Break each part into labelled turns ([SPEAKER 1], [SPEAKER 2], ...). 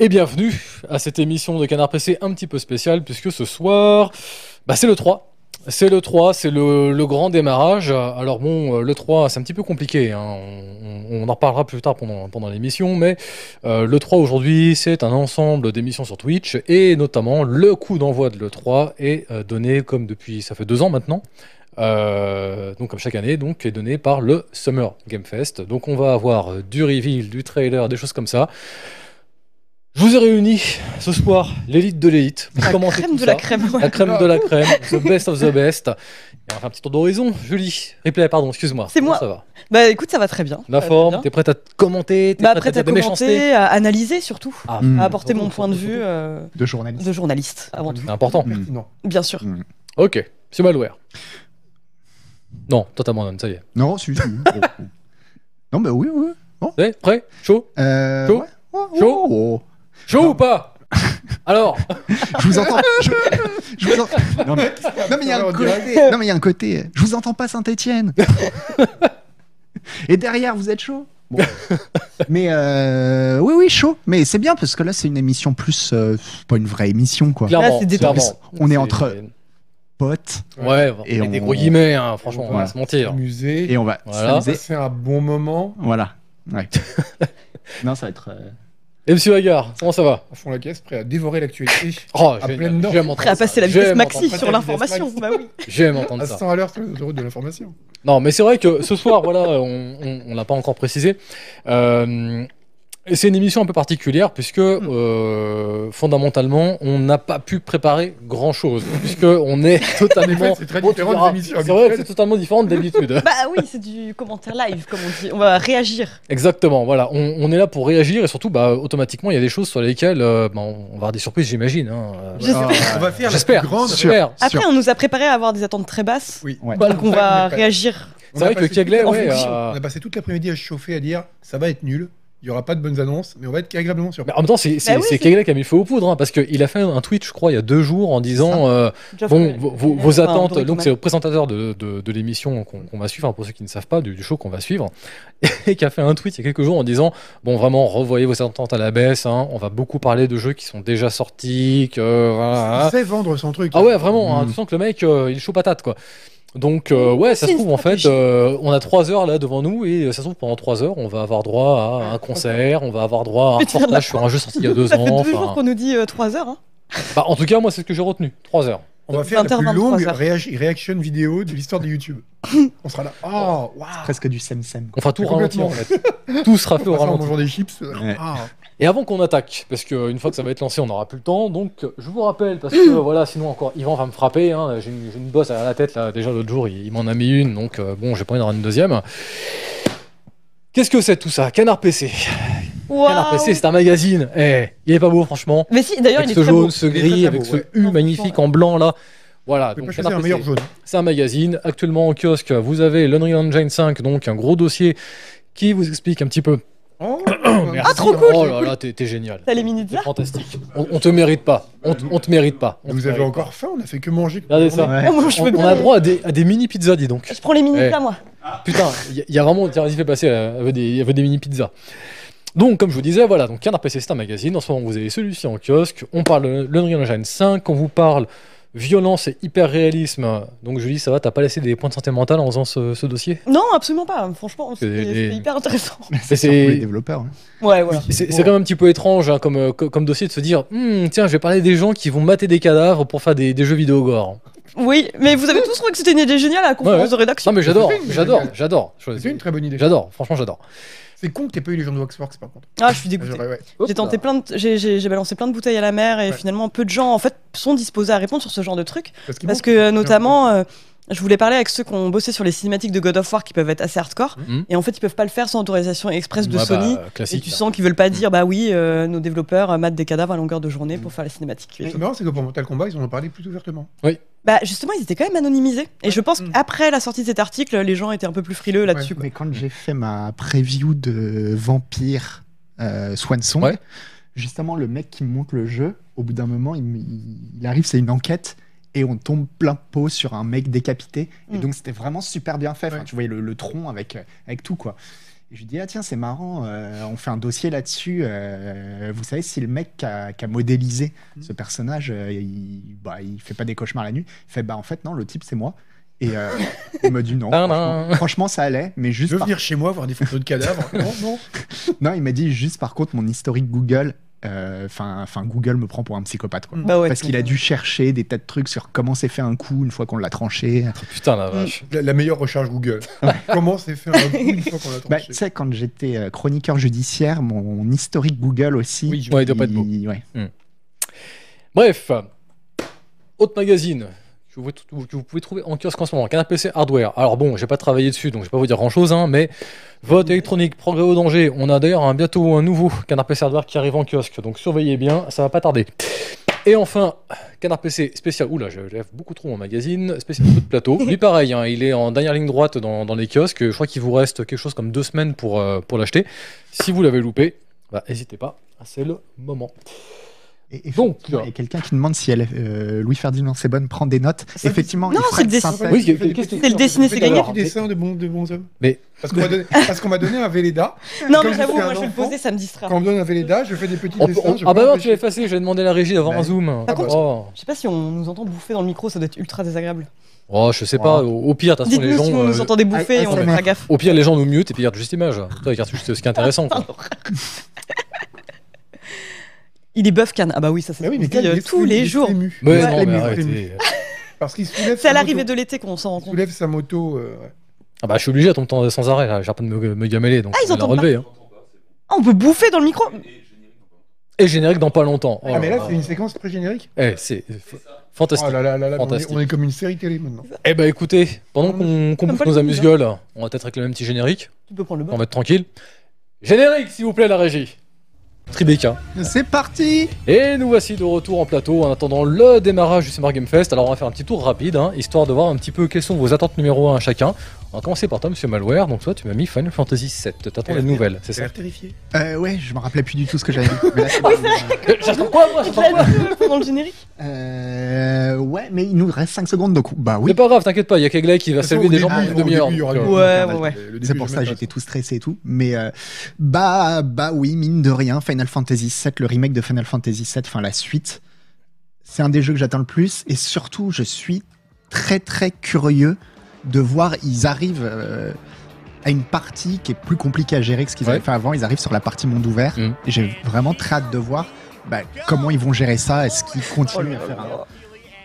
[SPEAKER 1] Et bienvenue à cette émission de Canard PC un petit peu spéciale, puisque ce soir, bah, c'est le 3. C'est le 3, c'est le, le grand démarrage. Alors bon, euh, le 3, c'est un petit peu compliqué, hein. on, on- on en reparlera plus tard pendant, pendant l'émission, mais euh, le 3 aujourd'hui, c'est un ensemble d'émissions sur Twitch, et notamment le coup d'envoi de le 3 est euh, donné, comme depuis, ça fait deux ans maintenant, euh, donc comme chaque année, donc est donné par le Summer Game Fest. Donc on va avoir euh, du reveal, du trailer, des choses comme ça. Je vous ai réuni ce soir l'élite de l'élite. pour commenter
[SPEAKER 2] crème
[SPEAKER 1] tout
[SPEAKER 2] de la
[SPEAKER 1] ça.
[SPEAKER 2] crème, ouais.
[SPEAKER 1] La crème de la crème, the best of the best. Et on fait un petit tour d'horizon, Julie. Replay, pardon, excuse-moi.
[SPEAKER 2] C'est
[SPEAKER 1] Comment
[SPEAKER 2] moi.
[SPEAKER 1] Ça va.
[SPEAKER 2] Bah écoute, ça va très bien. Ça
[SPEAKER 1] La
[SPEAKER 2] va
[SPEAKER 1] forme,
[SPEAKER 2] très bien.
[SPEAKER 1] t'es prête à te commenter, t'es
[SPEAKER 2] Bah
[SPEAKER 1] prête à
[SPEAKER 2] prête à
[SPEAKER 1] dire des méchancetés.
[SPEAKER 2] commenter, à analyser surtout,
[SPEAKER 1] Ah,
[SPEAKER 3] Mm.
[SPEAKER 2] à apporter mon point de
[SPEAKER 1] surtout, Hmm.
[SPEAKER 2] vue euh,
[SPEAKER 3] de journaliste.
[SPEAKER 2] de journaliste avant tout.
[SPEAKER 1] C'est important.
[SPEAKER 3] Pertinent.
[SPEAKER 2] Bien sûr.
[SPEAKER 1] Ok, c'est malware. Non, toi t'abandonnes, ça y est.
[SPEAKER 3] Non, si, si. Oh, oh. non, mais oui, oui.
[SPEAKER 1] C'est prêt Chaud
[SPEAKER 3] Euh,
[SPEAKER 1] Chaud
[SPEAKER 3] ouais. Oh, oh,
[SPEAKER 1] Chaud
[SPEAKER 3] oh.
[SPEAKER 1] Chaud ou pas Alors,
[SPEAKER 3] Je vous entends. Je, je vous en- Non, mais non, mais il y a un côté. Non, mais il y a un côté. Je vous entends pas, Saint-Etienne. Et derrière, vous êtes chaud. Bon. Mais euh, oui, oui, chaud. Mais c'est bien parce que là, c'est une émission plus. euh, pas une vraie émission, quoi.
[SPEAKER 1] clairement.
[SPEAKER 2] c'est détendu.
[SPEAKER 1] clairement.
[SPEAKER 3] On est
[SPEAKER 1] C'est-
[SPEAKER 3] entre- Pote.
[SPEAKER 1] Ouais,
[SPEAKER 3] Et
[SPEAKER 1] avec des
[SPEAKER 3] on-
[SPEAKER 1] gros guillemets, hein, franchement, on va
[SPEAKER 3] Voilà.
[SPEAKER 1] pas se mentir.
[SPEAKER 4] musée.
[SPEAKER 3] Et on va
[SPEAKER 1] Voilà.
[SPEAKER 3] s'amuser.
[SPEAKER 4] C'est un bon moment.
[SPEAKER 3] Voilà. Ouais. non, ça va être. euh,
[SPEAKER 1] Et monsieur Agar, comment ça va
[SPEAKER 4] À fond la caisse, prêt à dévorer l'actualité.
[SPEAKER 1] Oh,
[SPEAKER 4] À
[SPEAKER 1] génial,
[SPEAKER 4] pleine dent.
[SPEAKER 1] j'aime entendre
[SPEAKER 2] Prêt à
[SPEAKER 1] ça,
[SPEAKER 2] passer la
[SPEAKER 1] j'aime
[SPEAKER 2] vitesse maxi
[SPEAKER 1] entendre ça,
[SPEAKER 4] ça,
[SPEAKER 2] sur
[SPEAKER 4] la vitesse
[SPEAKER 2] l'information.
[SPEAKER 4] maxi.
[SPEAKER 2] Bah oui.
[SPEAKER 1] J'aime
[SPEAKER 4] À
[SPEAKER 3] Ah,
[SPEAKER 1] entendre ça.
[SPEAKER 4] 100 à l'heure sur les autoroutes de l'information.
[SPEAKER 1] Non, mais c'est vrai que ce soir, voilà, on, on, on l'a pas encore précisé. Euh, et c'est une émission un peu particulière puisque euh, fondamentalement, on n'a pas pu préparer grand chose puisque on est totalement.
[SPEAKER 4] c'est très
[SPEAKER 1] Bon, tu
[SPEAKER 4] différent des
[SPEAKER 1] verras.
[SPEAKER 4] émissions
[SPEAKER 1] C'est vrai que c'est
[SPEAKER 4] habituelles.
[SPEAKER 1] totalement différent d'habitude.
[SPEAKER 2] Bah oui, c'est du commentaire live, comme on dit. On va réagir.
[SPEAKER 1] Exactement. Voilà, on, on est là pour réagir et surtout, bah, automatiquement, il y a des choses sur lesquelles, euh, bah, on, on va avoir des surprises, j'imagine. hein. Euh,
[SPEAKER 2] Je sais pas.
[SPEAKER 4] On va faire
[SPEAKER 1] J'espère.
[SPEAKER 4] la plus grande.
[SPEAKER 3] Sûr.
[SPEAKER 1] J'espère.
[SPEAKER 2] Après,
[SPEAKER 3] Sûr.
[SPEAKER 2] on nous a préparé à avoir des attentes très basses.
[SPEAKER 4] Oui.
[SPEAKER 3] Ouais.
[SPEAKER 2] Donc on va réagir.
[SPEAKER 1] C'est vrai que le Kegley,
[SPEAKER 2] ouais,
[SPEAKER 1] euh,
[SPEAKER 4] On a passé toute l'après-midi à se chauffer, à dire ça va être nul, il n'y aura pas de bonnes annonces, mais on va être agréablement
[SPEAKER 1] Mais
[SPEAKER 4] surpris.
[SPEAKER 1] en même temps, c'est c'est-
[SPEAKER 2] Bah oui,
[SPEAKER 1] c'est
[SPEAKER 2] c'est-
[SPEAKER 1] Kegley qui a mis le feu aux poudres hein, parce qu'il a fait un tweet, je crois, il y a deux jours en disant. euh, Bon, vos, vos- vos
[SPEAKER 2] Enfin,
[SPEAKER 1] attentes,
[SPEAKER 2] Dorito
[SPEAKER 1] donc
[SPEAKER 2] Man.
[SPEAKER 1] c'est le présentateur de, de- de l'émission qu'on qu'on va suivre, hein, pour ceux qui ne savent pas, du, du show qu'on va suivre, et qui a fait un tweet il y a quelques jours en disant Bon, vraiment, revoyez vos attentes à la baisse, hein, on va beaucoup parler de jeux qui sont déjà sortis, que. voilà.
[SPEAKER 4] Il sait vendre son truc.
[SPEAKER 1] Bah, Ah ouais, vraiment, hein,
[SPEAKER 3] Mm.
[SPEAKER 1] tu sens que le mec, euh, il est chaud patate, quoi. Donc, euh, ouais, ça se
[SPEAKER 2] C'est une
[SPEAKER 1] trouve, en fait,
[SPEAKER 2] stratégie.
[SPEAKER 1] euh, on a trois heures là devant nous, et euh, ça se trouve, pendant trois heures, on va avoir droit à un concert, on va avoir droit à un
[SPEAKER 2] Mais tu viens de
[SPEAKER 1] reportage sur un jeu sorti il y a deux
[SPEAKER 2] Ça fait
[SPEAKER 1] ans.
[SPEAKER 2] deux jours
[SPEAKER 1] enfin.
[SPEAKER 2] qu'on nous dit 3 heures. hein.
[SPEAKER 1] Bah, en tout cas, moi, c'est ce que j'ai retenu, trois heures.
[SPEAKER 4] On va faire la
[SPEAKER 2] 20h23,
[SPEAKER 4] plus longue
[SPEAKER 2] ça.
[SPEAKER 4] réagi- réaction vidéo de l'histoire de YouTube. on sera là. Oh, waouh
[SPEAKER 3] Presque du sem-sem.
[SPEAKER 1] On fera tout
[SPEAKER 4] Mais
[SPEAKER 1] ralenti, en
[SPEAKER 4] complètement.
[SPEAKER 1] fait. Tout sera fait au
[SPEAKER 4] On va faire en
[SPEAKER 1] ralenti.
[SPEAKER 4] mangeant des chips.
[SPEAKER 3] Ouais.
[SPEAKER 4] Ah.
[SPEAKER 1] Et avant qu'on attaque, parce qu'une fois que ça va être lancé, on n'aura plus le temps, donc euh, je vous rappelle, parce que voilà, sinon encore, Yvan va me frapper, hein, j'ai une, j'ai une bosse à la tête, là, déjà l'autre jour, il, il m'en a mis une, donc euh, bon, j'ai pas envie d'en avoir une deuxième. Qu'est-ce que c'est tout ça Canard PC. Canard
[SPEAKER 2] Waouh.
[SPEAKER 1] PC, c'est un magazine. Eh, il est pas beau, franchement.
[SPEAKER 2] Mais si, d'ailleurs,
[SPEAKER 1] Avec
[SPEAKER 2] il est
[SPEAKER 1] ce
[SPEAKER 2] très
[SPEAKER 1] jaune,
[SPEAKER 2] beau.
[SPEAKER 1] ce
[SPEAKER 4] Il est très,
[SPEAKER 1] gris,
[SPEAKER 4] très
[SPEAKER 1] avec
[SPEAKER 4] beau,
[SPEAKER 1] ce
[SPEAKER 4] ouais.
[SPEAKER 1] U magnifique en blanc, là. Voilà,
[SPEAKER 4] On peut
[SPEAKER 1] donc
[SPEAKER 4] pas
[SPEAKER 1] Canard
[SPEAKER 4] choisir un
[SPEAKER 1] PC,
[SPEAKER 4] meilleur jaune.
[SPEAKER 1] c'est un magazine. Actuellement en kiosque, vous avez l'Unreal Engine 5, donc un gros dossier qui vous explique un petit peu.
[SPEAKER 4] Oh,
[SPEAKER 1] Merci.
[SPEAKER 2] Ah, trop cool.
[SPEAKER 1] Oh là là, t'es t'es génial.
[SPEAKER 2] T'as les minutes
[SPEAKER 1] C'est fantastique. On, on te mérite pas. On, te- on te mérite pas. On
[SPEAKER 4] Vous
[SPEAKER 1] te
[SPEAKER 4] avez
[SPEAKER 1] mérite
[SPEAKER 4] encore faim On a fait que manger.
[SPEAKER 1] Regardez ça.
[SPEAKER 3] Ouais.
[SPEAKER 2] Moi,
[SPEAKER 1] pas.
[SPEAKER 2] je veux
[SPEAKER 1] On, on
[SPEAKER 2] bien
[SPEAKER 1] a
[SPEAKER 2] les-
[SPEAKER 1] droit à des, à des mini pizzas, dis donc.
[SPEAKER 2] Je prends les minutes
[SPEAKER 1] Eh.
[SPEAKER 2] là, moi.
[SPEAKER 1] Putain, il y, a- il y a vraiment. Tiens, vas-y, fais passer. euh, Elle veut des, elle veut des mini pizzas. Donc, comme je vous disais, voilà. Donc, Canard PC, c'est un magazine. En ce moment, vous avez celui-ci en kiosque. On parle de l'Unreal Engine 5. On vous parle violence et hyper-réalisme. Donc, Julie, ça va T'as pas laissé des points de santé mentale en faisant ce, ce dossier
[SPEAKER 2] Non, absolument pas. Franchement,
[SPEAKER 1] les-
[SPEAKER 2] c'était
[SPEAKER 1] les-
[SPEAKER 2] c'était hyper intéressant.
[SPEAKER 1] Mais
[SPEAKER 3] C'est pour les
[SPEAKER 1] c'est-
[SPEAKER 3] développeurs. hein.
[SPEAKER 2] Ouais, voilà.
[SPEAKER 1] C'est c'est quand même un petit peu étrange hein, comme, euh, co- comme dossier de se dire Hmm, tiens, je vais parler des gens qui vont mater des cadavres pour faire des, des jeux vidéo gore.
[SPEAKER 2] Oui, mais vous avez tous trouvé que c'était une idée géniale à la conférence
[SPEAKER 1] Ouais, ouais.
[SPEAKER 2] de rédaction.
[SPEAKER 1] Non, mais j'adore,
[SPEAKER 4] C'est une-
[SPEAKER 1] j'adore, j'adore.
[SPEAKER 4] C'est une très bonne idée.
[SPEAKER 1] J'adore, franchement, j'adore.
[SPEAKER 4] C'est con que t'aies pas eu les gens de Waxworks par contre.
[SPEAKER 2] Ah, je suis dégoûté.
[SPEAKER 4] J'aurais- ouais.
[SPEAKER 2] J'ai tenté plein de, j'ai, j'ai- j'ai balancé plein de bouteilles à la mer et
[SPEAKER 4] Ouais.
[SPEAKER 2] finalement peu de gens en fait sont disposés à répondre sur ce genre de truc
[SPEAKER 4] Parce, qu'ils
[SPEAKER 2] parce
[SPEAKER 4] vont-
[SPEAKER 2] que euh, notamment euh, je voulais parler avec ceux qui ont bossé sur les cinématiques de God of War qui peuvent être assez hardcore
[SPEAKER 1] Mhm.
[SPEAKER 2] et en fait ils peuvent pas le faire sans autorisation express de
[SPEAKER 1] Ouais, bah, Mhm.
[SPEAKER 2] Sony.
[SPEAKER 1] euh,
[SPEAKER 2] et
[SPEAKER 1] classique.
[SPEAKER 2] tu
[SPEAKER 1] ça.
[SPEAKER 2] sens qu'ils veulent pas dire bah oui euh, nos développeurs euh, matent des cadavres à longueur de journée
[SPEAKER 1] Mhm.
[SPEAKER 2] pour faire les cinématiques.
[SPEAKER 4] Ce qui est marrant, c'est que pour Mortal Kombat, ils en ont parlé plus ouvertement.
[SPEAKER 2] Bah justement ils étaient quand même anonymisés et
[SPEAKER 4] Ouais.
[SPEAKER 2] je pense
[SPEAKER 4] Mhm.
[SPEAKER 2] qu'après la sortie de cet article les gens étaient un peu plus frileux là-dessus. quoi.
[SPEAKER 3] Mais quand j'ai fait ma preview de Vampire euh, Swansong,
[SPEAKER 1] Ouais.
[SPEAKER 3] justement, le mec qui me montre le jeu, au bout d'un moment, il, me- il- il arrive, c'est une enquête, et on tombe plein pot sur un mec décapité. Et
[SPEAKER 2] Mm.
[SPEAKER 3] donc, c'était vraiment super bien fait. Enfin,
[SPEAKER 4] Ouais.
[SPEAKER 3] tu voyais le, le tronc avec, euh, avec tout, quoi. Et je lui dis, ah tiens, c'est marrant, euh, on fait un dossier là-dessus. euh, vous savez, si le mec qui a, qui a modélisé
[SPEAKER 4] Mhm.
[SPEAKER 3] ce personnage, euh, il, bah, il fait pas des cauchemars la nuit. Il fait, bah en fait, non, le type, c'est moi. Et euh, il me dit, non,
[SPEAKER 1] Ah,
[SPEAKER 3] franchement,
[SPEAKER 1] non.
[SPEAKER 3] franchement, ça allait, mais
[SPEAKER 4] Je
[SPEAKER 3] juste
[SPEAKER 4] veux
[SPEAKER 3] par
[SPEAKER 4] venir chez moi voir des photos de cadavres. non, non.
[SPEAKER 3] Non, il m'a dit juste par contre, mon historique Google, euh, enfin Google me prend pour un psychopathe. Quoi.
[SPEAKER 4] Mm.
[SPEAKER 2] Bah ouais,
[SPEAKER 3] Parce
[SPEAKER 2] tu
[SPEAKER 3] qu'il a
[SPEAKER 2] m'étonnes.
[SPEAKER 1] euh,
[SPEAKER 3] dû chercher des tas de trucs sur comment s'est fait un coup une fois qu'on l'a tranché.
[SPEAKER 1] Putain,
[SPEAKER 2] Mm.
[SPEAKER 1] la vache.
[SPEAKER 4] La, la meilleure recherche Google. Comment c'est fait un coup une fois qu'on l'a
[SPEAKER 3] Bah,
[SPEAKER 4] tranché
[SPEAKER 3] tu sais, quand j'étais euh, chroniqueur judiciaire, mon, historique Google aussi.
[SPEAKER 4] Oui, je-
[SPEAKER 1] Ouais, il doit pas être beau.
[SPEAKER 3] ouais.
[SPEAKER 1] Bref, autre magazine que vous, que vous pouvez trouver en kiosque en ce moment, Canard PC Hardware. Alors bon, j'ai pas travaillé dessus, donc je vais pas vous dire grand chose, mais vote électronique, progrès au danger. On a d'ailleurs un- bientôt un nouveau Canard PC Hardware qui arrive en kiosque, donc surveillez bien, ça va pas tarder. Et enfin, Canard PC spécial, oula, je lève beaucoup trop mon magazine, spécial coup de plateau. Lui pareil, hein, il est en dernière ligne droite dans, dans les kiosques, je crois qu'il vous reste quelque chose comme deux semaines pour, euh, pour l'acheter. Si vous l'avez loupé, bah, n'hésitez pas, c'est le moment.
[SPEAKER 3] Et, et-
[SPEAKER 1] Donc,
[SPEAKER 3] il y a quelqu'un qui demande si elle, euh, Louis Ferdinand Sebonne prend des notes.
[SPEAKER 2] C'est-
[SPEAKER 3] Effectivement,
[SPEAKER 2] Non,
[SPEAKER 3] il
[SPEAKER 2] c'est
[SPEAKER 3] ferait
[SPEAKER 2] le dessin.
[SPEAKER 3] synthèse.
[SPEAKER 1] Oui,
[SPEAKER 4] Fais des
[SPEAKER 1] qu'est-ce
[SPEAKER 4] petits-
[SPEAKER 1] que-
[SPEAKER 2] C'est le dessiner, c'est
[SPEAKER 4] fais des
[SPEAKER 2] gagné.
[SPEAKER 4] petits dessins de bons, de bons hommes.
[SPEAKER 1] Mais-
[SPEAKER 4] Parce qu'on m'a donné, parce qu'on m'a donné un Véleda.
[SPEAKER 2] Non,
[SPEAKER 4] Comme
[SPEAKER 2] mais
[SPEAKER 4] je
[SPEAKER 2] j'avoue,
[SPEAKER 4] suis
[SPEAKER 2] moi
[SPEAKER 4] un
[SPEAKER 2] je vais le
[SPEAKER 4] enfant,
[SPEAKER 2] poser, ça me distrait.
[SPEAKER 4] Quand on me donne un Véleda, je fais des petits
[SPEAKER 1] On peut-
[SPEAKER 4] dessins.
[SPEAKER 1] on-
[SPEAKER 4] je
[SPEAKER 1] ah
[SPEAKER 4] peux
[SPEAKER 1] bah non, tu
[SPEAKER 4] empêcher.
[SPEAKER 1] l'as effacé, j'ai demandé à la régie d'avoir
[SPEAKER 3] Bah,
[SPEAKER 1] un zoom.
[SPEAKER 2] Par contre-
[SPEAKER 1] oh.
[SPEAKER 2] Je sais pas si on nous entend bouffer dans le micro, ça doit être ultra désagréable.
[SPEAKER 1] Oh, je sais pas, au, au pire, de toute façon, les
[SPEAKER 2] Dites-nous si
[SPEAKER 1] gens.
[SPEAKER 2] vous
[SPEAKER 1] euh,
[SPEAKER 2] nous entendez
[SPEAKER 4] Ah,
[SPEAKER 2] bouffer et on
[SPEAKER 3] ASMR.
[SPEAKER 2] fera gaffe.
[SPEAKER 1] au pire, les gens nous mute et puis ils regardent juste l'image. Putain, ils regardent juste ce qui est intéressant. quoi.
[SPEAKER 2] Il est bœuf canne. Ah bah oui, ça c'est
[SPEAKER 4] Bah oui,
[SPEAKER 2] on
[SPEAKER 4] mais
[SPEAKER 2] se dit,
[SPEAKER 4] Cal, il
[SPEAKER 2] euh,
[SPEAKER 4] est
[SPEAKER 2] tous
[SPEAKER 4] ému, il
[SPEAKER 2] les
[SPEAKER 4] est
[SPEAKER 2] jours.
[SPEAKER 4] ému.
[SPEAKER 1] Mais
[SPEAKER 4] Ouais,
[SPEAKER 1] non,
[SPEAKER 4] il est
[SPEAKER 1] mais
[SPEAKER 4] ému, il est ému.
[SPEAKER 1] arrêtez.
[SPEAKER 4] Parce qu'il soulève.
[SPEAKER 2] C'est à
[SPEAKER 4] sa
[SPEAKER 2] l'arrivée
[SPEAKER 4] moto. euh,
[SPEAKER 2] de l'été qu'on s'en rend
[SPEAKER 4] Il
[SPEAKER 2] compte.
[SPEAKER 4] soulève sa moto. euh, ouais.
[SPEAKER 1] Ah bah, je suis obligé à ton temps sans arrêt, là. J'arrête pas de me, me gameler, donc
[SPEAKER 2] Ah, ils
[SPEAKER 1] on va la
[SPEAKER 2] entendent
[SPEAKER 1] relever. hein.
[SPEAKER 2] Ah, on peut bouffer dans le micro
[SPEAKER 1] Et générique dans pas longtemps. Oh
[SPEAKER 4] Ah, mais là,
[SPEAKER 1] là.
[SPEAKER 4] c'est une séquence pré-générique.
[SPEAKER 1] Eh, c'est fa-
[SPEAKER 4] Oh
[SPEAKER 1] fantastique.
[SPEAKER 4] là là là là, on est-
[SPEAKER 1] Fantastique.
[SPEAKER 4] on est comme une série télé maintenant.
[SPEAKER 1] eh bah, écoutez, pendant qu'on qu'on
[SPEAKER 2] Comme
[SPEAKER 1] bouffe
[SPEAKER 2] pas
[SPEAKER 1] nos
[SPEAKER 2] le film,
[SPEAKER 1] amuse-gueules, on va peut-être réclamer un petit générique.
[SPEAKER 2] Tu peux prendre le
[SPEAKER 1] On
[SPEAKER 2] bœuf.
[SPEAKER 1] va être tranquille. Générique, s'il vous plaît, la régie. Tribeca.
[SPEAKER 3] C'est parti
[SPEAKER 1] Et nous voici de retour en plateau en attendant le démarrage du Summer Game Fest. Alors on va faire un petit tour rapide, hein, histoire de voir un petit peu quelles sont vos attentes numéro 1 à chacun. On va commencer par toi, monsieur Malware. Donc toi, tu m'as mis Final Fantasy 7. T'attends
[SPEAKER 4] Elle
[SPEAKER 1] les
[SPEAKER 4] a-
[SPEAKER 1] nouvelles, c'est
[SPEAKER 4] T'as
[SPEAKER 1] ça
[SPEAKER 4] l'air terrifié.
[SPEAKER 3] Euh, Ouais, je me rappelais plus du tout ce que j'avais dit. Mais là, c'est pas-
[SPEAKER 1] Euh, J'attends quoi, moi J'attends quoi
[SPEAKER 2] Pendant le générique
[SPEAKER 3] Euh, ouais, mais il nous reste 5 secondes, donc bah oui.
[SPEAKER 1] C'est pas grave, t'inquiète pas, il y a Kegley qui va
[SPEAKER 4] De toute façon,
[SPEAKER 1] saluer
[SPEAKER 4] au
[SPEAKER 1] des gens
[SPEAKER 4] début,
[SPEAKER 1] pendant une
[SPEAKER 4] au début,
[SPEAKER 1] demi-heure.
[SPEAKER 4] il y aura
[SPEAKER 1] donc,
[SPEAKER 4] du
[SPEAKER 1] euh,
[SPEAKER 2] Ouais,
[SPEAKER 4] Mortal,
[SPEAKER 2] ouais, ouais.
[SPEAKER 4] le début,
[SPEAKER 3] C'est pour
[SPEAKER 4] je
[SPEAKER 3] ça
[SPEAKER 4] vais
[SPEAKER 3] que j'étais
[SPEAKER 4] mettre
[SPEAKER 3] tout stressé et tout. Mais euh, bah, bah oui, mine de rien, Final Fantasy VII, le remake de Final Fantasy VII, enfin la suite, c'est un des jeux que j'attends le plus. Et surtout, je suis très très curieux de voir, ils arrivent euh, à une partie qui est plus compliquée à gérer que ce qu'ils
[SPEAKER 1] Ouais.
[SPEAKER 3] avaient fait avant. Ils arrivent sur la partie monde ouvert.
[SPEAKER 4] Mm.
[SPEAKER 1] Mhm.
[SPEAKER 3] Et J'ai vraiment très hâte de voir bah, comment ils vont gérer ça. Est-ce qu'ils continuent
[SPEAKER 2] Oh
[SPEAKER 3] à faire un...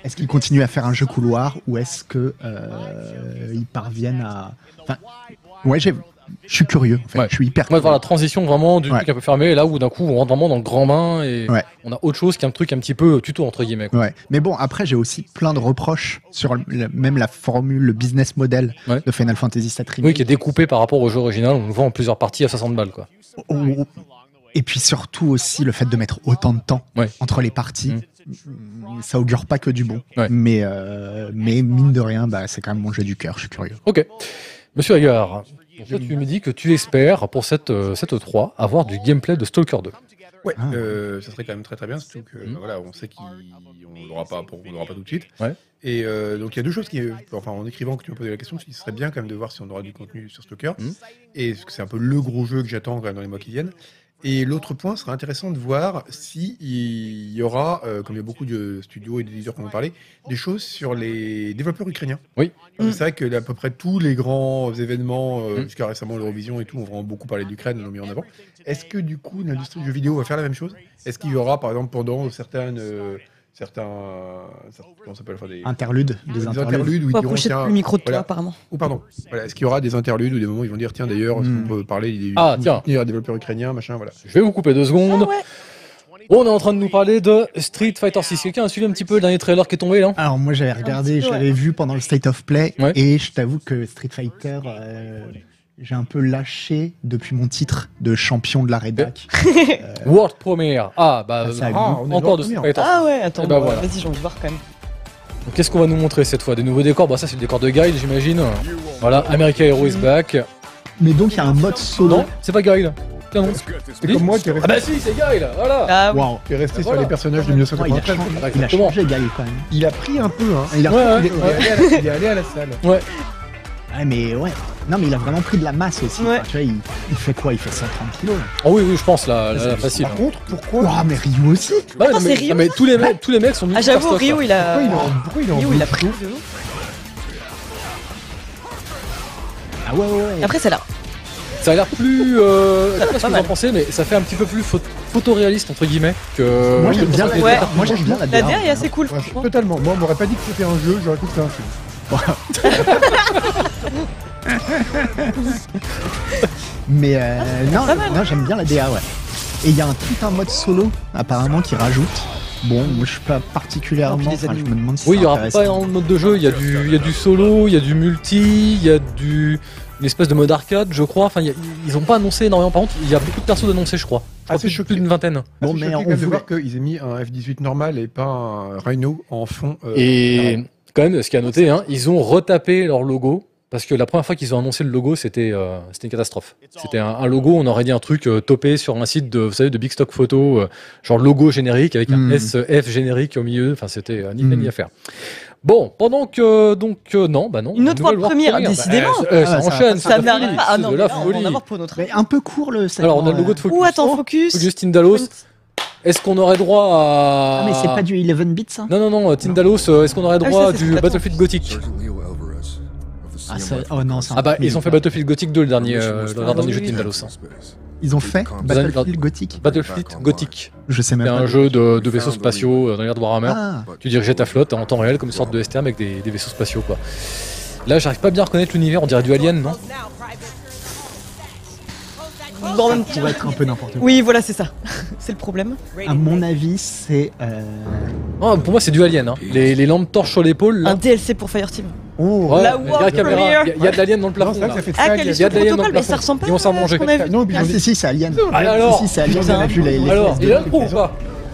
[SPEAKER 3] Est-ce qu'ils continuent à faire un jeu couloir ou est-ce que euh, ils parviennent à. Enfin, ouais, j'ai- je suis curieux. En fait.
[SPEAKER 1] Ouais.
[SPEAKER 3] Je suis hyper.
[SPEAKER 1] Moi, de voir
[SPEAKER 3] curieux.
[SPEAKER 1] la transition vraiment du
[SPEAKER 3] Ouais.
[SPEAKER 1] truc un peu fermé, là où d'un coup on rentre vraiment dans le grand bain et
[SPEAKER 3] Ouais.
[SPEAKER 1] on a autre chose qu'un truc un petit peu tuto entre guillemets. quoi.
[SPEAKER 3] Ouais. Mais bon, après, j'ai aussi plein de reproches sur le- le- même la formule, le business model
[SPEAKER 1] Ouais.
[SPEAKER 3] de Final Fantasy VII Remake.
[SPEAKER 1] Oui, qui est découpé par rapport au jeu original, on le vend en plusieurs parties à 60 balles quoi.
[SPEAKER 3] Au- Et puis surtout aussi le fait de mettre autant de temps
[SPEAKER 1] Ouais.
[SPEAKER 3] entre les parties. Mm, Ça augure pas que du bon.
[SPEAKER 1] Ouais.
[SPEAKER 3] Mais, euh, mais mine de rien, bah, c'est quand même mon jeu du cœur. Je suis curieux.
[SPEAKER 1] Ok. Monsieur Agar, toi, tu me dis que tu espères pour cette, euh, cette 3 avoir du gameplay de Stalker 2.
[SPEAKER 4] Ouais,
[SPEAKER 3] Ah. Hmm.
[SPEAKER 4] euh, ça serait quand même très très bien, surtout que
[SPEAKER 1] Mhm.
[SPEAKER 4] voilà, on sait qu'on l'aura pas, pour- on l'aura pas tout de suite.
[SPEAKER 1] Ouais.
[SPEAKER 4] Et euh, donc il y a deux choses qui, enfin en écrivant que tu me posais la question, il serait bien quand même de voir si on aura du contenu sur Stalker.
[SPEAKER 1] Mhm.
[SPEAKER 4] Et parce que c'est un peu le gros jeu que j'attends quand même dans les mois qui viennent. Et l'autre point serait intéressant de voir si il y aura, euh, comme il y a beaucoup de studios et d'éditeurs qui en ont parlé, des choses sur les développeurs ukrainiens.
[SPEAKER 1] Oui.
[SPEAKER 4] Parce que
[SPEAKER 2] Mhm.
[SPEAKER 4] C'est vrai que à peu près tous les grands événements, euh,
[SPEAKER 1] Mhm.
[SPEAKER 4] jusqu'à récemment l'Eurovision et tout, ont vraiment beaucoup parlé d'Ukraine, l'ont mis en avant. Est-ce que du coup l'industrie du jeu vidéo va faire la même chose Est-ce qu'il y aura par exemple pendant certaines, euh, certains, cer- comment ça s'appelle enfin, des,
[SPEAKER 3] Interlude, des
[SPEAKER 4] des
[SPEAKER 3] interludes.
[SPEAKER 4] interludes où
[SPEAKER 2] Faut
[SPEAKER 4] ils diront
[SPEAKER 2] approcher
[SPEAKER 4] tiens,
[SPEAKER 2] le micro de toi,
[SPEAKER 4] voilà.
[SPEAKER 2] apparemment.
[SPEAKER 4] ou pardon, voilà, est-ce qu'il y aura des interludes ou des moments où ils vont dire tiens d'ailleurs
[SPEAKER 3] Hmm.
[SPEAKER 4] on peut parler des
[SPEAKER 1] Ah, tiens.
[SPEAKER 4] soutenir les développeurs ukrainiens machin voilà.
[SPEAKER 1] Je vais vous couper deux secondes.
[SPEAKER 2] Ah
[SPEAKER 1] On est en train de nous parler de Street Fighter 6. Quelqu'un a suivi un petit peu le dernier trailer qui est tombé là
[SPEAKER 3] Alors moi j'avais regardé,
[SPEAKER 2] petit peu,
[SPEAKER 3] j'avais vu pendant le State of Play
[SPEAKER 1] Ouais.
[SPEAKER 3] et je t'avoue que Street Fighter, euh, j'ai un peu lâché depuis mon titre de champion de la rédac. Euh,
[SPEAKER 1] World Premiere. Ah, bah,
[SPEAKER 3] Ah, ça a
[SPEAKER 1] ah,
[SPEAKER 4] vu. On est
[SPEAKER 1] encore de
[SPEAKER 4] World
[SPEAKER 1] Street
[SPEAKER 4] Premiere.
[SPEAKER 1] Fighter.
[SPEAKER 2] Ah ouais, attends,
[SPEAKER 1] Eh ben
[SPEAKER 2] bah,
[SPEAKER 1] voilà.
[SPEAKER 2] vas-y, j'ai envie de voir quand même.
[SPEAKER 1] Donc, Qu'est-ce qu'on va nous montrer cette fois Des nouveaux décors Bah, ça, c'est le décor de Guile, j'imagine. Voilà, America Hero is back.
[SPEAKER 3] Mais donc il y a un mode solo.
[SPEAKER 1] Non, c'est pas Guile. Tiens, non.
[SPEAKER 4] C'est comme moi qui est
[SPEAKER 1] Ah,
[SPEAKER 4] resté,
[SPEAKER 1] bah, si, c'est Guile Voilà
[SPEAKER 2] Ah,
[SPEAKER 3] Waouh.
[SPEAKER 4] qui est resté
[SPEAKER 1] Bah
[SPEAKER 4] sur
[SPEAKER 1] voilà.
[SPEAKER 4] les personnages de
[SPEAKER 3] Ouais, il, a
[SPEAKER 4] 1993.
[SPEAKER 3] changé, il a
[SPEAKER 1] Exactement.
[SPEAKER 3] changé Guile quand même.
[SPEAKER 4] Il a pris un peu hein.
[SPEAKER 3] Il a-
[SPEAKER 1] Ouais, ouais.
[SPEAKER 4] Il est, il est allé, à la, il est allé à la salle.
[SPEAKER 3] Ah, mais ouais. Non, mais il a vraiment pris de la masse aussi.
[SPEAKER 2] Ouais.
[SPEAKER 3] Enfin, tu vois, il, il fait quoi Il fait 130 kilos. là.
[SPEAKER 1] Oh oui, oui, je pense, là, là, là, facile. hein.
[SPEAKER 4] Par contre, pourquoi
[SPEAKER 3] Ouah, mais Ryu aussi
[SPEAKER 1] Bah ouais,
[SPEAKER 2] Attends,
[SPEAKER 1] non, mais,
[SPEAKER 2] c'est Ryu,
[SPEAKER 1] non, mais tous, les mecs, tous les mecs sont mis
[SPEAKER 2] Ah, j'avoue, Ryu, il a.
[SPEAKER 4] pourquoi il est
[SPEAKER 3] Euh,
[SPEAKER 4] en- pourquoi il est en
[SPEAKER 2] Ryu, il a
[SPEAKER 4] bleu
[SPEAKER 2] pris.
[SPEAKER 4] chaud
[SPEAKER 2] de ouf.
[SPEAKER 3] Ah ouais, ouais, ouais.
[SPEAKER 2] Après, c'est là.
[SPEAKER 1] Ça a l'air plus. Euh, je sais
[SPEAKER 2] pas
[SPEAKER 1] pas ce que vous en
[SPEAKER 2] mal.
[SPEAKER 1] pensez, mais ça fait un petit peu plus pho- photoréaliste, entre guillemets, que.
[SPEAKER 2] Euh,
[SPEAKER 3] moi,
[SPEAKER 1] que
[SPEAKER 3] j'aime
[SPEAKER 1] le
[SPEAKER 3] bien,
[SPEAKER 1] personnage
[SPEAKER 2] ouais.
[SPEAKER 1] de-
[SPEAKER 3] moi, j'aime bien la hein.
[SPEAKER 2] La
[SPEAKER 3] DA.
[SPEAKER 2] dernière est assez cool,
[SPEAKER 4] Ouais,
[SPEAKER 2] franchement.
[SPEAKER 4] Totalement. Moi, on m'aurait pas dit que c'était un jeu, j'aurais cru que c'était un film.
[SPEAKER 3] Mais euh, non,
[SPEAKER 2] Ah, pas mal. hein.
[SPEAKER 3] non, j'aime bien la DA, ouais. Et il y a un tout un mode solo, apparemment, qui rajoute. Bon, moi, je suis pas
[SPEAKER 2] Non,
[SPEAKER 3] particulièrement.
[SPEAKER 2] puis les
[SPEAKER 3] enfin, je
[SPEAKER 2] ennemis.
[SPEAKER 3] me demande si
[SPEAKER 1] Oui,
[SPEAKER 3] ça
[SPEAKER 1] il y aura
[SPEAKER 3] intéresse.
[SPEAKER 1] pas énormément de modes de jeu. Il y, a du, il y a du solo, il y a du multi, il y a du. Une espèce de mode arcade, je crois. Enfin, il y a- ils ont pas annoncé énormément. Par contre, il y a beaucoup de persos d'annoncés, je crois.
[SPEAKER 3] Ah,
[SPEAKER 1] Je crois
[SPEAKER 4] Assez
[SPEAKER 1] plus-
[SPEAKER 4] choqué.
[SPEAKER 1] plus d'une vingtaine.
[SPEAKER 3] Bon,
[SPEAKER 4] Ah, c'est
[SPEAKER 3] mais
[SPEAKER 4] choqué
[SPEAKER 3] on
[SPEAKER 4] quand même de
[SPEAKER 3] voulait-
[SPEAKER 4] voir qu'ils aient mis un F-18 normal et pas un Rhino en fond. euh,
[SPEAKER 1] Et
[SPEAKER 4] normal.
[SPEAKER 1] quand même, ce qu'il y a à noter, hein, ils ont retapé leur logo. Parce que la première fois qu'ils ont annoncé le logo, c'était euh, c'était une catastrophe. C'était un, un logo, on aurait dit un truc euh, topé sur un site de, vous savez, de Big Stock Photo, euh, genre logo générique avec un
[SPEAKER 3] Mm.
[SPEAKER 1] SF générique au milieu. Enfin, c'était un ni fait
[SPEAKER 3] Mm.
[SPEAKER 1] ni à faire. Bon, pendant que donc euh, non, bah non.
[SPEAKER 2] Une autre
[SPEAKER 1] nouvelle
[SPEAKER 2] fois de
[SPEAKER 1] World
[SPEAKER 2] première,
[SPEAKER 1] Premiere.
[SPEAKER 2] décidément.
[SPEAKER 1] Bah, euh, ça,
[SPEAKER 3] Ah, ça-
[SPEAKER 1] enchaîne,
[SPEAKER 3] ça
[SPEAKER 1] c'est
[SPEAKER 2] Ça
[SPEAKER 1] de la
[SPEAKER 2] n'arrive
[SPEAKER 1] folie,
[SPEAKER 2] pas. Ah
[SPEAKER 1] c'est
[SPEAKER 2] non,
[SPEAKER 1] de
[SPEAKER 2] mais
[SPEAKER 1] la
[SPEAKER 2] là, on
[SPEAKER 1] folie.
[SPEAKER 2] en avoir pour notre.
[SPEAKER 3] Mais un peu court le segment,
[SPEAKER 1] Alors on a le logo
[SPEAKER 3] euh.
[SPEAKER 1] de Focus.
[SPEAKER 2] Ou attends,
[SPEAKER 1] Oh,
[SPEAKER 2] focus.
[SPEAKER 1] Focus Tindalos. Est-ce qu'on aurait droit à
[SPEAKER 3] Ah, mais c'est pas du hein. 11 bits, ça
[SPEAKER 1] Non non non, Tindalos. euh, Est-ce qu'on aurait
[SPEAKER 2] Ah,
[SPEAKER 1] droit
[SPEAKER 2] ça, c'est
[SPEAKER 1] du
[SPEAKER 2] ce que
[SPEAKER 1] Battlefield Gothic
[SPEAKER 3] ah, ça... Oh non, c'est un
[SPEAKER 1] Ah bah
[SPEAKER 3] truc
[SPEAKER 1] ils ont fait
[SPEAKER 3] militaire.
[SPEAKER 1] Battlefield Gothic 2 le dernier, euh, le
[SPEAKER 2] Ah,
[SPEAKER 1] dernier
[SPEAKER 2] oui,
[SPEAKER 1] jeu de
[SPEAKER 2] oui.
[SPEAKER 1] Tindalos. hein.
[SPEAKER 3] Ils ont fait
[SPEAKER 5] Vous avez-
[SPEAKER 3] Battlefield Gothic.
[SPEAKER 1] Battlefield Gothic,
[SPEAKER 3] Je sais même
[SPEAKER 1] c'est
[SPEAKER 3] pas.
[SPEAKER 1] un jeu de, de vaisseaux spatiaux euh, dans l'air de Warhammer.
[SPEAKER 3] Ah,
[SPEAKER 1] Tu dirigeais ta flotte en temps réel comme une sorte de STM avec des, des vaisseaux spatiaux quoi. Là j'arrive pas à bien reconnaître l'univers, on dirait du Alien non
[SPEAKER 2] Dans le même
[SPEAKER 3] ça va être un peu n'importe quoi.
[SPEAKER 2] Oui, voilà, c'est ça. c'est le problème.
[SPEAKER 3] À mon avis, c'est. euh,
[SPEAKER 1] Ah, Pour moi c'est du Alien, hein. les, les lampes torches sur l'épaule là.
[SPEAKER 2] Un DLC pour Ah, Fireteam.
[SPEAKER 3] Oh,
[SPEAKER 1] Ouais,
[SPEAKER 2] La
[SPEAKER 1] il y a
[SPEAKER 2] World
[SPEAKER 1] caméra,
[SPEAKER 2] Premiere.
[SPEAKER 1] il y a- il y a de l'Alien dans le
[SPEAKER 4] Non,
[SPEAKER 1] plafond
[SPEAKER 4] c'est vrai
[SPEAKER 1] là.
[SPEAKER 4] que ça fait
[SPEAKER 2] Ah,
[SPEAKER 4] très
[SPEAKER 2] quel
[SPEAKER 1] Il y a de l'alien dans le
[SPEAKER 2] protocole, mais ça
[SPEAKER 1] plafond.
[SPEAKER 2] ressemble pas
[SPEAKER 1] Ils vont
[SPEAKER 2] à
[SPEAKER 1] s'arranger.
[SPEAKER 2] ce qu'on a vu.
[SPEAKER 4] Non, puis ils
[SPEAKER 3] Ah,
[SPEAKER 4] ont
[SPEAKER 3] si,
[SPEAKER 4] dit-
[SPEAKER 3] si, c'est Alien.
[SPEAKER 1] Ah, alors
[SPEAKER 3] si, si, c'est Alien,
[SPEAKER 2] Putain.
[SPEAKER 3] on a vu les. les
[SPEAKER 1] Alors,
[SPEAKER 3] les-
[SPEAKER 1] il a le pro ou pas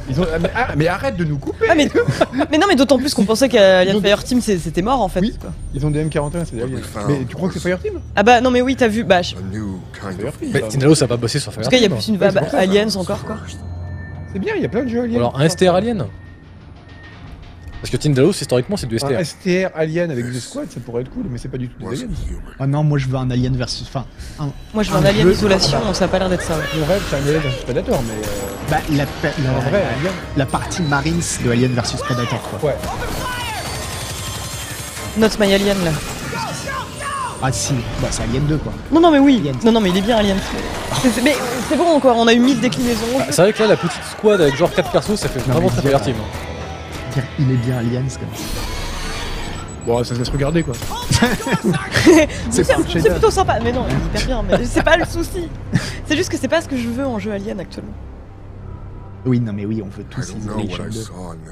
[SPEAKER 4] ils ont- ah, mais- ah, mais arrête de nous couper
[SPEAKER 2] Ah, mais... mais non, mais d'autant plus qu'on pensait qu'Alien
[SPEAKER 4] Donc-
[SPEAKER 2] Fireteam c'est- c'était mort en fait.
[SPEAKER 4] Oui.
[SPEAKER 2] quoi.
[SPEAKER 4] Ils ont des M41, c'est des aliens. Mais tu crois que c'est Fireteam
[SPEAKER 2] Ah bah non, mais oui, t'as vu. Bah, je-
[SPEAKER 1] Mais Tindalos ça va pas bosser sur
[SPEAKER 2] Parce qu'il y a
[SPEAKER 1] Fireteam.
[SPEAKER 2] plus une vague Aliens encore quoi.
[SPEAKER 4] C'est bien, il y a plein de jeux aliens.
[SPEAKER 1] Alors un STR Alien Parce que Tindalos historiquement c'est du STR.
[SPEAKER 4] Un STR alien avec des squads, ça pourrait être cool, mais c'est pas du tout des aliens.
[SPEAKER 3] Oh non, moi je veux un Alien versus. Enfin,
[SPEAKER 2] Moi, je veux
[SPEAKER 3] Un
[SPEAKER 2] un Alien
[SPEAKER 3] jeu-
[SPEAKER 2] Isolation, ça a pas l'air d'être ça. ouais.
[SPEAKER 4] Mon rêve, c'est un alien versus Predator, mais euh,
[SPEAKER 3] bah, la, pa- la-
[SPEAKER 4] en vrai, hein.
[SPEAKER 3] la-
[SPEAKER 4] alien.
[SPEAKER 3] la partie Marines de Alien versus Predator, quoi.
[SPEAKER 4] Ouais.
[SPEAKER 2] Not My Alien là.
[SPEAKER 3] Ah si, bah, c'est Alien 2, quoi.
[SPEAKER 2] Non, non, mais oui.
[SPEAKER 3] Alien.
[SPEAKER 2] Non, non, mais il est bien Alien. C'est- c'est- Mais c'est bon quoi, on a eu mille déclinaisons.
[SPEAKER 1] Bah, C'est vrai que là la petite squad avec genre 4 persos ça fait
[SPEAKER 3] mais
[SPEAKER 1] vraiment très
[SPEAKER 3] il y a-
[SPEAKER 1] Fireteam.
[SPEAKER 3] Dire, Il est bien Alien, c'est comme ça.
[SPEAKER 4] Bon, ça se laisse regarder quoi.
[SPEAKER 2] C'est
[SPEAKER 3] pas le
[SPEAKER 2] c'est plutôt sympa. Mais non, il est hyper bien, mais c'est pas le souci. C'est juste que c'est pas ce que je veux en jeu Alien actuellement.
[SPEAKER 3] Oui, non, mais oui, on veut tous Isolation 2.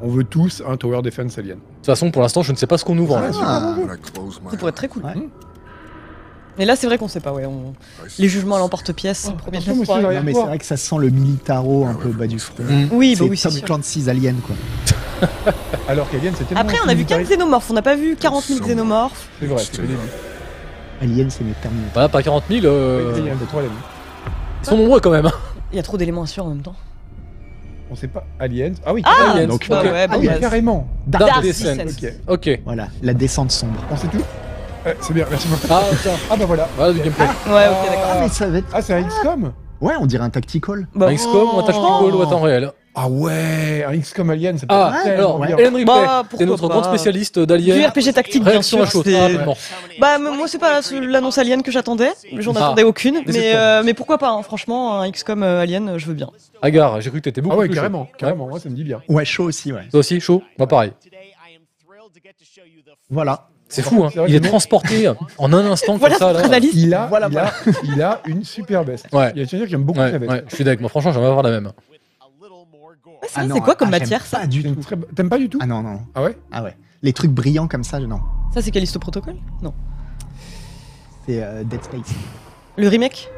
[SPEAKER 4] On veut tous un Tower Defense alien.
[SPEAKER 1] De toute façon pour l'instant je ne sais pas ce qu'on nous vend là.
[SPEAKER 3] Ah,
[SPEAKER 2] Ça pourrait être très cool. Mmh.
[SPEAKER 3] Ouais.
[SPEAKER 2] Mais là, c'est vrai qu'on sait pas, ouais. on- Les jugements à l'emporte-pièce, c'est le premier
[SPEAKER 4] attention,
[SPEAKER 2] soir.
[SPEAKER 4] monsieur,
[SPEAKER 3] non, mais c'est vrai que ça sent le militaro un peu au bas du front.
[SPEAKER 1] Mm.
[SPEAKER 2] Oui, bah
[SPEAKER 3] c'est
[SPEAKER 2] oui, c'est
[SPEAKER 3] Tom
[SPEAKER 2] sûr.
[SPEAKER 3] Clancy's Alien, quoi.
[SPEAKER 4] Alors qu'alien, c'était.
[SPEAKER 2] Après, on a vu 4 xénomorphes, on n'a pas vu 40 000 xénomorphes.
[SPEAKER 4] C'est vrai, c'est le début.
[SPEAKER 3] Alien, c'est mes Terminator.
[SPEAKER 1] Voilà Bah, pas 40 000 euh,
[SPEAKER 4] Il y a des trois aliens.
[SPEAKER 1] ils sont nombreux quand même. hein.
[SPEAKER 2] Il y a trop d'éléments à suivre en même temps.
[SPEAKER 4] On sait pas. Aliens. Ah oui,
[SPEAKER 2] Ah,
[SPEAKER 4] carrément.
[SPEAKER 1] Aliens,
[SPEAKER 3] donc,
[SPEAKER 2] bah
[SPEAKER 1] ok.
[SPEAKER 2] ouais,
[SPEAKER 4] Ah
[SPEAKER 2] bon,
[SPEAKER 4] oui,
[SPEAKER 2] bah,
[SPEAKER 4] carrément.
[SPEAKER 1] Dark,
[SPEAKER 2] Dark
[SPEAKER 1] Descent.
[SPEAKER 2] Descent.
[SPEAKER 4] Ok.
[SPEAKER 1] Ok.
[SPEAKER 3] Voilà, la descente sombre.
[SPEAKER 4] On sait tout Euh, C'est bien, merci beaucoup.
[SPEAKER 1] Ah tiens,
[SPEAKER 4] Ah bah voilà.
[SPEAKER 1] voilà du gameplay.
[SPEAKER 2] Ouais, ok, d'accord.
[SPEAKER 3] Ah, mais ça va être...
[SPEAKER 4] Ah, c'est un XCOM
[SPEAKER 3] Ouais, on dirait un tactical.
[SPEAKER 2] Bah,
[SPEAKER 1] Un XCOM ou un tactical ou à temps réel.
[SPEAKER 4] Ah ouais, un XCOM Alien, ça peut
[SPEAKER 1] Ah,
[SPEAKER 4] être
[SPEAKER 1] alors,
[SPEAKER 4] tellement bien.
[SPEAKER 1] Hélène Ripley,
[SPEAKER 2] Bah,
[SPEAKER 1] c'est
[SPEAKER 2] pourquoi
[SPEAKER 1] notre
[SPEAKER 2] pas.
[SPEAKER 1] grande spécialiste
[SPEAKER 2] Du
[SPEAKER 1] d'Alien.
[SPEAKER 2] RPG tactique, bien
[SPEAKER 1] Réaction à
[SPEAKER 2] sûr.
[SPEAKER 1] chaud,
[SPEAKER 2] c'est-
[SPEAKER 1] rapidement.
[SPEAKER 2] Bah, m- moi, c'est pas la seule- l'annonce Alien que j'attendais. J'en
[SPEAKER 1] Ah.
[SPEAKER 2] attendais aucune.
[SPEAKER 1] Mais c'est
[SPEAKER 2] Mais,
[SPEAKER 1] cool.
[SPEAKER 2] euh, mais pourquoi pas, hein, franchement, un XCOM euh, Alien, euh, je veux bien.
[SPEAKER 1] Agar, j'ai cru que t'étais beaucoup
[SPEAKER 4] Ah ouais,
[SPEAKER 1] plus chaud.
[SPEAKER 4] carrément, carrément, ouais, ça me dit bien.
[SPEAKER 3] Ouais, chaud aussi, ouais.
[SPEAKER 1] Toi aussi, chaud Moi pareil.
[SPEAKER 3] Voilà.
[SPEAKER 1] C'est fou, hein. il est transporté en un instant comme
[SPEAKER 2] Voilà
[SPEAKER 1] ça.
[SPEAKER 2] notre
[SPEAKER 1] Là.
[SPEAKER 2] analyse.
[SPEAKER 4] Il a,
[SPEAKER 3] Voilà,
[SPEAKER 4] il, a, il a une super veste.
[SPEAKER 1] Ouais.
[SPEAKER 4] Il y a dire que j'aime beaucoup
[SPEAKER 1] Ouais,
[SPEAKER 4] sa veste.
[SPEAKER 1] ouais, je suis d'accord. Moi, franchement, j'aimerais avoir la même.
[SPEAKER 2] Ouais, c'est vrai, c'est quoi comme
[SPEAKER 3] ah,
[SPEAKER 2] matière,
[SPEAKER 3] j'aime
[SPEAKER 2] ça
[SPEAKER 3] Pas du
[SPEAKER 4] J'aime
[SPEAKER 3] tout.
[SPEAKER 4] très- T'aimes pas du tout
[SPEAKER 3] Ah non, non.
[SPEAKER 4] Ah ouais
[SPEAKER 3] Ah ouais. Les trucs brillants comme ça, non.
[SPEAKER 2] Ça, c'est Callisto Protocol Non.
[SPEAKER 3] C'est euh, Dead Space.
[SPEAKER 2] Le remake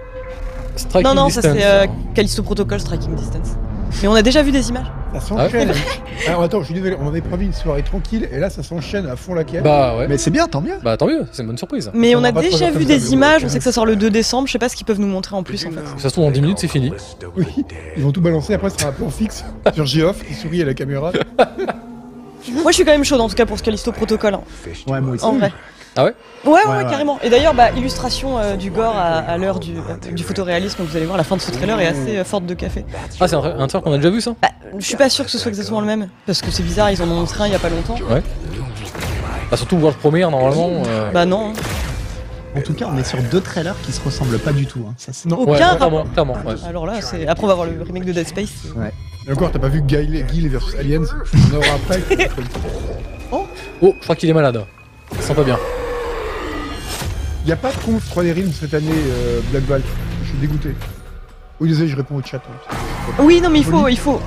[SPEAKER 1] Striking
[SPEAKER 2] Non, non, ça,
[SPEAKER 1] distance.
[SPEAKER 2] c'est euh, Callisto Protocol Striking Distance. Mais on a déjà vu des images.
[SPEAKER 4] Ça
[SPEAKER 1] s'enchaîne.
[SPEAKER 4] s'enchaîne. Alors attends, je suis désolé, on avait prévu une soirée tranquille et là ça s'enchaîne à fond la quête.
[SPEAKER 1] Bah ouais.
[SPEAKER 3] Mais c'est bien, tant mieux.
[SPEAKER 1] Bah tant mieux, c'est une bonne surprise.
[SPEAKER 2] Mais on
[SPEAKER 4] On
[SPEAKER 2] a
[SPEAKER 4] va pas
[SPEAKER 2] déjà
[SPEAKER 4] trop
[SPEAKER 2] vu
[SPEAKER 4] dire
[SPEAKER 2] des
[SPEAKER 4] comme ça,
[SPEAKER 2] images,
[SPEAKER 4] mais
[SPEAKER 2] on sait que ça sort le 2 décembre, je sais pas ce qu'ils peuvent nous montrer en plus en fait.
[SPEAKER 1] Ça se trouve, en 10 minutes, c'est fini.
[SPEAKER 4] Oui, ils vont tout balancer, après ça sera un plan fixe sur Geoff qui sourit à la caméra.
[SPEAKER 2] Moi je suis quand même chaude en tout cas pour ce Callisto Protocol, hein,
[SPEAKER 3] Mmh. Ouais, moi aussi.
[SPEAKER 2] en vrai.
[SPEAKER 1] Ah ouais
[SPEAKER 2] ouais, ouais,
[SPEAKER 3] Ouais,
[SPEAKER 2] ouais,
[SPEAKER 3] ouais.
[SPEAKER 2] carrément. Et d'ailleurs, bah, illustration euh, du gore à, à l'heure du, euh, du photoréalisme, vous allez voir, la fin de ce trailer est assez euh, forte de café.
[SPEAKER 1] Ah, c'est un, tra- un trailer qu'on a déjà vu ça
[SPEAKER 2] Bah, je suis pas sûr que ce soit exactement le même, parce que c'est bizarre, ils en ont montré un il y a pas longtemps.
[SPEAKER 1] Bah, surtout World Premiere normalement. euh,
[SPEAKER 2] Bah non, hein.
[SPEAKER 3] En tout cas, on est sur deux trailers qui se ressemblent pas du tout. hein. Ça, c'est-
[SPEAKER 2] aucun
[SPEAKER 1] ouais,
[SPEAKER 2] rapport.
[SPEAKER 1] clairement, clairement, ouais.
[SPEAKER 2] Alors là, c'est... après on va voir le remake de Dead Space.
[SPEAKER 4] Et encore, t'as pas vu Guile, Guile versus Aliens On n'aura pas eu le truc.
[SPEAKER 1] Oh, je crois qu'il est malade. Il sent pas bien.
[SPEAKER 4] Il n'y a pas de conf 3D Realms cette année, euh, Black Vault. Je suis dégoûté. Oui, désolé, je réponds au chat. hein.
[SPEAKER 2] Oui, non mais il faut, il faut.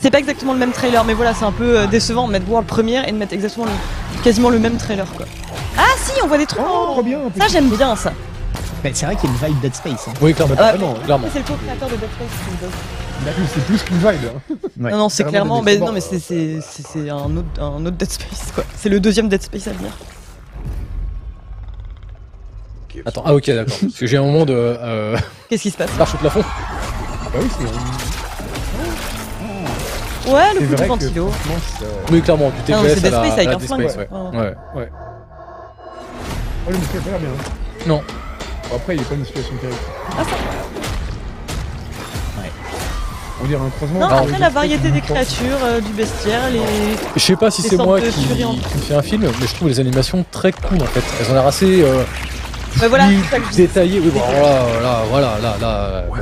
[SPEAKER 2] C'est pas exactement le même trailer, mais voilà, c'est un peu euh, décevant de mettre World Premiere et de mettre exactement le... quasiment le même trailer quoi. Ah si, on voit des trous.
[SPEAKER 4] Oh, trop bien un peu.
[SPEAKER 2] Ça j'aime bien ça.
[SPEAKER 3] Mais c'est vrai qu'il y a une vibe Dead Space. hein.
[SPEAKER 1] Oui, clairement.
[SPEAKER 2] Ah,
[SPEAKER 1] clairement, clairement.
[SPEAKER 2] C'est le co-créateur de Dead Space. qui le bosse.
[SPEAKER 4] Là, C'est plus qu'une vibe. hein.
[SPEAKER 3] Ouais,
[SPEAKER 2] non, non, c'est clairement.
[SPEAKER 4] carrément des
[SPEAKER 2] Mais
[SPEAKER 4] décors.
[SPEAKER 2] non, mais c'est, c'est, c'est, c'est un, autre, un autre Dead Space quoi. C'est le deuxième Dead Space à venir.
[SPEAKER 1] Attends, ah ok, d'accord. Parce que j'ai un moment de euh,
[SPEAKER 2] Qu'est-ce qui se passe
[SPEAKER 1] marche au plafond.
[SPEAKER 4] Ah bah oui, c'est
[SPEAKER 2] Ouais, le coup
[SPEAKER 4] c'est
[SPEAKER 2] du
[SPEAKER 4] vrai que
[SPEAKER 2] ventilo.
[SPEAKER 4] franchement, c'est- euh,
[SPEAKER 1] Oui, clairement, du
[SPEAKER 2] Ah non,
[SPEAKER 1] TPS
[SPEAKER 2] c'est
[SPEAKER 1] à
[SPEAKER 2] Dead
[SPEAKER 1] la,
[SPEAKER 2] Space
[SPEAKER 1] à
[SPEAKER 2] avec
[SPEAKER 1] la
[SPEAKER 2] un
[SPEAKER 1] Dead
[SPEAKER 2] flingue,
[SPEAKER 1] Space, ouais.
[SPEAKER 2] ouais.
[SPEAKER 1] Ouais.
[SPEAKER 4] Oh, le muscle a pas l'air bien. hein.
[SPEAKER 1] Non.
[SPEAKER 4] Bon, après, il est pas dans une situation terrible.
[SPEAKER 2] Ah, ça-
[SPEAKER 4] On dirait un croisement.
[SPEAKER 2] Non,
[SPEAKER 4] entre
[SPEAKER 2] après
[SPEAKER 4] les
[SPEAKER 2] la
[SPEAKER 4] deux trucs
[SPEAKER 2] variété
[SPEAKER 4] en Oh,
[SPEAKER 2] des
[SPEAKER 4] même temps.
[SPEAKER 2] créatures, euh, du bestiaire, les.
[SPEAKER 1] Je sais pas si
[SPEAKER 2] Des
[SPEAKER 1] c'est
[SPEAKER 2] sortes
[SPEAKER 1] moi
[SPEAKER 2] de
[SPEAKER 1] qui,
[SPEAKER 2] furies en-
[SPEAKER 1] qui me fait un film, mais je trouve les animations très cool en fait. Elles ont l'air assez euh,
[SPEAKER 2] Ouais, voilà,
[SPEAKER 1] fluides,
[SPEAKER 2] c'est ça que je dis.
[SPEAKER 1] détaillées. Oui, bon, voilà, là, voilà, là, là. euh, bon,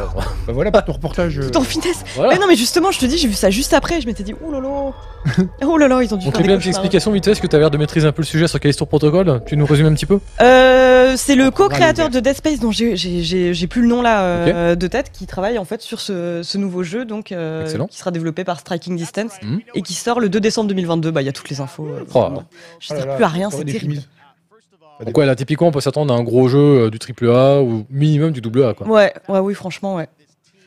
[SPEAKER 4] Bah voilà, pour ton reportage. euh,
[SPEAKER 2] Tout en finesse.
[SPEAKER 1] voilà.
[SPEAKER 2] Mais non, mais justement, je te dis, j'ai vu ça juste après. Je m'étais dit, oh lolo, oh lolo, ils ont dû faire des
[SPEAKER 1] Donc, Clément, une petite
[SPEAKER 2] cauchemars.
[SPEAKER 1] explication vite fait, parce que t'as l'air de maîtriser un peu le sujet sur Callisto Protocol. Tu nous résumes un petit peu
[SPEAKER 2] Euh, c'est le co-créateur de Dead Space, dont j'ai- j'ai j'ai- j'ai plus le nom là euh, de tête, qui travaille en fait sur ce, ce nouveau jeu, donc euh,
[SPEAKER 1] Excellent.
[SPEAKER 2] qui sera développé par Striking Distance
[SPEAKER 1] Mhm.
[SPEAKER 2] et qui sort le 2 décembre 2022. Bah, il y a toutes les infos. euh,
[SPEAKER 1] Oh là
[SPEAKER 2] vraiment. Je
[SPEAKER 4] oh
[SPEAKER 2] ne
[SPEAKER 4] là là,
[SPEAKER 2] plus à rien,
[SPEAKER 4] t'aurais
[SPEAKER 2] c'est
[SPEAKER 4] des
[SPEAKER 2] terrible.
[SPEAKER 4] chemises.
[SPEAKER 1] Donc, ouais, là, typiquement, on peut s'attendre à un gros jeu euh, du AAA ou minimum du double A, quoi.
[SPEAKER 2] Ouais, ouais, oui, franchement, ouais.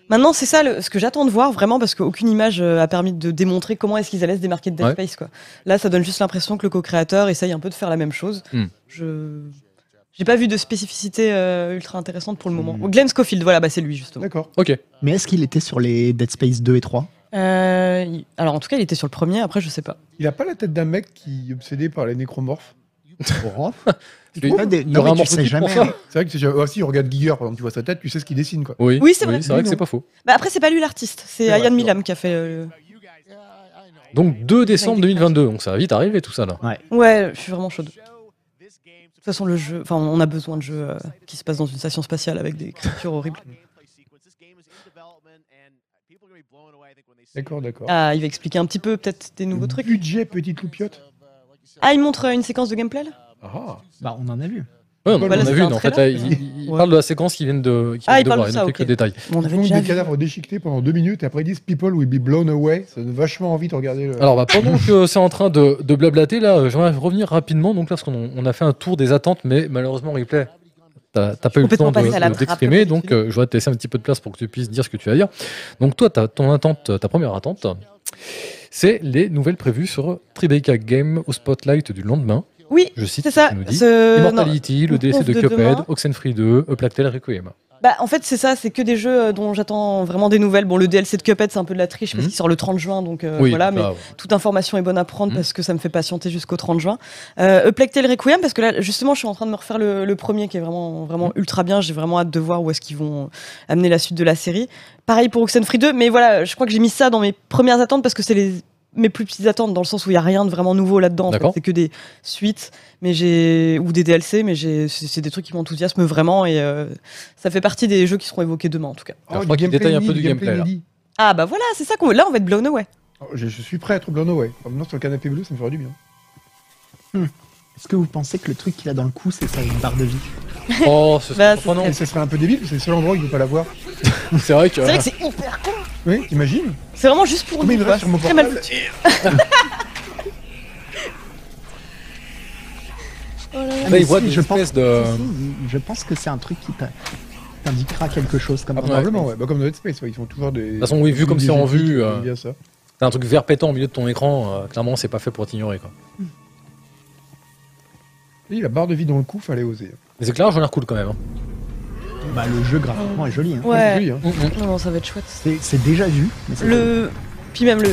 [SPEAKER 2] Maintenant, c'est ça le- ce que j'attends de voir vraiment parce qu'aucune image euh, a permis de démontrer comment est-ce qu'ils allaient se démarquer de Dead
[SPEAKER 1] Ouais.
[SPEAKER 2] Space. Quoi. Là, ça donne juste l'impression que le co-créateur essaye un peu de faire la même chose.
[SPEAKER 1] Hmm.
[SPEAKER 2] Je j'ai pas vu de spécificité euh, ultra intéressante pour le moment.
[SPEAKER 4] Hmm.
[SPEAKER 2] Glenn Schofield, voilà, bah, c'est lui justement.
[SPEAKER 4] D'accord.
[SPEAKER 1] Ok.
[SPEAKER 3] Mais est-ce qu'il était sur les Dead Space 2 et 3
[SPEAKER 2] Euh, il- alors en tout cas, il était sur le premier. Après, je sais pas.
[SPEAKER 4] Il a pas la tête d'un mec qui est obsédé par les nécromorphes.
[SPEAKER 3] Oh.
[SPEAKER 1] Il y
[SPEAKER 3] Ouais, des-
[SPEAKER 1] il y
[SPEAKER 3] non,
[SPEAKER 1] aura
[SPEAKER 3] mais
[SPEAKER 1] un
[SPEAKER 3] tu
[SPEAKER 1] morceau
[SPEAKER 3] sais
[SPEAKER 1] de pour
[SPEAKER 3] jamais,
[SPEAKER 1] ça.
[SPEAKER 3] hein.
[SPEAKER 4] C'est vrai que si, ah, si on regarde Giger, par exemple, tu vois sa tête, tu sais ce qu'il dessine quoi.
[SPEAKER 1] Oui,
[SPEAKER 2] Oui, c'est vrai.
[SPEAKER 1] c'est vrai que c'est pas faux.
[SPEAKER 2] Bah, après, c'est pas lui l'artiste, c'est
[SPEAKER 4] C'est vrai,
[SPEAKER 2] Ian
[SPEAKER 4] c'est
[SPEAKER 2] Milam qui a fait. euh,
[SPEAKER 1] Donc 2 décembre 2022, donc ça va vite arriver tout ça là.
[SPEAKER 2] Ouais, je suis vraiment chaude. De toute façon, le jeu, enfin, on a besoin de jeux euh, qui se passent dans une station spatiale avec des créatures horribles.
[SPEAKER 4] D'accord, d'accord.
[SPEAKER 2] Ah, il va expliquer un petit peu peut-être des nouveaux trucs.
[SPEAKER 4] Budget, petite loupiote.
[SPEAKER 6] uh,
[SPEAKER 2] Ah, il montre euh, une séquence de gameplay là
[SPEAKER 6] um,
[SPEAKER 4] Ah,
[SPEAKER 3] Bah, on en a vu.
[SPEAKER 1] Ouais, on,
[SPEAKER 4] Voilà,
[SPEAKER 1] on a
[SPEAKER 2] c'était
[SPEAKER 1] vu,
[SPEAKER 2] un
[SPEAKER 1] mais en fait, là,
[SPEAKER 2] trailer,
[SPEAKER 1] il,
[SPEAKER 2] c'est ça
[SPEAKER 1] il- il
[SPEAKER 2] Ouais.
[SPEAKER 1] parle de la séquence qui vient de, qui
[SPEAKER 2] Ah,
[SPEAKER 1] vient
[SPEAKER 2] il
[SPEAKER 1] de
[SPEAKER 2] parle
[SPEAKER 1] voir,
[SPEAKER 2] de
[SPEAKER 1] il
[SPEAKER 2] ça,
[SPEAKER 1] n'a
[SPEAKER 2] ok.
[SPEAKER 1] que le détail.
[SPEAKER 2] Bon, On
[SPEAKER 4] Ils
[SPEAKER 2] avait
[SPEAKER 4] font
[SPEAKER 2] déjà
[SPEAKER 4] des
[SPEAKER 2] vu.
[SPEAKER 4] cadavres déchiquetés pendant deux minutes et après ils disent People will be blown away. Ça donne vachement envie de regarder le.
[SPEAKER 1] Alors, bah, pendant que c'est en train de, de blablater, là, euh, j'aimerais revenir rapidement. Donc, là, parce qu'on on a fait un tour des attentes, mais malheureusement, replay, t'as t'as pas eu le temps
[SPEAKER 2] Complètement passé à la
[SPEAKER 1] de- de-
[SPEAKER 2] trappe,
[SPEAKER 1] d'exprimer.
[SPEAKER 2] comme
[SPEAKER 1] donc, euh, je vais te laisser un petit peu de place pour que tu puisses dire ce que tu vas dire. Donc, toi, t'as ton attente, ta première attente, c'est les nouvelles prévues sur Tribeca Game au spotlight du lendemain.
[SPEAKER 2] Oui,
[SPEAKER 1] Je cite
[SPEAKER 2] c'est
[SPEAKER 1] ce qu'il
[SPEAKER 2] ça.
[SPEAKER 1] nous dit.
[SPEAKER 2] Ce... euh, non,
[SPEAKER 1] Immortality, le
[SPEAKER 2] le
[SPEAKER 1] DLC de
[SPEAKER 2] conf de
[SPEAKER 1] Cuphead,
[SPEAKER 2] demain.
[SPEAKER 1] Oxenfree 2, A Plague Tale Requiem.
[SPEAKER 2] Bah, en fait, c'est ça, c'est que des jeux euh, dont j'attends vraiment des nouvelles. Bon, le DLC de Cuphead, c'est un peu de la triche parce
[SPEAKER 1] Mhm.
[SPEAKER 2] qu'il sort le 30 juin, donc euh,
[SPEAKER 1] oui,
[SPEAKER 2] voilà. Mais
[SPEAKER 1] bah,
[SPEAKER 2] toute information est bonne à prendre
[SPEAKER 1] Mhm.
[SPEAKER 2] parce que ça me fait patienter jusqu'au 30 juin. Euh, A Plague Tale Requiem, parce que là, justement, je suis en train de me refaire le, le premier qui est vraiment, vraiment ultra bien. J'ai vraiment hâte de voir où est-ce qu'ils vont amener la suite de la série. Pareil pour Oxenfree 2, mais voilà, je crois que j'ai mis ça dans mes premières attentes parce que c'est les mes plus petites attentes dans le sens où il y a rien de vraiment nouveau là-dedans. en fait.
[SPEAKER 1] D'accord.
[SPEAKER 2] C'est que des suites, mais j'ai ou des DLC, mais j'ai c'est c'est des trucs qui m'enthousiasment vraiment et euh, ça fait partie des jeux qui seront évoqués demain en tout cas.
[SPEAKER 4] Oh,
[SPEAKER 1] Alors, je
[SPEAKER 4] du
[SPEAKER 1] crois qu'il
[SPEAKER 4] gameplay
[SPEAKER 1] détaille un peu
[SPEAKER 4] inédit,
[SPEAKER 1] du gameplay,
[SPEAKER 4] inédit.
[SPEAKER 2] Ah bah voilà, c'est ça qu'on là on va être blown away.
[SPEAKER 4] Oh, je, je suis prêt à être blown away. En venant sur le canapé bleu, ça me ferait du bien.
[SPEAKER 3] Est-ce que vous pensez que le truc qu'il a dans le cou, c'est sa barre de vie Ah,
[SPEAKER 1] Oh, ce
[SPEAKER 2] Bah,
[SPEAKER 1] serait
[SPEAKER 2] ce
[SPEAKER 1] surprenant.
[SPEAKER 4] Et ça serait un peu débile, parce que c'est le seul endroit où il ne peut pas l'avoir.
[SPEAKER 1] C'est vrai que.
[SPEAKER 2] C'est vrai que c'est hyper con.
[SPEAKER 4] Oui, t'imagines
[SPEAKER 2] C'est vraiment juste pour
[SPEAKER 4] Mais il
[SPEAKER 2] nous.
[SPEAKER 4] reste
[SPEAKER 2] quoi.
[SPEAKER 4] sur mon
[SPEAKER 2] C'est très mal
[SPEAKER 4] portable.
[SPEAKER 2] foutu.
[SPEAKER 3] Ah,
[SPEAKER 1] Là,
[SPEAKER 3] mais
[SPEAKER 1] il voit
[SPEAKER 3] si,
[SPEAKER 1] des
[SPEAKER 3] je pense,
[SPEAKER 1] espèces de-
[SPEAKER 3] si, si, je pense que c'est un truc qui t'a- t'indiquera quelque chose comme
[SPEAKER 4] Ah,
[SPEAKER 3] dans
[SPEAKER 4] probablement,
[SPEAKER 3] Dead
[SPEAKER 4] ouais. Bah, comme dans Dead Space, ouais, ils font toujours des. De toute
[SPEAKER 1] façon, oui, vu comme c'est en vue, euh,
[SPEAKER 4] bien ça.
[SPEAKER 1] T'as un truc vert pétant au milieu de ton écran, euh, clairement c'est pas fait pour t'ignorer quoi.
[SPEAKER 4] Et la barre de vie dans le cou, fallait oser.
[SPEAKER 1] Les éclairages ont l'air cool quand même. hein.
[SPEAKER 3] Space. Bah, le jeu graphiquement est joli. hein.
[SPEAKER 2] Ouais.
[SPEAKER 4] Oui, hein.
[SPEAKER 2] Non, non, ça va être chouette.
[SPEAKER 3] C'est c'est déjà vu, mais c'est
[SPEAKER 2] Le. Puis même le.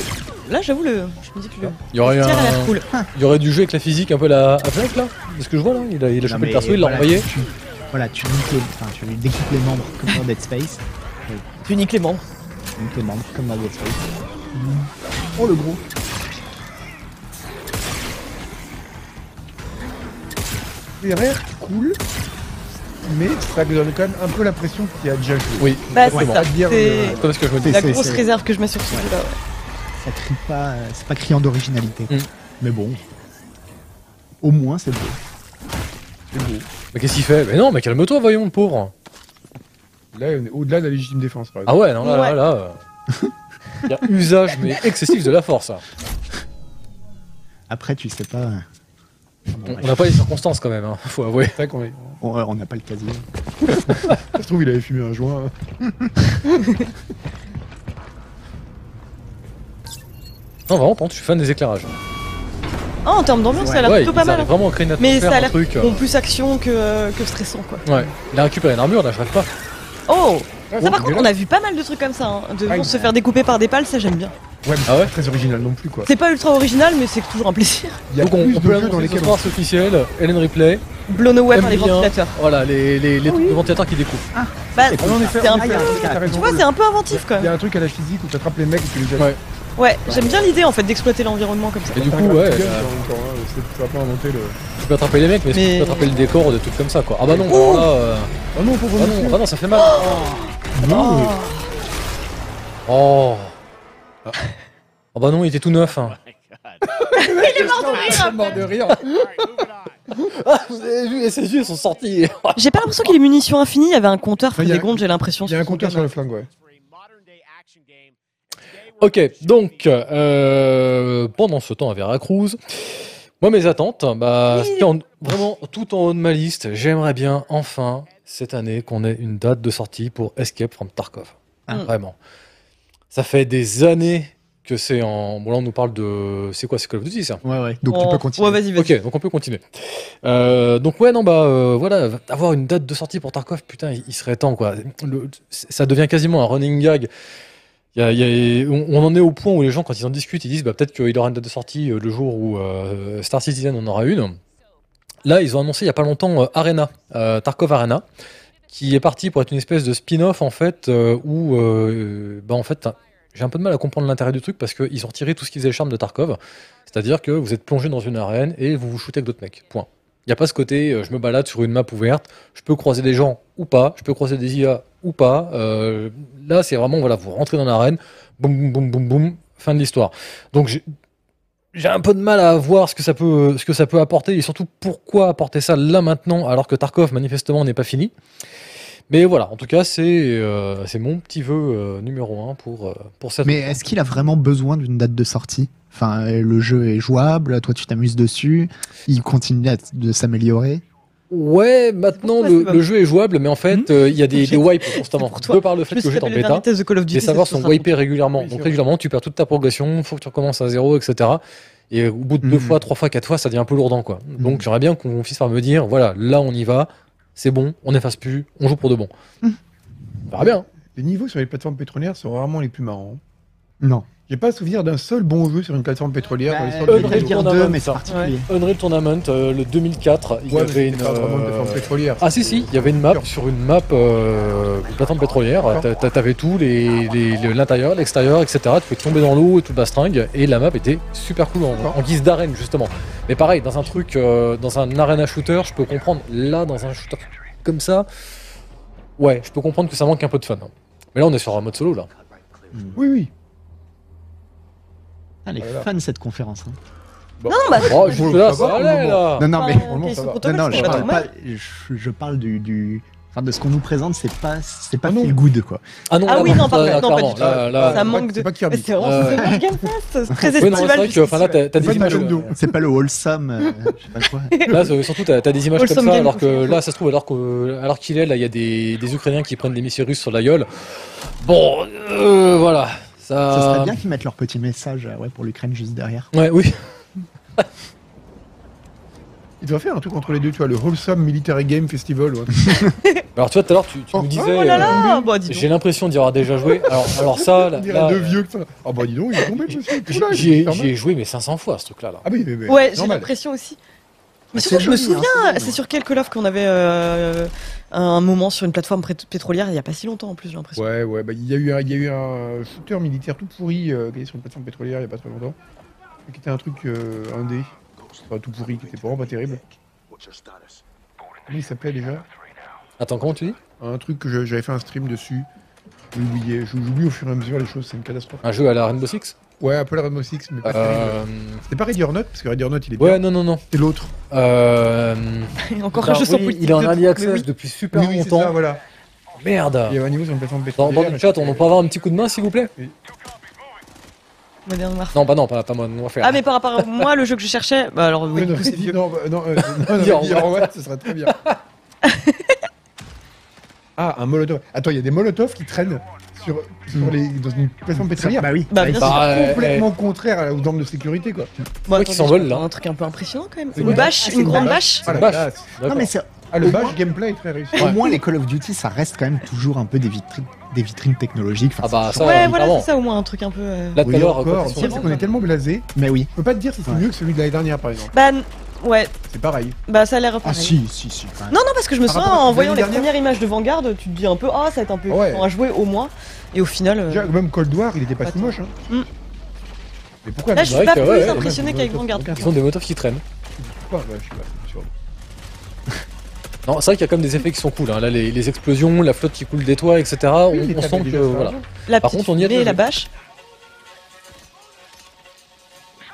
[SPEAKER 2] Là, j'avoue, le... je me dis que le
[SPEAKER 1] Il y aurait, eu
[SPEAKER 2] tir a l'air
[SPEAKER 1] un-
[SPEAKER 2] cool.
[SPEAKER 3] Ah,
[SPEAKER 1] il y aurait du jeu avec la physique un peu la Half-Life là De ce que je vois là Il a, il a
[SPEAKER 3] Non,
[SPEAKER 1] chopé le
[SPEAKER 3] mais
[SPEAKER 1] perso, il l'a
[SPEAKER 3] voilà,
[SPEAKER 1] envoyé.
[SPEAKER 3] Tu, voilà, tu niques les, enfin, tu découpes les membres comme dans Dead Space.
[SPEAKER 2] Tu niques les membres.
[SPEAKER 3] Tu niques les membres comme dans Dead Space. Oh le gros.
[SPEAKER 4] C'est rare, cool, mais ça donne quand même un peu l'impression qu'il y a déjà joué.
[SPEAKER 1] Oui,
[SPEAKER 2] Bah, c'est
[SPEAKER 1] exactement.
[SPEAKER 2] ça.
[SPEAKER 4] Dire,
[SPEAKER 2] C'est
[SPEAKER 4] euh,
[SPEAKER 1] C'est pas parce que je me dis.
[SPEAKER 2] la
[SPEAKER 3] c'est-
[SPEAKER 2] grosse
[SPEAKER 3] c'est-
[SPEAKER 2] réserve que je mets sur ce jeu-là.
[SPEAKER 3] Ça crie pas, euh, c'est pas criant d'originalité.
[SPEAKER 1] Mm.
[SPEAKER 3] Mais bon, au moins c'est beau.
[SPEAKER 4] c'est beau.
[SPEAKER 1] Mais qu'est-ce qu'il fait Mais non, mais calme-toi, voyons, le pauvre.
[SPEAKER 4] Là, on est au-delà de la légitime défense, par
[SPEAKER 1] Ah
[SPEAKER 4] exemple.
[SPEAKER 1] ouais, non, là,
[SPEAKER 2] Ouais.
[SPEAKER 1] là, là. euh, Il y a usage, mais excessif de la force. hein.
[SPEAKER 3] Après, tu sais pas. euh, bon,
[SPEAKER 1] On
[SPEAKER 3] bref.
[SPEAKER 1] on n'a pas les circonstances quand même, hein, faut avouer.
[SPEAKER 4] C'est vrai qu'on est.
[SPEAKER 3] On on n'a pas le casier.
[SPEAKER 4] Ça se trouve, il avait fumé un joint.
[SPEAKER 1] Non, vraiment, par contre, je suis fan des éclairages.
[SPEAKER 2] Ah, en termes d'ambiance, ça a l'air
[SPEAKER 1] ouais,
[SPEAKER 2] plutôt pas
[SPEAKER 1] ils
[SPEAKER 2] mal.
[SPEAKER 1] arrivent
[SPEAKER 2] hein.
[SPEAKER 1] vraiment à créer une
[SPEAKER 2] Mais
[SPEAKER 1] atmosphère,
[SPEAKER 2] ça a
[SPEAKER 1] un
[SPEAKER 2] l'air
[SPEAKER 1] truc. euh,
[SPEAKER 2] bon, plus action que, euh, que stressant, quoi.
[SPEAKER 1] Ouais, il a récupéré une armure là, je rêve pas.
[SPEAKER 2] Oh
[SPEAKER 4] Ah,
[SPEAKER 2] Ça, par
[SPEAKER 4] c'est
[SPEAKER 2] contre, on a vu pas mal de trucs comme ça. hein. De
[SPEAKER 4] Ah,
[SPEAKER 2] on
[SPEAKER 4] il-
[SPEAKER 2] se faire découper par des pales, ça j'aime bien.
[SPEAKER 4] Ouais, mais c'est
[SPEAKER 1] Ah ouais
[SPEAKER 4] pas très original non plus, quoi.
[SPEAKER 2] C'est pas ultra original, mais c'est toujours un plaisir.
[SPEAKER 4] Il y a
[SPEAKER 1] Donc, on,
[SPEAKER 4] plus
[SPEAKER 1] on peut
[SPEAKER 4] de jeux dans
[SPEAKER 1] l'annoncer
[SPEAKER 4] lesquels
[SPEAKER 1] ce
[SPEAKER 4] on
[SPEAKER 1] soir, c'est officiel. Hélène Ripley,
[SPEAKER 2] Blown away par les
[SPEAKER 1] Aime bien.
[SPEAKER 2] ventilateurs. Ah
[SPEAKER 1] voilà, les, les, les les ventilateurs qui découpent.
[SPEAKER 2] Bah,
[SPEAKER 1] c'est
[SPEAKER 4] Ah, en effet,
[SPEAKER 2] C'est un
[SPEAKER 4] en effet,
[SPEAKER 2] peu-
[SPEAKER 4] t'as raison.
[SPEAKER 2] tu vois, c'est un peu inventif quand
[SPEAKER 4] Il y
[SPEAKER 2] même.
[SPEAKER 4] a un truc à la physique où tu attrapes les mecs et tu les
[SPEAKER 1] Ouais.
[SPEAKER 4] as.
[SPEAKER 2] Ouais, j'aime bien l'idée en fait d'exploiter l'environnement comme ça.
[SPEAKER 1] Et du
[SPEAKER 4] Ah,
[SPEAKER 1] coup, ouais, euh,
[SPEAKER 4] Tu vas hein. pas inventer le. Ah,
[SPEAKER 1] tu peux attraper les mecs, mais, est-ce que
[SPEAKER 2] Mais-
[SPEAKER 1] tu peux attraper le décor ou des trucs comme ça quoi. Ah bah non, alors là, euh,
[SPEAKER 4] Oh non, pauvre
[SPEAKER 1] ah
[SPEAKER 4] monsieur.
[SPEAKER 1] non, ah non, ça fait mal.
[SPEAKER 2] Oh.
[SPEAKER 1] Oh. Ah bah non, il était tout neuf. hein.
[SPEAKER 2] Il est mort de rire après.
[SPEAKER 1] de rire. Ah, vous avez vu, et ses yeux sont sortis.
[SPEAKER 2] J'ai pas l'impression qu'il est munitions infinies, il y avait un compteur,
[SPEAKER 4] Il y a-
[SPEAKER 2] des j'ai l'impression.
[SPEAKER 4] Il y a un
[SPEAKER 2] sur son
[SPEAKER 4] compteur sur
[SPEAKER 2] canal.
[SPEAKER 4] le flingue, ouais.
[SPEAKER 1] Ok, donc euh, pendant ce temps à Veracruz, moi mes attentes, bah, c'était en- vraiment tout en haut de ma liste. J'aimerais bien enfin cette année qu'on ait une date de sortie pour Escape from Tarkov. Mm.
[SPEAKER 3] Ah.
[SPEAKER 1] Vraiment, ça fait des années que c'est en. Bon là on nous parle de c'est quoi, c'est Call of Duty ça.
[SPEAKER 3] Ouais, ouais. Donc tu
[SPEAKER 2] Oh.
[SPEAKER 3] peux continuer.
[SPEAKER 2] Ouais, vas-y, vas-y.
[SPEAKER 1] Ok, donc on peut continuer. Euh, donc ouais, non, bah euh, voilà, avoir une date de sortie pour Tarkov, putain, il, il serait temps, quoi. Le- ça devient quasiment un running gag. Il y a- il y a- on, on en est au point où les gens, quand ils en discutent, ils disent, bah peut-être qu'il aura une date de sortie euh, le jour où euh, Star Citizen en aura une. Là, ils ont annoncé il y a pas longtemps euh, Arena, euh, Tarkov Arena, qui est parti pour être une espèce de spin-off en fait, euh, où euh, bah en fait, j'ai un peu de mal à comprendre l'intérêt du truc parce qu'ils ont retiré tout ce qui faisait le charme de Tarkov. C'est-à-dire que vous êtes plongé dans une arène et vous vous shootez avec d'autres mecs. Point. Il n'y a pas ce côté, euh, je me balade sur une map ouverte, je peux croiser des gens ou pas, je peux croiser des IA ou pas. Euh, là, c'est vraiment, voilà, vous rentrez dans l'arène, boum, boum, boum, boum, boum, fin de l'histoire. Donc, j'ai- j'ai un peu de mal à voir ce que, ça peut, ce que ça peut apporter et surtout pourquoi apporter ça là maintenant alors que Tarkov, manifestement, n'est pas fini. Mais voilà, en tout cas, c'est euh, c'est mon petit vœu euh, numéro un pour, euh, pour cette.
[SPEAKER 3] Mais est-ce qu'il a vraiment besoin d'une date de sortie Enfin, euh, le jeu est jouable, toi tu t'amuses dessus, il continue à- de s'améliorer.
[SPEAKER 1] Ouais, maintenant
[SPEAKER 2] Ouais,
[SPEAKER 1] le,
[SPEAKER 2] c'est pas
[SPEAKER 1] le
[SPEAKER 2] mal.
[SPEAKER 1] jeu est jouable, mais en
[SPEAKER 4] Hmm
[SPEAKER 1] fait, euh, il y a des,
[SPEAKER 2] J'ai-
[SPEAKER 1] des wipes constamment.
[SPEAKER 2] C'est pour toi.
[SPEAKER 1] De par le fait
[SPEAKER 2] Je me
[SPEAKER 1] que
[SPEAKER 2] suis
[SPEAKER 1] j'étais en
[SPEAKER 2] tapé les
[SPEAKER 1] bêta,
[SPEAKER 2] dernières tests de Call of Duty.
[SPEAKER 1] les
[SPEAKER 2] ça,
[SPEAKER 1] serveurs
[SPEAKER 2] ça
[SPEAKER 1] sont
[SPEAKER 2] sera-
[SPEAKER 1] wipés régulièrement.
[SPEAKER 4] Oui, c'est
[SPEAKER 1] Donc
[SPEAKER 4] vrai.
[SPEAKER 1] régulièrement, tu perds toute ta progression, faut que tu recommences à zéro, etc. Et au bout de deux
[SPEAKER 4] Hmm.
[SPEAKER 3] Mhm.
[SPEAKER 1] fois, trois fois, quatre fois, ça devient un peu lourdant, quoi. Donc
[SPEAKER 3] Mhm.
[SPEAKER 1] j'aimerais bien qu'on finisse par me dire, voilà, là on y va, c'est bon, on n'efface plus, on joue pour de bon.
[SPEAKER 3] Mhm.
[SPEAKER 1] On verra bien.
[SPEAKER 4] Les niveaux sur les plateformes pétrolières sont rarement les plus marrants.
[SPEAKER 3] Non.
[SPEAKER 4] J'ai pas souvenir d'un seul bon jeu sur une plateforme pétrolière dans l'histoire
[SPEAKER 2] Bah,
[SPEAKER 1] Unreal
[SPEAKER 4] de
[SPEAKER 1] Unreal
[SPEAKER 4] Unreal
[SPEAKER 1] Tournament,
[SPEAKER 3] deux, mais c'est
[SPEAKER 1] ça.
[SPEAKER 3] particulier.
[SPEAKER 1] Unreal Tournament, euh, le 2004, il y
[SPEAKER 4] Ouais, mais
[SPEAKER 1] avait une.
[SPEAKER 4] c'était pas vraiment une
[SPEAKER 1] euh,
[SPEAKER 4] plateforme pétrolière.
[SPEAKER 1] Ah si si, il y avait une map sur une map, euh, une plateforme pétrolière. T'a- t'a- T'avais tout, les- les- le- l'intérieur, l'extérieur, etc. Tu pouvais tomber dans l'eau et tout le bastringue. Et la map était super cool en,
[SPEAKER 4] D'accord.
[SPEAKER 1] en guise d'arène justement. Mais pareil, dans un truc, euh, dans un arena shooter, je peux comprendre. Là, dans un shooter comme ça, ouais, je peux comprendre que ça manque un peu de fun. hein. Mais là, on est sur un mode solo là.
[SPEAKER 4] Oui, oui.
[SPEAKER 3] Ah, les
[SPEAKER 4] Voilà.
[SPEAKER 3] fans de cette conférence. hein.
[SPEAKER 2] Non, non, bah.
[SPEAKER 1] Oh, jusque là, ça
[SPEAKER 4] Ah, Ça va,
[SPEAKER 1] allait,
[SPEAKER 4] au
[SPEAKER 1] là.
[SPEAKER 3] Non, non, mais.
[SPEAKER 4] vraiment,
[SPEAKER 2] ok,
[SPEAKER 4] ça
[SPEAKER 2] son
[SPEAKER 4] va.
[SPEAKER 3] Non,
[SPEAKER 2] protocole,
[SPEAKER 3] non, je
[SPEAKER 2] c'est pas
[SPEAKER 3] parle
[SPEAKER 2] trop mal.
[SPEAKER 3] pas. Je, je parle du. du- Enfin, de ce qu'on nous présente, c'est pas, c'est pas
[SPEAKER 4] Ah non.
[SPEAKER 3] feel good, quoi.
[SPEAKER 1] Ah non,
[SPEAKER 2] Ah
[SPEAKER 1] là,
[SPEAKER 2] oui, non, par
[SPEAKER 1] là,
[SPEAKER 2] contre, non, pas
[SPEAKER 1] clairement,
[SPEAKER 2] du tout.
[SPEAKER 1] là, là,
[SPEAKER 2] Ça
[SPEAKER 4] C'est
[SPEAKER 2] manque
[SPEAKER 4] pas-
[SPEAKER 2] de-
[SPEAKER 4] C'est pas Kirby.
[SPEAKER 2] Mais C'est vraiment
[SPEAKER 1] Euh,
[SPEAKER 2] c'est vraiment Game Fest, c'est très
[SPEAKER 1] Oui, non, c'est
[SPEAKER 2] estival.
[SPEAKER 1] vrai que,
[SPEAKER 2] jusqu'ici,
[SPEAKER 1] enfin, là, t'as t'as
[SPEAKER 4] C'est
[SPEAKER 1] des
[SPEAKER 4] pas
[SPEAKER 1] images.
[SPEAKER 4] Nintendo.
[SPEAKER 1] euh,
[SPEAKER 3] C'est pas le wholesome, euh, je sais pas quoi.
[SPEAKER 1] Là, c'est- surtout, t'as as des images
[SPEAKER 2] Wholesome
[SPEAKER 1] comme ça,
[SPEAKER 2] game.
[SPEAKER 1] alors que là, ça se trouve, alors que- alors qu'il est, là, il y a des, des Ukrainiens qui prennent des missiles russes sur la gueule. Bon, euh, voilà. Ça,
[SPEAKER 3] Ça serait bien qu'ils mettent leur euh, petit message euh, ouais, pour l'Ukraine juste derrière.
[SPEAKER 1] Ouais, oui.
[SPEAKER 4] Il devrait faire un truc entre les deux, tu vois, le Wholesome Military Game Festival. Ou un truc.
[SPEAKER 1] Alors, tu vois, tout à l'heure, tu, tu
[SPEAKER 4] Oh,
[SPEAKER 1] nous disais.
[SPEAKER 2] Oh là là, bah,
[SPEAKER 1] euh,
[SPEAKER 2] dis donc.
[SPEAKER 1] J'ai l'impression d'y avoir déjà joué. Alors, alors ça, là,
[SPEAKER 4] On dirait
[SPEAKER 1] là, euh,
[SPEAKER 4] deux vieux. qui font- Ah bah dis donc, il est tombé, monsieur. il est tout là,
[SPEAKER 1] j'y-
[SPEAKER 4] il est
[SPEAKER 1] j'y ai-
[SPEAKER 4] normal.
[SPEAKER 1] j'y ai joué mais 500 fois ce truc-là. Là.
[SPEAKER 4] Ah oui, mais, mais
[SPEAKER 2] Ouais, j'ai
[SPEAKER 4] normal.
[SPEAKER 2] l'impression aussi. Mais
[SPEAKER 3] C'est
[SPEAKER 2] surtout, je me
[SPEAKER 3] joli, hein,
[SPEAKER 2] souviens,
[SPEAKER 3] c'est
[SPEAKER 2] c'est sur quel Call of qu'on avait euh, un moment sur une plateforme pré- pétrolière il n'y a pas si longtemps en plus, j'ai l'impression.
[SPEAKER 4] Ouais, ouais, bah, il y, a eu un- il y a eu un shooter militaire tout pourri euh, qui est sur une plateforme pétrolière il n'y a pas très longtemps. Qui était un truc euh, indé, enfin, tout pourri, qui était vraiment pas terrible. Comment il s'appelait déjà
[SPEAKER 1] Attends, comment tu dis
[SPEAKER 4] Un truc que je- j'avais fait un stream dessus. J'ai oublié, j'ou- j'oublie au fur et à mesure les choses, c'est une catastrophe.
[SPEAKER 1] Un jeu à la Rainbow Six
[SPEAKER 4] Ouais, un peu la Rainbow Six, mais pas terrible.
[SPEAKER 1] euh...
[SPEAKER 4] C'était pas Ready or Not, parce que Ready or Not il est
[SPEAKER 1] Ouais,
[SPEAKER 4] bien.
[SPEAKER 1] non, non, non.
[SPEAKER 4] C'était l'autre.
[SPEAKER 1] Euh...
[SPEAKER 2] Encore
[SPEAKER 1] putain,
[SPEAKER 2] un jeu sans
[SPEAKER 1] oui,
[SPEAKER 2] politique.
[SPEAKER 1] il est en early access
[SPEAKER 4] Mais oui.
[SPEAKER 1] depuis super
[SPEAKER 4] Ah oui, c'est
[SPEAKER 1] longtemps.
[SPEAKER 4] ça, voilà.
[SPEAKER 1] Merde
[SPEAKER 4] Il y avait un niveau sur une plateforme
[SPEAKER 1] Dans,
[SPEAKER 4] pétrolière.
[SPEAKER 1] dans le chat, on peut avoir un petit coup de main, s'il vous plaît
[SPEAKER 2] Modern Warfare.
[SPEAKER 1] Non, bah non, pas, pas moi, on va faire.
[SPEAKER 2] Ah, mais par rapport à moi, le jeu que je cherchais, bah alors oui,
[SPEAKER 4] Ouais,
[SPEAKER 2] du
[SPEAKER 4] non,
[SPEAKER 2] coup, c'est vieux.
[SPEAKER 4] non, bah, non, euh, non, non,
[SPEAKER 1] Dis au
[SPEAKER 4] dis au revoir, ce serait très bien. ah, un molotov. Attends, il y a des molotovs qui traînent sur, sur
[SPEAKER 3] Mm.
[SPEAKER 4] les, dans une plateforme pétrolière.
[SPEAKER 3] Bah oui.
[SPEAKER 2] Bah, bien sûr.
[SPEAKER 1] Bah, euh,
[SPEAKER 4] complètement contraire à la- aux normes de sécurité, quoi.
[SPEAKER 2] Bon,
[SPEAKER 1] qui
[SPEAKER 2] attendez,
[SPEAKER 1] s'envole,
[SPEAKER 2] je vais
[SPEAKER 1] là.
[SPEAKER 2] faire Un truc un peu impressionnant quand même.
[SPEAKER 4] C'est
[SPEAKER 2] Une
[SPEAKER 4] une
[SPEAKER 2] bâche,
[SPEAKER 3] bâche,
[SPEAKER 2] une
[SPEAKER 3] c'est
[SPEAKER 2] grande
[SPEAKER 3] une
[SPEAKER 2] bâche.
[SPEAKER 4] Ah, la
[SPEAKER 1] Bâche.
[SPEAKER 4] classe.
[SPEAKER 1] D'accord.
[SPEAKER 3] Non, mais c'est-
[SPEAKER 4] Ah, le
[SPEAKER 3] Au
[SPEAKER 4] bâche
[SPEAKER 3] moins-
[SPEAKER 4] gameplay est très réussi.
[SPEAKER 3] au moins, les Call of Duty, ça reste quand même toujours un peu des vitrines, des vitrines technologiques. Enfin,
[SPEAKER 1] Ah bah
[SPEAKER 3] c'est
[SPEAKER 1] ça,
[SPEAKER 3] chiant.
[SPEAKER 2] Ouais,
[SPEAKER 1] clairement.
[SPEAKER 2] voilà, c'est ça au moins un truc un peu. euh,
[SPEAKER 1] Là, tout
[SPEAKER 4] Oui,
[SPEAKER 1] à l'heure,
[SPEAKER 4] encore.
[SPEAKER 1] quand
[SPEAKER 4] Le
[SPEAKER 1] ils sont
[SPEAKER 4] problème, c'est qu'on est
[SPEAKER 1] rentrés,
[SPEAKER 4] tellement blasé,
[SPEAKER 3] Mais oui.
[SPEAKER 4] je peux pas te dire si c'est
[SPEAKER 3] Ouais.
[SPEAKER 4] mieux que celui de l'année dernière, par exemple.
[SPEAKER 2] Bah, n- ouais,
[SPEAKER 4] C'est pareil.
[SPEAKER 2] bah ça a l'air.
[SPEAKER 3] Ah
[SPEAKER 2] pareil.
[SPEAKER 3] si, si, si. quand même.
[SPEAKER 2] Non, non, parce que je me
[SPEAKER 4] Par
[SPEAKER 2] souviens,
[SPEAKER 4] rapport à
[SPEAKER 2] en
[SPEAKER 4] l'année
[SPEAKER 2] voyant les
[SPEAKER 4] dernière
[SPEAKER 2] premières images de Vanguard, tu te dis un peu, ah, ça va être un peu
[SPEAKER 4] Ouais.
[SPEAKER 2] pour à jouer au moins. Et au final. euh,
[SPEAKER 4] Déjà, même Cold War, il était pas
[SPEAKER 2] Attends.
[SPEAKER 4] si moche. Hein.
[SPEAKER 2] Mm.
[SPEAKER 4] Mais pourquoi
[SPEAKER 2] Là,
[SPEAKER 4] mais
[SPEAKER 2] je
[SPEAKER 1] vrai
[SPEAKER 2] suis pas
[SPEAKER 1] que,
[SPEAKER 2] plus
[SPEAKER 1] ouais, ouais,
[SPEAKER 2] impressionné qu'avec Vanguard.
[SPEAKER 1] Ils ont des moteurs qui traînent.
[SPEAKER 4] Pourquoi Ouais, je suis pas sûr.
[SPEAKER 1] Non, c'est vrai qu'il y a quand même des effets qui sont cool. hein. Là, les, les explosions, la flotte qui coule des toits, etc. On,
[SPEAKER 4] Oui, mais
[SPEAKER 1] on
[SPEAKER 4] t'avais
[SPEAKER 1] sent que.
[SPEAKER 4] déjà ça
[SPEAKER 1] Voilà.
[SPEAKER 4] avant.
[SPEAKER 2] La
[SPEAKER 1] Par
[SPEAKER 2] petite
[SPEAKER 1] contre, on y a
[SPEAKER 2] fumée,
[SPEAKER 1] déjà
[SPEAKER 2] la
[SPEAKER 1] joué.
[SPEAKER 2] bâche.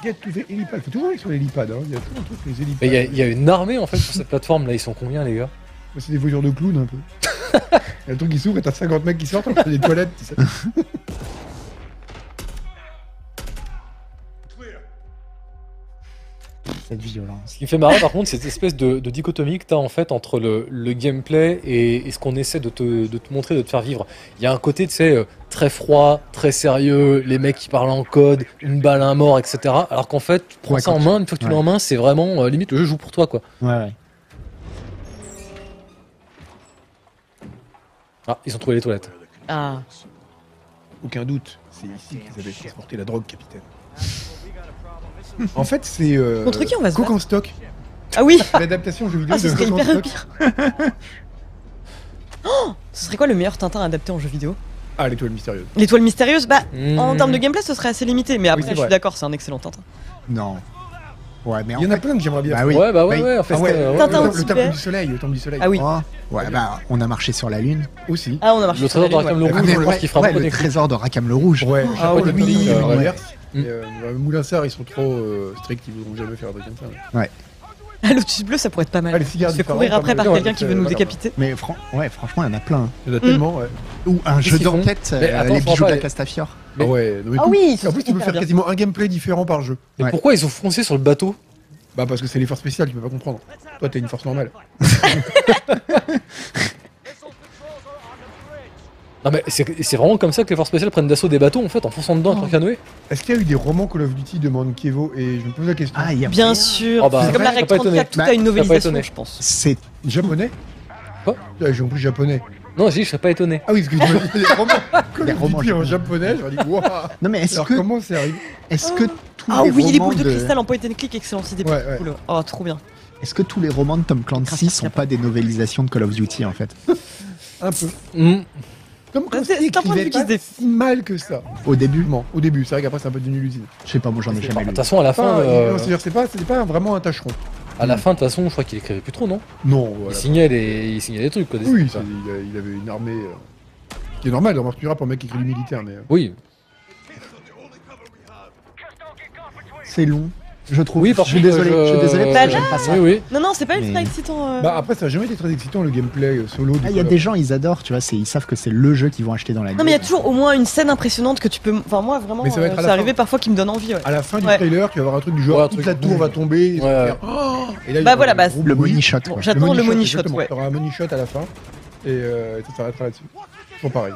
[SPEAKER 4] Get to the helipad. Faut toujours aller sur l'hélipad. Hein. Il y a toujours un truc, les hélipads.
[SPEAKER 1] Mais il y, a- il y a une armée en fait sur cette plateforme là, ils sont combien les gars
[SPEAKER 4] Ouais, C'est des voitures de clowns un peu. Il y a le truc qui s'ouvre et t'as 50 mecs qui sortent, après des toilettes. tu sais.
[SPEAKER 3] Cette violence.
[SPEAKER 1] Ce qui me fait marrer par contre, c'est cette espèce de, de dichotomie que t'as en fait entre le, le gameplay et, et ce qu'on essaie de te, de te montrer, de te faire vivre. Il y a un côté, tu sais, euh, très froid, très sérieux, les mecs qui parlent en code, une balle, un mort, etc. Alors qu'en fait, tu prends
[SPEAKER 3] Ouais,
[SPEAKER 1] ça
[SPEAKER 3] quand
[SPEAKER 1] en
[SPEAKER 3] tu-
[SPEAKER 1] main, une fois que tu l'as en main, c'est vraiment euh, limite le jeu joue pour toi quoi.
[SPEAKER 3] Ouais, ouais.
[SPEAKER 1] Ah, ils ont trouvé les toilettes.
[SPEAKER 2] Ah.
[SPEAKER 4] Aucun doute, c'est ici qu'ils avaient transporté la drogue, capitaine. en fait, c'est. Euh,
[SPEAKER 2] Contre qui on va se
[SPEAKER 4] Coq en stock.
[SPEAKER 2] Ah oui
[SPEAKER 4] L'adaptation jeu vidéo
[SPEAKER 2] Ah, ce
[SPEAKER 4] de
[SPEAKER 2] serait
[SPEAKER 4] Coq en
[SPEAKER 2] hyper
[SPEAKER 4] stock.
[SPEAKER 2] pire Oh Ce serait quoi le meilleur Tintin adapté en jeu vidéo
[SPEAKER 4] Ah, l'étoile mystérieuse.
[SPEAKER 2] L'étoile mystérieuse Bah, en
[SPEAKER 1] Hmm.
[SPEAKER 2] termes de gameplay, ce serait assez limité, mais après,
[SPEAKER 4] c'est
[SPEAKER 2] je suis
[SPEAKER 4] vrai.
[SPEAKER 2] d'accord, c'est un excellent Tintin.
[SPEAKER 3] Non. Ouais, mais en
[SPEAKER 4] Il y en a plein que j'aimerais bien.
[SPEAKER 3] Bah oui.
[SPEAKER 1] Ouais, bah ouais,
[SPEAKER 3] Bah,
[SPEAKER 1] ouais, en fait.
[SPEAKER 4] Ah ouais,
[SPEAKER 1] euh,
[SPEAKER 4] le,
[SPEAKER 1] ouais.
[SPEAKER 2] Tintin au
[SPEAKER 4] temple- le
[SPEAKER 2] Tibet.
[SPEAKER 4] temple du soleil, le temple du soleil.
[SPEAKER 2] Ah oui.
[SPEAKER 3] Oh. Ouais, bah, on a marché sur la Lune.
[SPEAKER 4] Aussi.
[SPEAKER 2] Ah, on a marché
[SPEAKER 1] Le
[SPEAKER 2] sur la
[SPEAKER 1] trésor de
[SPEAKER 2] ligne,
[SPEAKER 1] Rakam le
[SPEAKER 4] ouais.
[SPEAKER 1] Rouge,
[SPEAKER 4] Ah, mais
[SPEAKER 1] je pense qu'il fera
[SPEAKER 3] ouais,
[SPEAKER 1] un peu
[SPEAKER 3] le
[SPEAKER 1] des
[SPEAKER 3] trésor de Rakam le Rouge.
[SPEAKER 4] Ouais,
[SPEAKER 2] Ah
[SPEAKER 4] chapeau,
[SPEAKER 2] oui,
[SPEAKER 4] le
[SPEAKER 2] oui,
[SPEAKER 4] temple du
[SPEAKER 1] ouais.
[SPEAKER 4] univers.
[SPEAKER 1] Mm.
[SPEAKER 4] Et, euh, Moulin Sarr, ils sont trop euh, stricts, ils voudront jamais faire un truc comme ça.
[SPEAKER 2] Ah, Lotus Bleu, ça pourrait être pas mal.
[SPEAKER 4] Ah, les cigares
[SPEAKER 2] se fait
[SPEAKER 4] différents,
[SPEAKER 2] courir
[SPEAKER 4] pas
[SPEAKER 2] après
[SPEAKER 4] mal.
[SPEAKER 2] par
[SPEAKER 4] Ouais,
[SPEAKER 2] quelqu'un
[SPEAKER 4] c'est-
[SPEAKER 2] qui veut nous
[SPEAKER 4] voilà.
[SPEAKER 2] décapiter.
[SPEAKER 3] Mais fran- ouais, franchement, il y en a plein.
[SPEAKER 2] Mm.
[SPEAKER 4] Il y en a tellement, ouais.
[SPEAKER 3] Ou un
[SPEAKER 1] Qu'est-ce
[SPEAKER 3] jeu
[SPEAKER 1] qu'ils font
[SPEAKER 3] d'enquête, euh,
[SPEAKER 1] Mais attends,
[SPEAKER 3] les
[SPEAKER 1] faut
[SPEAKER 3] bijoux
[SPEAKER 1] pas
[SPEAKER 3] de la
[SPEAKER 1] les-
[SPEAKER 3] Castafiore.
[SPEAKER 4] Ah ouais, non, mais
[SPEAKER 2] Ah
[SPEAKER 4] écoute,
[SPEAKER 2] oui, ce
[SPEAKER 4] En plus,
[SPEAKER 2] serait
[SPEAKER 4] tu peux
[SPEAKER 2] hyper
[SPEAKER 4] faire
[SPEAKER 2] bien.
[SPEAKER 4] quasiment un gameplay différent par jeu.
[SPEAKER 1] Mais
[SPEAKER 3] Ouais.
[SPEAKER 1] pourquoi ils ont foncé sur le bateau
[SPEAKER 4] Bah parce que c'est l'effort spécial, tu peux pas comprendre. Toi t'es une force normale.
[SPEAKER 1] Non mais c'est c'est vraiment comme ça que les forces spéciales prennent d'assaut des bateaux en fait en fonçant dedans
[SPEAKER 2] Oh.
[SPEAKER 1] avec un canoë.
[SPEAKER 4] Est-ce qu'il y a eu des romans Call of Duty demande Kevo et je me pose la question.
[SPEAKER 3] Ah, il y a
[SPEAKER 2] Bien sûr
[SPEAKER 1] Oh, bah,
[SPEAKER 2] C'est comme
[SPEAKER 4] je
[SPEAKER 2] la
[SPEAKER 4] serais
[SPEAKER 2] règle
[SPEAKER 1] pas étonné.
[SPEAKER 2] 34, tout
[SPEAKER 3] Bah,
[SPEAKER 2] a une
[SPEAKER 1] pas
[SPEAKER 2] novelisation,
[SPEAKER 1] étonné.
[SPEAKER 2] je pense.
[SPEAKER 3] C'est
[SPEAKER 4] Japonais
[SPEAKER 1] Quoi
[SPEAKER 4] Ah, J'ai compris japonais.
[SPEAKER 1] Non, je dis, je serais pas étonné.
[SPEAKER 4] Ah oui, parce que je me dis, les romans Call
[SPEAKER 3] Les
[SPEAKER 4] of
[SPEAKER 3] romans
[SPEAKER 4] Duty en
[SPEAKER 3] japonais.
[SPEAKER 4] japonais, j'aurais dit waouh.
[SPEAKER 3] Non mais est-ce
[SPEAKER 4] Alors
[SPEAKER 3] que
[SPEAKER 4] comment c'est arrivé
[SPEAKER 3] est-ce que tous
[SPEAKER 2] Ah
[SPEAKER 3] les
[SPEAKER 2] oui, les
[SPEAKER 3] romans
[SPEAKER 2] boules de
[SPEAKER 3] de-
[SPEAKER 2] cristal en point and click, excellent, c'est des
[SPEAKER 4] Ouais, ouais.
[SPEAKER 2] cool. Oh, trop bien.
[SPEAKER 3] est-ce que tous les romans de Tom Clancy sont pas des novelisations de Call of Duty en fait
[SPEAKER 4] Un peu.
[SPEAKER 1] Hmm.
[SPEAKER 4] Comme comme
[SPEAKER 2] C'est-
[SPEAKER 4] si
[SPEAKER 2] c'est un point de
[SPEAKER 4] écrivait
[SPEAKER 2] vue qui se
[SPEAKER 4] pas
[SPEAKER 2] dé-
[SPEAKER 4] si mal que ça.
[SPEAKER 3] Au début,
[SPEAKER 4] Bon, au début, c'est vrai qu'après c'est un peu devenu l'usine.
[SPEAKER 3] je sais pas, moi j'en ai
[SPEAKER 1] Enfin,
[SPEAKER 3] jamais
[SPEAKER 1] Bah, De
[SPEAKER 3] lu.
[SPEAKER 1] toute façon, à la
[SPEAKER 2] Ah,
[SPEAKER 1] fin,
[SPEAKER 4] Enfin, il-
[SPEAKER 1] euh,
[SPEAKER 4] non, c'est-à-dire, c'est pas, c'était pas un- vraiment un tâcheron.
[SPEAKER 1] à la fin, de toute façon, je crois qu'il écrivait plus trop, non
[SPEAKER 4] Non,
[SPEAKER 1] Il
[SPEAKER 4] voilà.
[SPEAKER 1] signait des, il signait des trucs, quoi. Des
[SPEAKER 4] Oui, c'est-
[SPEAKER 1] trucs,
[SPEAKER 4] il a- il avait une armée. euh, qui est normal, remarque tu verras pour un mec qui écrit du militaire, mais. euh,
[SPEAKER 1] quoi. oui.
[SPEAKER 3] C'est long. Je trouve.
[SPEAKER 1] Oui, par
[SPEAKER 3] je suis
[SPEAKER 1] contre,
[SPEAKER 3] désolé,
[SPEAKER 1] je- Euh,
[SPEAKER 3] je suis désolé parce
[SPEAKER 2] Bah
[SPEAKER 3] que j'aime pas ça.
[SPEAKER 1] Oui, oui.
[SPEAKER 2] Non, non, c'est pas
[SPEAKER 3] Mais-
[SPEAKER 2] ultra excitant. euh.
[SPEAKER 4] Bah après ça a jamais été très excitant le gameplay euh, solo.
[SPEAKER 3] Ah, Il y
[SPEAKER 4] Call
[SPEAKER 3] a
[SPEAKER 4] of
[SPEAKER 3] des gens, ils adorent, tu vois, c'est- ils savent que c'est le jeu qu'ils vont acheter dans la
[SPEAKER 2] Non, mais il y a toujours au moins une scène impressionnante que tu peux. Enfin, moi, vraiment,
[SPEAKER 4] Mais ça va
[SPEAKER 2] euh,
[SPEAKER 4] être à la
[SPEAKER 2] c'est
[SPEAKER 4] fin. Ah.
[SPEAKER 2] arrivé parfois qui me donne envie. ouais.
[SPEAKER 4] À la fin du
[SPEAKER 2] Ouais.
[SPEAKER 4] trailer, tu vas avoir un truc du genre
[SPEAKER 1] Ouais, un
[SPEAKER 4] toute
[SPEAKER 1] truc
[SPEAKER 4] la tour
[SPEAKER 1] boum.
[SPEAKER 4] va tomber. et ça
[SPEAKER 1] Ouais,
[SPEAKER 4] va
[SPEAKER 1] ouais.
[SPEAKER 4] faire, Oh et là, il
[SPEAKER 2] Bah
[SPEAKER 4] y aura
[SPEAKER 2] voilà,
[SPEAKER 4] un
[SPEAKER 2] bah,
[SPEAKER 4] gros
[SPEAKER 3] le
[SPEAKER 4] bruit.
[SPEAKER 3] money shot. quoi.
[SPEAKER 2] J'attends le money shot,
[SPEAKER 4] exactement.
[SPEAKER 2] ouais.
[SPEAKER 4] T'auras un money shot à la fin et euh, ça s'arrêtera là-dessus. Toujours pareil.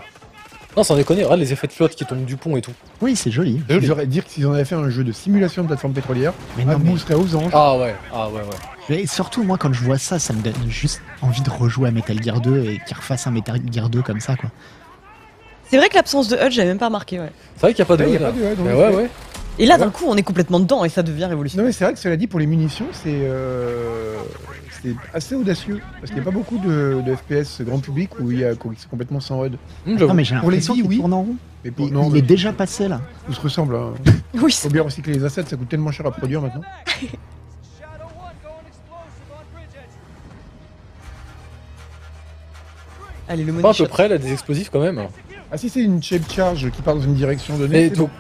[SPEAKER 1] Non, sans déconner, regarde les effets de flotte qui tombent du pont et tout.
[SPEAKER 3] Oui, c'est joli.
[SPEAKER 4] J'aurais dire que s'ils en avaient fait un jeu de simulation de plateforme pétrolière,
[SPEAKER 3] Mais
[SPEAKER 4] un
[SPEAKER 3] non, mais-
[SPEAKER 4] bout serait aux anges.
[SPEAKER 1] Ah ouais, ah ouais, ouais.
[SPEAKER 3] Mais surtout, moi, quand je vois ça, ça me donne juste envie de rejouer à Metal Gear 2 et qu'ils refassent un Metal Gear 2 comme ça, quoi.
[SPEAKER 2] C'est vrai que l'absence de HUD, j'avais même pas remarqué. Ouais.
[SPEAKER 1] C'est vrai qu'il n'y a pas de.
[SPEAKER 4] Ouais, y a
[SPEAKER 1] hasard.
[SPEAKER 4] pas de hasard,
[SPEAKER 1] Mais
[SPEAKER 4] en
[SPEAKER 1] ouais,
[SPEAKER 4] effet.
[SPEAKER 1] ouais.
[SPEAKER 2] Et là,
[SPEAKER 4] Ouais.
[SPEAKER 2] d'un coup, on est complètement dedans et ça devient révolutionnaire.
[SPEAKER 4] Non mais c'est vrai que cela dit pour les munitions c'est euh, c'est assez audacieux parce qu'il n'y a pas beaucoup de, de FPS grand public où il y a où c'est complètement sans HUD.
[SPEAKER 1] Hum,
[SPEAKER 3] Non,
[SPEAKER 1] j'avoue.
[SPEAKER 3] mais j'ai
[SPEAKER 4] Pour les
[SPEAKER 3] l'impression
[SPEAKER 4] filles,
[SPEAKER 3] qu'il
[SPEAKER 4] oui.
[SPEAKER 3] tourne en rond.
[SPEAKER 4] Mais pour,
[SPEAKER 3] Il,
[SPEAKER 4] non,
[SPEAKER 3] il
[SPEAKER 4] mais
[SPEAKER 3] est déjà passé, là.
[SPEAKER 4] tout se ressemble. Hein.
[SPEAKER 2] Oui,
[SPEAKER 4] Faut
[SPEAKER 2] c'est-
[SPEAKER 4] bien recycler les assets, ça coûte tellement cher à produire maintenant.
[SPEAKER 5] Shadow One, go and explosive on Bridget.
[SPEAKER 2] Allez, le
[SPEAKER 1] Pas à
[SPEAKER 2] money
[SPEAKER 1] peu
[SPEAKER 2] shot.
[SPEAKER 1] près, là, des explosifs quand même.
[SPEAKER 4] Ah si c'est une shape charge qui part dans une direction donnée.
[SPEAKER 1] Et
[SPEAKER 4] c'est
[SPEAKER 1] tout.
[SPEAKER 4] bon.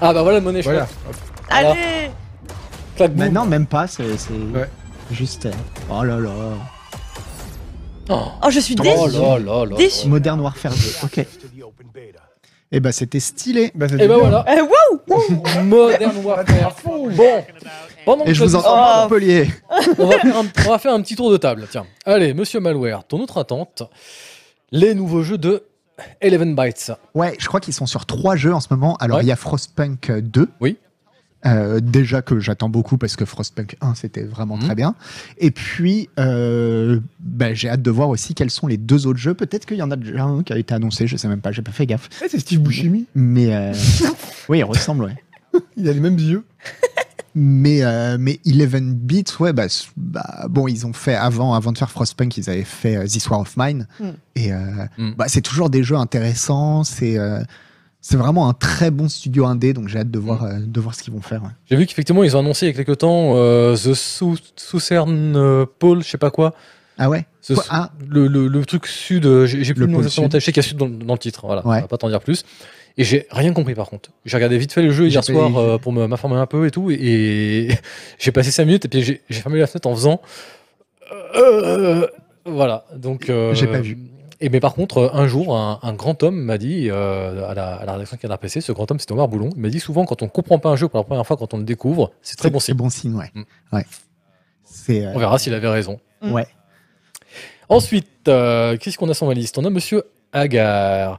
[SPEAKER 1] Ah bah voilà, le monnaie,
[SPEAKER 4] Voilà.
[SPEAKER 1] je Voilà.
[SPEAKER 2] Allez
[SPEAKER 1] claque boum.
[SPEAKER 3] Mais Bah non, même pas, c'est c'est
[SPEAKER 4] Ouais.
[SPEAKER 3] juste. euh, Oh là là.
[SPEAKER 1] Oh,
[SPEAKER 2] Oh, je suis
[SPEAKER 1] oh
[SPEAKER 2] déçue
[SPEAKER 1] là là là.
[SPEAKER 2] Déçu.
[SPEAKER 3] Modern Warfare 2, ok. Eh bah, c'était stylé.
[SPEAKER 4] Bah, ça
[SPEAKER 1] Et
[SPEAKER 4] devient-
[SPEAKER 1] bah voilà,
[SPEAKER 2] Euh, wow
[SPEAKER 1] Modern Warfare. Bon, pendant que
[SPEAKER 3] Et je vous
[SPEAKER 1] ça-
[SPEAKER 3] entends
[SPEAKER 2] Oh.
[SPEAKER 3] à Montpellier.
[SPEAKER 1] on, va faire un, on va faire un petit tour de table. Tiens, allez, monsieur Malware, ton autre attente, les nouveaux jeux de 11 Bytes.
[SPEAKER 3] Ouais, je crois qu'ils sont sur trois jeux en ce moment. Alors,
[SPEAKER 1] Ouais.
[SPEAKER 3] il y a Frostpunk 2.
[SPEAKER 1] Oui.
[SPEAKER 3] Euh, déjà que j'attends beaucoup parce que Frostpunk 1 c'était vraiment
[SPEAKER 1] Mhm.
[SPEAKER 3] très bien. Et puis euh, bah, j'ai hâte de voir aussi quels sont les deux autres jeux. Peut-être qu'il y en a déjà un qui a été annoncé, je sais même pas, j'ai pas fait gaffe.
[SPEAKER 4] Eh, c'est Steve Buscemi,
[SPEAKER 3] Mais euh, oui, il ressemble, ouais.
[SPEAKER 4] il a les mêmes yeux.
[SPEAKER 3] Mais, euh, mais 11 bits, ouais, bah, s- bah, bon, ils ont fait avant, avant de faire Frostpunk, ils avaient fait euh, This War of Mine.
[SPEAKER 2] Mm.
[SPEAKER 3] Et euh,
[SPEAKER 1] Mm.
[SPEAKER 3] bah, c'est toujours des jeux intéressants. C'est euh, c'est vraiment un très bon studio indé, donc j'ai hâte de
[SPEAKER 1] Hmm.
[SPEAKER 3] voir, euh, de voir ce qu'ils vont faire. ouais.
[SPEAKER 1] J'ai vu qu'effectivement, ils ont annoncé il y a quelques temps euh, The Sou- Southern euh, Pole, je sais pas quoi.
[SPEAKER 3] Ah ouais
[SPEAKER 1] Ce-
[SPEAKER 3] Quoi Ah,
[SPEAKER 1] le, le- le truc sud, euh, j'ai j'ai plus
[SPEAKER 3] Le
[SPEAKER 1] le nom
[SPEAKER 3] pôle
[SPEAKER 1] exactement,
[SPEAKER 3] sud.
[SPEAKER 1] je sais qu'il y a sud dans, dans le titre, voilà,
[SPEAKER 3] Ouais.
[SPEAKER 1] on va pas t'en dire plus. Et j'ai rien compris par contre. J'ai regardé vite fait le jeu
[SPEAKER 3] J'ai
[SPEAKER 1] hier
[SPEAKER 3] pas-
[SPEAKER 1] soir euh, pour me- m'informer un peu et tout, et, et j'ai passé 5 minutes et puis j'ai j'ai fermé la fenêtre en faisant. euh, voilà, donc. euh,
[SPEAKER 3] J'ai pas vu.
[SPEAKER 1] Et mais par contre, euh, un jour, un, un grand homme m'a dit euh, à, la, à la rédaction de Canard PC, ce grand homme, c'était Omar Boulon, il m'a dit souvent quand on comprend pas un jeu pour la première fois, quand on le découvre, c'est très
[SPEAKER 3] c'est
[SPEAKER 1] bon
[SPEAKER 3] c'est
[SPEAKER 1] signe.
[SPEAKER 3] bon signe, ouais.
[SPEAKER 1] Mm.
[SPEAKER 3] ouais. C'est euh, Hmm.
[SPEAKER 1] On verra s'il avait raison.
[SPEAKER 2] Mm.
[SPEAKER 3] Ouais.
[SPEAKER 1] Ensuite, euh, qu'est-ce qu'on a sur ma liste On a Monsieur Agar.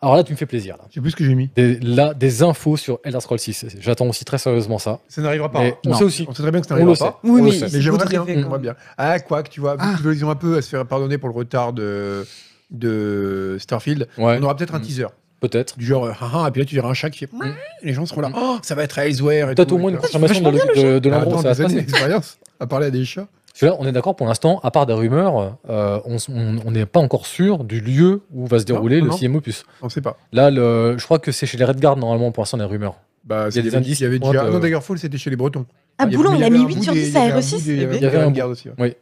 [SPEAKER 1] Alors là, tu me fais plaisir. Là,
[SPEAKER 4] Je sais plus ce que j'ai mis.
[SPEAKER 1] des, là, des infos sur Elder Scrolls 6. J'attends aussi très sérieusement ça.
[SPEAKER 4] Ça n'arrivera pas.
[SPEAKER 1] Mais on
[SPEAKER 3] Non.
[SPEAKER 1] sait aussi.
[SPEAKER 4] On sait très bien que ça
[SPEAKER 1] On le
[SPEAKER 4] n'arrivera
[SPEAKER 1] sait.
[SPEAKER 4] pas.
[SPEAKER 1] on
[SPEAKER 2] Oui,
[SPEAKER 1] le
[SPEAKER 2] mais
[SPEAKER 1] sait.
[SPEAKER 2] il
[SPEAKER 4] Mais
[SPEAKER 2] se
[SPEAKER 4] j'aimerais
[SPEAKER 2] voudrait
[SPEAKER 4] bien,
[SPEAKER 2] faire,
[SPEAKER 1] Mm.
[SPEAKER 4] j'aimerais
[SPEAKER 2] quoi.
[SPEAKER 4] bien. Ah, quoi que tu vois, vu
[SPEAKER 3] Ah.
[SPEAKER 4] qu'ils ont un peu à se faire pardonner pour le retard de, de Starfield,
[SPEAKER 1] Ouais,
[SPEAKER 4] on aura peut-être un
[SPEAKER 1] Mm.
[SPEAKER 4] teaser.
[SPEAKER 1] Peut-être.
[SPEAKER 4] Du genre, euh, ah, ah, et puis là tu verras un chat qui fait,
[SPEAKER 1] Mm.
[SPEAKER 4] les gens seront là, oh, ça va être Elsewhere. et
[SPEAKER 1] Peut-être
[SPEAKER 4] tout.
[SPEAKER 1] au moins une
[SPEAKER 4] Et là,
[SPEAKER 1] confirmation de, de- de
[SPEAKER 4] Ah,
[SPEAKER 1] l'endroit où
[SPEAKER 4] attends,
[SPEAKER 1] ça va se
[SPEAKER 4] des années
[SPEAKER 1] passer.
[SPEAKER 4] d'expérience à parler à des chats.
[SPEAKER 1] Parce que là, on est d'accord pour l'instant, à part des rumeurs, euh, on s- on on n'est pas encore sûr du lieu où va se dérouler
[SPEAKER 4] non,
[SPEAKER 1] le
[SPEAKER 4] non.
[SPEAKER 1] CM Opus.
[SPEAKER 4] On sait pas.
[SPEAKER 1] Là, le- je crois que c'est chez les Red Guard normalement pour l'instant les rumeurs.
[SPEAKER 4] Bah,
[SPEAKER 1] des
[SPEAKER 4] c'est- il y avait,
[SPEAKER 1] indices
[SPEAKER 4] il y avait
[SPEAKER 1] qui
[SPEAKER 4] déjà.
[SPEAKER 1] pointent,
[SPEAKER 4] Non,
[SPEAKER 1] euh,
[SPEAKER 4] d'ailleurs, Fall, c'était chez les Bretons.
[SPEAKER 2] Ah,
[SPEAKER 4] Il y avait-
[SPEAKER 2] Boulon,
[SPEAKER 4] mais
[SPEAKER 2] il a
[SPEAKER 4] avait
[SPEAKER 2] mis
[SPEAKER 4] un
[SPEAKER 2] 8
[SPEAKER 4] bout
[SPEAKER 2] sur
[SPEAKER 4] des-
[SPEAKER 2] 10
[SPEAKER 4] il y avait
[SPEAKER 2] à
[SPEAKER 4] un bout
[SPEAKER 2] RE6.
[SPEAKER 4] des-
[SPEAKER 2] Eh ben,
[SPEAKER 1] Il y avait un
[SPEAKER 4] Red Guard aussi. hein. ouais.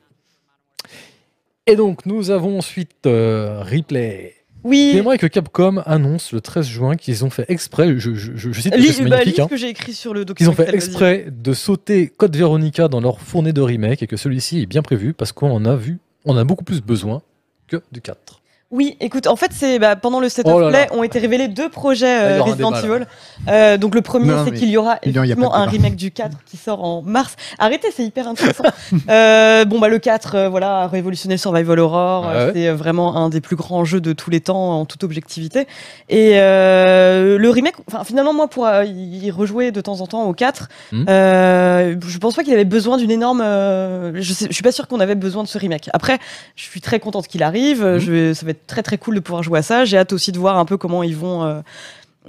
[SPEAKER 1] Et donc, nous avons ensuite euh, Replay.
[SPEAKER 2] Oui.
[SPEAKER 1] J'aimerais que Capcom annonce le 13 juin qu'ils ont fait exprès, je, je- je- je cite parce que
[SPEAKER 2] Lis,
[SPEAKER 1] c'est
[SPEAKER 2] bah, lis
[SPEAKER 1] magnifique,
[SPEAKER 2] ce
[SPEAKER 1] hein,
[SPEAKER 2] que j'ai écrit sur le
[SPEAKER 1] qu'ils
[SPEAKER 2] document.
[SPEAKER 1] ont fait
[SPEAKER 2] Excel, vas-y.
[SPEAKER 1] exprès de sauter Code Veronica dans leur fournée de remake et que celui-ci est bien prévu parce qu'on en a vu, on en a beaucoup plus besoin que du 4.
[SPEAKER 2] Oui, écoute, en fait, c'est bah, pendant le set
[SPEAKER 1] Oh
[SPEAKER 2] of
[SPEAKER 1] là
[SPEAKER 2] play
[SPEAKER 1] là.
[SPEAKER 2] ont été révélés deux projets euh,
[SPEAKER 1] Là, il y aura un
[SPEAKER 2] Resident
[SPEAKER 1] débat,
[SPEAKER 2] Evil.
[SPEAKER 1] là.
[SPEAKER 2] Euh, donc le premier,
[SPEAKER 3] Non,
[SPEAKER 2] c'est
[SPEAKER 3] mais
[SPEAKER 2] qu'il y aura
[SPEAKER 3] il y a pas de
[SPEAKER 2] effectivement un
[SPEAKER 3] débat.
[SPEAKER 2] remake du 4 qui sort en mars. Arrêtez, c'est hyper intéressant. Euh, bon bah le 4, euh, voilà, a révolutionné le survival horror.
[SPEAKER 1] Ah Ouais,
[SPEAKER 2] Euh,
[SPEAKER 1] ouais.
[SPEAKER 2] C'est euh, vraiment un des plus grands jeux de tous les temps en toute objectivité. Et euh, le remake, enfin finalement moi pour euh, y rejouer de temps en temps au 4,
[SPEAKER 1] Mhm.
[SPEAKER 2] euh, je pense pas qu'il avait besoin d'une énorme. euh, je, sais- je suis pas sûr qu'on avait besoin de ce remake. Après, je suis très contente qu'il arrive. euh,
[SPEAKER 1] Mhm.
[SPEAKER 2] Je vais, ça va être très très cool de pouvoir jouer à ça. J'ai hâte aussi de voir un peu comment ils vont. euh,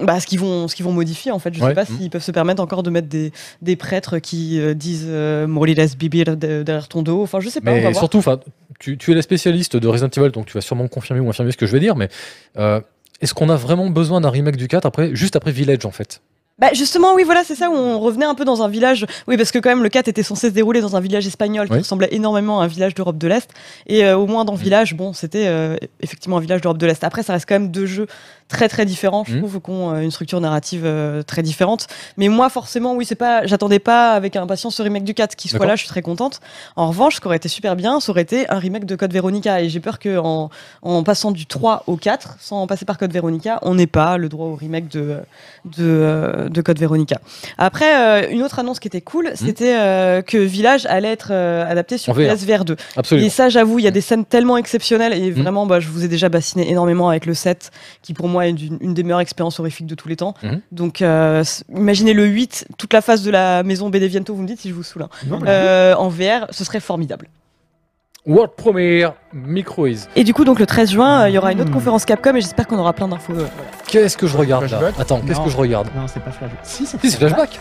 [SPEAKER 2] bah, ce qu'ils vont, ce qu'ils vont modifier en fait. Je
[SPEAKER 1] Ouais.
[SPEAKER 2] sais pas
[SPEAKER 1] Mhm.
[SPEAKER 2] s'ils peuvent se permettre encore de mettre des, des prêtres qui euh, disent euh, Morilas Bibir de- derrière ton dos. Enfin, je sais pas. on va
[SPEAKER 1] Mais
[SPEAKER 2] voir.
[SPEAKER 1] surtout, enfin, tu, tu es la spécialiste de Resident Evil, donc tu vas sûrement confirmer ou infirmer ce que je vais dire, mais euh, est-ce qu'on a vraiment besoin d'un remake du 4 après, juste après Village en fait
[SPEAKER 2] Bah justement, oui, voilà, c'est ça où on revenait un peu dans un village. Oui, parce que quand même le 4 était censé se dérouler dans un village espagnol
[SPEAKER 1] Oui.
[SPEAKER 2] qui ressemblait énormément à un village d'Europe de l'Est. Et euh, au moins
[SPEAKER 1] Mm.
[SPEAKER 2] dans le village, bon, c'était euh, effectivement un village d'Europe de l'Est. Après, ça reste quand même deux jeux très très différents. Je
[SPEAKER 1] Mhm.
[SPEAKER 2] trouve qu'on une structure narrative euh, très différente. Mais moi, forcément, oui, c'est pas, j'attendais pas avec impatience ce remake du 4 qui soit
[SPEAKER 1] D'accord.
[SPEAKER 2] là. Je suis très contente. En revanche, ce qui aurait été super bien, ça aurait été un remake de Code Veronica. Et j'ai peur que en, en passant du 3 au 4, sans passer par Code Veronica, on n'ait pas le droit au remake de euh, de, euh, de Code Veronica. Après, euh, une autre annonce qui était cool, c'était euh, que Village allait être euh, adapté sur
[SPEAKER 1] Mm. En VR.
[SPEAKER 2] PSVR 2. Et
[SPEAKER 1] Absolument.
[SPEAKER 4] Mmh.
[SPEAKER 2] ça, j'avoue, il y a des scènes tellement exceptionnelles et
[SPEAKER 1] Mm.
[SPEAKER 2] vraiment, bah, je vous ai déjà bassiné énormément avec le set qui pour moi une, une des meilleures expériences horrifiques de tous les temps.
[SPEAKER 4] Mmh.
[SPEAKER 1] Mhm.
[SPEAKER 2] Donc euh, s- imaginez le 8, toute la phase de la maison Beneviento, vous me dites si je vous saoule, hein,
[SPEAKER 4] Non, mais-
[SPEAKER 2] euh, en VR, ce serait formidable.
[SPEAKER 1] World Premiere, Microise.
[SPEAKER 2] Et du coup, donc le 13 juin, euh, il y aura une
[SPEAKER 4] Mmh.
[SPEAKER 2] autre
[SPEAKER 3] Mhm.
[SPEAKER 2] conférence Capcom et j'espère qu'on aura plein d'infos. euh,
[SPEAKER 1] Qu'est-ce que je regarde là
[SPEAKER 4] Flashback
[SPEAKER 1] Attends, qu'est-ce
[SPEAKER 3] Non.
[SPEAKER 1] que je regarde
[SPEAKER 3] Non, c'est pas flashback. Si, c'est
[SPEAKER 1] Si, c'est flashback.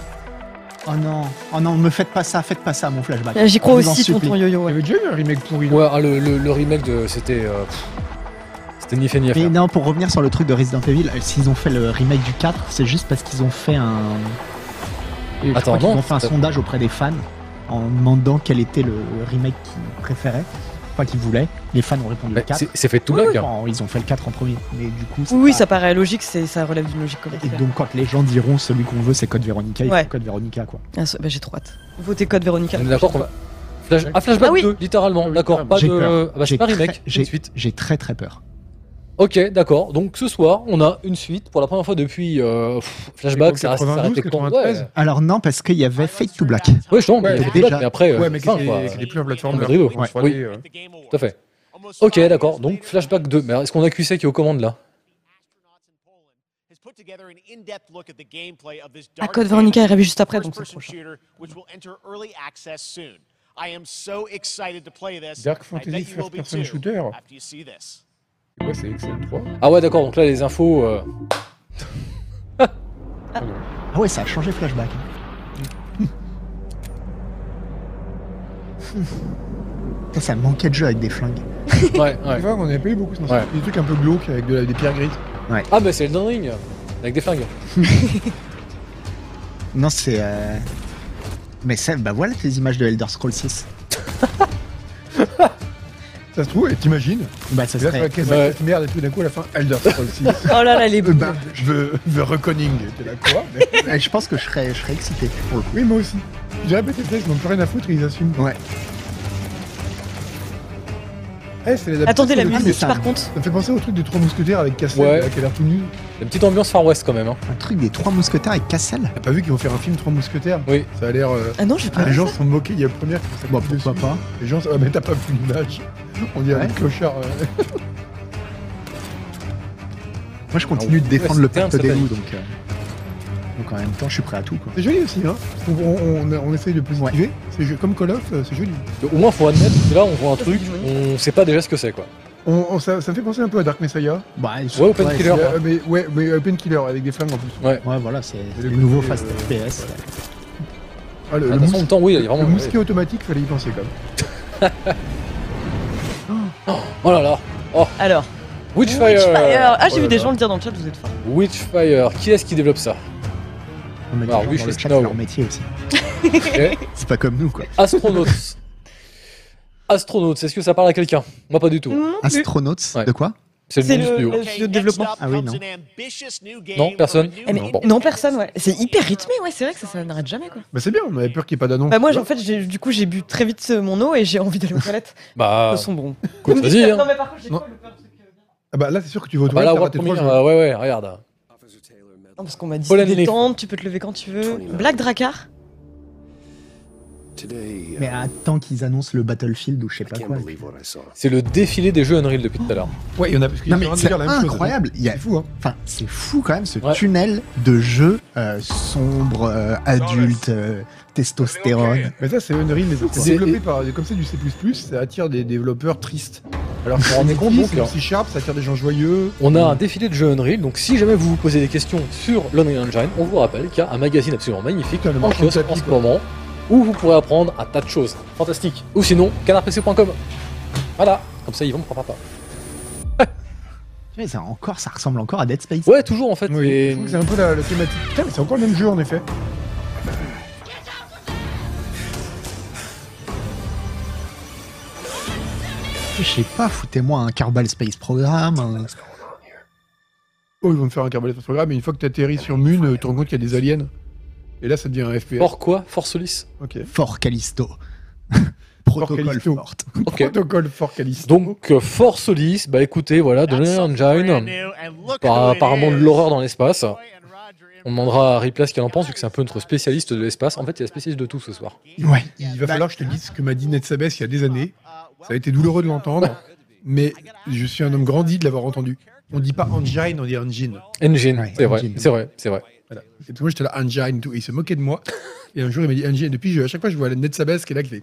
[SPEAKER 3] Oh non, oh non, me faites pas ça, faites pas ça, mon flashback.
[SPEAKER 2] Euh, J'y crois
[SPEAKER 3] Je vous en
[SPEAKER 2] aussi,
[SPEAKER 3] supplie.
[SPEAKER 2] tonton Yo-Yo.
[SPEAKER 4] Il y
[SPEAKER 2] ouais.
[SPEAKER 4] avait déjà eu un remake pourri.
[SPEAKER 1] Ouais, ah, le, le- le remake de. C'était. euh, pff, c'était ni fait ni à
[SPEAKER 3] Mais
[SPEAKER 1] faire.
[SPEAKER 3] non, pour revenir sur le truc de Resident Evil, euh, s'ils ont fait le remake du 4, c'est juste parce qu'ils ont fait un. Et je
[SPEAKER 1] Attends,
[SPEAKER 3] crois qu'ils
[SPEAKER 1] non,
[SPEAKER 3] ont fait un
[SPEAKER 1] c'est-
[SPEAKER 3] sondage auprès des fans en demandant quel était le remake qu'ils préféraient, enfin qu'ils voulaient. Les fans ont répondu le
[SPEAKER 1] Mais
[SPEAKER 3] 4.
[SPEAKER 1] c'est- C'est fait tout
[SPEAKER 3] Oui,
[SPEAKER 1] bug. hein.
[SPEAKER 3] oui, bon, ils ont fait le 4 en premier, mais du coup. c'est
[SPEAKER 2] Oui, oui,
[SPEAKER 3] pas-
[SPEAKER 2] ça paraît logique, c'est- ça relève d'une logique
[SPEAKER 3] Et
[SPEAKER 2] commerciale.
[SPEAKER 3] donc, quand les gens diront celui qu'on veut, c'est Code Veronica, ils
[SPEAKER 2] Ouais.
[SPEAKER 3] font Code Veronica, quoi.
[SPEAKER 2] Ah, ça- bah, J'ai trop hâte. Votez code Véronica.
[SPEAKER 1] On est d'accord qu'on va. Flash... Ah, Flashback
[SPEAKER 2] Ah oui.
[SPEAKER 1] 2, littéralement.
[SPEAKER 4] Ah oui,
[SPEAKER 1] D'accord,
[SPEAKER 4] carrément.
[SPEAKER 1] pas
[SPEAKER 3] J'ai
[SPEAKER 1] de.
[SPEAKER 3] peur.
[SPEAKER 1] Ah bah, c'est
[SPEAKER 3] J'ai
[SPEAKER 1] pas un
[SPEAKER 3] très-
[SPEAKER 1] remake,
[SPEAKER 3] j'ai-
[SPEAKER 1] une suite.
[SPEAKER 3] J'ai très très peur.
[SPEAKER 1] Ok, d'accord. Donc ce soir, on a une suite pour la première fois depuis euh, pff, Flashback. Ça reste ça
[SPEAKER 4] 92,
[SPEAKER 1] arrêtait quand
[SPEAKER 4] 93.
[SPEAKER 1] Ouais,
[SPEAKER 3] Alors, non, parce qu'il y avait Oh, Fake to Black.
[SPEAKER 1] ouais je t'en
[SPEAKER 4] Ouais,
[SPEAKER 1] mais
[SPEAKER 3] déjà.
[SPEAKER 1] mais après, euh,
[SPEAKER 4] Ouais, mais qui
[SPEAKER 1] fin, quoi.
[SPEAKER 4] était qui était plus un
[SPEAKER 1] Comme
[SPEAKER 4] plateforme
[SPEAKER 1] le rideau,
[SPEAKER 3] ouais.
[SPEAKER 1] Oui.
[SPEAKER 4] euh.
[SPEAKER 1] Tout à fait. Ok, d'accord. Donc Flashback 2. Mais alors, est-ce qu'on a QC qui est aux commandes là
[SPEAKER 2] Ah, Code Veronica est arrivé juste après, donc c'est
[SPEAKER 6] First-person
[SPEAKER 2] prochain.
[SPEAKER 6] shooter, which will enter early access soon. I am so excited to play this.
[SPEAKER 4] Dark
[SPEAKER 6] I
[SPEAKER 4] Fantasy
[SPEAKER 6] bet you will be
[SPEAKER 4] first-person
[SPEAKER 6] too
[SPEAKER 4] shooter.
[SPEAKER 6] after you see this.
[SPEAKER 4] Et ouais, c'est excellent 3.
[SPEAKER 1] Ah ouais, d'accord. Donc là, les infos. euh,
[SPEAKER 3] Ah ouais, ça a changé Flashback. hein. Putain, ça manquait de jeu avec des flingues.
[SPEAKER 1] Ouais,
[SPEAKER 4] Tu
[SPEAKER 1] ouais.
[SPEAKER 4] vois, on n'avait pas eu beaucoup. sinon,
[SPEAKER 1] Ouais.
[SPEAKER 4] c'était Des trucs un peu glauques avec de la- des pierres grises.
[SPEAKER 1] Ah bah c'est Elden Ring avec des flingues.
[SPEAKER 3] Non, c'est. euh, Mais ça, bah voilà tes images de Elder Scrolls 6.
[SPEAKER 4] Ça se trouve, et t'imagines
[SPEAKER 3] Bah ça
[SPEAKER 4] Et là, sur la
[SPEAKER 3] serait.
[SPEAKER 4] caisse
[SPEAKER 1] Ouais.
[SPEAKER 4] cette merde et tout d'un coup, à la fin, Elder Scrolls 6.
[SPEAKER 2] Oh là là, les
[SPEAKER 4] Euh, bah, je veux, je veux Reconning. T'es là quoi Mais-
[SPEAKER 3] Ouais, je pense que je serais, je serais excité pour le coup.
[SPEAKER 4] Oui, moi aussi. J'ai répété ça, ils n'ont plus rien à foutre, ils assument.
[SPEAKER 3] Ouais.
[SPEAKER 4] Eh, c'est l'adaptation
[SPEAKER 2] Attendez, la
[SPEAKER 4] de-
[SPEAKER 2] musique,
[SPEAKER 3] ça-
[SPEAKER 2] par contre.
[SPEAKER 4] Ça me fait penser au truc des trois mousquetaires avec Castel,
[SPEAKER 1] Ouais.
[SPEAKER 4] là, qui a l'air tout nu.
[SPEAKER 1] Une petite ambiance Far West quand même. Hein.
[SPEAKER 3] Un truc des trois mousquetaires avec Cassel
[SPEAKER 4] T'as pas vu qu'ils vont faire un film Trois Mousquetaires
[SPEAKER 1] Oui.
[SPEAKER 4] Ça a l'air. euh,
[SPEAKER 2] Ah non, j'ai pas
[SPEAKER 4] les
[SPEAKER 2] vu
[SPEAKER 4] gens
[SPEAKER 2] ça.
[SPEAKER 4] se sont moqués, il y a le premier qui s'est
[SPEAKER 3] Bah pourquoi pas
[SPEAKER 4] Les gens, ah, mais t'as pas vu l'image. On dirait
[SPEAKER 3] Ouais.
[SPEAKER 4] un clochard. euh.
[SPEAKER 3] Moi je continue de défendre
[SPEAKER 1] Ah, Ouais,
[SPEAKER 3] le
[SPEAKER 1] c'était un
[SPEAKER 3] pacte
[SPEAKER 1] de
[SPEAKER 3] des
[SPEAKER 1] cette
[SPEAKER 3] loups donc. euh, Donc en même temps je suis prêt à tout quoi.
[SPEAKER 4] C'est joli aussi, hein. Je trouve On, on, on essaye de positiver. C'est jo- comme Call of, euh, c'est joli.
[SPEAKER 1] Au moins, faut admettre que là, on voit un truc, on sait pas déjà ce que c'est quoi.
[SPEAKER 4] On, on- ça, ça me fait penser un peu à Dark Messiah.
[SPEAKER 3] Bah, ils sont-
[SPEAKER 1] Ouais, Open Killer.
[SPEAKER 4] Et, euh, mais ouais, mais euh, Painkiller avec des flingues en plus.
[SPEAKER 3] c'est- Ouais voilà, c'est
[SPEAKER 4] Et
[SPEAKER 3] c'est
[SPEAKER 4] le
[SPEAKER 3] le nouveau
[SPEAKER 4] côté,
[SPEAKER 3] Fast
[SPEAKER 4] euh,
[SPEAKER 3] FPS.
[SPEAKER 1] Ah,
[SPEAKER 4] Ah, le, le
[SPEAKER 1] de toute façon,
[SPEAKER 4] mous-
[SPEAKER 1] le temps, oui, il y a
[SPEAKER 4] le
[SPEAKER 1] vraiment.
[SPEAKER 4] mousquet automatique, fallait y penser quand même.
[SPEAKER 1] Oh là là.
[SPEAKER 2] Alors,
[SPEAKER 1] Witchfire. Euh,
[SPEAKER 2] Witchfire. Ah, j'ai
[SPEAKER 4] Oh
[SPEAKER 2] vu
[SPEAKER 4] là
[SPEAKER 2] des
[SPEAKER 4] là.
[SPEAKER 2] gens le dire dans le chat, vous êtes forts.
[SPEAKER 1] Witchfire. Qui est-ce qui développe ça
[SPEAKER 3] On a des
[SPEAKER 1] Alors,
[SPEAKER 3] gens
[SPEAKER 1] oui,
[SPEAKER 3] dans
[SPEAKER 1] je
[SPEAKER 3] le
[SPEAKER 1] sais
[SPEAKER 3] chat
[SPEAKER 1] pas,
[SPEAKER 3] c'est leur
[SPEAKER 1] ouais.
[SPEAKER 3] métier aussi.
[SPEAKER 1] Ok.
[SPEAKER 3] C'est pas comme nous quoi.
[SPEAKER 1] Astronautes. Astronautes, est-ce que ça parle à quelqu'un Moi, pas du tout.
[SPEAKER 2] Non plus.
[SPEAKER 3] Astronautes
[SPEAKER 1] Ouais.
[SPEAKER 3] de quoi
[SPEAKER 1] C'est le
[SPEAKER 2] C'est
[SPEAKER 1] nom du
[SPEAKER 2] le-
[SPEAKER 1] studio.
[SPEAKER 2] le- studio de développement.
[SPEAKER 3] Ah oui, non.
[SPEAKER 1] Non, personne
[SPEAKER 2] Eh, mais-
[SPEAKER 1] Non, bon.
[SPEAKER 2] Non, personne, ouais. C'est hyper rythmé, ouais, c'est vrai que ça, ça n'arrête jamais, quoi.
[SPEAKER 4] Bah c'est bien, on avait peur qu'il n'y ait pas d'annonce.
[SPEAKER 2] Bah, moi, j'ai- en fait, j'ai- du coup, j'ai bu très vite euh, mon eau et j'ai envie d'aller aux toilettes.
[SPEAKER 1] Bah,
[SPEAKER 2] Ils sont bons.
[SPEAKER 1] écoute, vas-y.
[SPEAKER 2] Non,
[SPEAKER 1] Hein.
[SPEAKER 2] mais par contre, j'ai
[SPEAKER 4] Non.
[SPEAKER 2] trop le peur de ce que-
[SPEAKER 4] Ah bah là c'est sûr que tu vas au
[SPEAKER 1] Bah là,
[SPEAKER 4] toilettes,
[SPEAKER 1] World
[SPEAKER 4] t'as raté trois
[SPEAKER 1] Premiere,
[SPEAKER 4] jeux.
[SPEAKER 1] euh, ouais, ouais, regarde.
[SPEAKER 2] Non, parce qu'on m'a dit
[SPEAKER 1] Paul
[SPEAKER 2] c'est
[SPEAKER 1] Annelief.
[SPEAKER 2] détente, tu peux te lever quand tu veux. Black Dracar
[SPEAKER 3] Mais attends qu'ils annoncent le Battlefield ou je sais pas quoi.
[SPEAKER 1] C'est le défilé des jeux Unreal depuis tout à l'heure.
[SPEAKER 4] Ouais, il y en a parce qu'il y en
[SPEAKER 3] Non
[SPEAKER 4] a
[SPEAKER 3] mais
[SPEAKER 4] un de
[SPEAKER 3] c'est
[SPEAKER 4] dire la même chose.
[SPEAKER 3] incroyable, il y a
[SPEAKER 4] C'est fou hein.
[SPEAKER 3] Enfin, c'est fou quand même ce
[SPEAKER 1] Ouais.
[SPEAKER 3] tunnel de jeu euh, sombre, euh, adulte, euh, testostérone.
[SPEAKER 4] Mais ça c'est Unreal, les autres.
[SPEAKER 1] C'est-
[SPEAKER 4] C'est développé par comme c'est du C++, ça attire des développeurs tristes. Alors que on est
[SPEAKER 1] compte, donc, hein.
[SPEAKER 4] c'est sharp, ça attire des gens joyeux.
[SPEAKER 1] On a un défilé de jeux Unreal, donc si jamais vous vous posez des questions sur l'Unreal Engine, on vous rappelle qu'il y a un magazine absolument magnifique
[SPEAKER 4] Putain, le
[SPEAKER 1] en
[SPEAKER 4] marchand de
[SPEAKER 1] kiosque en
[SPEAKER 4] tapis,
[SPEAKER 1] ce
[SPEAKER 4] quoi.
[SPEAKER 1] moment, où vous pourrez apprendre un tas de choses. Fantastique. Ou sinon, canardpc.com. Voilà, comme ça ils vont me prendre pas.
[SPEAKER 3] Tu sais, ça, encore, ça ressemble encore à Dead Space.
[SPEAKER 1] Ouais, toujours en fait.
[SPEAKER 4] Oui,
[SPEAKER 1] mais-
[SPEAKER 4] je trouve que c'est un peu la, la thématique. Putain, mais c'est encore le même jeu en effet.
[SPEAKER 3] Je sais pas, foutez-moi un Carbal Space Program. un-
[SPEAKER 4] Oh, ils vont me faire un carbolet sur ce programme, mais une fois que t'atterris sur Mune, euh, tu te rends compte qu'il y a des aliens. Et là, ça devient un FPS.
[SPEAKER 1] Pourquoi Force Solis
[SPEAKER 4] Ok.
[SPEAKER 3] Fort Callisto. Protocole
[SPEAKER 4] Callisto.
[SPEAKER 3] Fort.
[SPEAKER 1] Ok.
[SPEAKER 4] Protocole Fort Callisto.
[SPEAKER 1] Donc, euh, Force Solis, bah écoutez, voilà, de
[SPEAKER 6] That's
[SPEAKER 1] l'Unreal
[SPEAKER 6] something brand
[SPEAKER 1] Engine,
[SPEAKER 6] new, and look
[SPEAKER 1] par-
[SPEAKER 6] who it
[SPEAKER 1] apparemment de
[SPEAKER 6] is.
[SPEAKER 1] l'horreur dans l'espace.
[SPEAKER 6] Roy and Roger in
[SPEAKER 1] On demandera à Ripley ce qu'elle en pense, vu que c'est un peu notre spécialiste de l'espace. En fait, il est spécialiste de tout ce soir.
[SPEAKER 3] Ouais.
[SPEAKER 4] Il
[SPEAKER 2] Bah,
[SPEAKER 4] va falloir que je te dise ce que m'a dit Ned Sabes
[SPEAKER 6] uh,
[SPEAKER 4] il y a des années. Ça a été douloureux de l'entendre, mais je suis un homme grandi de l'avoir entendu. On dit pas engine, on dit engine.
[SPEAKER 1] Engine,
[SPEAKER 3] Ouais,
[SPEAKER 1] c'est vrai,
[SPEAKER 3] Engine.
[SPEAKER 1] c'est vrai, c'est vrai.
[SPEAKER 4] Voilà. Et puis moi, j'étais là, engine, tout. Et il se moquait de moi. Et un jour, il m'a dit engine. Et depuis, je- à chaque fois, je vois la net Sabès qui est là, qui fait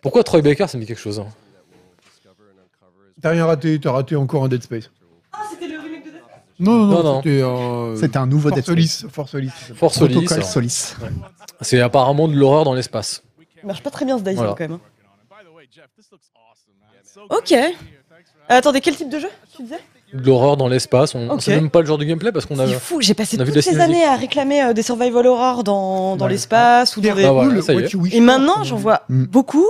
[SPEAKER 1] Pourquoi Troy Baker, ça me dit quelque chose hein
[SPEAKER 4] T'as rien raté, t'as raté encore un Dead Space.
[SPEAKER 2] Ah, c'était le remake de
[SPEAKER 4] Non, non,
[SPEAKER 1] Non,
[SPEAKER 4] non.
[SPEAKER 1] non.
[SPEAKER 4] C'était un. euh,
[SPEAKER 3] C'était un nouveau Dead
[SPEAKER 4] Force
[SPEAKER 3] Space.
[SPEAKER 4] Solis. Force Solis, c'est ça.
[SPEAKER 1] Force Solis,
[SPEAKER 3] Protocole
[SPEAKER 1] hein.
[SPEAKER 3] Solis.
[SPEAKER 1] c'est apparemment de l'horreur dans l'espace.
[SPEAKER 2] marche pas très bien ce Dyson
[SPEAKER 1] Voilà.
[SPEAKER 2] quand même. hein. Ok. Euh, attendez, quel type de jeu tu disais
[SPEAKER 1] De l'horreur dans l'espace, on
[SPEAKER 2] Ok.
[SPEAKER 1] ne sait même pas le genre de gameplay parce qu'on a...
[SPEAKER 2] C'est fou, j'ai passé
[SPEAKER 1] on a vu
[SPEAKER 2] toutes
[SPEAKER 1] de la
[SPEAKER 2] ces
[SPEAKER 1] cinématique.
[SPEAKER 2] années à réclamer euh, des survival horror dans, dans
[SPEAKER 4] Ouais.
[SPEAKER 2] l'espace ou dans des...
[SPEAKER 1] Ah ouais,
[SPEAKER 4] Cool,
[SPEAKER 1] ça y
[SPEAKER 4] what
[SPEAKER 1] est.
[SPEAKER 4] you wish
[SPEAKER 2] Et maintenant,
[SPEAKER 4] for.
[SPEAKER 2] j'en vois
[SPEAKER 3] Mm.
[SPEAKER 2] beaucoup.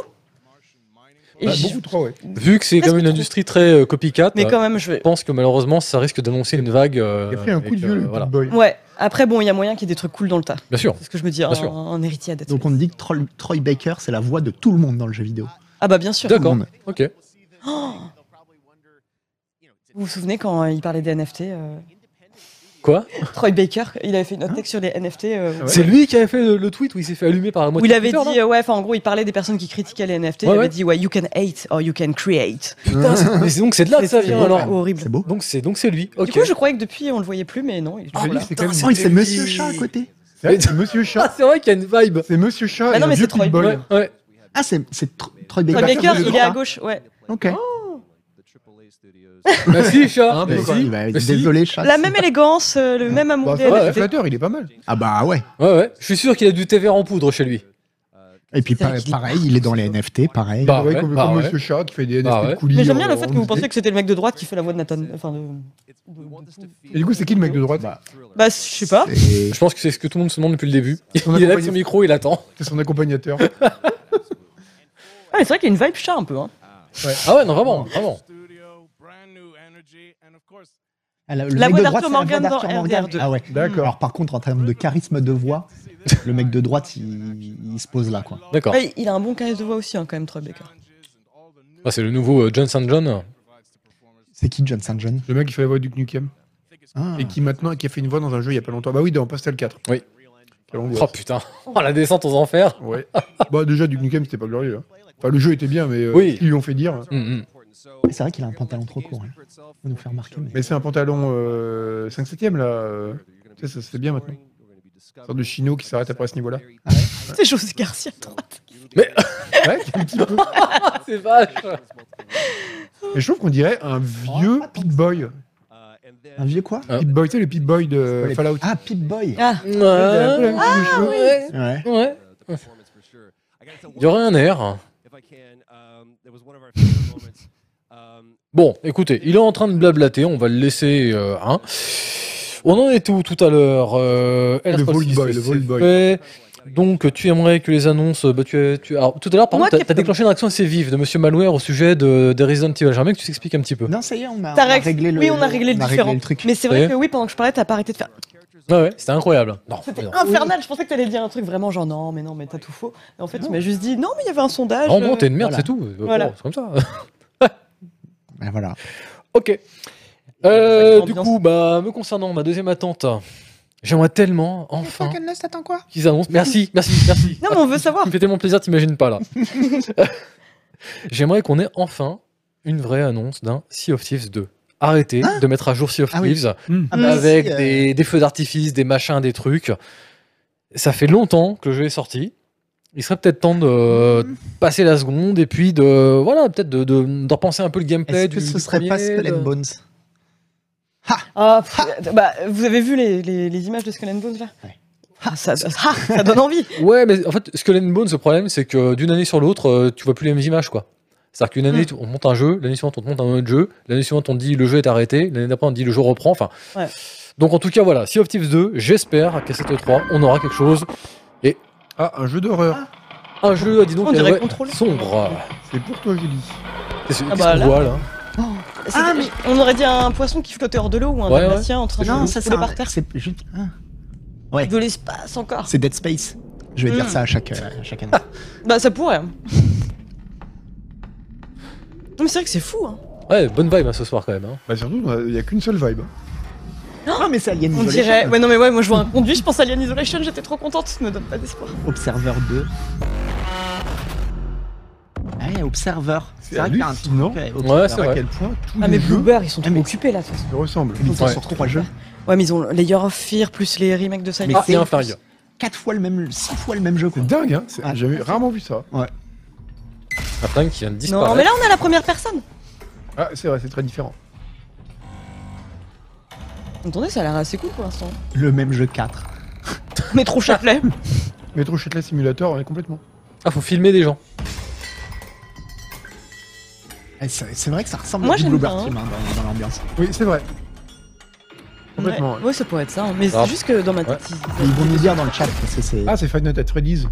[SPEAKER 2] Et
[SPEAKER 4] Bah,
[SPEAKER 2] je-
[SPEAKER 4] beaucoup trop, ouais.
[SPEAKER 1] Vu que c'est
[SPEAKER 2] Presque
[SPEAKER 1] comme une
[SPEAKER 2] trop.
[SPEAKER 1] industrie très euh, copycat,
[SPEAKER 2] Mais
[SPEAKER 1] euh,
[SPEAKER 2] quand même, je vais...
[SPEAKER 1] je pense que malheureusement ça risque d'annoncer une vague. euh,
[SPEAKER 4] Il a pris un
[SPEAKER 1] avec,
[SPEAKER 4] coup de vieux,
[SPEAKER 1] euh,
[SPEAKER 4] le
[SPEAKER 1] voilà.
[SPEAKER 4] Big boy.
[SPEAKER 2] Ouais, après, bon, il y a moyen qu'il y ait des trucs cool dans le tas.
[SPEAKER 1] Bien sûr.
[SPEAKER 2] C'est ce que je me dis, un,
[SPEAKER 1] sûr.
[SPEAKER 2] un héritier à Dead
[SPEAKER 3] Donc on
[SPEAKER 2] Space.
[SPEAKER 3] dit que Troll- Troy Baker, c'est la voix de tout le monde dans le jeu vidéo.
[SPEAKER 2] Ah bah bien sûr.
[SPEAKER 3] le
[SPEAKER 1] D'accord.
[SPEAKER 3] monde.
[SPEAKER 1] Ok.
[SPEAKER 2] Vous vous souvenez quand euh, il parlait des NFT euh,
[SPEAKER 1] Quoi
[SPEAKER 2] Troy Baker, il avait fait une autre texte sur les NFT. euh,
[SPEAKER 4] Ouais.
[SPEAKER 1] C'est lui qui avait fait le, le tweet où il s'est fait allumer par la
[SPEAKER 2] Où
[SPEAKER 1] moitié.
[SPEAKER 2] il
[SPEAKER 1] de
[SPEAKER 2] avait
[SPEAKER 1] Twitter,
[SPEAKER 2] dit, euh, ouais, enfin en gros, il parlait des personnes qui critiquaient les NFT.
[SPEAKER 1] Ouais,
[SPEAKER 2] il avait
[SPEAKER 1] ouais.
[SPEAKER 2] dit, ouais, you can hate or you can create.
[SPEAKER 1] là Putain, c'est- mais c'est- donc c'est de là que ça
[SPEAKER 2] C'est
[SPEAKER 1] vient
[SPEAKER 2] beau,
[SPEAKER 1] alors.
[SPEAKER 2] ouais. horrible.
[SPEAKER 3] C'est beau.
[SPEAKER 1] Donc c'est donc c'est lui. Ok.
[SPEAKER 2] Du
[SPEAKER 1] Ah,
[SPEAKER 2] coup, je Ah, croyais que depuis, on le voyait plus, mais non, il est
[SPEAKER 4] Je
[SPEAKER 2] toujours
[SPEAKER 4] te
[SPEAKER 2] là.
[SPEAKER 4] dis, Ah, c'est quand
[SPEAKER 1] putain,
[SPEAKER 4] même
[SPEAKER 1] c'est
[SPEAKER 3] Oh, et c'est
[SPEAKER 4] une-
[SPEAKER 3] Monsieur Chat à côté.
[SPEAKER 4] C'est c'est Monsieur
[SPEAKER 1] Ah,
[SPEAKER 4] Chat.
[SPEAKER 1] c'est vrai qu'il y a une vibe.
[SPEAKER 4] C'est Monsieur Chat.
[SPEAKER 2] Ah non, mais
[SPEAKER 4] et le
[SPEAKER 2] c'est
[SPEAKER 4] vieux
[SPEAKER 2] Troy
[SPEAKER 4] Pit Boy.
[SPEAKER 1] Ouais, ouais.
[SPEAKER 3] Ah, c'est c'est Tro- Troy Baker. Ah,
[SPEAKER 2] Troy Baker,
[SPEAKER 4] Baker,
[SPEAKER 2] il est à gauche, ouais.
[SPEAKER 3] Ok.
[SPEAKER 1] Merci Bah, chat.
[SPEAKER 2] Ah
[SPEAKER 4] Un peu,
[SPEAKER 3] Mais
[SPEAKER 4] quoi.
[SPEAKER 3] si, bah,
[SPEAKER 1] Mais si.
[SPEAKER 3] désolé, Chat.
[SPEAKER 2] La même élégance, euh, le même amour
[SPEAKER 4] Bah,
[SPEAKER 2] des
[SPEAKER 4] ça va,
[SPEAKER 1] Ouais,
[SPEAKER 4] le
[SPEAKER 2] NFT.
[SPEAKER 4] flatteur, il est pas mal.
[SPEAKER 3] Ah bah ouais.
[SPEAKER 1] Ouais ouais. Je suis sûr qu'il a du thé vert en poudre chez lui.
[SPEAKER 3] Et puis
[SPEAKER 2] C'est vrai
[SPEAKER 3] pa-
[SPEAKER 2] qu'il est-
[SPEAKER 3] pareil, il est dans les NFT, pareil.
[SPEAKER 1] Bah
[SPEAKER 4] Ouais,
[SPEAKER 1] ouais,
[SPEAKER 4] comme,
[SPEAKER 1] bah
[SPEAKER 4] comme
[SPEAKER 1] ouais.
[SPEAKER 4] Monsieur Chat qui fait des NFT
[SPEAKER 1] Bah
[SPEAKER 4] de
[SPEAKER 1] ouais.
[SPEAKER 4] coulis.
[SPEAKER 2] Mais j'aime bien
[SPEAKER 4] en-
[SPEAKER 2] le fait que
[SPEAKER 4] en-
[SPEAKER 2] vous pensiez que c'était le mec de droite qui fait la voix de Nathan. Enfin, de-
[SPEAKER 4] Et du coup, c'est qui le mec de droite
[SPEAKER 2] Bah, je sais pas.
[SPEAKER 3] Et-
[SPEAKER 1] Je pense que c'est ce que tout le monde se demande depuis le début.
[SPEAKER 4] On a
[SPEAKER 1] Il est là avec
[SPEAKER 4] compris.
[SPEAKER 1] son micro, il attend.
[SPEAKER 4] C'est son accompagnateur.
[SPEAKER 2] Ah, mais c'est vrai qu'il y a une vibe chat un peu. Hein.
[SPEAKER 1] Ah ouais, non vraiment, vraiment.
[SPEAKER 3] Ah, le
[SPEAKER 2] La
[SPEAKER 3] mec
[SPEAKER 2] voix d'Arthur
[SPEAKER 3] de droite, c'est la
[SPEAKER 2] Morgan
[SPEAKER 3] voix
[SPEAKER 2] dans
[SPEAKER 3] d'Arthur Morgan.
[SPEAKER 2] RDR2.
[SPEAKER 3] Ah ouais.
[SPEAKER 4] D'accord.
[SPEAKER 3] Alors par contre, en termes de charisme de voix, le mec de droite, il, il se pose là, quoi.
[SPEAKER 1] D'accord.
[SPEAKER 2] Ouais, il a un bon carré de voix aussi, hein, quand même, Troy Baker.
[SPEAKER 1] Ah, c'est le nouveau euh, Johnson John.
[SPEAKER 3] C'est qui John St. John
[SPEAKER 4] Le mec qui fait la voix du Knukem.
[SPEAKER 3] Ah.
[SPEAKER 4] Et qui maintenant, qui a fait une voix dans un jeu il y a pas longtemps. Bah oui, dans Pastel 4.
[SPEAKER 1] Oui.
[SPEAKER 4] Quelle angoisse.
[SPEAKER 1] Oh putain. Oh la descente aux enfers.
[SPEAKER 4] Ouais. bah déjà, du Knukem, c'était pas glorieux. hein. Enfin, le jeu était bien, mais euh,
[SPEAKER 1] Oui.
[SPEAKER 4] ce qu'ils lui ont fait dire. hein.
[SPEAKER 1] Hum, hum.
[SPEAKER 3] Ouais, C'est vrai qu'il a un pantalon trop court. hein. On va nous faire marquer. mais-
[SPEAKER 4] Mais c'est un pantalon 5 7 là. euh, Tu sais, ça se fait bien maintenant. Une sorte de chino qui s'arrête après à ce niveau-là.
[SPEAKER 3] Ah
[SPEAKER 2] C'est José Garcia à droite.
[SPEAKER 4] Ouais, un petit peu.
[SPEAKER 1] Ah c'est vache.
[SPEAKER 4] Et je trouve qu'on dirait un vieux
[SPEAKER 3] Ah,
[SPEAKER 4] Pit Boy.
[SPEAKER 7] Uh,
[SPEAKER 3] Un vieux quoi
[SPEAKER 1] Ah.
[SPEAKER 4] Pit Boy, tu sais, le Pit Boy de
[SPEAKER 1] euh,
[SPEAKER 3] Les-
[SPEAKER 4] Fallout.
[SPEAKER 3] Ah, Pip Boy.
[SPEAKER 2] Ah,
[SPEAKER 1] Ouais. Ouais.
[SPEAKER 3] Ouais.
[SPEAKER 1] Ouais. Il y aurait un air.
[SPEAKER 7] um,
[SPEAKER 1] Bon, écoutez, il est en train de blablater, on va le laisser. euh, hein. On en était où tout à l'heure euh,
[SPEAKER 4] Eh, Le
[SPEAKER 1] Airspot
[SPEAKER 4] Vault
[SPEAKER 1] Six,
[SPEAKER 4] Boy, le
[SPEAKER 1] c'est
[SPEAKER 4] Vault Boy.
[SPEAKER 1] fait. Donc, tu aimerais que les annonces. Bah, tu, as- tu- alors, tout à l'heure, par
[SPEAKER 2] Moi
[SPEAKER 1] contre,
[SPEAKER 2] qui
[SPEAKER 1] t'as- t'as
[SPEAKER 2] ai-
[SPEAKER 1] déclenché une réaction assez vive de Monsieur Malware au sujet de, des Resident Evil. J'aimerais que tu t'expliques un petit peu.
[SPEAKER 3] Non, ça y est, on a, on
[SPEAKER 2] t'as
[SPEAKER 3] a
[SPEAKER 2] reg-
[SPEAKER 3] réglé le.
[SPEAKER 2] Oui, on a réglé le différent.
[SPEAKER 3] truc.
[SPEAKER 2] Mais c'est vrai
[SPEAKER 1] Ouais.
[SPEAKER 2] que oui, pendant que je parlais, t'as pas arrêté de faire.
[SPEAKER 1] Ouais, ouais, c'était incroyable. Non, non.
[SPEAKER 2] Infernal, je pensais que t'allais dire un truc vraiment genre non, mais non, mais t'as tout faux. Et en fait, tu m'as juste dit non, mais il y avait un sondage.
[SPEAKER 1] Vraiment,
[SPEAKER 2] euh,
[SPEAKER 1] t'es une merde,
[SPEAKER 3] voilà.
[SPEAKER 1] c'est tout. Euh,
[SPEAKER 2] Voilà.
[SPEAKER 1] bon, c'est comme ça.
[SPEAKER 3] Ah, voilà.
[SPEAKER 1] Ok. Euh,
[SPEAKER 2] Ambiance.
[SPEAKER 1] du coup, bah, me concernant, ma deuxième attente, j'aimerais tellement, enfin,
[SPEAKER 3] t'attends quoi
[SPEAKER 1] qu'ils annoncent. Merci, merci, merci.
[SPEAKER 2] Non, mais on veut savoir.
[SPEAKER 1] Ça me fait tellement plaisir, t'imagines pas là. J'aimerais qu'on ait enfin une vraie annonce d'un Sea of Thieves 2. Arrêtez de mettre à jour Sea of
[SPEAKER 3] Ah oui.
[SPEAKER 1] Thieves
[SPEAKER 3] Ah, mais
[SPEAKER 1] bah avec
[SPEAKER 3] si, euh,
[SPEAKER 1] des, des feux d'artifice, des machins, des trucs. Ça fait longtemps que le jeu est sorti. Il serait peut-être temps de euh,
[SPEAKER 3] Mhm.
[SPEAKER 1] passer la seconde et puis de voilà peut-être de, de, de repenser un peu le gameplay
[SPEAKER 3] Est-ce
[SPEAKER 1] du
[SPEAKER 3] que ce
[SPEAKER 1] du
[SPEAKER 3] serait pas
[SPEAKER 1] premier, euh,
[SPEAKER 3] Skull
[SPEAKER 1] de-
[SPEAKER 3] and Bones
[SPEAKER 2] Ah, pff, bah, vous avez vu les, les, les images de Skull and Bones là
[SPEAKER 3] Ouais.
[SPEAKER 2] ah, ça, ça- ah, ça donne envie.
[SPEAKER 1] Ouais, mais en fait, Skull and Bones, le problème, c'est que d'une année sur l'autre, euh, tu vois plus les mêmes images, quoi. C'est-à-dire qu'une année,
[SPEAKER 2] Hmm.
[SPEAKER 1] tu- on monte un jeu, l'année suivante, on te monte un autre jeu, l'année suivante, on te dit le jeu est arrêté, l'année d'après, on te dit le jeu reprend, enfin.
[SPEAKER 2] Ouais.
[SPEAKER 1] Donc, en tout cas, voilà, Sea of Thieves 2, j'espère qu'à cette 3 on aura quelque chose.
[SPEAKER 4] Ah, un jeu d'horreur.
[SPEAKER 1] Un jeu, Ah, dis donc,
[SPEAKER 2] On
[SPEAKER 1] qui
[SPEAKER 2] dirait
[SPEAKER 1] est
[SPEAKER 2] Control.
[SPEAKER 1] sombre.
[SPEAKER 4] C'est pour toi, Julie.
[SPEAKER 1] Qu'est-ce
[SPEAKER 2] Ah
[SPEAKER 1] qu'est-ce
[SPEAKER 2] bah
[SPEAKER 1] qu'on
[SPEAKER 2] là.
[SPEAKER 1] voit, là
[SPEAKER 3] Ah,
[SPEAKER 2] C'était- On aurait dit un poisson qui flottait hors de l'eau ou un
[SPEAKER 1] Ouais, ouais.
[SPEAKER 2] dalmatien en train
[SPEAKER 3] Non,
[SPEAKER 2] de
[SPEAKER 3] ça
[SPEAKER 2] se
[SPEAKER 3] c'est
[SPEAKER 2] rouler
[SPEAKER 3] un-
[SPEAKER 2] par terre.
[SPEAKER 3] c'est juste- ah.
[SPEAKER 2] De l'espace encore.
[SPEAKER 3] C'est Dead Space. Je vais dire
[SPEAKER 2] Mm.
[SPEAKER 3] ça à chaque, euh, à chaque année.
[SPEAKER 2] Bah ça pourrait. Non mais c'est vrai que c'est fou. Hein.
[SPEAKER 1] Ouais, bonne vibe hein, ce soir, quand même. hein.
[SPEAKER 4] Bah surtout, on a- il n'y a qu'une seule vibe.
[SPEAKER 3] Ah, mais c'est Alien
[SPEAKER 2] On
[SPEAKER 3] Isolation.
[SPEAKER 2] dirait. Ouais non mais ouais moi je vois un conduit, je pense à Alien Isolation, j'étais trop contente, ne donne pas d'espoir.
[SPEAKER 3] Observer 2. Ah, ouais, Observer.
[SPEAKER 4] C'est
[SPEAKER 3] C'est vrai qu'il y a un truc.
[SPEAKER 4] hallucinant.
[SPEAKER 3] ouais,
[SPEAKER 1] Ouais,
[SPEAKER 4] Alors
[SPEAKER 1] c'est
[SPEAKER 4] à
[SPEAKER 1] vrai.
[SPEAKER 4] quel point tous
[SPEAKER 2] Ah,
[SPEAKER 4] les
[SPEAKER 2] mais
[SPEAKER 4] jeux
[SPEAKER 2] Bluebird, ils sont
[SPEAKER 3] Ah,
[SPEAKER 2] trop
[SPEAKER 3] mais-
[SPEAKER 2] occupés là. de toute façon.
[SPEAKER 4] se ressemblent.
[SPEAKER 3] Ils sont
[SPEAKER 1] Ouais.
[SPEAKER 3] sur trois jeux.
[SPEAKER 2] Ouais, mais ils ont Layer of Fear plus les remakes de Silent
[SPEAKER 3] Mais
[SPEAKER 1] Ah,
[SPEAKER 3] c'est-
[SPEAKER 1] et un Flareon.
[SPEAKER 3] Quatre fois le même, six fois le même jeu. quoi.
[SPEAKER 4] C'est dingue, hein c'est-
[SPEAKER 3] Ah.
[SPEAKER 4] J'avais rarement vu ça.
[SPEAKER 1] Un flingue qui vient de
[SPEAKER 2] Hill. Non,
[SPEAKER 1] disparaître.
[SPEAKER 2] mais là, on a la première personne.
[SPEAKER 4] Ah, c'est vrai, c'est très différent.
[SPEAKER 2] Attendez, ça a l'air assez cool pour l'instant.
[SPEAKER 3] Le même jeu 4.
[SPEAKER 2] Mais trop chapelet.
[SPEAKER 4] Metro Châtelet Simulator, ouais, complètement.
[SPEAKER 1] Ah, faut filmer des gens.
[SPEAKER 3] Eh, C'est c'est vrai que ça ressemble
[SPEAKER 2] Moi,
[SPEAKER 3] à du
[SPEAKER 2] j'aime
[SPEAKER 3] Bluebird
[SPEAKER 2] bien, hein.
[SPEAKER 3] Team hein, dans, dans l'ambiance.
[SPEAKER 4] Oui, c'est vrai.
[SPEAKER 2] ouais.
[SPEAKER 4] Complètement. ouais.
[SPEAKER 2] ouais, ça pourrait être ça. hein. Mais
[SPEAKER 1] Ah.
[SPEAKER 2] c'est juste que dans ma
[SPEAKER 1] Ouais.
[SPEAKER 2] tête. ils-
[SPEAKER 3] Mais Ils vont nous dire dans le chat parce que c'est
[SPEAKER 4] Ah, c'est Final Fantasy Freddy's.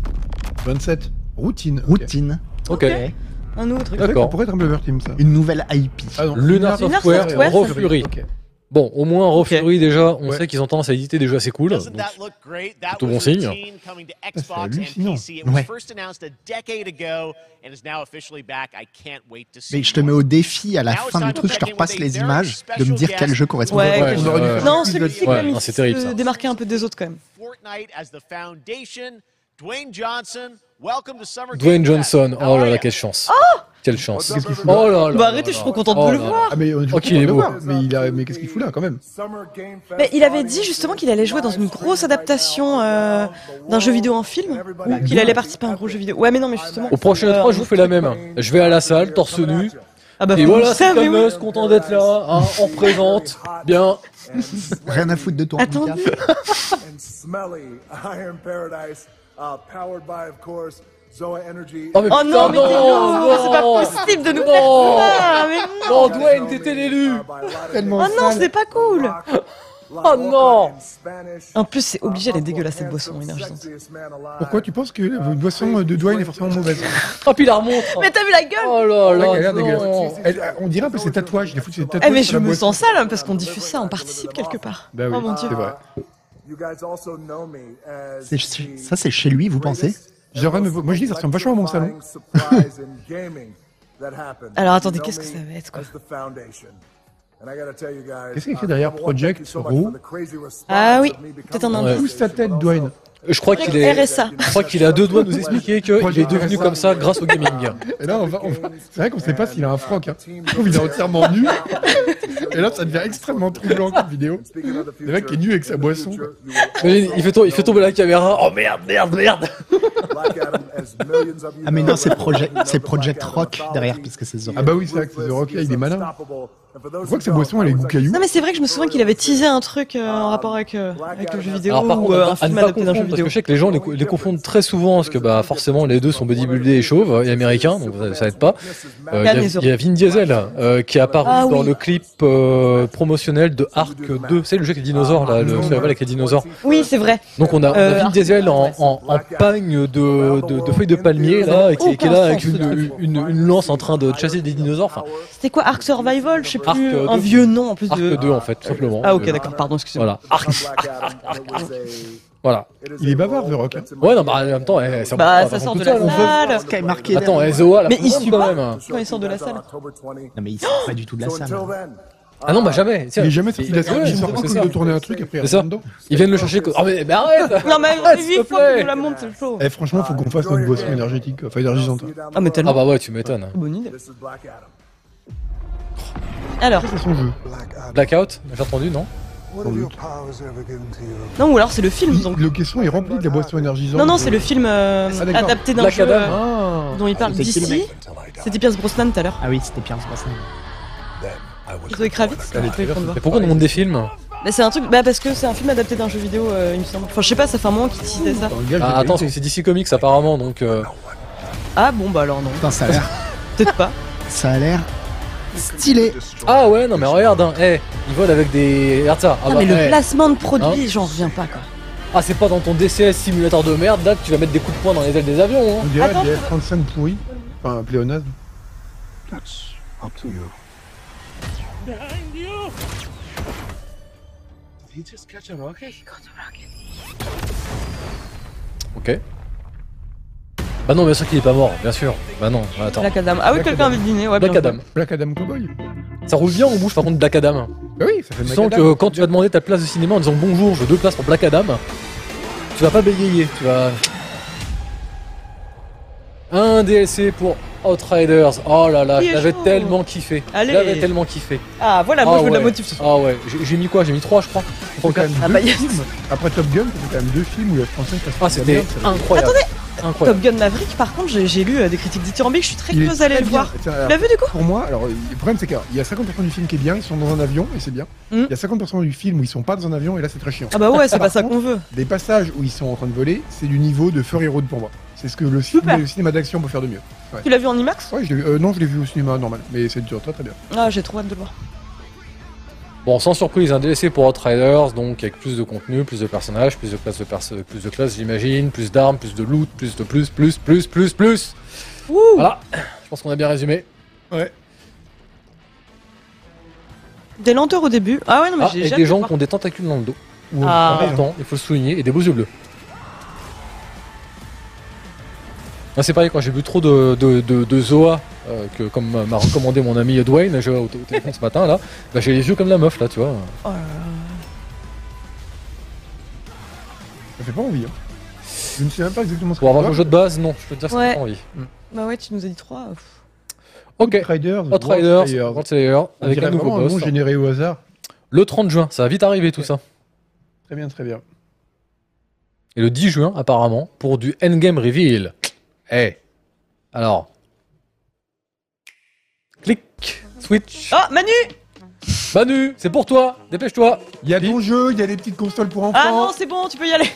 [SPEAKER 4] 27. Routine. ok.
[SPEAKER 3] routine.
[SPEAKER 1] Ok.
[SPEAKER 2] Un nouveau truc.
[SPEAKER 4] C'est vrai que
[SPEAKER 1] D'accord.
[SPEAKER 4] Ça pourrait être un Blubber Team, ça.
[SPEAKER 3] Une nouvelle IP.
[SPEAKER 4] Ah non.
[SPEAKER 1] Lunar
[SPEAKER 2] Lunar
[SPEAKER 1] Software,
[SPEAKER 2] Software, ça
[SPEAKER 1] Refury.
[SPEAKER 4] Ok.
[SPEAKER 1] Bon, au moins Refury déjà, on
[SPEAKER 4] Ouais.
[SPEAKER 1] sait qu'ils ont tendance à éditer des jeux assez cool.
[SPEAKER 6] Doesn't
[SPEAKER 1] donc-
[SPEAKER 6] that look great? That
[SPEAKER 1] plutôt
[SPEAKER 6] was
[SPEAKER 1] bon signe.
[SPEAKER 6] routine coming to Xbox and
[SPEAKER 4] hallucinant.
[SPEAKER 6] PC. It was
[SPEAKER 3] Ouais.
[SPEAKER 6] first announced a decade ago and is now officially back. I can't wait to see.
[SPEAKER 3] Mais je te
[SPEAKER 6] more.
[SPEAKER 3] mets au défi à la fin du truc, je te repasse les images de me dire quel jeu correspond
[SPEAKER 2] Ouais,
[SPEAKER 3] au
[SPEAKER 2] quel
[SPEAKER 4] jeu.
[SPEAKER 3] jeu.
[SPEAKER 4] aurait dû
[SPEAKER 1] euh,
[SPEAKER 4] faire-
[SPEAKER 2] Non, celui-ci, quand
[SPEAKER 1] Ouais,
[SPEAKER 2] même,
[SPEAKER 1] non,
[SPEAKER 2] il
[SPEAKER 1] c'est terrible,
[SPEAKER 2] se
[SPEAKER 1] ça.
[SPEAKER 2] démarquait un peu des autres quand même.
[SPEAKER 6] Fortnite as the foundation. Dwayne Johnson, welcome to Summer
[SPEAKER 1] Dwayne
[SPEAKER 6] Game Fest.
[SPEAKER 1] Johnson,
[SPEAKER 6] How
[SPEAKER 1] oh là
[SPEAKER 6] are
[SPEAKER 1] là,
[SPEAKER 6] ya?
[SPEAKER 1] quelle chance. Quelle chance.
[SPEAKER 4] Qu'est-ce qu'il fout là
[SPEAKER 1] Oh là là.
[SPEAKER 2] Bah arrêtez, je suis trop contente de le voir.
[SPEAKER 4] Ah, mais on est
[SPEAKER 1] Oh,
[SPEAKER 4] toujours
[SPEAKER 1] qu'il est
[SPEAKER 4] content de le
[SPEAKER 1] beau.
[SPEAKER 4] voir, Mais, il a... mais qu'est-ce qu'il fout là, quand même
[SPEAKER 2] Mais il avait dit justement qu'il allait jouer dans une grosse adaptation euh, d'un jeu vidéo en film. Qu'il allait participer à un gros jeu vidéo. Ouais, mais non, mais justement.
[SPEAKER 1] Au prochain
[SPEAKER 2] euh,
[SPEAKER 1] 3, je vous fais la même. Je vais à la salle, torse nu.
[SPEAKER 2] Ah bah,
[SPEAKER 1] Et
[SPEAKER 2] vous
[SPEAKER 1] voilà,
[SPEAKER 2] savez,
[SPEAKER 1] c'est la
[SPEAKER 2] oui.
[SPEAKER 1] meuf, content d'être là, hein, on présente. Bien.
[SPEAKER 3] Rien à foutre de toi.
[SPEAKER 2] Attendez.
[SPEAKER 3] Mika.
[SPEAKER 1] Oh, mais
[SPEAKER 2] Oh
[SPEAKER 1] putain,
[SPEAKER 2] non, mais t'es lourd, c'est pas
[SPEAKER 1] non.
[SPEAKER 2] possible de nous
[SPEAKER 1] Non.
[SPEAKER 2] faire ça, mais non.
[SPEAKER 1] Non, Dwayne, t'étais l'élu.
[SPEAKER 3] Tellement
[SPEAKER 2] Oh non,
[SPEAKER 3] sale.
[SPEAKER 2] c'est pas cool.
[SPEAKER 8] Oh non
[SPEAKER 2] En plus, c'est obligé, elle est dégueulasse cette boisson énergisante.
[SPEAKER 4] Pourquoi tu penses que la boisson Euh, de Dwayne est forcément mauvaise
[SPEAKER 1] Hop, il la remontre.
[SPEAKER 2] Mais t'as vu la gueule
[SPEAKER 1] Oh là
[SPEAKER 4] Ouais,
[SPEAKER 1] là.
[SPEAKER 4] elle a l'air
[SPEAKER 1] non.
[SPEAKER 4] dégueulasse. Elle- euh, On dirait un peu ses tatouages. Il a foutu ses tatouages.
[SPEAKER 2] Eh mais
[SPEAKER 4] sur
[SPEAKER 2] je
[SPEAKER 4] la
[SPEAKER 2] me
[SPEAKER 4] boisson.
[SPEAKER 2] sens sale hein, parce qu'on diffuse ça, on participe quelque part.
[SPEAKER 4] Bah oui,
[SPEAKER 2] Oh mon dieu.
[SPEAKER 4] c'est vrai.
[SPEAKER 3] C'est chez- ça, c'est chez lui, vous pensez
[SPEAKER 4] J'aurais me- moi, je dis, ça ressemble vachement à mon salon.
[SPEAKER 2] Alors, attendez, qu'est-ce que ça va être, quoi
[SPEAKER 8] Qu'est-ce qu'il y a écrit derrière Project Roux
[SPEAKER 2] Ah oui, peut-être un indice.
[SPEAKER 4] Pousse sa tête, Dwayne.
[SPEAKER 1] Je crois qu'il est.
[SPEAKER 2] RSA.
[SPEAKER 1] Je crois qu'il a deux doigts de nous expliquer qu'il est devenu
[SPEAKER 2] Ah,
[SPEAKER 1] comme ça grâce au gaming.
[SPEAKER 4] Et là, on va- on va- c'est vrai qu'on sait pas s'il a un froc. Hein. Ou il est entièrement nu. Et là, ça devient extrêmement troublant comme vidéo. Le mec est nu avec sa boisson.
[SPEAKER 1] Imagine, il fait, tom- il fait tomber la caméra. Oh merde, merde, merde.
[SPEAKER 3] Ah mais non, c'est Project, c'est Project Rock derrière, puisque c'est The Rock.
[SPEAKER 4] Ah bah oui, c'est vrai que c'est The Rock, là, il est malin. On voit que sa boisson, elle est goût caillou.
[SPEAKER 2] Non mais c'est vrai que je me souviens qu'il avait teasé un truc euh, en rapport avec, euh, avec le jeu vidéo
[SPEAKER 1] Alors par
[SPEAKER 2] ou
[SPEAKER 1] contre,
[SPEAKER 2] euh,
[SPEAKER 1] à-
[SPEAKER 2] un
[SPEAKER 1] à ne
[SPEAKER 2] film
[SPEAKER 1] pas
[SPEAKER 2] adapté d'un
[SPEAKER 1] confondre,
[SPEAKER 2] jeu
[SPEAKER 1] parce
[SPEAKER 2] vidéo.
[SPEAKER 1] que je sais que les gens les, co- les confondent très souvent, parce que bah forcément les deux sont bodybuildés et chauves hein, et américains, donc ça, ça aide pas. Euh, Il y a-
[SPEAKER 2] Calmez-vous.
[SPEAKER 1] il y, a Vin Diesel euh, qui est apparu
[SPEAKER 2] Ah
[SPEAKER 1] dans
[SPEAKER 2] oui.
[SPEAKER 1] le clip euh, promotionnel de Arc 2. C'est le jeu avec les dinosaures là, le survival avec les dinosaures.
[SPEAKER 2] Oui c'est vrai.
[SPEAKER 1] Donc on a, on a
[SPEAKER 2] Euh,
[SPEAKER 1] Vin
[SPEAKER 2] Arc-
[SPEAKER 1] Diesel en, en, en pagne Euh, de,
[SPEAKER 2] bah,
[SPEAKER 1] de, de feuilles de palmier là, et qui, qui est là avec une, une, une lance en train de chasser des dinosaures. Enfin,
[SPEAKER 2] C'était quoi Ark Survival Je sais
[SPEAKER 1] Arc,
[SPEAKER 2] plus.
[SPEAKER 1] euh,
[SPEAKER 2] un
[SPEAKER 1] deux.
[SPEAKER 2] vieux nom en plus
[SPEAKER 1] Arc
[SPEAKER 2] de.
[SPEAKER 1] 2 en fait, tout simplement.
[SPEAKER 2] Ah ok
[SPEAKER 1] Euh,
[SPEAKER 2] d'accord pardon excusez-moi.
[SPEAKER 1] Voilà, Arc, voilà.
[SPEAKER 4] Il est bavard, The Rock. hein.
[SPEAKER 1] Ouais, non, bah, en même temps, eh, ça,
[SPEAKER 2] Bah
[SPEAKER 1] va
[SPEAKER 2] ça
[SPEAKER 1] prendre
[SPEAKER 2] sort
[SPEAKER 1] tout
[SPEAKER 2] de la
[SPEAKER 1] seul, hein.
[SPEAKER 2] salle.
[SPEAKER 3] Sky marqué
[SPEAKER 1] Attends, eh,
[SPEAKER 3] derrière.
[SPEAKER 1] SOA, là,
[SPEAKER 2] Mais
[SPEAKER 1] faut
[SPEAKER 2] il
[SPEAKER 1] prendre
[SPEAKER 2] suit
[SPEAKER 1] quand
[SPEAKER 2] pas.
[SPEAKER 1] même. hein.
[SPEAKER 2] Quand il sort de la salle. hein.
[SPEAKER 3] Non mais il sort pas du tout de la salle. hein.
[SPEAKER 1] Ah non, bah jamais. tiens.
[SPEAKER 4] Il est jamais sorti de la salle.
[SPEAKER 1] Ouais,
[SPEAKER 4] Il sort
[SPEAKER 1] c'est
[SPEAKER 4] pas
[SPEAKER 1] ça.
[SPEAKER 4] de tourner un truc après. il
[SPEAKER 1] C'est ça.
[SPEAKER 4] rentre dedans.
[SPEAKER 1] Ils viennent le chercher. que- Oh, mais, mais arrête
[SPEAKER 2] Non mais
[SPEAKER 1] Ah,
[SPEAKER 2] allez,
[SPEAKER 1] s'il te
[SPEAKER 2] vite faut que
[SPEAKER 1] plaît.
[SPEAKER 2] nous la monte c'est chaud.
[SPEAKER 4] Eh, franchement, faut qu'on fasse notre boisson énergétique, enfin énergisante. hein.
[SPEAKER 2] Ah mais
[SPEAKER 1] Ah
[SPEAKER 2] tellement.
[SPEAKER 1] bah ouais, tu m'étonnes.
[SPEAKER 2] Bonne idée. Alors
[SPEAKER 4] C'est son jeu.
[SPEAKER 1] Blackout, j'ai entendu, non
[SPEAKER 2] non ou alors c'est le film donc.
[SPEAKER 4] Le caisson est rempli de la boisson énergisante.
[SPEAKER 2] Non non c'est le film euh,
[SPEAKER 4] Ah, d'accord.
[SPEAKER 2] adapté d'un
[SPEAKER 1] Black
[SPEAKER 2] jeu
[SPEAKER 1] Adam.
[SPEAKER 2] euh,
[SPEAKER 4] Ah.
[SPEAKER 2] dont il parle
[SPEAKER 3] c'est qui, le
[SPEAKER 2] d'ici.
[SPEAKER 3] mec
[SPEAKER 2] C'était Pierce Brosnan tout à l'heure.
[SPEAKER 3] Ah oui, c'était Pierce Brosnan.
[SPEAKER 2] Ils ont écrit vite. ça me fait le temps de voir.
[SPEAKER 1] Mais pourquoi on nous montre des films
[SPEAKER 2] Bah c'est un truc, bah parce que c'est un film adapté d'un jeu vidéo, euh, il me semble. Enfin, je sais pas, ça fait un moment qu'ils teasaient ça.
[SPEAKER 4] Attends, le gars, je
[SPEAKER 1] Ah,
[SPEAKER 4] l'ai
[SPEAKER 1] Attends, parce
[SPEAKER 4] fait.
[SPEAKER 1] que c'est DC Comics apparemment, donc. euh,
[SPEAKER 2] Ah bon, bah alors non,
[SPEAKER 3] Putain, ça a l'air,
[SPEAKER 2] peut-être pas.
[SPEAKER 3] ça a l'air stylé.
[SPEAKER 1] Ah ouais, non mais regarde, hein, eh, ils volent avec des. Regarde ça. Ah,
[SPEAKER 2] Non,
[SPEAKER 1] bah,
[SPEAKER 2] mais le
[SPEAKER 1] eh.
[SPEAKER 2] placement de produit, j'en reviens pas quoi.
[SPEAKER 1] Ah, c'est pas dans ton DCS simulateur de merde là que tu vas mettre des coups de poing dans les ailes des avions.
[SPEAKER 4] On
[SPEAKER 1] Hein.
[SPEAKER 4] dirait
[SPEAKER 2] Attends,
[SPEAKER 4] des
[SPEAKER 2] je-
[SPEAKER 4] F-35 pourris. Enfin, un pléonasme.
[SPEAKER 1] Ok. Bah non, bien sûr qu'il est pas mort, bien sûr. Bah non, attends.
[SPEAKER 2] Black Adam. Ah oui,
[SPEAKER 4] Black
[SPEAKER 2] quelqu'un
[SPEAKER 4] Adam.
[SPEAKER 2] avait dîné, ouais.
[SPEAKER 1] Black
[SPEAKER 2] bien
[SPEAKER 1] Adam.
[SPEAKER 2] joué.
[SPEAKER 4] Black Adam Cowboy.
[SPEAKER 1] Ça roule bien en bouche par contre Black Adam.
[SPEAKER 4] Bah oui, ça
[SPEAKER 1] Tu
[SPEAKER 4] fait Black
[SPEAKER 1] sens
[SPEAKER 4] Adam.
[SPEAKER 1] que quand tu vas demander ta place de cinéma en disant bonjour, je veux deux places pour Black Adam, tu vas pas bégayer, tu vas. Un DLC pour Outriders. Oh là là,
[SPEAKER 2] Il est
[SPEAKER 1] j'avais
[SPEAKER 2] chaud.
[SPEAKER 1] tellement kiffé.
[SPEAKER 2] Allez.
[SPEAKER 1] J'avais tellement kiffé.
[SPEAKER 2] Ah voilà, moi
[SPEAKER 1] Ah
[SPEAKER 2] je veux de la
[SPEAKER 1] ouais.
[SPEAKER 2] motif.
[SPEAKER 1] Ah ouais, j'ai j'ai mis quoi J'ai mis 3 je crois. Trois ou
[SPEAKER 4] quand
[SPEAKER 1] quatre.
[SPEAKER 4] même
[SPEAKER 2] Ah
[SPEAKER 4] deux
[SPEAKER 2] bah, yes.
[SPEAKER 4] films. Après Top Gun, c'était quand même deux films où la française passe
[SPEAKER 1] Ah
[SPEAKER 4] de la
[SPEAKER 1] c'était
[SPEAKER 4] merde, ça va.
[SPEAKER 1] incroyable. Incroyable.
[SPEAKER 2] Top Gun Maverick, par contre, j'ai j'ai lu euh, des critiques dithyrambiques, je suis très
[SPEAKER 4] Il est
[SPEAKER 2] curieuse d'aller
[SPEAKER 4] très
[SPEAKER 2] le
[SPEAKER 4] bien.
[SPEAKER 2] voir.
[SPEAKER 4] Tiens,
[SPEAKER 2] Tu
[SPEAKER 4] alors,
[SPEAKER 2] l'as vu du coup
[SPEAKER 4] Pour moi, alors le problème c'est qu'il y a 50% du film qui est bien, ils sont dans un avion et c'est bien. Il
[SPEAKER 2] Mm.
[SPEAKER 4] y a 50% du film où ils sont pas dans un avion et là c'est très chiant.
[SPEAKER 2] Ah bah ouais, c'est pas
[SPEAKER 4] Par
[SPEAKER 2] ça
[SPEAKER 4] contre,
[SPEAKER 2] qu'on veut.
[SPEAKER 4] Les passages où ils sont en train de voler, c'est du niveau de Fury Road pour moi. C'est ce que le, cinéma-
[SPEAKER 2] Super.
[SPEAKER 4] le cinéma d'action peut faire de mieux.
[SPEAKER 2] Tu l'as vu en IMAX
[SPEAKER 4] Ouais, je l'ai vu- euh, non, je l'ai vu au cinéma normal, mais c'est toujours très très bien.
[SPEAKER 2] Ah, j'ai trop hâte de le voir.
[SPEAKER 1] Bon, sans surprise, un DLC pour Outriders, donc avec plus de contenu, plus de personnages, plus de classes de perso- plus de classes j'imagine, plus d'armes, plus de loot, plus de plus, plus, plus, plus, plus.
[SPEAKER 2] Ouh
[SPEAKER 1] Voilà, je pense qu'on a bien résumé.
[SPEAKER 2] Des lenteurs au début. Ah ouais, non, mais
[SPEAKER 1] Ah,
[SPEAKER 2] j'ai
[SPEAKER 1] et
[SPEAKER 2] jamais
[SPEAKER 1] des gens qui ont des tentacules dans le dos.
[SPEAKER 4] Ou,
[SPEAKER 2] Ah.
[SPEAKER 4] pareil, hein.
[SPEAKER 1] Pourtant, il faut le souligner, et des beaux yeux bleus. Ah, c'est pareil, quand j'ai bu trop de, de, de- de Zoa, euh, que comme euh, m'a recommandé mon ami Dwayne, je, au, au téléphone ce matin, là, bah, j'ai les yeux comme la meuf, là, tu vois.
[SPEAKER 4] Ça fait pas envie. Hein. Je ne sais même pas exactement ce
[SPEAKER 1] Pour avoir
[SPEAKER 4] c'est.
[SPEAKER 1] le jeu de base, non, je peux te dire, ça
[SPEAKER 2] Ouais.
[SPEAKER 1] fait pas envie.
[SPEAKER 2] Bah ouais, tu nous as dit trois. pff.
[SPEAKER 1] Ok,
[SPEAKER 4] Outriders,
[SPEAKER 1] Outriders,
[SPEAKER 4] World Outriders.
[SPEAKER 1] World Slayer,
[SPEAKER 4] On
[SPEAKER 1] avec
[SPEAKER 4] dirait
[SPEAKER 1] un nouveau
[SPEAKER 4] vraiment un
[SPEAKER 1] boss.
[SPEAKER 4] nom généré au hasard.
[SPEAKER 1] Le 30 juin, ça va vite arriver tout ça.
[SPEAKER 4] Très bien, très bien.
[SPEAKER 1] Et le 10 juin, apparemment, pour du endgame reveal. Eh Alors. Clic Switch
[SPEAKER 2] Ah, Manu
[SPEAKER 1] Manu, c'est pour toi Dépêche-toi
[SPEAKER 4] Il y a ton jeu, il y a des petites consoles pour enfants.
[SPEAKER 2] Ah non, c'est bon, tu peux y aller.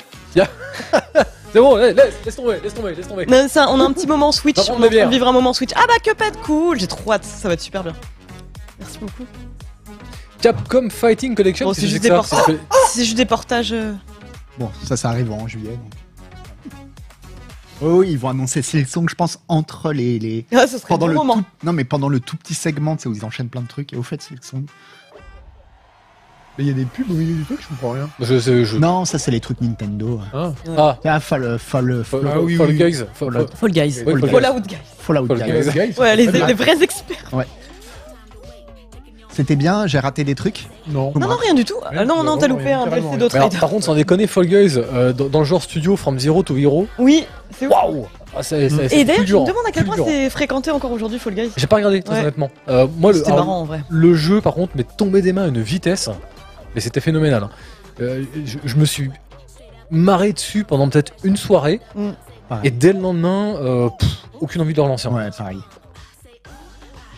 [SPEAKER 1] C'est bon, allez, laisse, laisse tomber, laisse tomber, laisse tomber
[SPEAKER 2] Non, ça, on a un petit moment Switch.
[SPEAKER 1] Va
[SPEAKER 2] On est en
[SPEAKER 1] prendre
[SPEAKER 2] train
[SPEAKER 1] des bières.
[SPEAKER 2] de vivre un moment Switch. Ah bah, Cuphead, cool. J'ai trop hâte. Ça va être super bien. Merci beaucoup.
[SPEAKER 1] Capcom Fighting Collection,
[SPEAKER 2] Bon, c'est
[SPEAKER 1] que
[SPEAKER 2] juste
[SPEAKER 1] que
[SPEAKER 2] des
[SPEAKER 1] ça C'est ce que-
[SPEAKER 2] Oh C'est juste des portages. euh,
[SPEAKER 3] Bon, ça, ça arrive en juillet. donc. Oh, oui, ils vont annoncer ces sons, je pense, entre les. les...
[SPEAKER 2] Ah, ce serait
[SPEAKER 3] Pendant
[SPEAKER 2] le
[SPEAKER 3] le
[SPEAKER 2] bon moment.
[SPEAKER 3] tout- Non, mais pendant le tout petit segment, c'est où ils enchaînent plein de trucs. Et au fait, c'est le son.
[SPEAKER 4] Mais il y a des pubs au milieu du truc, je comprends rien.
[SPEAKER 1] Je sais, je.
[SPEAKER 3] Non, ça, c'est les trucs Nintendo.
[SPEAKER 1] Hein ah,
[SPEAKER 3] Ah, Fall, Fall,
[SPEAKER 1] Fall,
[SPEAKER 3] Fall,
[SPEAKER 4] ah oui,
[SPEAKER 1] Fall
[SPEAKER 4] oui.
[SPEAKER 1] Guys. Fall,
[SPEAKER 3] Fallout.
[SPEAKER 2] Fall Guys.
[SPEAKER 1] oui, Fall
[SPEAKER 2] Fallout Guys.
[SPEAKER 3] Fallout
[SPEAKER 1] Fall
[SPEAKER 3] Guys.
[SPEAKER 1] Guys.
[SPEAKER 4] Les guys,
[SPEAKER 2] Ouais, les,
[SPEAKER 4] très bien.
[SPEAKER 2] les vrais experts.
[SPEAKER 3] C'était bien, j'ai raté des trucs.
[SPEAKER 4] Non.
[SPEAKER 2] Non, non, rien du tout. Ah,
[SPEAKER 4] Rien,
[SPEAKER 2] non, non,
[SPEAKER 4] vraiment
[SPEAKER 2] t'as loupé
[SPEAKER 4] rien,
[SPEAKER 2] un
[SPEAKER 4] littéralement
[SPEAKER 2] DLC d'autres
[SPEAKER 1] Mais alors, par contre, sans déconner, Fall Guys, euh, dans, dans le genre studio From Zero to Hero,
[SPEAKER 2] Oui, c'est ouf.
[SPEAKER 1] waouh Ah, c'est- c'est- c'est
[SPEAKER 2] Et
[SPEAKER 1] plus
[SPEAKER 2] d'ailleurs, je
[SPEAKER 1] dur,
[SPEAKER 2] me demande à quel
[SPEAKER 1] plus
[SPEAKER 2] point
[SPEAKER 1] dur.
[SPEAKER 2] c'est fréquenté encore aujourd'hui, Fall Guys.
[SPEAKER 1] J'ai pas regardé, très
[SPEAKER 2] Ouais.
[SPEAKER 1] honnêtement. Euh, moi, le,
[SPEAKER 2] C'était
[SPEAKER 1] alors,
[SPEAKER 2] marrant en vrai.
[SPEAKER 1] Le jeu, par contre, m'est tombé des mains à une vitesse, mais c'était phénoménal. hein. Euh, je, je me suis marré dessus pendant peut-être une soirée,
[SPEAKER 2] Mm.
[SPEAKER 3] Pareil.
[SPEAKER 1] et dès le lendemain, euh, pff, aucune envie de le relancer. hein. en
[SPEAKER 3] Ouais,
[SPEAKER 1] fait.
[SPEAKER 3] pareil.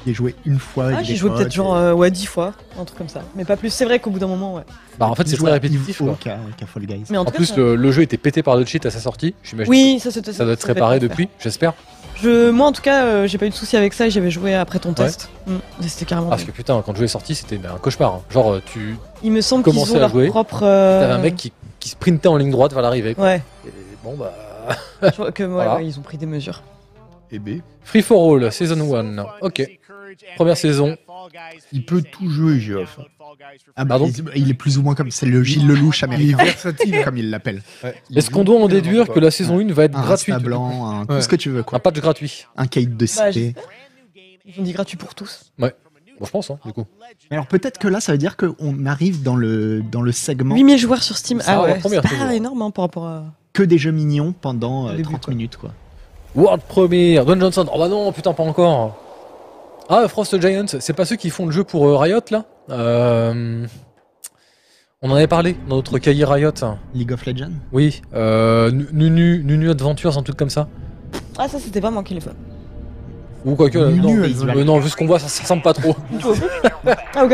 [SPEAKER 3] J'ai joué une fois.
[SPEAKER 2] Ah,
[SPEAKER 3] avec
[SPEAKER 2] j'ai
[SPEAKER 3] des
[SPEAKER 2] joué peut-être
[SPEAKER 3] potes,
[SPEAKER 2] genre
[SPEAKER 3] et-
[SPEAKER 2] euh, ouais, 10 fois, un truc comme ça. Mais pas plus. C'est vrai qu'au bout d'un moment, ouais.
[SPEAKER 1] Bah, en fait, c'est
[SPEAKER 3] Ils jouent
[SPEAKER 1] très
[SPEAKER 3] à
[SPEAKER 1] répétitif.
[SPEAKER 3] Yves
[SPEAKER 1] quoi.
[SPEAKER 3] O qu'à- qu'à Fall Guys.
[SPEAKER 2] Mais en,
[SPEAKER 1] En
[SPEAKER 2] tout cas,
[SPEAKER 1] plus,
[SPEAKER 2] ça-
[SPEAKER 1] le, le jeu était pété par le cheat à sa sortie, j'imagine.
[SPEAKER 2] Oui, ça c'était.
[SPEAKER 1] Ça doit être réparé depuis, j'espère.
[SPEAKER 2] Je, moi en tout cas, euh, j'ai pas eu de souci avec ça et j'avais joué après ton test. Mm. Et C'était carrément.
[SPEAKER 1] Parce
[SPEAKER 2] bien.
[SPEAKER 1] que putain, quand le jeu est sorti, c'était ben, un cauchemar. hein. Genre, euh, tu
[SPEAKER 2] Il me semble qu'ils
[SPEAKER 1] commencer
[SPEAKER 2] ont
[SPEAKER 1] à
[SPEAKER 2] leur
[SPEAKER 1] jouer,
[SPEAKER 2] propre. euh,
[SPEAKER 1] avais un mec qui, qui sprintait en ligne droite vers l'arrivée. quoi.
[SPEAKER 2] Ouais.
[SPEAKER 1] Et Bon, bah.
[SPEAKER 2] Je vois que ouais,
[SPEAKER 1] Voilà.
[SPEAKER 2] ouais, ils ont pris des mesures.
[SPEAKER 4] Et B.
[SPEAKER 1] Free for All, Season 1. Ok. Première saison.
[SPEAKER 4] Il peut tout jouer, Geoff.
[SPEAKER 3] Ah, bah,
[SPEAKER 1] Pardon
[SPEAKER 3] il- Il est plus ou moins comme c'est le Gilles Lelouch
[SPEAKER 4] Il est
[SPEAKER 3] américain,
[SPEAKER 4] versatile.
[SPEAKER 3] comme il l'appelle.
[SPEAKER 4] Ouais, il
[SPEAKER 1] Est-ce
[SPEAKER 4] joue
[SPEAKER 1] qu'on doit en
[SPEAKER 4] tellement
[SPEAKER 1] déduire
[SPEAKER 4] pas.
[SPEAKER 1] que la saison 1 va être
[SPEAKER 3] Un
[SPEAKER 1] gratuite
[SPEAKER 3] Rasta blanc, un
[SPEAKER 4] Ouais.
[SPEAKER 3] tout ce que tu veux,
[SPEAKER 1] Un
[SPEAKER 3] quoi.
[SPEAKER 1] patch gratuit.
[SPEAKER 3] Un caïd de
[SPEAKER 2] Bah,
[SPEAKER 3] cité.
[SPEAKER 2] Ils ont dit gratuit pour tous.
[SPEAKER 1] Bon, je pense, hein, du coup.
[SPEAKER 3] Mais alors peut-être que là, ça veut dire qu'on arrive dans le, dans le segment
[SPEAKER 2] 8000 joueurs sur Steam.
[SPEAKER 1] Ça
[SPEAKER 2] Ah
[SPEAKER 1] va,
[SPEAKER 2] ouais, c'est
[SPEAKER 1] première
[SPEAKER 2] pas
[SPEAKER 1] saison.
[SPEAKER 2] énorme hein, par rapport à.
[SPEAKER 3] que des jeux mignons pendant euh,
[SPEAKER 2] Au début,
[SPEAKER 3] 30
[SPEAKER 2] quoi.
[SPEAKER 3] minutes, quoi.
[SPEAKER 1] World Premiere, Don Johnson. Oh bah non, putain, pas encore. Ah, Frost Giants, c'est pas ceux qui font le jeu pour euh, Riot là Euh, On en avait parlé dans notre cahier Riot.
[SPEAKER 3] League of Legends
[SPEAKER 1] Oui, euh, Nu- Nunu, Nunu Adventures, un truc comme ça.
[SPEAKER 2] Ah, ça c'était pas mon téléphone.
[SPEAKER 1] Ou quoi que.
[SPEAKER 3] Nunu
[SPEAKER 1] non,
[SPEAKER 3] Adventures.
[SPEAKER 1] euh, non, vu ce qu'on voit, ça, ça ressemble pas trop.
[SPEAKER 2] Ah, ok.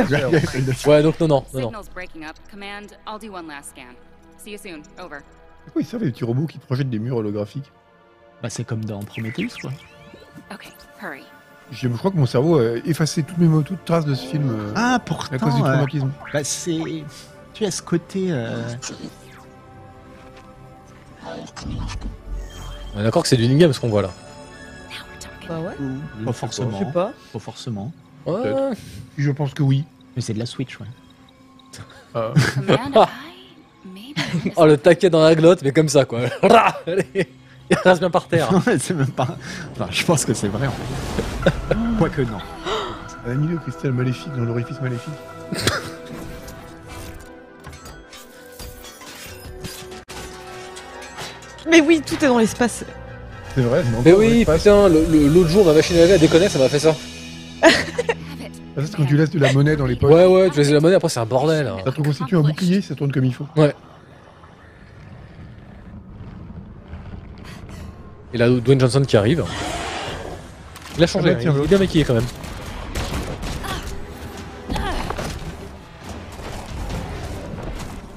[SPEAKER 1] Ouais, donc non, non, non, non.
[SPEAKER 9] Signal's breaking up. Command, I'll do one last scan. See you soon. Over.
[SPEAKER 4] Pourquoi ils servent des petits robots qui projettent des murs holographiques
[SPEAKER 3] Bah c'est comme dans Prometheus, quoi.
[SPEAKER 9] Okay, hurry.
[SPEAKER 4] je, je crois que mon cerveau a effacé toutes mes mots, toute trace de ce film euh,
[SPEAKER 3] Ah,
[SPEAKER 4] à cause du
[SPEAKER 3] pourtant, euh,
[SPEAKER 4] traumatisme.
[SPEAKER 3] bah, c'est... Tu as ce côté... euh,
[SPEAKER 1] On est d'accord que c'est du in-game ce qu'on voit là.
[SPEAKER 9] Now we're talking.
[SPEAKER 2] Bah ouais.
[SPEAKER 3] Pas
[SPEAKER 2] Je sais
[SPEAKER 3] forcément.
[SPEAKER 2] pas.
[SPEAKER 3] Pas forcément.
[SPEAKER 1] Ouais.
[SPEAKER 4] Je pense que oui.
[SPEAKER 3] Mais c'est de la Switch, ouais.
[SPEAKER 4] Ah.
[SPEAKER 1] Bah.
[SPEAKER 9] Command, I maybe
[SPEAKER 1] Oh, le taquet dans la glotte, mais comme ça quoi. Rah Allez, Il reste bien par terre.
[SPEAKER 3] c'est même pas... Enfin, je pense que c'est vrai, en fait. Ah. Quoique non.
[SPEAKER 4] Elle a mis le cristal maléfique dans l'orifice maléfique.
[SPEAKER 2] Mais oui, tout est dans l'espace.
[SPEAKER 4] C'est vrai, je m'en
[SPEAKER 1] Mais
[SPEAKER 4] fous,
[SPEAKER 1] oui,
[SPEAKER 4] je passe.
[SPEAKER 1] putain, le- le- l'autre jour, ma machine à laver a déconné, ça m'a fait ça.
[SPEAKER 9] Have it.
[SPEAKER 4] Ah, ça, c'est quand tu laisses de la monnaie dans les poches.
[SPEAKER 1] Ouais, ouais, tu laisses de la monnaie, après, c'est un bordel. hein.
[SPEAKER 4] Ça te constitue un bouclier, ça tourne comme il faut.
[SPEAKER 1] Et là, Dwayne Johnson qui arrive. Il a changé,
[SPEAKER 4] Ah bah tiens.
[SPEAKER 1] il est bien maquillé quand même.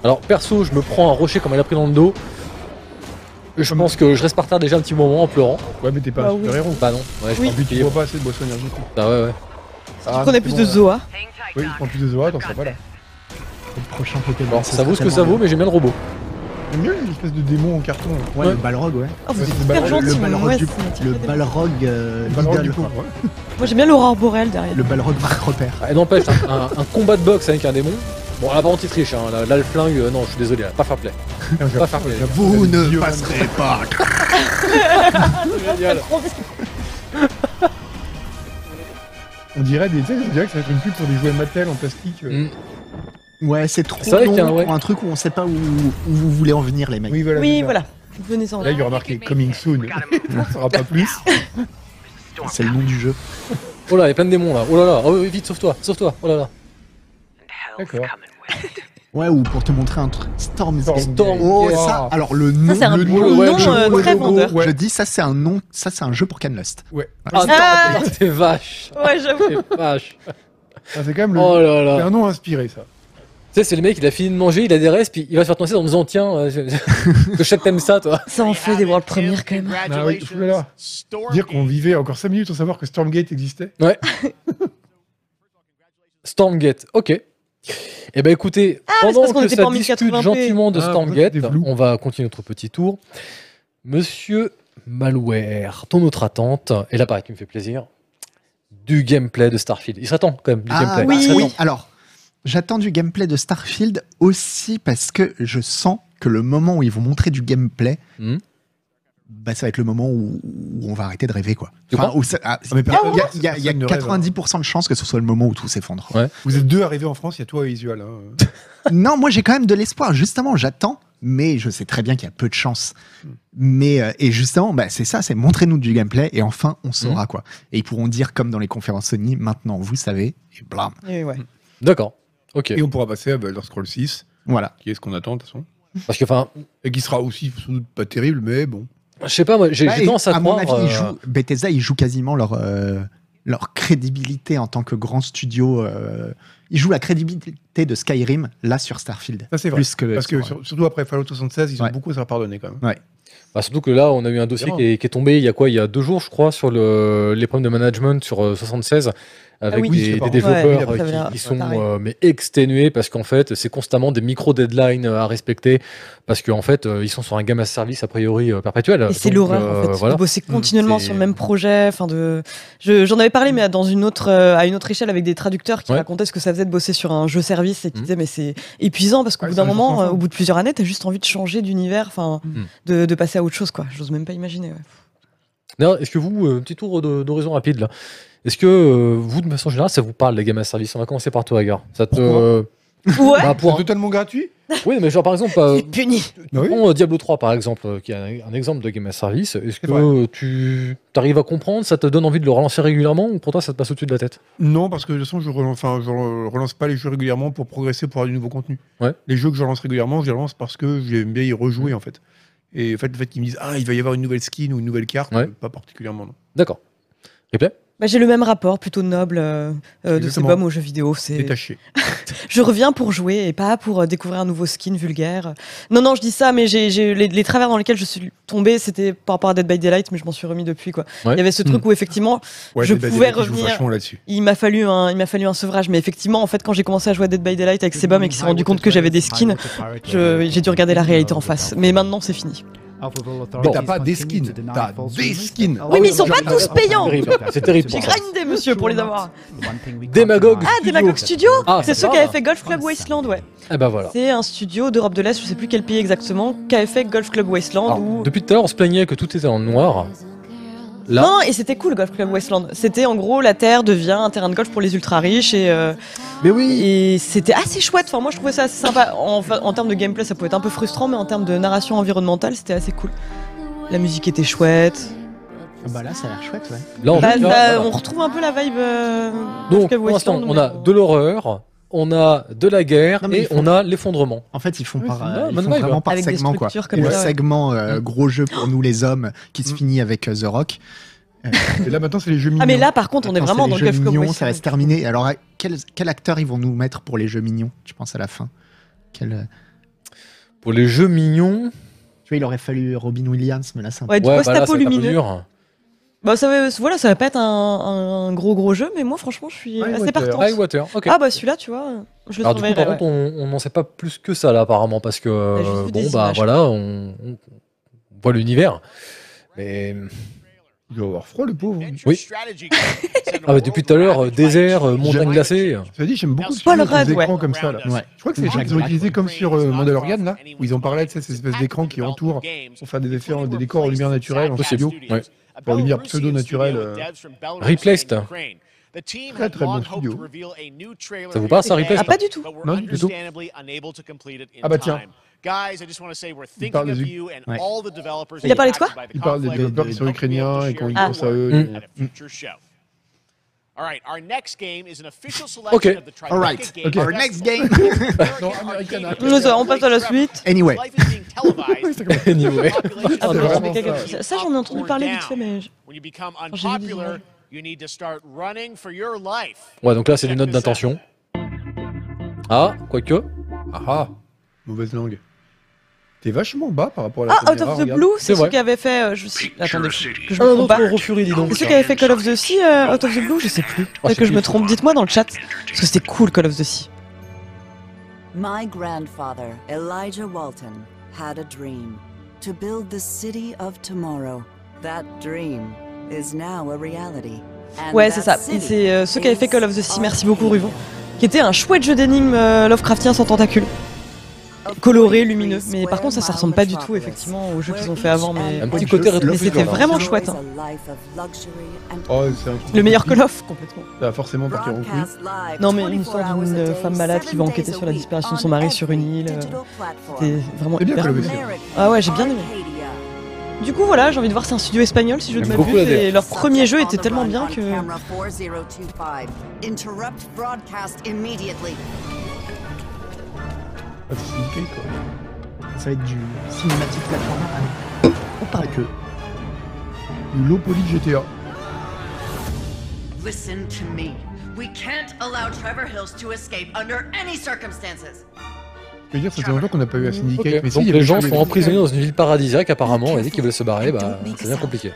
[SPEAKER 1] Alors, perso, je me prends un rocher comme elle a pris dans le dos. Je pense que je reste par terre déjà un petit moment en pleurant.
[SPEAKER 4] Ouais, mais t'es pas
[SPEAKER 2] Bah
[SPEAKER 4] un
[SPEAKER 2] oui.
[SPEAKER 4] super héros.
[SPEAKER 1] Bah non, ouais, je
[SPEAKER 2] Oui.
[SPEAKER 1] prends
[SPEAKER 4] En
[SPEAKER 1] un
[SPEAKER 4] plus, tu
[SPEAKER 1] bouclier.
[SPEAKER 4] bois pas assez de boissons énergétiques.
[SPEAKER 1] Bah ouais, ouais.
[SPEAKER 4] Ah,
[SPEAKER 2] tu prenais
[SPEAKER 4] c'est
[SPEAKER 2] plus
[SPEAKER 4] bon,
[SPEAKER 2] de
[SPEAKER 4] euh,
[SPEAKER 2] Zoa.
[SPEAKER 4] Oui, prends plus de Zoa, t'en seras pas là.
[SPEAKER 3] Le prochain Pokémon.
[SPEAKER 1] Alors, ça vaut ce que
[SPEAKER 3] serait
[SPEAKER 1] ça vaut,
[SPEAKER 3] tellement
[SPEAKER 1] mais j'aime bien le robot.
[SPEAKER 4] J'aime mieux une espèce de démon en carton. là.
[SPEAKER 3] bien. Ouais, le Balrog, ouais.
[SPEAKER 2] Oh, vous
[SPEAKER 4] Ouais,
[SPEAKER 2] êtes
[SPEAKER 4] c'est
[SPEAKER 2] hyper
[SPEAKER 4] le-
[SPEAKER 2] gentil,
[SPEAKER 3] le
[SPEAKER 2] mais
[SPEAKER 3] Balrog
[SPEAKER 2] ouais,
[SPEAKER 3] du
[SPEAKER 2] ça
[SPEAKER 3] coup.
[SPEAKER 2] m'a tiré
[SPEAKER 3] Le
[SPEAKER 2] des-
[SPEAKER 3] Balrog euh,
[SPEAKER 4] Pas loin
[SPEAKER 3] Lidl,
[SPEAKER 4] du coup.
[SPEAKER 3] enfin,
[SPEAKER 4] ouais.
[SPEAKER 2] Moi j'aime bien l'aurore boréale derrière.
[SPEAKER 3] Le Balrog Marc Repère.
[SPEAKER 1] Ah, Et n'empêche, un, un- un combat de boxe avec un démon. Bon, là, par contre, il triche. Hein. Là, là, le flingue, euh, non, je suis désolé, là, pas fair play.
[SPEAKER 4] Putain, j'ai-
[SPEAKER 1] Pas fair play.
[SPEAKER 4] j'ai-
[SPEAKER 3] Vous
[SPEAKER 4] j'ai-
[SPEAKER 3] ne
[SPEAKER 4] j'ai-
[SPEAKER 3] passerez pas.
[SPEAKER 1] Génial.
[SPEAKER 4] On dirait des. tu sais, On dirait que ça va être une pub pour des jouets Mattel en plastique. euh.
[SPEAKER 1] Mm.
[SPEAKER 3] Ouais, c'est trop
[SPEAKER 1] C'est vrai qu'il y a un-
[SPEAKER 3] long
[SPEAKER 1] ouais.
[SPEAKER 3] pour un truc où on sait pas où, où vous voulez en venir,
[SPEAKER 1] Mm.
[SPEAKER 3] les mecs.
[SPEAKER 4] Oui, voilà. c'est
[SPEAKER 2] Oui,
[SPEAKER 4] ça.
[SPEAKER 2] voilà. Venez sans.
[SPEAKER 4] Là, il y aura marqué Coming Soon. On saura pas plus.
[SPEAKER 3] C'est le nom du jeu.
[SPEAKER 1] Oh là, il y a plein de démons là. Oh là là, oh, oui, vite, sauve-toi, sauve-toi. Oh là là.
[SPEAKER 4] D'accord.
[SPEAKER 3] Ouais, ou pour te montrer un truc. Storm.
[SPEAKER 4] Storm.
[SPEAKER 1] Storm.
[SPEAKER 3] Oh,
[SPEAKER 4] Yes.
[SPEAKER 3] ça. Alors le nom.
[SPEAKER 2] c'est un
[SPEAKER 3] le
[SPEAKER 2] bon
[SPEAKER 3] nom,
[SPEAKER 1] nom,
[SPEAKER 3] le jeu,
[SPEAKER 2] euh,
[SPEAKER 3] le
[SPEAKER 2] très
[SPEAKER 3] logo.
[SPEAKER 2] vendeur.
[SPEAKER 3] Je dis ça, c'est un nom. Ça, c'est un jeu pour Canlust.
[SPEAKER 4] Ouais.
[SPEAKER 1] Ah,
[SPEAKER 2] Ah
[SPEAKER 1] attends, t'es vache.
[SPEAKER 2] Ouais, j'avoue.
[SPEAKER 1] T'es vache.
[SPEAKER 4] Ah, c'est quand même le.
[SPEAKER 1] Oh là
[SPEAKER 4] C'est
[SPEAKER 1] là.
[SPEAKER 4] un nom inspiré, ça.
[SPEAKER 1] Tu sais, c'est le mec, il a fini de manger, il a des restes, puis il va se faire tourner en disant Tiens, euh, je, je sais que t'aimes ça, toi.
[SPEAKER 2] Ça en fait des world premières quand même.
[SPEAKER 4] Ah oui, oulala. Dire qu'on vivait encore 5 minutes sans savoir que Stormgate existait.
[SPEAKER 1] Stormgate, ok. Eh ben écoutez,
[SPEAKER 2] Ah, mais c'est
[SPEAKER 1] pendant
[SPEAKER 2] parce qu'on
[SPEAKER 1] que
[SPEAKER 2] était
[SPEAKER 1] ça
[SPEAKER 2] pas en
[SPEAKER 1] discute
[SPEAKER 2] 1080p.
[SPEAKER 1] gentiment de
[SPEAKER 4] Ah,
[SPEAKER 1] Stormgate,
[SPEAKER 4] c'était flou.
[SPEAKER 1] on va continuer notre petit tour. Monsieur Malware, ton autre attente, et là pareil, tu me fais plaisir, du gameplay de Starfield. Il s'attend quand même du gameplay.
[SPEAKER 3] bah,
[SPEAKER 1] Il
[SPEAKER 2] oui.
[SPEAKER 1] serait temps.
[SPEAKER 3] oui. Alors, j'attends du gameplay de Starfield aussi parce que je sens que le moment où ils vont montrer du gameplay,
[SPEAKER 1] Hmm.
[SPEAKER 3] bah, ça va être le moment où, où on va arrêter de rêver, quoi.
[SPEAKER 1] Tu
[SPEAKER 3] où ça- ah,
[SPEAKER 4] Ah, mais
[SPEAKER 3] il y a-
[SPEAKER 4] personne-
[SPEAKER 3] il y a- il y a, il y a
[SPEAKER 4] personne ne rêve, hein.
[SPEAKER 3] 90% de chances que ce soit le moment où tout s'effondre.
[SPEAKER 4] Vous êtes deux arrivés en France, il y a toi et Isual. hein.
[SPEAKER 3] non, moi j'ai quand même de l'espoir. Justement, j'attends, mais je sais très bien qu'il y a peu de chance. Mais euh, et justement, bah, c'est ça, c'est montrez-nous du gameplay et enfin on
[SPEAKER 1] Hmm.
[SPEAKER 3] saura quoi. Et ils pourront dire comme dans les conférences Sony, maintenant vous savez et blam.
[SPEAKER 2] Et ouais.
[SPEAKER 1] D'accord, ok.
[SPEAKER 4] Et on pourra passer à Elder Scrolls 6,
[SPEAKER 3] Voilà.
[SPEAKER 4] qui est ce qu'on attend de toute façon.
[SPEAKER 1] Parce que enfin,
[SPEAKER 4] Et qui sera aussi sans doute pas terrible, mais bon.
[SPEAKER 1] je sais pas, moi, j'ai
[SPEAKER 3] Bah,
[SPEAKER 1] j'ai
[SPEAKER 3] et
[SPEAKER 1] tendance à,
[SPEAKER 3] à mon
[SPEAKER 1] croire,
[SPEAKER 3] avis, ils
[SPEAKER 1] euh,
[SPEAKER 3] jouent- Bethesda, ils jouent quasiment leur euh, leur crédibilité en tant que grand studio. euh, ils jouent la crédibilité de Skyrim là sur Starfield.
[SPEAKER 4] Ça, c'est vrai.
[SPEAKER 3] Plus que
[SPEAKER 4] Parce que
[SPEAKER 3] sur-
[SPEAKER 4] sur- surtout après Fallout 76, ils ont
[SPEAKER 3] Ouais.
[SPEAKER 4] beaucoup à se faire pardonner quand même.
[SPEAKER 1] Bah, surtout que là, on a eu un dossier
[SPEAKER 4] Vraiment.
[SPEAKER 1] qui est, qui est tombé il y a quoi Il y a deux jours, je crois, sur le, les problèmes de management sur euh, 76,
[SPEAKER 2] Ah
[SPEAKER 1] avec
[SPEAKER 2] oui,
[SPEAKER 1] des-
[SPEAKER 4] je sais
[SPEAKER 1] des,
[SPEAKER 4] pas.
[SPEAKER 1] développeurs
[SPEAKER 2] Ouais,
[SPEAKER 1] euh,
[SPEAKER 2] ça
[SPEAKER 1] qui-
[SPEAKER 2] avait l'air
[SPEAKER 1] qui, sont
[SPEAKER 2] pareil.
[SPEAKER 1] euh, mais exténués parce qu'en fait, c'est constamment des micro-deadlines euh, à respecter parce qu'en fait, euh, ils sont sur un gamme à service a priori euh, perpétuel.
[SPEAKER 2] Et c'est
[SPEAKER 1] Donc,
[SPEAKER 2] l'horreur
[SPEAKER 1] euh,
[SPEAKER 2] en fait
[SPEAKER 1] voilà. Mmh,
[SPEAKER 2] de bosser continuellement
[SPEAKER 1] c'est-
[SPEAKER 2] sur le même projet. Enfin de, Je- j'en avais parlé mais dans une autre, euh, à une autre échelle avec des traducteurs qui
[SPEAKER 1] Ouais.
[SPEAKER 2] racontaient ce que ça faisait de bosser sur un jeu service et qui
[SPEAKER 1] Mhm.
[SPEAKER 2] disaient mais c'est épuisant parce qu'au
[SPEAKER 4] Ah,
[SPEAKER 2] bout
[SPEAKER 4] c'est
[SPEAKER 2] d'un
[SPEAKER 4] un jeu
[SPEAKER 2] moment,
[SPEAKER 4] sans
[SPEAKER 2] euh,
[SPEAKER 4] fin.
[SPEAKER 2] au bout de plusieurs années, t'as juste envie de changer d'univers, enfin
[SPEAKER 1] Mhm.
[SPEAKER 2] de, de passer à autre chose quoi. J'ose même pas imaginer. ouais.
[SPEAKER 1] D'ailleurs, Est-ce que vous, euh, petit tour de- d'horizon rapide là, est-ce que euh, vous, de façon générale, ça vous parle les gammes à service On va commencer par toi, Agar. Ça te.
[SPEAKER 4] Pourquoi
[SPEAKER 1] euh,
[SPEAKER 2] Ouais,
[SPEAKER 1] bah, pour
[SPEAKER 4] C'est totalement gratuit
[SPEAKER 1] Oui, mais genre par exemple. euh,
[SPEAKER 2] c'est puni.
[SPEAKER 4] Bah oui.
[SPEAKER 1] Prends, euh, Diablo 3 par exemple, euh, qui est un, un exemple de game as service. Est-ce
[SPEAKER 4] C'est
[SPEAKER 1] que
[SPEAKER 4] vrai.
[SPEAKER 1] euh, tu arrives à comprendre Ça te donne envie de le relancer régulièrement ou pour toi ça te passe au-dessus de la tête
[SPEAKER 4] Non, parce que de toute façon, je relance, enfin, je relance pas les jeux régulièrement pour progresser, pour avoir du nouveau contenu.
[SPEAKER 1] Ouais.
[SPEAKER 4] Les jeux que je relance régulièrement, je les relance parce que j'aime bien y rejouer en fait. Et en fait, le fait qu'ils me disent Ah, il va y avoir une nouvelle skin ou une nouvelle carte,
[SPEAKER 1] Ouais.
[SPEAKER 4] euh, pas particulièrement, non.
[SPEAKER 1] D'accord.
[SPEAKER 2] Bah, j'ai le même rapport plutôt noble euh, euh, de ces
[SPEAKER 4] Exactement.
[SPEAKER 2] bombes aux jeux vidéo. C'est
[SPEAKER 4] Détaché.
[SPEAKER 2] je reviens pour jouer et pas pour euh, découvrir un nouveau skin vulgaire. Non, non, je dis ça, mais j'ai j'ai- les, les travers dans lesquels je suis tombée, c'était par rapport à Dead by Daylight, mais je m'en suis remis depuis quoi.
[SPEAKER 1] Ouais. Mm.
[SPEAKER 2] Il y avait ce truc où effectivement,
[SPEAKER 4] Ouais,
[SPEAKER 2] Je
[SPEAKER 4] Dead by
[SPEAKER 2] pouvais
[SPEAKER 4] Daylight, ils jouent
[SPEAKER 2] revenir.
[SPEAKER 4] vachement là-dessus.
[SPEAKER 2] il m'a fallu un, il m'a fallu un sevrage, mais effectivement, en fait, quand j'ai commencé à jouer à Dead by Daylight avec Sebum et qu'il s'est rendu compte que j'avais des skins, je- j'ai dû regarder la réalité en face. Mais maintenant, c'est fini.
[SPEAKER 4] Mais t'as pas des skins, t'as des skins.
[SPEAKER 2] Oui, mais ils sont pas tous payants.
[SPEAKER 1] C'est terrible, c'est terrible
[SPEAKER 2] J'ai
[SPEAKER 1] pour ça.
[SPEAKER 2] grindé, monsieur, pour les avoir.
[SPEAKER 1] Démagogue
[SPEAKER 2] Ah, Demagogue Studio
[SPEAKER 1] Ah,
[SPEAKER 2] C'est
[SPEAKER 1] ça
[SPEAKER 2] ceux
[SPEAKER 1] va.
[SPEAKER 2] qui avaient fait Golf Club Wasteland, ouais.
[SPEAKER 1] Eh ben voilà.
[SPEAKER 2] C'est un studio d'Europe de l'Est, je sais plus quel pays exactement, qui avait fait Golf Club Wasteland
[SPEAKER 1] Alors,
[SPEAKER 2] où
[SPEAKER 1] depuis tout à l'heure on se plaignait que tout était en noir. Là,
[SPEAKER 2] Non, et c'était cool, Golf Club Westland. C'était en gros, la terre devient un terrain de golf pour les ultra riches et, euh,
[SPEAKER 1] mais oui.
[SPEAKER 2] et c'était assez chouette. Enfin, moi, je trouvais ça assez sympa. En, fa- en termes de gameplay, ça pouvait être un peu frustrant, mais en termes de narration environnementale, c'était assez cool. La musique était chouette.
[SPEAKER 3] Ah Bah là, ça a l'air chouette, ouais.
[SPEAKER 1] Là, en
[SPEAKER 2] Bah,
[SPEAKER 1] tout cas,
[SPEAKER 2] bah,
[SPEAKER 1] voilà.
[SPEAKER 2] on retrouve un peu la vibe. euh,
[SPEAKER 1] Donc,
[SPEAKER 2] que
[SPEAKER 1] pour
[SPEAKER 2] Western,
[SPEAKER 1] l'instant,
[SPEAKER 2] mais
[SPEAKER 1] on a
[SPEAKER 2] bon.
[SPEAKER 1] de l'horreur, on a de la guerre
[SPEAKER 3] Non, mais
[SPEAKER 1] et
[SPEAKER 3] ils font-
[SPEAKER 1] on a l'effondrement.
[SPEAKER 3] En fait, ils font,
[SPEAKER 1] Ouais,
[SPEAKER 3] par,
[SPEAKER 1] c'est
[SPEAKER 3] euh,
[SPEAKER 1] une bonne
[SPEAKER 3] ils font
[SPEAKER 1] vibe.
[SPEAKER 3] vraiment par
[SPEAKER 2] Avec des
[SPEAKER 3] segment, quoi.
[SPEAKER 2] structures
[SPEAKER 3] Et
[SPEAKER 2] comme
[SPEAKER 3] le
[SPEAKER 2] ça, ouais.
[SPEAKER 3] segment euh,
[SPEAKER 1] Mm.
[SPEAKER 3] gros jeu pour nous les hommes qui se
[SPEAKER 4] Mm.
[SPEAKER 3] finit avec euh, The Rock.
[SPEAKER 4] Et là, maintenant, c'est les jeux mignons.
[SPEAKER 2] Ah, mais là, par contre, on est
[SPEAKER 3] Maintenant,
[SPEAKER 2] vraiment
[SPEAKER 3] c'est
[SPEAKER 2] dans le
[SPEAKER 3] les jeux
[SPEAKER 2] Gulf
[SPEAKER 3] mignons, ça va se terminer. Alors, à quel, quel acteur ils vont nous mettre pour les jeux mignons Tu penses à la fin Quel, euh,
[SPEAKER 1] Pour les jeux mignons,
[SPEAKER 3] Tu vois, il aurait fallu Robin Williams, mais là, c'est un
[SPEAKER 2] Ouais, du
[SPEAKER 1] ouais,
[SPEAKER 2] coup,
[SPEAKER 1] bah là,
[SPEAKER 2] Stapo
[SPEAKER 1] ça tape
[SPEAKER 2] lumineux.
[SPEAKER 1] dur.
[SPEAKER 2] Bah, ça va, voilà, ça va pas être un, un gros gros jeu, mais moi, franchement, je suis
[SPEAKER 4] Ouais,
[SPEAKER 2] assez
[SPEAKER 4] ouais,
[SPEAKER 2] partante.
[SPEAKER 1] Highwater, ok.
[SPEAKER 2] Ah, bah, celui-là, tu vois, je le
[SPEAKER 1] Alors du coup,
[SPEAKER 2] surveillerai.
[SPEAKER 1] par contre,
[SPEAKER 2] ouais.
[SPEAKER 1] on on n'en sait pas plus que ça là apparemment parce que
[SPEAKER 2] a juste
[SPEAKER 1] euh,
[SPEAKER 2] vu
[SPEAKER 1] bon
[SPEAKER 2] des
[SPEAKER 1] bah
[SPEAKER 2] images.
[SPEAKER 1] voilà, on, on voit l'univers. Mais
[SPEAKER 4] Il doit avoir froid, le pauvre.
[SPEAKER 1] Oui. ah mais depuis tout à l'heure euh, désert, euh, montagne
[SPEAKER 6] montagne
[SPEAKER 1] glacée.
[SPEAKER 4] Ça dit, j'aime beaucoup ce
[SPEAKER 2] Paul
[SPEAKER 4] film avec des
[SPEAKER 2] Rudd, ouais.
[SPEAKER 4] écrans comme ça. Là.
[SPEAKER 6] Ouais.
[SPEAKER 4] Je crois que c'est des gens qu'ils ont utilisé comme sur euh, Mandalorian, là, où ils ont parlé de ces espèces d'écrans qui entourent pour faire des effets, en- des décors en lumière naturelle, en
[SPEAKER 1] Possible.
[SPEAKER 4] studio.
[SPEAKER 1] Ouais.
[SPEAKER 4] Enfin, lumière pseudo-naturelle, euh,
[SPEAKER 1] replaced.
[SPEAKER 4] Très, très bon studio.
[SPEAKER 1] Ça vous parle, ça, Replaced
[SPEAKER 2] Ah, pas du tout.
[SPEAKER 4] Non, du tout. Ah, bah tiens.
[SPEAKER 6] Il
[SPEAKER 4] parle des-
[SPEAKER 3] Ouais.
[SPEAKER 2] Il a parlé de quoi
[SPEAKER 4] Il parle des développeurs qui sont ukrainiens et qui ont eu
[SPEAKER 2] Ah.
[SPEAKER 4] ça à eux.
[SPEAKER 1] Mm. Ok.
[SPEAKER 3] Alright.
[SPEAKER 4] Ok.
[SPEAKER 3] Our next game.
[SPEAKER 4] Non, Americana.
[SPEAKER 2] Nous, on passe à la suite.
[SPEAKER 3] Anyway.
[SPEAKER 1] Anyway.
[SPEAKER 2] Ah,
[SPEAKER 4] C'est
[SPEAKER 2] bah,
[SPEAKER 4] vraiment
[SPEAKER 2] mais quelqu'un-
[SPEAKER 4] ça.
[SPEAKER 2] ça, ça, j'en ai entendu parler vite fait, mais. je-
[SPEAKER 6] When you become
[SPEAKER 2] j'ai vu des
[SPEAKER 6] unpopular,
[SPEAKER 2] images.
[SPEAKER 6] you need to start running for your life.
[SPEAKER 1] Ouais, donc là c'est des notes d'intention. Ah, quoique. Ah ah.
[SPEAKER 4] Mauvaise langue. T'es vachement bas par rapport à la
[SPEAKER 2] Ah, Out
[SPEAKER 4] première,
[SPEAKER 2] of the
[SPEAKER 4] regarde.
[SPEAKER 2] Blue, c'est
[SPEAKER 1] C'est
[SPEAKER 2] ceux
[SPEAKER 1] vrai.
[SPEAKER 2] qui avaient fait. euh, je sais- Attendez, que je
[SPEAKER 1] Un
[SPEAKER 2] me trompe
[SPEAKER 1] autre
[SPEAKER 2] pas.
[SPEAKER 1] refuri, dis donc.
[SPEAKER 2] C'est ceux qui avaient fait Call of the Sea, euh, Out of the Blue, je sais plus.
[SPEAKER 1] Ah,
[SPEAKER 2] Peut-être
[SPEAKER 1] c'est
[SPEAKER 2] que je me
[SPEAKER 1] plus.
[SPEAKER 2] trompe, dites-moi dans le chat. Parce que c'était cool Call of the Sea.
[SPEAKER 10] My grandfather, Elijah Walton, had a dream to build the city of tomorrow. That dream is now a reality. And
[SPEAKER 2] Ouais, c'est ça.
[SPEAKER 10] that
[SPEAKER 2] Et
[SPEAKER 10] city
[SPEAKER 2] C'est euh, ceux qui avaient fait Call of the
[SPEAKER 10] is
[SPEAKER 2] Sea,
[SPEAKER 10] our
[SPEAKER 2] merci beaucoup Ruvon.
[SPEAKER 10] hero.
[SPEAKER 2] Qui était un chouette jeu d'énigmes euh, Lovecraftien sans tentacules. Coloré, lumineux. Mais par contre, ça, ça ressemble pas du tout, effectivement, aux jeux qu'ils ont fait avant. Mais,
[SPEAKER 1] Un petit côté rétro.
[SPEAKER 2] mais c'était vraiment chouette. hein.
[SPEAKER 4] Oh, c'est un truc
[SPEAKER 2] Le meilleur
[SPEAKER 4] qui
[SPEAKER 2] Call of, complètement.
[SPEAKER 4] va Bah, forcément partir en couille.
[SPEAKER 2] Non, mais une histoire d'une euh, femme malade qui va enquêter sur la disparition de son mari sur une île, euh, C'était vraiment
[SPEAKER 4] C'est bien
[SPEAKER 2] hyper
[SPEAKER 4] Call
[SPEAKER 2] cool.
[SPEAKER 4] of the Sea.
[SPEAKER 2] Ah ouais, j'ai bien aimé. Du coup, voilà, j'ai envie de voir, c'est un studio espagnol, si je ne
[SPEAKER 1] J'aime beaucoup
[SPEAKER 2] m'abuse.
[SPEAKER 1] la
[SPEAKER 2] Et leur premier jeu était tellement bien que.
[SPEAKER 10] Interrupt broadcast immediately.
[SPEAKER 4] Ah, c'est nickel, quoi.
[SPEAKER 3] Ça va être du cinématique platformer.
[SPEAKER 4] Ah,
[SPEAKER 2] Oh,
[SPEAKER 3] Pas
[SPEAKER 2] pardon.
[SPEAKER 3] que.
[SPEAKER 4] Du low poly GTA.
[SPEAKER 10] Listen to me. We can't allow Trevor Hills to escape under any circumstances.
[SPEAKER 4] Je veux dire, ça fait longtemps qu'on n'a pas eu un syndicate.
[SPEAKER 1] Ok,
[SPEAKER 4] Mais si,
[SPEAKER 1] Donc
[SPEAKER 4] il y a
[SPEAKER 1] les
[SPEAKER 4] des
[SPEAKER 1] gens
[SPEAKER 4] jeux
[SPEAKER 1] sont
[SPEAKER 4] vidéo.
[SPEAKER 1] emprisonnés dans une ville paradisiaque apparemment et dès qu'ils veulent se barrer, bah c'est bien compliqué.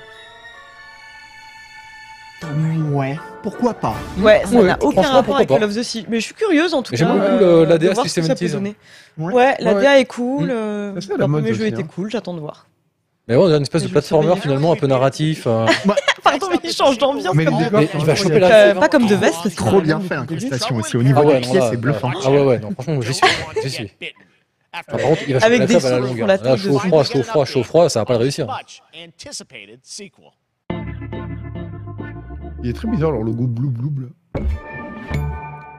[SPEAKER 3] Ouais. Pourquoi pas
[SPEAKER 2] Ouais, ça
[SPEAKER 1] Ouais,
[SPEAKER 2] n'a aucun
[SPEAKER 1] franchement,
[SPEAKER 2] rapport avec
[SPEAKER 1] pourquoi
[SPEAKER 2] Call of the Sea. Mais je suis curieuse en tout
[SPEAKER 1] Et
[SPEAKER 2] cas.
[SPEAKER 1] j'aime beaucoup
[SPEAKER 2] euh,
[SPEAKER 1] le- la
[SPEAKER 2] de
[SPEAKER 1] DA
[SPEAKER 2] voir ce que ça peut
[SPEAKER 1] 670, hein.
[SPEAKER 2] donner.
[SPEAKER 3] Ouais.
[SPEAKER 2] Ouais, la
[SPEAKER 4] Ouais.
[SPEAKER 2] DA est cool.
[SPEAKER 1] Mm.
[SPEAKER 2] euh,
[SPEAKER 4] Ça, c'est la
[SPEAKER 2] leur
[SPEAKER 4] mode
[SPEAKER 2] premier jeu
[SPEAKER 4] aussi,
[SPEAKER 2] était
[SPEAKER 4] hein.
[SPEAKER 2] cool, j'attends de voir.
[SPEAKER 1] Mais ouais, on a une espèce
[SPEAKER 2] Mais je
[SPEAKER 1] de
[SPEAKER 2] vais surveiller.
[SPEAKER 1] platformer finalement un peu narratif. euh,
[SPEAKER 2] Pardon, mais il change d'ambiance.
[SPEAKER 4] Mais les
[SPEAKER 2] quand même.
[SPEAKER 4] décors
[SPEAKER 1] Mais
[SPEAKER 4] sont
[SPEAKER 1] il va
[SPEAKER 4] incroyables.
[SPEAKER 1] choper la
[SPEAKER 2] Euh,
[SPEAKER 1] fièvre.
[SPEAKER 2] pas comme The Vest, parce que
[SPEAKER 3] Trop bien fait
[SPEAKER 4] hein,
[SPEAKER 3] l'incrustation aussi. Au niveau
[SPEAKER 1] Ah ouais,
[SPEAKER 3] des
[SPEAKER 1] non,
[SPEAKER 3] pieds,
[SPEAKER 1] là,
[SPEAKER 3] c'est
[SPEAKER 1] là,
[SPEAKER 3] bluffant.
[SPEAKER 1] Ah ouais, ouais, non, franchement, j'y suis. J'y suis. Enfin, par contre, il va choper
[SPEAKER 2] Avec
[SPEAKER 1] la
[SPEAKER 2] des
[SPEAKER 1] table à la
[SPEAKER 2] sons qui font
[SPEAKER 1] longueur.
[SPEAKER 2] la
[SPEAKER 1] Là,
[SPEAKER 2] tête de-
[SPEAKER 1] chaud, froid, chaud, froid, chaud, froid, ça va pas le réussir.
[SPEAKER 4] Il est très bizarre leur logo blou blou bleu.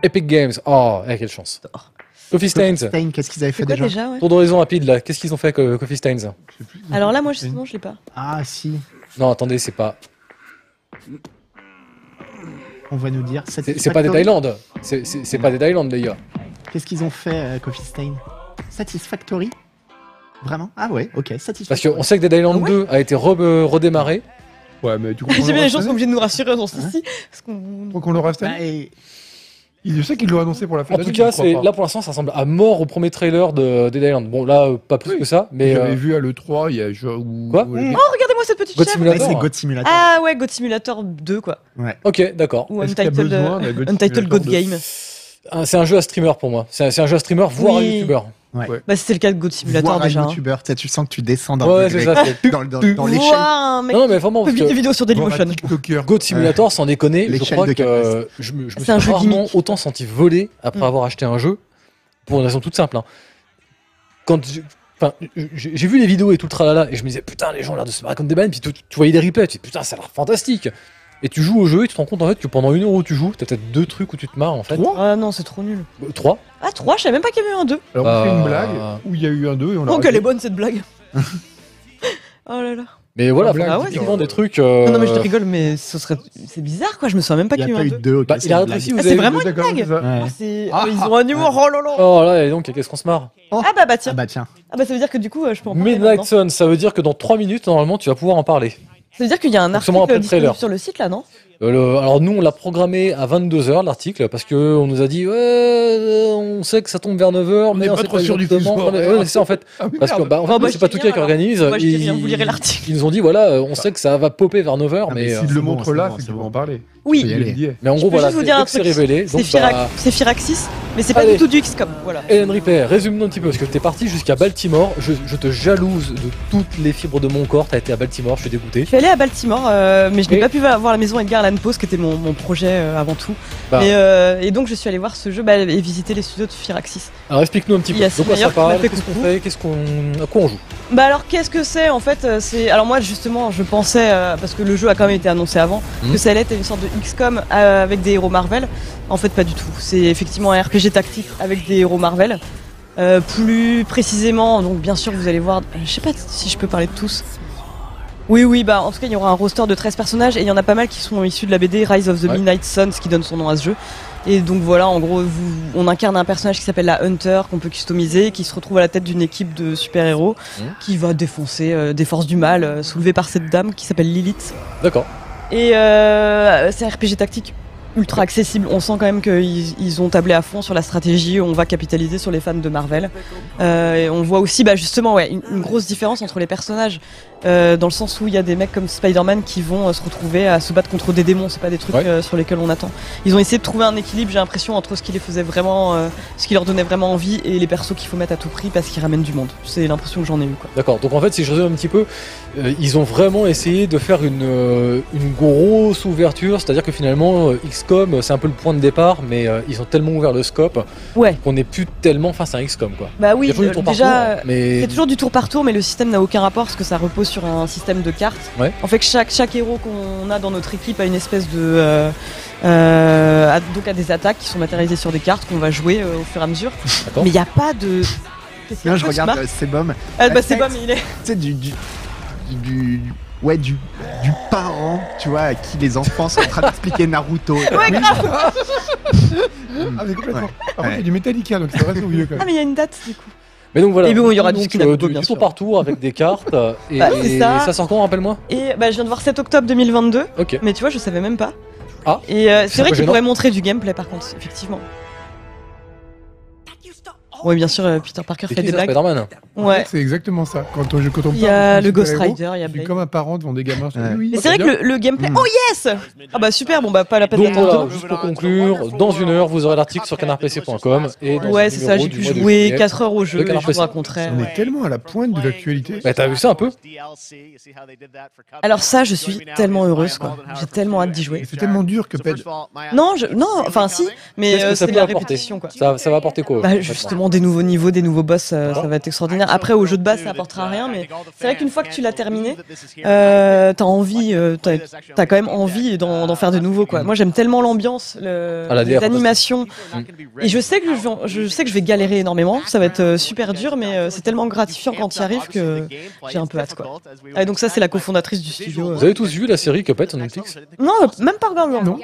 [SPEAKER 1] Epic Games. Oh, eh, quelle chance. Coffee Stains.
[SPEAKER 3] Stein, qu'est-ce qu'ils avaient fait
[SPEAKER 2] C'est quoi
[SPEAKER 3] déjà
[SPEAKER 2] déjà ouais.
[SPEAKER 1] Tour d'horizon rapide là. Qu'est-ce qu'ils ont fait avec euh, Coffee Stains
[SPEAKER 2] Alors là, moi, justement, je l'ai pas.
[SPEAKER 3] Ah si,
[SPEAKER 1] Non, attendez, c'est pas.
[SPEAKER 3] on va nous dire.
[SPEAKER 1] C'est c'est pas des
[SPEAKER 3] Satisfactory.
[SPEAKER 1] Thaïlandes. C'est- C'est c'est pas des Thaïlandes, les gars.
[SPEAKER 3] Qu'est-ce qu'ils ont fait, euh, Coffee Stain Satisfactory Vraiment Ah ouais, ok,
[SPEAKER 1] Parce
[SPEAKER 3] Satisfactory.
[SPEAKER 1] qu'on sait que Dead Island
[SPEAKER 2] Ouais.
[SPEAKER 1] 2 a été re- euh, redémarré.
[SPEAKER 4] Ouais, mais tu comprends.
[SPEAKER 2] J'ai bien les gens sont
[SPEAKER 4] Tu
[SPEAKER 2] obligés de nous rassurer dans ceci. Parce qu'on.
[SPEAKER 4] crois qu'on l'aura cette
[SPEAKER 3] Bah,
[SPEAKER 4] année
[SPEAKER 3] et-
[SPEAKER 4] Il- Je sais qu'ils l'ont annoncé pour la fin
[SPEAKER 1] En tout cas, c'est là pour l'instant, ça ressemble à mort au premier trailer de Dead Island. Bon, là, euh, pas plus
[SPEAKER 4] Oui.
[SPEAKER 1] que ça, mais
[SPEAKER 4] J'avais
[SPEAKER 1] euh,
[SPEAKER 4] vu à l'E3, il y a genre. où-
[SPEAKER 1] Quoi
[SPEAKER 4] où-
[SPEAKER 2] Oh, regardez-moi cette petite
[SPEAKER 1] God
[SPEAKER 2] chèvre.
[SPEAKER 3] Ouais,
[SPEAKER 1] Simulator.
[SPEAKER 3] c'est God Simulator.
[SPEAKER 2] Ah ouais, God Simulator 2, quoi.
[SPEAKER 1] Ok, d'accord.
[SPEAKER 2] Ou
[SPEAKER 4] Est-ce qu'il y a
[SPEAKER 2] Untitled
[SPEAKER 4] besoin
[SPEAKER 2] euh,
[SPEAKER 4] d'un God
[SPEAKER 2] Untitled
[SPEAKER 4] Simulator
[SPEAKER 2] God
[SPEAKER 4] deux
[SPEAKER 2] Game.
[SPEAKER 1] Un- C'est un jeu à streamer pour moi. C'est un, c'est un jeu à streamer, voire
[SPEAKER 2] Oui.
[SPEAKER 1] à youtubeur.
[SPEAKER 2] Bah, c'était le cas de God Simulator
[SPEAKER 3] Voir un
[SPEAKER 2] déjà. hein.
[SPEAKER 3] youtubeur, tu sais, tu sens que tu descends dans,
[SPEAKER 1] Ouais,
[SPEAKER 3] le
[SPEAKER 1] c'est
[SPEAKER 3] degré,
[SPEAKER 1] ça, c'est-
[SPEAKER 3] dans, le- dans- dans l'échelle.
[SPEAKER 2] Voir un mec
[SPEAKER 1] Non, non, mais vraiment,
[SPEAKER 2] qui
[SPEAKER 1] parce
[SPEAKER 2] publie des
[SPEAKER 1] que
[SPEAKER 2] vidéos sur
[SPEAKER 4] Voir un
[SPEAKER 2] Dailymotion.
[SPEAKER 4] TikToker.
[SPEAKER 1] God
[SPEAKER 2] Euh,
[SPEAKER 1] Simulator, sans déconner, je
[SPEAKER 3] L'échelle
[SPEAKER 1] crois
[SPEAKER 3] de
[SPEAKER 1] que
[SPEAKER 3] capacité.
[SPEAKER 1] euh, je, me je me
[SPEAKER 2] C'est
[SPEAKER 1] suis
[SPEAKER 2] un jeu
[SPEAKER 1] rarement
[SPEAKER 2] gimmick.
[SPEAKER 1] autant senti voler après
[SPEAKER 2] Mm.
[SPEAKER 1] avoir acheté un jeu, pour une raison toute simple. hein. Quand je- Enfin, j'ai j'ai vu les vidéos et tout le tralala, et je me disais putain, les gens ont l'air de se barrer comme des bananes, puis tu, tu voyais des replays, tu dis putain, ça a l'air fantastique. Et tu joues au jeu et tu te rends compte en fait que pendant une heure où tu joues, t'as peut-être deux trucs où tu te marres en fait.
[SPEAKER 4] Trois
[SPEAKER 2] Ah non, c'est trop nul.
[SPEAKER 1] Euh, Trois
[SPEAKER 2] Ah, 3, je savais même pas qu'il y avait eu un 2.
[SPEAKER 4] Alors on fait
[SPEAKER 1] Euh,
[SPEAKER 4] une blague où il y a eu un 2 et on l'a.
[SPEAKER 2] Oh, qu'elle
[SPEAKER 4] raté.
[SPEAKER 2] est bonne cette blague. oh là là.
[SPEAKER 1] Mais voilà,
[SPEAKER 4] blague,
[SPEAKER 1] enfin,
[SPEAKER 2] ah ouais,
[SPEAKER 1] typiquement
[SPEAKER 4] c'est-
[SPEAKER 1] des trucs. euh,
[SPEAKER 2] Non, non, mais je te rigole, mais ce serait. C'est bizarre, quoi. Je me souviens même pas
[SPEAKER 3] Il
[SPEAKER 2] qu'il
[SPEAKER 3] n'y
[SPEAKER 2] y
[SPEAKER 3] a
[SPEAKER 2] en a
[SPEAKER 3] pas
[SPEAKER 2] eu
[SPEAKER 3] eu
[SPEAKER 2] un hein, deux.
[SPEAKER 3] deux. ok,
[SPEAKER 1] bah, il a
[SPEAKER 3] une
[SPEAKER 1] rétréci,
[SPEAKER 3] blague.
[SPEAKER 1] vous
[SPEAKER 2] Ah,
[SPEAKER 1] avez
[SPEAKER 2] c'est
[SPEAKER 1] vu
[SPEAKER 2] vraiment une
[SPEAKER 4] D'accord,
[SPEAKER 2] blague.
[SPEAKER 4] c'est ça.
[SPEAKER 2] Ah,
[SPEAKER 3] Ouais.
[SPEAKER 2] c'est-
[SPEAKER 4] Ah,
[SPEAKER 2] oh, ils ont un humour, oh là là.
[SPEAKER 1] Oh là, et donc, qu'est-ce qu'on se marre
[SPEAKER 2] Ah bah bah
[SPEAKER 3] Ah
[SPEAKER 2] tiens.
[SPEAKER 3] bah tiens.
[SPEAKER 2] Ah bah ça veut dire que du coup, euh, je peux en parler. maintenant.
[SPEAKER 1] Midnight Sun, ça veut dire que dans 3 minutes, normalement, tu vas pouvoir en parler.
[SPEAKER 2] Ça veut dire qu'il y a un
[SPEAKER 1] Donc, sûrement
[SPEAKER 2] article
[SPEAKER 1] après le
[SPEAKER 2] disponible
[SPEAKER 1] trailer.
[SPEAKER 2] sur le site là, non
[SPEAKER 1] Euh, le- alors nous, on l'a programmé à 22h l'article parce que on nous a dit ouais, euh, on sait que ça tombe vers 9h,
[SPEAKER 4] On
[SPEAKER 1] mais
[SPEAKER 4] n'est
[SPEAKER 1] on
[SPEAKER 4] pas
[SPEAKER 1] sait
[SPEAKER 4] trop
[SPEAKER 1] pas
[SPEAKER 4] sûr du
[SPEAKER 1] exactement.
[SPEAKER 4] fuseau
[SPEAKER 1] Non, mais,
[SPEAKER 4] horaire.
[SPEAKER 1] ouais, c'est ça, en fait
[SPEAKER 4] Ah, mais
[SPEAKER 1] parce que
[SPEAKER 4] merde.
[SPEAKER 1] bah, en fait,
[SPEAKER 2] Bon, bah,
[SPEAKER 1] c'est
[SPEAKER 2] je
[SPEAKER 1] pas
[SPEAKER 2] dis
[SPEAKER 1] tout qui
[SPEAKER 2] rien,
[SPEAKER 1] qui
[SPEAKER 2] alors.
[SPEAKER 1] organise.
[SPEAKER 2] Moi, je dis
[SPEAKER 1] Ils-
[SPEAKER 2] rien, vous lirez l'article.
[SPEAKER 1] Ils nous ont dit voilà, euh, on sait que ça va popper vers 9h,
[SPEAKER 3] Ah, mais
[SPEAKER 1] mais
[SPEAKER 3] si
[SPEAKER 1] euh,
[SPEAKER 4] S'il
[SPEAKER 3] C'est
[SPEAKER 4] le
[SPEAKER 3] bon,
[SPEAKER 4] montre
[SPEAKER 3] c'est
[SPEAKER 4] là,
[SPEAKER 3] bon,
[SPEAKER 4] c'est
[SPEAKER 3] c'est
[SPEAKER 4] qu'ils
[SPEAKER 3] bon.
[SPEAKER 4] vont en parler.
[SPEAKER 3] Je
[SPEAKER 2] Oui,
[SPEAKER 3] peux y
[SPEAKER 4] Il
[SPEAKER 3] aller.
[SPEAKER 4] le disait.
[SPEAKER 1] mais en gros
[SPEAKER 2] peux
[SPEAKER 1] voilà,
[SPEAKER 2] juste vous
[SPEAKER 1] c'est
[SPEAKER 2] dire un
[SPEAKER 1] dès que c'est
[SPEAKER 2] truc.
[SPEAKER 1] révélé.
[SPEAKER 2] c'est
[SPEAKER 1] donc, bah,
[SPEAKER 2] Firaxis, c'est Firaxis, mais c'est pas
[SPEAKER 1] Allez.
[SPEAKER 2] du tout du XCOM. Voilà.
[SPEAKER 1] Hélène Ripper, résume-nous un petit peu, parce que t'es parti jusqu'à Baltimore, je, je te jalouse de toutes les fibres de mon corps, t'as été à Baltimore, je suis dégoûté.
[SPEAKER 2] Je suis allée à Baltimore, euh, mais je n'ai
[SPEAKER 1] Et-
[SPEAKER 2] pas pu voir la maison Edgar Allan Poe, ce qui était mon, mon projet euh, avant tout.
[SPEAKER 1] Bah.
[SPEAKER 2] Mais, euh, et donc je suis allée voir ce jeu bah, et visiter les studios de Firaxis.
[SPEAKER 1] Alors explique-nous un petit peu,
[SPEAKER 2] Yes,
[SPEAKER 1] de quoi ça
[SPEAKER 2] d'ailleurs, tu m'as
[SPEAKER 1] parle,
[SPEAKER 2] fait
[SPEAKER 1] qu'est-ce qu'on
[SPEAKER 2] coucou.
[SPEAKER 1] fait, qu'est-ce qu'on... à quoi on joue
[SPEAKER 2] Bah alors qu'est-ce que c'est en fait euh, C'est alors moi justement je pensais euh, parce que le jeu a quand même été annoncé avant
[SPEAKER 1] Mhm.
[SPEAKER 2] que ça allait être une sorte de XCOM euh, avec des héros Marvel. En fait pas du tout. C'est effectivement un RPG tactique avec des héros Marvel. Euh, plus précisément donc bien sûr vous allez voir. euh, Je sais pas si je peux parler de tous. Oui oui bah en tout cas il y aura un roster de 13 personnages et il y en a pas mal qui sont issus de la BD Rise of the
[SPEAKER 1] Ouais.
[SPEAKER 2] Midnight Sun ce qui donne son nom à ce jeu. Et donc voilà, en gros, vous, on incarne un personnage qui s'appelle la Hunter, qu'on peut customiser, qui se retrouve à la tête d'une équipe de super-héros,
[SPEAKER 1] Mhm.
[SPEAKER 2] qui va défoncer euh, des forces du mal, euh, soulevées par cette dame qui s'appelle Lilith.
[SPEAKER 1] D'accord.
[SPEAKER 2] Et euh, c'est un RPG tactique ultra accessible. On sent quand même qu'ils ils ont tablé à fond sur la stratégie, on va capitaliser sur les fans de Marvel. Euh, et on voit aussi, bah justement, ouais, une, une grosse différence entre les personnages, euh, dans le sens où il y a des mecs comme Spider-Man qui vont euh, se retrouver à se battre contre des démons, c'est pas des trucs
[SPEAKER 1] Ouais.
[SPEAKER 2] euh, sur lesquels on attend. Ils ont essayé de trouver un équilibre, j'ai l'impression, entre ce qui les faisait vraiment, euh, ce qui leur donnait vraiment envie et les persos qu'il faut mettre à tout prix parce qu'ils ramènent du monde. C'est l'impression que j'en ai eu, quoi.
[SPEAKER 1] D'accord, donc en fait, si je résume un petit peu, euh, ils ont vraiment essayé de faire une, euh, une grosse ouverture, c'est-à-dire que finalement, euh, XCOM, euh, c'est un peu le point de départ, mais euh, ils ont tellement ouvert le scope
[SPEAKER 2] Ouais.
[SPEAKER 1] qu'on n'est plus tellement face à un XCOM, quoi.
[SPEAKER 2] Bah oui,
[SPEAKER 1] Il y a toujours du
[SPEAKER 2] euh,
[SPEAKER 1] tour par
[SPEAKER 2] déjà.
[SPEAKER 1] tour, hein, mais...
[SPEAKER 2] C'est toujours du tour par tour, mais le système n'a aucun rapport parce que ça repose sur un système de cartes.
[SPEAKER 1] Ouais.
[SPEAKER 2] En fait, chaque, chaque héros qu'on a dans notre équipe a une espèce de. euh, euh, a- donc, a des attaques qui sont matérialisées sur des cartes qu'on va jouer euh, au fur et à mesure.
[SPEAKER 1] D'accord.
[SPEAKER 2] Mais il n'y a pas de. Qu'est-ce qu'il y a
[SPEAKER 3] Là, je
[SPEAKER 2] Pourquoi tu
[SPEAKER 3] regarde
[SPEAKER 2] marches
[SPEAKER 3] euh, Sebum.
[SPEAKER 2] Ah, bah, c'est pas, mais il est.
[SPEAKER 3] Tu sais, du. du, du- du- Ouais, du, du parent, tu vois, à qui les enfants sont en train d'expliquer Naruto.
[SPEAKER 2] Ouais, grave
[SPEAKER 4] Ah, mais complètement.
[SPEAKER 3] Ouais.
[SPEAKER 4] Par contre,
[SPEAKER 3] Ouais.
[SPEAKER 4] il y a du Metallica, donc ça reste au vieux quand
[SPEAKER 2] Ah,
[SPEAKER 4] même.
[SPEAKER 2] mais il y a une date du coup.
[SPEAKER 1] Mais donc voilà.
[SPEAKER 2] Et bon, il y aura
[SPEAKER 1] Donc, euh,
[SPEAKER 2] du Skinabo, bien
[SPEAKER 1] tour
[SPEAKER 2] sûr.
[SPEAKER 1] par tour avec des cartes. euh, Et,
[SPEAKER 2] Bah, c'est
[SPEAKER 1] et
[SPEAKER 2] ça.
[SPEAKER 1] ça sort quand, rappelle-moi
[SPEAKER 2] Et bah, je viens de voir 7 octobre 2022,
[SPEAKER 1] Ok.
[SPEAKER 2] mais tu vois, je savais même pas.
[SPEAKER 1] Ah.
[SPEAKER 2] Et euh,
[SPEAKER 1] C'est
[SPEAKER 2] c'est vrai
[SPEAKER 1] un peu
[SPEAKER 2] qu'ils
[SPEAKER 1] gênant.
[SPEAKER 2] pourraient montrer du gameplay par contre, effectivement. Ouais, bien sûr, euh, Peter Parker
[SPEAKER 1] C'est
[SPEAKER 2] fait
[SPEAKER 1] qui
[SPEAKER 2] des
[SPEAKER 1] ça,
[SPEAKER 2] blagues.
[SPEAKER 1] Spider-Man
[SPEAKER 2] Ouais.
[SPEAKER 4] C'est exactement ça. Quand on, quand on
[SPEAKER 2] Il y
[SPEAKER 4] parle
[SPEAKER 2] a
[SPEAKER 4] de
[SPEAKER 2] le Ghost
[SPEAKER 4] super-héros,
[SPEAKER 2] Rider, il y a
[SPEAKER 4] je suis
[SPEAKER 2] Blade.
[SPEAKER 4] comme un parent devant des gamins. je
[SPEAKER 3] Ouais.
[SPEAKER 4] dis, oui,
[SPEAKER 2] Mais
[SPEAKER 4] oui.
[SPEAKER 2] c'est vrai que
[SPEAKER 1] Ah, bien. Hmm.
[SPEAKER 2] le, le gameplay.
[SPEAKER 3] Mm.
[SPEAKER 2] Oh yes Ah bah super, bon bah pas la peine
[SPEAKER 1] Donc
[SPEAKER 2] d'attendre.
[SPEAKER 1] voilà, juste pour conclure, dans une heure, vous aurez l'article sur canardpc.com et dans
[SPEAKER 2] Ouais,
[SPEAKER 1] le
[SPEAKER 2] c'est
[SPEAKER 1] numéro
[SPEAKER 2] ça, j'ai
[SPEAKER 1] du
[SPEAKER 2] pu
[SPEAKER 1] mois de
[SPEAKER 2] jouer
[SPEAKER 1] juillet.
[SPEAKER 2] 4 heures au jeu,
[SPEAKER 1] Le
[SPEAKER 2] et je
[SPEAKER 1] canard
[SPEAKER 2] vous
[SPEAKER 1] PC.
[SPEAKER 2] raconterai.
[SPEAKER 4] On est tellement à la pointe de l'actualité.
[SPEAKER 1] Bah, t'as vu ça un peu
[SPEAKER 2] Alors ça, je suis tellement heureuse, quoi. J'ai tellement hâte d'y jouer.
[SPEAKER 4] Et C'est tellement dur que Ped.
[SPEAKER 2] Non, je- non, enfin, si. Mais
[SPEAKER 1] Qu'est-ce
[SPEAKER 2] euh,
[SPEAKER 1] que ça
[SPEAKER 2] c'est de
[SPEAKER 1] peut
[SPEAKER 2] la
[SPEAKER 1] apporter
[SPEAKER 2] répétition, quoi.
[SPEAKER 1] ça, ça va apporter quoi
[SPEAKER 2] Bah
[SPEAKER 1] concrètement
[SPEAKER 2] justement, des nouveaux niveaux, des nouveaux boss, euh, ça va être extraordinaire.
[SPEAKER 6] Ah,
[SPEAKER 2] Après, au jeu de base, ça apportera rien, mais c'est vrai qu'une fois que tu l'as terminé, euh, t'as envie, euh, t'as t'as quand même envie d'en d'en faire de nouveaux, quoi. Moi, j'aime tellement l'ambiance, le-
[SPEAKER 1] Ah, la
[SPEAKER 2] les
[SPEAKER 1] DR,
[SPEAKER 2] animations. Et je sais que je, vais- je sais que je vais galérer énormément, ça va être euh, super dur, mais euh, c'est tellement gratifiant quand tu y arrives que j'ai un peu hâte, quoi. Ah, donc ça, c'est la cofondatrice du studio. euh.
[SPEAKER 1] Vous avez tous vu la série Cuphead sur Netflix
[SPEAKER 2] Non, même pas regardé.
[SPEAKER 9] Non.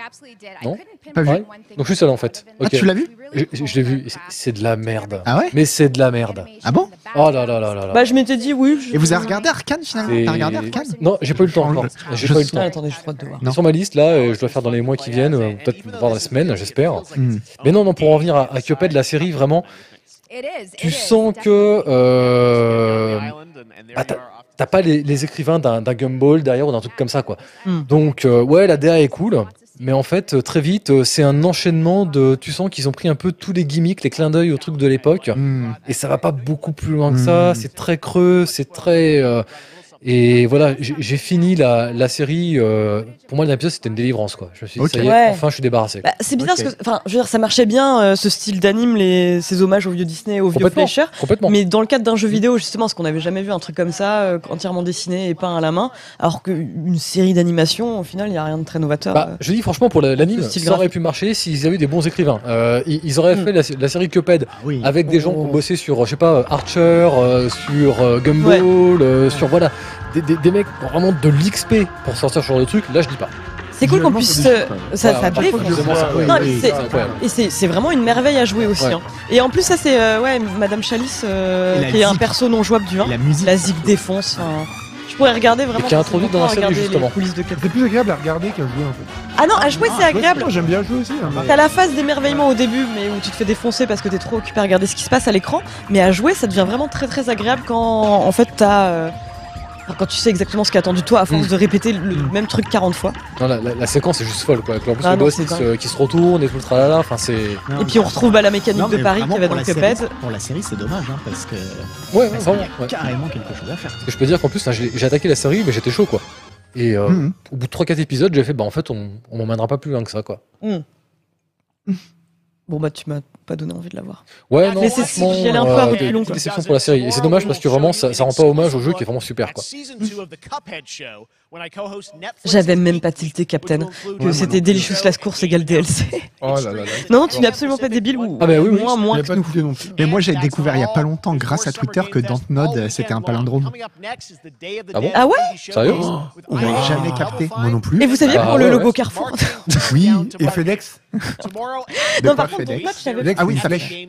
[SPEAKER 1] Non.
[SPEAKER 3] Pas vu.
[SPEAKER 1] Donc je suis seul en fait.
[SPEAKER 3] Ah,
[SPEAKER 1] Ok.
[SPEAKER 3] tu l'as vu
[SPEAKER 1] Je, je l'ai vu, c'est- c'est de la merde.
[SPEAKER 3] Ah ouais
[SPEAKER 1] Mais c'est de la merde.
[SPEAKER 3] Ah bon
[SPEAKER 1] Oh là là là là là.
[SPEAKER 2] Bah, je m'étais dit oui. je-
[SPEAKER 3] Et vous avez regardé Arkane finalement
[SPEAKER 1] C'est-
[SPEAKER 3] T'as regardé Arkane
[SPEAKER 1] Non, j'ai pas eu le temps encore. J'ai
[SPEAKER 3] Je
[SPEAKER 1] pas eu le
[SPEAKER 3] sens-
[SPEAKER 2] Ah,
[SPEAKER 1] temps.
[SPEAKER 2] attendez, je crois de voir.
[SPEAKER 3] Non.
[SPEAKER 1] Sur ma liste, là, euh, je dois faire dans les mois qui viennent, euh, peut-être voir dans la semaine, j'espère.
[SPEAKER 3] Hmm.
[SPEAKER 1] Mais non, non, pour en venir à, à Cuphead, la série, vraiment, tu sens que euh, bah, t'as- t'as pas les, les écrivains d'un d'un Gumball derrière ou d'un truc comme ça, quoi.
[SPEAKER 2] Hmm.
[SPEAKER 1] Donc, euh, ouais, la DA est cool, mais en fait, euh, très vite, euh, c'est un enchaînement de. Tu sens qu'ils ont pris un peu tous les gimmicks, les clins d'œil aux trucs de l'époque,
[SPEAKER 3] Hmm.
[SPEAKER 1] et ça va pas beaucoup plus loin que ça.
[SPEAKER 3] Hmm.
[SPEAKER 1] C'est très creux, c'est très. euh, et voilà, j'ai- j'ai fini la, la série. euh, pour moi, l'épisode, c'était une délivrance, quoi. Je me suis dit,
[SPEAKER 3] Ok.
[SPEAKER 1] ça y est,
[SPEAKER 2] Ouais.
[SPEAKER 1] enfin, je suis débarrassé.
[SPEAKER 2] Bah, c'est bizarre
[SPEAKER 3] Ok.
[SPEAKER 2] parce que, enfin, je veux dire, ça marchait bien euh, ce style d'anime, les, ces hommages aux vieux Disney, aux vieux
[SPEAKER 1] Complètement.
[SPEAKER 2] Fleischer.
[SPEAKER 1] Complètement.
[SPEAKER 2] Mais dans le cadre d'un jeu vidéo, justement, ce qu'on n'avait jamais vu, un truc comme ça, euh, entièrement dessiné et peint à la main, alors qu'une série d'animation, au final, il n'y a rien de très novateur.
[SPEAKER 1] Bah,
[SPEAKER 2] euh.
[SPEAKER 1] je dis franchement pour la- l'anime,
[SPEAKER 2] Le style
[SPEAKER 1] ça aurait pu marcher s'ils avaient eu des bons écrivains. Euh, ils, ils auraient
[SPEAKER 2] Mm.
[SPEAKER 1] fait la, la série Cuphead
[SPEAKER 2] Bah
[SPEAKER 3] Ah oui.
[SPEAKER 1] avec des gens qui ont
[SPEAKER 3] Oh.
[SPEAKER 1] bossé sur, je sais pas, euh, Archer, euh, sur euh, Gumball, euh, sur voilà, des, des- des mecs qui ont vraiment de l'XP pour sortir ce genre de truc, là je dis pas.
[SPEAKER 2] C'est cool qu'on puisse euh, ça
[SPEAKER 1] Voilà,
[SPEAKER 2] s'appeler.
[SPEAKER 1] on parle pas forcément,
[SPEAKER 4] quoi.
[SPEAKER 1] ça, ouais,
[SPEAKER 2] Non,
[SPEAKER 1] oui,
[SPEAKER 2] c'est-
[SPEAKER 1] c'est incroyable.
[SPEAKER 2] Et c'est c'est vraiment une merveille à jouer aussi.
[SPEAKER 1] Ouais.
[SPEAKER 2] hein. Et en plus, ça c'est euh, ouais, Madame Chalice euh,
[SPEAKER 3] Et la
[SPEAKER 2] qui est un
[SPEAKER 3] zig.
[SPEAKER 2] perso non jouable du 1.
[SPEAKER 3] La musique.
[SPEAKER 2] La zig défonce. enfin, Je pourrais regarder vraiment.
[SPEAKER 1] Et qui est
[SPEAKER 2] passer
[SPEAKER 1] introduite
[SPEAKER 2] mon temps
[SPEAKER 1] dans la
[SPEAKER 2] à
[SPEAKER 1] série,
[SPEAKER 2] regarder les
[SPEAKER 1] justement.
[SPEAKER 2] coulisses de Capcom.
[SPEAKER 4] C'est plus agréable à regarder qu'à jouer en fait.
[SPEAKER 2] Ah non, à jouer
[SPEAKER 4] Ah,
[SPEAKER 2] c'est agréable.
[SPEAKER 4] moi, J'aime bien jouer aussi. hein, mais-
[SPEAKER 2] T'as la phase d'émerveillement au début, mais où tu te fais défoncer parce que t'es trop occupé à regarder ce qui se passe à l'écran. Mais à jouer, ça devient vraiment très très agréable quand en fait t'as. euh, enfin, Quand tu sais exactement ce qui est attendu de toi à force
[SPEAKER 1] Mm.
[SPEAKER 2] de répéter le même truc 40 fois.
[SPEAKER 1] Non, la, la- la séquence est juste folle quoi. Avec en plus,
[SPEAKER 2] Ah
[SPEAKER 1] le
[SPEAKER 2] non,
[SPEAKER 1] boss
[SPEAKER 2] c'est
[SPEAKER 1] qui
[SPEAKER 2] dingue.
[SPEAKER 1] se, qui se retourne et tout le tralala. Enfin, c'est.
[SPEAKER 2] Et puis on retrouve bah, la mécanique
[SPEAKER 3] Non,
[SPEAKER 2] de
[SPEAKER 3] mais
[SPEAKER 2] Paris
[SPEAKER 3] vraiment,
[SPEAKER 2] qui avait
[SPEAKER 3] pour
[SPEAKER 2] dans
[SPEAKER 3] la
[SPEAKER 2] Cuphead.
[SPEAKER 3] série- Pour la série, c'est dommage, hein, parce que
[SPEAKER 1] Ouais,
[SPEAKER 2] Ah,
[SPEAKER 3] parce qu'il
[SPEAKER 1] vraiment.
[SPEAKER 3] y a
[SPEAKER 1] ouais.
[SPEAKER 3] carrément quelque chose à faire.
[SPEAKER 1] Parce que je peux dire qu'en plus, hein, j'ai j'ai attaqué la série, mais j'étais chaud quoi. Et euh,
[SPEAKER 2] Hmm.
[SPEAKER 3] Mhm.
[SPEAKER 1] au bout de 3-4 épisodes, j'ai fait, bah en fait, on, on m'emmènera pas plus loin que ça quoi.
[SPEAKER 2] Bon bah tu m'as pas donné envie de la voir.
[SPEAKER 1] Ouais, non,
[SPEAKER 2] Mais c'est-
[SPEAKER 1] franchement,
[SPEAKER 2] j'y allais un peu à
[SPEAKER 1] euh,
[SPEAKER 2] reculons,
[SPEAKER 1] petite
[SPEAKER 2] quoi.
[SPEAKER 1] déception pour la série. Et c'est dommage parce que vraiment, ça, ça rend pas hommage au jeu qui est vraiment super quoi.
[SPEAKER 2] J'avais même pas tilté, Captain, Que
[SPEAKER 4] Ouais,
[SPEAKER 2] c'était Delicious Last Course égale DLC.
[SPEAKER 4] Oh là là là.
[SPEAKER 2] non, tu n'es absolument pas débile ou
[SPEAKER 1] Ah bah oui, oui.
[SPEAKER 2] moins,
[SPEAKER 4] Il
[SPEAKER 2] moins
[SPEAKER 4] a
[SPEAKER 2] que
[SPEAKER 4] pas
[SPEAKER 2] nous.
[SPEAKER 4] écouté non plus.
[SPEAKER 3] Mais moi, j'ai découvert il y a pas longtemps, grâce à Twitter, que Dontnod, euh, c'était un palindrome.
[SPEAKER 1] Ah bon
[SPEAKER 2] Ah ouais
[SPEAKER 1] Sérieux
[SPEAKER 3] On l'avait jamais capté.
[SPEAKER 4] Moi non plus.
[SPEAKER 2] Et vous saviez
[SPEAKER 1] Ah
[SPEAKER 2] pour le
[SPEAKER 1] ouais,
[SPEAKER 2] logo
[SPEAKER 1] ouais.
[SPEAKER 2] Carrefour
[SPEAKER 4] Oui, et FedEx.
[SPEAKER 2] Non,
[SPEAKER 3] quoi,
[SPEAKER 2] par contre,
[SPEAKER 3] FedEx
[SPEAKER 2] Dontnod, je savais
[SPEAKER 4] FedEx,
[SPEAKER 3] Ah oui,
[SPEAKER 4] ça
[SPEAKER 3] ça
[SPEAKER 4] flèche.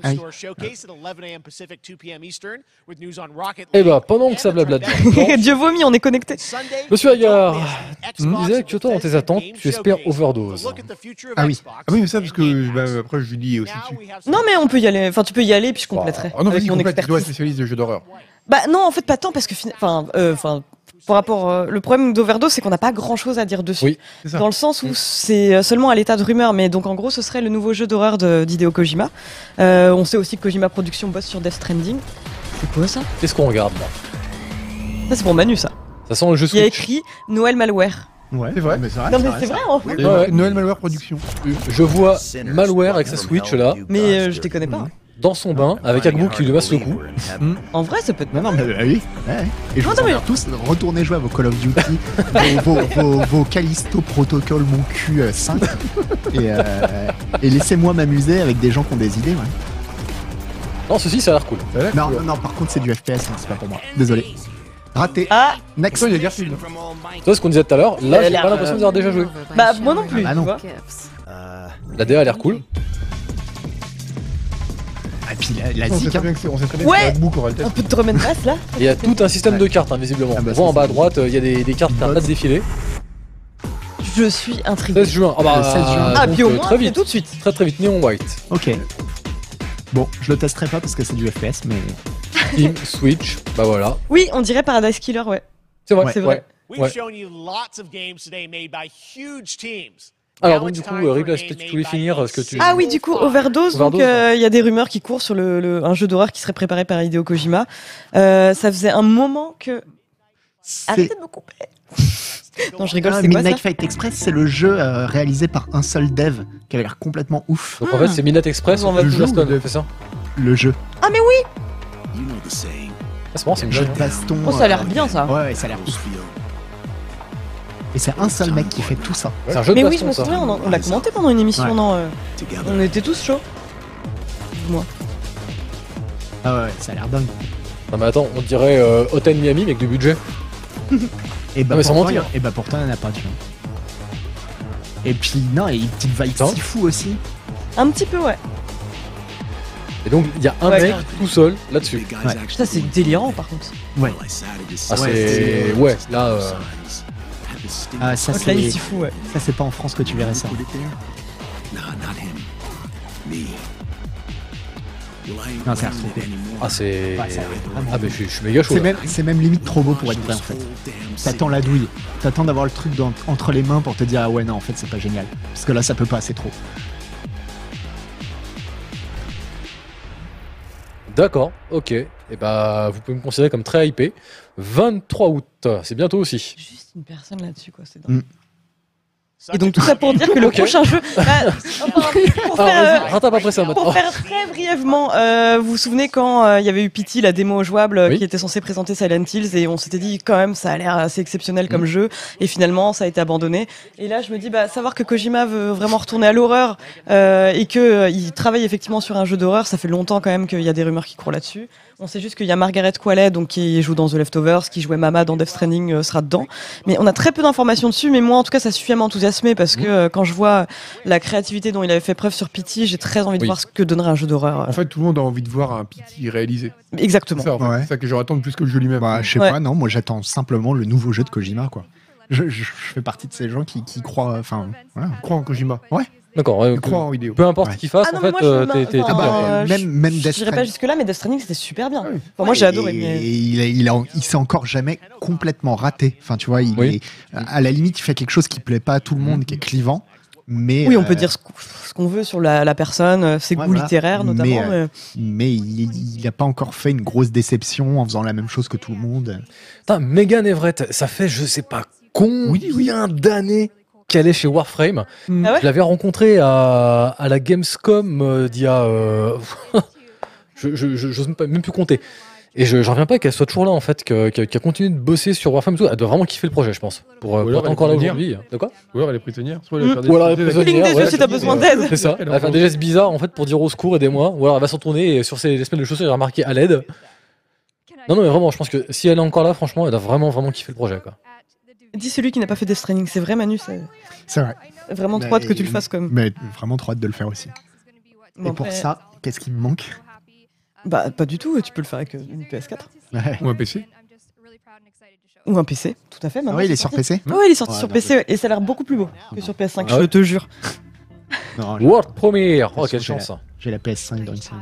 [SPEAKER 3] fait.
[SPEAKER 1] Et bah pendant que ça blablate,
[SPEAKER 2] pas. Dieu vomi, on est connecté.
[SPEAKER 1] Monsieur Agar, tu nous disais que toi, dans tes attentes, tu espères Overdose.
[SPEAKER 3] Ah oui.
[SPEAKER 4] Ah oui, mais ça, parce que bah, après, je lui dis aussi dessus.
[SPEAKER 2] Non mais on peut y aller. Enfin, tu peux y aller puis je compléterai
[SPEAKER 4] Ah non,
[SPEAKER 2] avec
[SPEAKER 4] vas-y,
[SPEAKER 2] mon
[SPEAKER 4] complète, tu dois être
[SPEAKER 2] expertise.
[SPEAKER 4] spécialiste de jeux d'horreur.
[SPEAKER 2] Bah non, en fait pas tant parce que fina- enfin, euh, enfin, par rapport euh, le problème d'Overdose, c'est qu'on n'a pas grand chose à dire dessus.
[SPEAKER 1] Oui.
[SPEAKER 4] C'est ça.
[SPEAKER 2] Dans le sens où c'est euh, seulement à l'état de rumeur, mais donc en gros, ce serait le nouveau jeu d'horreur de- d'Hideo Kojima. Euh, on sait aussi que Kojima Productions bosse sur Death Stranding. C'est quoi ça
[SPEAKER 1] Qu'est-ce qu'on regarde là
[SPEAKER 2] Ça c'est pour Manu ça.
[SPEAKER 1] Ça sent le jeu
[SPEAKER 2] Il y a
[SPEAKER 1] Switch.
[SPEAKER 2] écrit Noël Malware.
[SPEAKER 3] Ouais,
[SPEAKER 4] C'est vrai.
[SPEAKER 3] mais c'est vrai.
[SPEAKER 2] Non
[SPEAKER 3] Ah, c'est
[SPEAKER 2] mais
[SPEAKER 3] vrai,
[SPEAKER 2] c'est
[SPEAKER 3] ça.
[SPEAKER 2] vrai en fait.
[SPEAKER 1] Ouais, ouais.
[SPEAKER 4] Noël Malware Productions.
[SPEAKER 1] Je vois Malware avec sa Switch là,
[SPEAKER 2] Mais euh, je te connais pas.
[SPEAKER 1] dans son bain, avec Agbo qui lui masse le cou.
[SPEAKER 2] En vrai, ça peut être.
[SPEAKER 3] Non, non, mais euh, oui. ouais, ouais. Et je
[SPEAKER 2] Non,
[SPEAKER 3] vous
[SPEAKER 2] non, mais-
[SPEAKER 3] enverrai tous, retournez jouer à vos Call of Duty, vos, vos, vos- vos Callisto Protocol, mon cul euh, 5. Et, euh, et laissez-moi m'amuser avec des gens qui ont des idées. ouais.
[SPEAKER 1] Non, ceci, ça a l'air cool.
[SPEAKER 4] Ça a l'air
[SPEAKER 3] Non,
[SPEAKER 4] cool.
[SPEAKER 3] non, non, par contre, c'est du FPS, hein, c'est pas pour moi. Désolé. Raté.
[SPEAKER 2] Ah
[SPEAKER 3] Next.
[SPEAKER 4] Toi, il y a Garfield.
[SPEAKER 1] Tu vois ce qu'on disait tout à l'heure, là, j'ai
[SPEAKER 2] l'air,
[SPEAKER 1] pas l'impression d'y avoir déjà joué.
[SPEAKER 2] bah moi non plus.
[SPEAKER 3] Ah non.
[SPEAKER 2] tu vois.
[SPEAKER 1] La DA a l'air cool.
[SPEAKER 3] Ah, puis la, la
[SPEAKER 4] On sait
[SPEAKER 3] zik,
[SPEAKER 4] très
[SPEAKER 3] hein.
[SPEAKER 4] bien que c'est- on sait très bien
[SPEAKER 2] Ouais.
[SPEAKER 4] que c'est Agbu qui aura le
[SPEAKER 2] On
[SPEAKER 4] test.
[SPEAKER 2] peut te remettre face là.
[SPEAKER 1] Il y a tout un système de cartes, hein, visiblement.
[SPEAKER 3] Ah bah,
[SPEAKER 1] On
[SPEAKER 3] ça,
[SPEAKER 1] voit en
[SPEAKER 3] c'est
[SPEAKER 1] bas à
[SPEAKER 3] cool.
[SPEAKER 1] droite, euh, il y a des, des cartes qui n'arrêtent pas de défiler.
[SPEAKER 2] Je suis intrigué.
[SPEAKER 1] 16 juin. Ah bah,
[SPEAKER 3] Le 16 juin.
[SPEAKER 2] Ah
[SPEAKER 1] donc,
[SPEAKER 2] puis au
[SPEAKER 1] euh,
[SPEAKER 2] moins
[SPEAKER 1] très
[SPEAKER 2] c'est
[SPEAKER 1] vite.
[SPEAKER 2] tout de suite.
[SPEAKER 1] Très très vite, Neon White.
[SPEAKER 3] Ok. Bon, je le testerai pas parce que c'est du FPS, mais.
[SPEAKER 2] Ah,
[SPEAKER 1] Team Switch, bah voilà.
[SPEAKER 2] Oui, on dirait Paradise Killer, ouais.
[SPEAKER 1] C'est vrai,
[SPEAKER 3] Ouais.
[SPEAKER 2] C'est vrai.
[SPEAKER 1] Ouais. Alors donc du coup, euh, Ripley, est-ce que tu voulais finir euh, ce que tu...
[SPEAKER 2] Ah oui, du coup, Overdose, donc
[SPEAKER 1] Overdose,
[SPEAKER 2] euh, il y a des rumeurs qui courent sur le, le- un jeu d'horreur qui serait préparé par Hideo Kojima. Euh, ça faisait un moment que... Arrêtez de me couper Non, je rigole,
[SPEAKER 3] Ah,
[SPEAKER 2] c'est quoi ça
[SPEAKER 3] Midnight Fight Express, c'est le jeu euh, réalisé par un seul dev qui avait l'air complètement ouf.
[SPEAKER 1] Donc en fait, c'est Midnight Express,
[SPEAKER 2] On
[SPEAKER 1] on
[SPEAKER 2] va
[SPEAKER 1] va
[SPEAKER 4] jouer,
[SPEAKER 1] Stone,
[SPEAKER 4] le-
[SPEAKER 1] fait ça.
[SPEAKER 3] Le jeu.
[SPEAKER 2] Ah mais oui
[SPEAKER 1] Ah, c'est marrant, c'est une
[SPEAKER 3] Jeu
[SPEAKER 1] blague.
[SPEAKER 3] de baston.
[SPEAKER 2] Oh, ça a l'air
[SPEAKER 3] euh,
[SPEAKER 2] bien ça
[SPEAKER 3] Ouais, ouais, ça a l'air ouf. Et c'est un seul mec qui fait tout ça.
[SPEAKER 1] C'est un jeu
[SPEAKER 2] Mais
[SPEAKER 1] de
[SPEAKER 2] oui, je
[SPEAKER 1] baston,
[SPEAKER 2] me
[SPEAKER 1] ça.
[SPEAKER 2] souviens, on, en- on l'a commenté pendant une émission,
[SPEAKER 3] Ouais.
[SPEAKER 2] non euh, On était tous chauds. Moi.
[SPEAKER 3] Ah ouais, ouais, ça a l'air dingue.
[SPEAKER 1] Non mais attends, on dirait euh, Hotel Miami mais avec du budget.
[SPEAKER 3] Et bah,
[SPEAKER 1] Ah, mais sans
[SPEAKER 3] pourtant,
[SPEAKER 1] mentir.
[SPEAKER 3] il- et bah pourtant, il n'y en a pas, tu vois. Et puis, non, et une petite vibe
[SPEAKER 1] Attends.
[SPEAKER 3] si fou aussi.
[SPEAKER 2] Un petit peu, ouais.
[SPEAKER 1] Ah, Et donc il y a un
[SPEAKER 2] Ouais.
[SPEAKER 1] mec tout seul là-dessus.
[SPEAKER 2] Ça, c'est délirant par contre.
[SPEAKER 3] Ouais.
[SPEAKER 1] Ah
[SPEAKER 3] Ouais,
[SPEAKER 1] c'est...
[SPEAKER 3] c'est-
[SPEAKER 1] Ouais, là... euh,
[SPEAKER 3] Ah, ça,
[SPEAKER 2] Donc là, il
[SPEAKER 3] c'est
[SPEAKER 2] s'y fout, ouais.
[SPEAKER 3] ça, c'est pas en France que tu verrais ça. Non, ça a l'air trop cool.
[SPEAKER 1] Ah c'est...
[SPEAKER 3] Ouais, ça a l'air vraiment
[SPEAKER 1] Ah mais je suis- je suis méga chaud
[SPEAKER 3] C'est
[SPEAKER 1] là.
[SPEAKER 3] même, c'est même limite trop beau pour être vrai en fait. T'attends la douille, t'attends d'avoir le truc dans- entre les mains pour te dire ah ouais non en fait c'est pas génial. Parce que là ça peut pas, c'est trop.
[SPEAKER 1] D'accord, ok. Et bah vous pouvez me considérer comme très hypé. 23 août, c'est bientôt aussi.
[SPEAKER 2] Juste une personne là-dessus, quoi, c'est dingue.
[SPEAKER 6] Et
[SPEAKER 2] Et donc tout ça pour dire que le
[SPEAKER 1] Ok.
[SPEAKER 2] prochain jeu... Bah, enfin, pour
[SPEAKER 1] Alors
[SPEAKER 2] faire, euh,
[SPEAKER 1] Ah, vas-y, rattrape après ça maintenant.
[SPEAKER 2] Pour faire très brièvement, euh, vous vous souvenez quand euh, il y avait eu Pity, la démo jouable, euh,
[SPEAKER 1] Oui.
[SPEAKER 2] qui était censée présenter Silent Hills, et on s'était dit quand même ça a l'air assez exceptionnel comme jeu, et finalement ça a été abandonné. Et là je me dis bah savoir que Kojima veut vraiment retourner à l'horreur euh, et que euh, il travaille effectivement sur un jeu d'horreur, ça fait longtemps quand même qu'il y a des rumeurs qui courent là-dessus. On sait juste qu'il y a Margaret Qualley, donc qui joue dans The Leftovers, qui jouait Mama dans Death Stranding, euh, sera dedans. Mais on a très peu d'informations dessus, mais moi en tout cas ça suffit à m'enthousiasmer parce
[SPEAKER 1] Mmh.
[SPEAKER 2] que euh, quand je vois la créativité dont il avait fait preuve sur Pity, j'ai très envie de
[SPEAKER 1] Oui.
[SPEAKER 2] voir ce que donnerait un jeu d'horreur.
[SPEAKER 4] En fait, tout le monde a envie de voir un Pity réalisé.
[SPEAKER 2] Exactement.
[SPEAKER 4] C'est ça, en fait.
[SPEAKER 3] Ouais.
[SPEAKER 4] C'est ça que je attends plus que le jeu lui-même.
[SPEAKER 3] Bah, je sais
[SPEAKER 2] Ouais.
[SPEAKER 3] pas, non, moi j'attends simplement le nouveau jeu de Kojima, quoi. Je, je- je fais partie de ces gens qui, qui croient. Enfin, voilà.
[SPEAKER 4] crois en Kojima.
[SPEAKER 3] Ouais.
[SPEAKER 1] D'accord. ouais,
[SPEAKER 4] Je
[SPEAKER 1] que-
[SPEAKER 4] crois en vidéo.
[SPEAKER 1] peu importe
[SPEAKER 3] Ouais.
[SPEAKER 1] ce qu'il fasse,
[SPEAKER 2] Ah non,
[SPEAKER 1] en
[SPEAKER 2] mais
[SPEAKER 1] fait,
[SPEAKER 2] moi, je
[SPEAKER 1] euh,
[SPEAKER 2] me-
[SPEAKER 1] t'es- t'es-
[SPEAKER 2] enfin,
[SPEAKER 1] t'es-
[SPEAKER 2] bah,
[SPEAKER 1] t'es-
[SPEAKER 2] euh,
[SPEAKER 3] même, même Death
[SPEAKER 2] J'irai pas
[SPEAKER 3] Stranding- Ah
[SPEAKER 2] jusque là, mais Death Stranding c'était super bien.
[SPEAKER 4] Ouais.
[SPEAKER 2] Enfin, moi j'ai
[SPEAKER 3] Et-
[SPEAKER 2] adoré. mais-
[SPEAKER 3] et il, a- il, a- il s'est encore jamais complètement raté. Enfin, tu vois, il
[SPEAKER 1] Oui.
[SPEAKER 3] est- à la limite, il fait quelque chose qui plaît pas à tout le monde, qui est clivant. Mais,
[SPEAKER 2] Oui, on
[SPEAKER 3] euh,
[SPEAKER 2] peut dire ce qu'on- ce qu'on veut sur la, la personne, euh, ses
[SPEAKER 3] Ouais,
[SPEAKER 2] goûts
[SPEAKER 3] voilà.
[SPEAKER 2] littéraires notamment.
[SPEAKER 3] Mais, euh,
[SPEAKER 2] mais-
[SPEAKER 3] mais il il a pas encore fait une grosse déception en faisant la même chose que tout le monde.
[SPEAKER 1] Putain, Megan Everett, ça fait je sais pas combien d'années qu'elle est chez Warframe.
[SPEAKER 4] Mm.
[SPEAKER 2] Ah ouais
[SPEAKER 1] Je l'avais rencontrée à, à la Gamescom euh, d'il y a. euh, je je- je- j'ose même, pas- même plus compter. Et je j'en reviens pas qu'elle soit toujours là en fait, que- que- qu'elle continue de bosser sur Warframe. et tout. Elle doit vraiment kiffer le projet, je pense. Pour, euh,
[SPEAKER 4] Ou
[SPEAKER 1] pour
[SPEAKER 4] alors
[SPEAKER 1] être
[SPEAKER 4] elle
[SPEAKER 1] encore là
[SPEAKER 4] peut venir.
[SPEAKER 1] aujourd'hui. De quoi
[SPEAKER 4] Ou alors elle est prisonnière. Soit
[SPEAKER 2] Mm.
[SPEAKER 3] Hmm.
[SPEAKER 4] elle va faire des
[SPEAKER 1] Ou alors elle est
[SPEAKER 4] activités
[SPEAKER 1] prisonnière,
[SPEAKER 4] avec-
[SPEAKER 1] Cligne des yeux si
[SPEAKER 2] t'as besoin d'aide.
[SPEAKER 1] C'est ça.
[SPEAKER 4] Elle
[SPEAKER 1] Elle
[SPEAKER 4] est
[SPEAKER 1] va faire des gestes bizarres en fait pour dire au secours, aidez-moi. Ou alors elle va se retourner et sur ses espèces de chaussures, elle va marquer à l'aide. Non, non, mais vraiment, je pense que si elle est encore là, franchement, elle doit vraiment, vraiment kiffer le projet. Quoi.
[SPEAKER 2] Dis celui qui n'a pas fait Death Stranding, c'est vrai Manu, c'est
[SPEAKER 3] C'est vrai.
[SPEAKER 2] vraiment trop
[SPEAKER 3] Bah,
[SPEAKER 2] hâte que tu
[SPEAKER 3] et-
[SPEAKER 2] le fasses comme.
[SPEAKER 3] Mais vraiment trop hâte de le faire aussi.
[SPEAKER 2] Bon,
[SPEAKER 3] et pour
[SPEAKER 2] après-
[SPEAKER 3] ça, qu'est-ce qui me manque
[SPEAKER 2] Bah pas du tout, tu peux le faire avec euh, une PS4
[SPEAKER 3] Ouais.
[SPEAKER 4] Ou un PC.
[SPEAKER 2] ou un PC, tout à fait.
[SPEAKER 3] Ah
[SPEAKER 2] maintenant,
[SPEAKER 3] ouais, il
[SPEAKER 2] c'est
[SPEAKER 3] est sur
[SPEAKER 2] sorti.
[SPEAKER 3] PC
[SPEAKER 2] Ouais, il est sorti
[SPEAKER 3] Ouais,
[SPEAKER 2] sur
[SPEAKER 3] non,
[SPEAKER 2] PC ouais, et ça a l'air beaucoup plus beau que sur PS5,
[SPEAKER 1] Ah ouais
[SPEAKER 2] je te jure.
[SPEAKER 3] Non, j'ai-
[SPEAKER 1] World Premiere Oh,
[SPEAKER 3] Parce
[SPEAKER 1] quelle
[SPEAKER 3] que
[SPEAKER 1] chance
[SPEAKER 3] j'ai la PS5 dans une salle.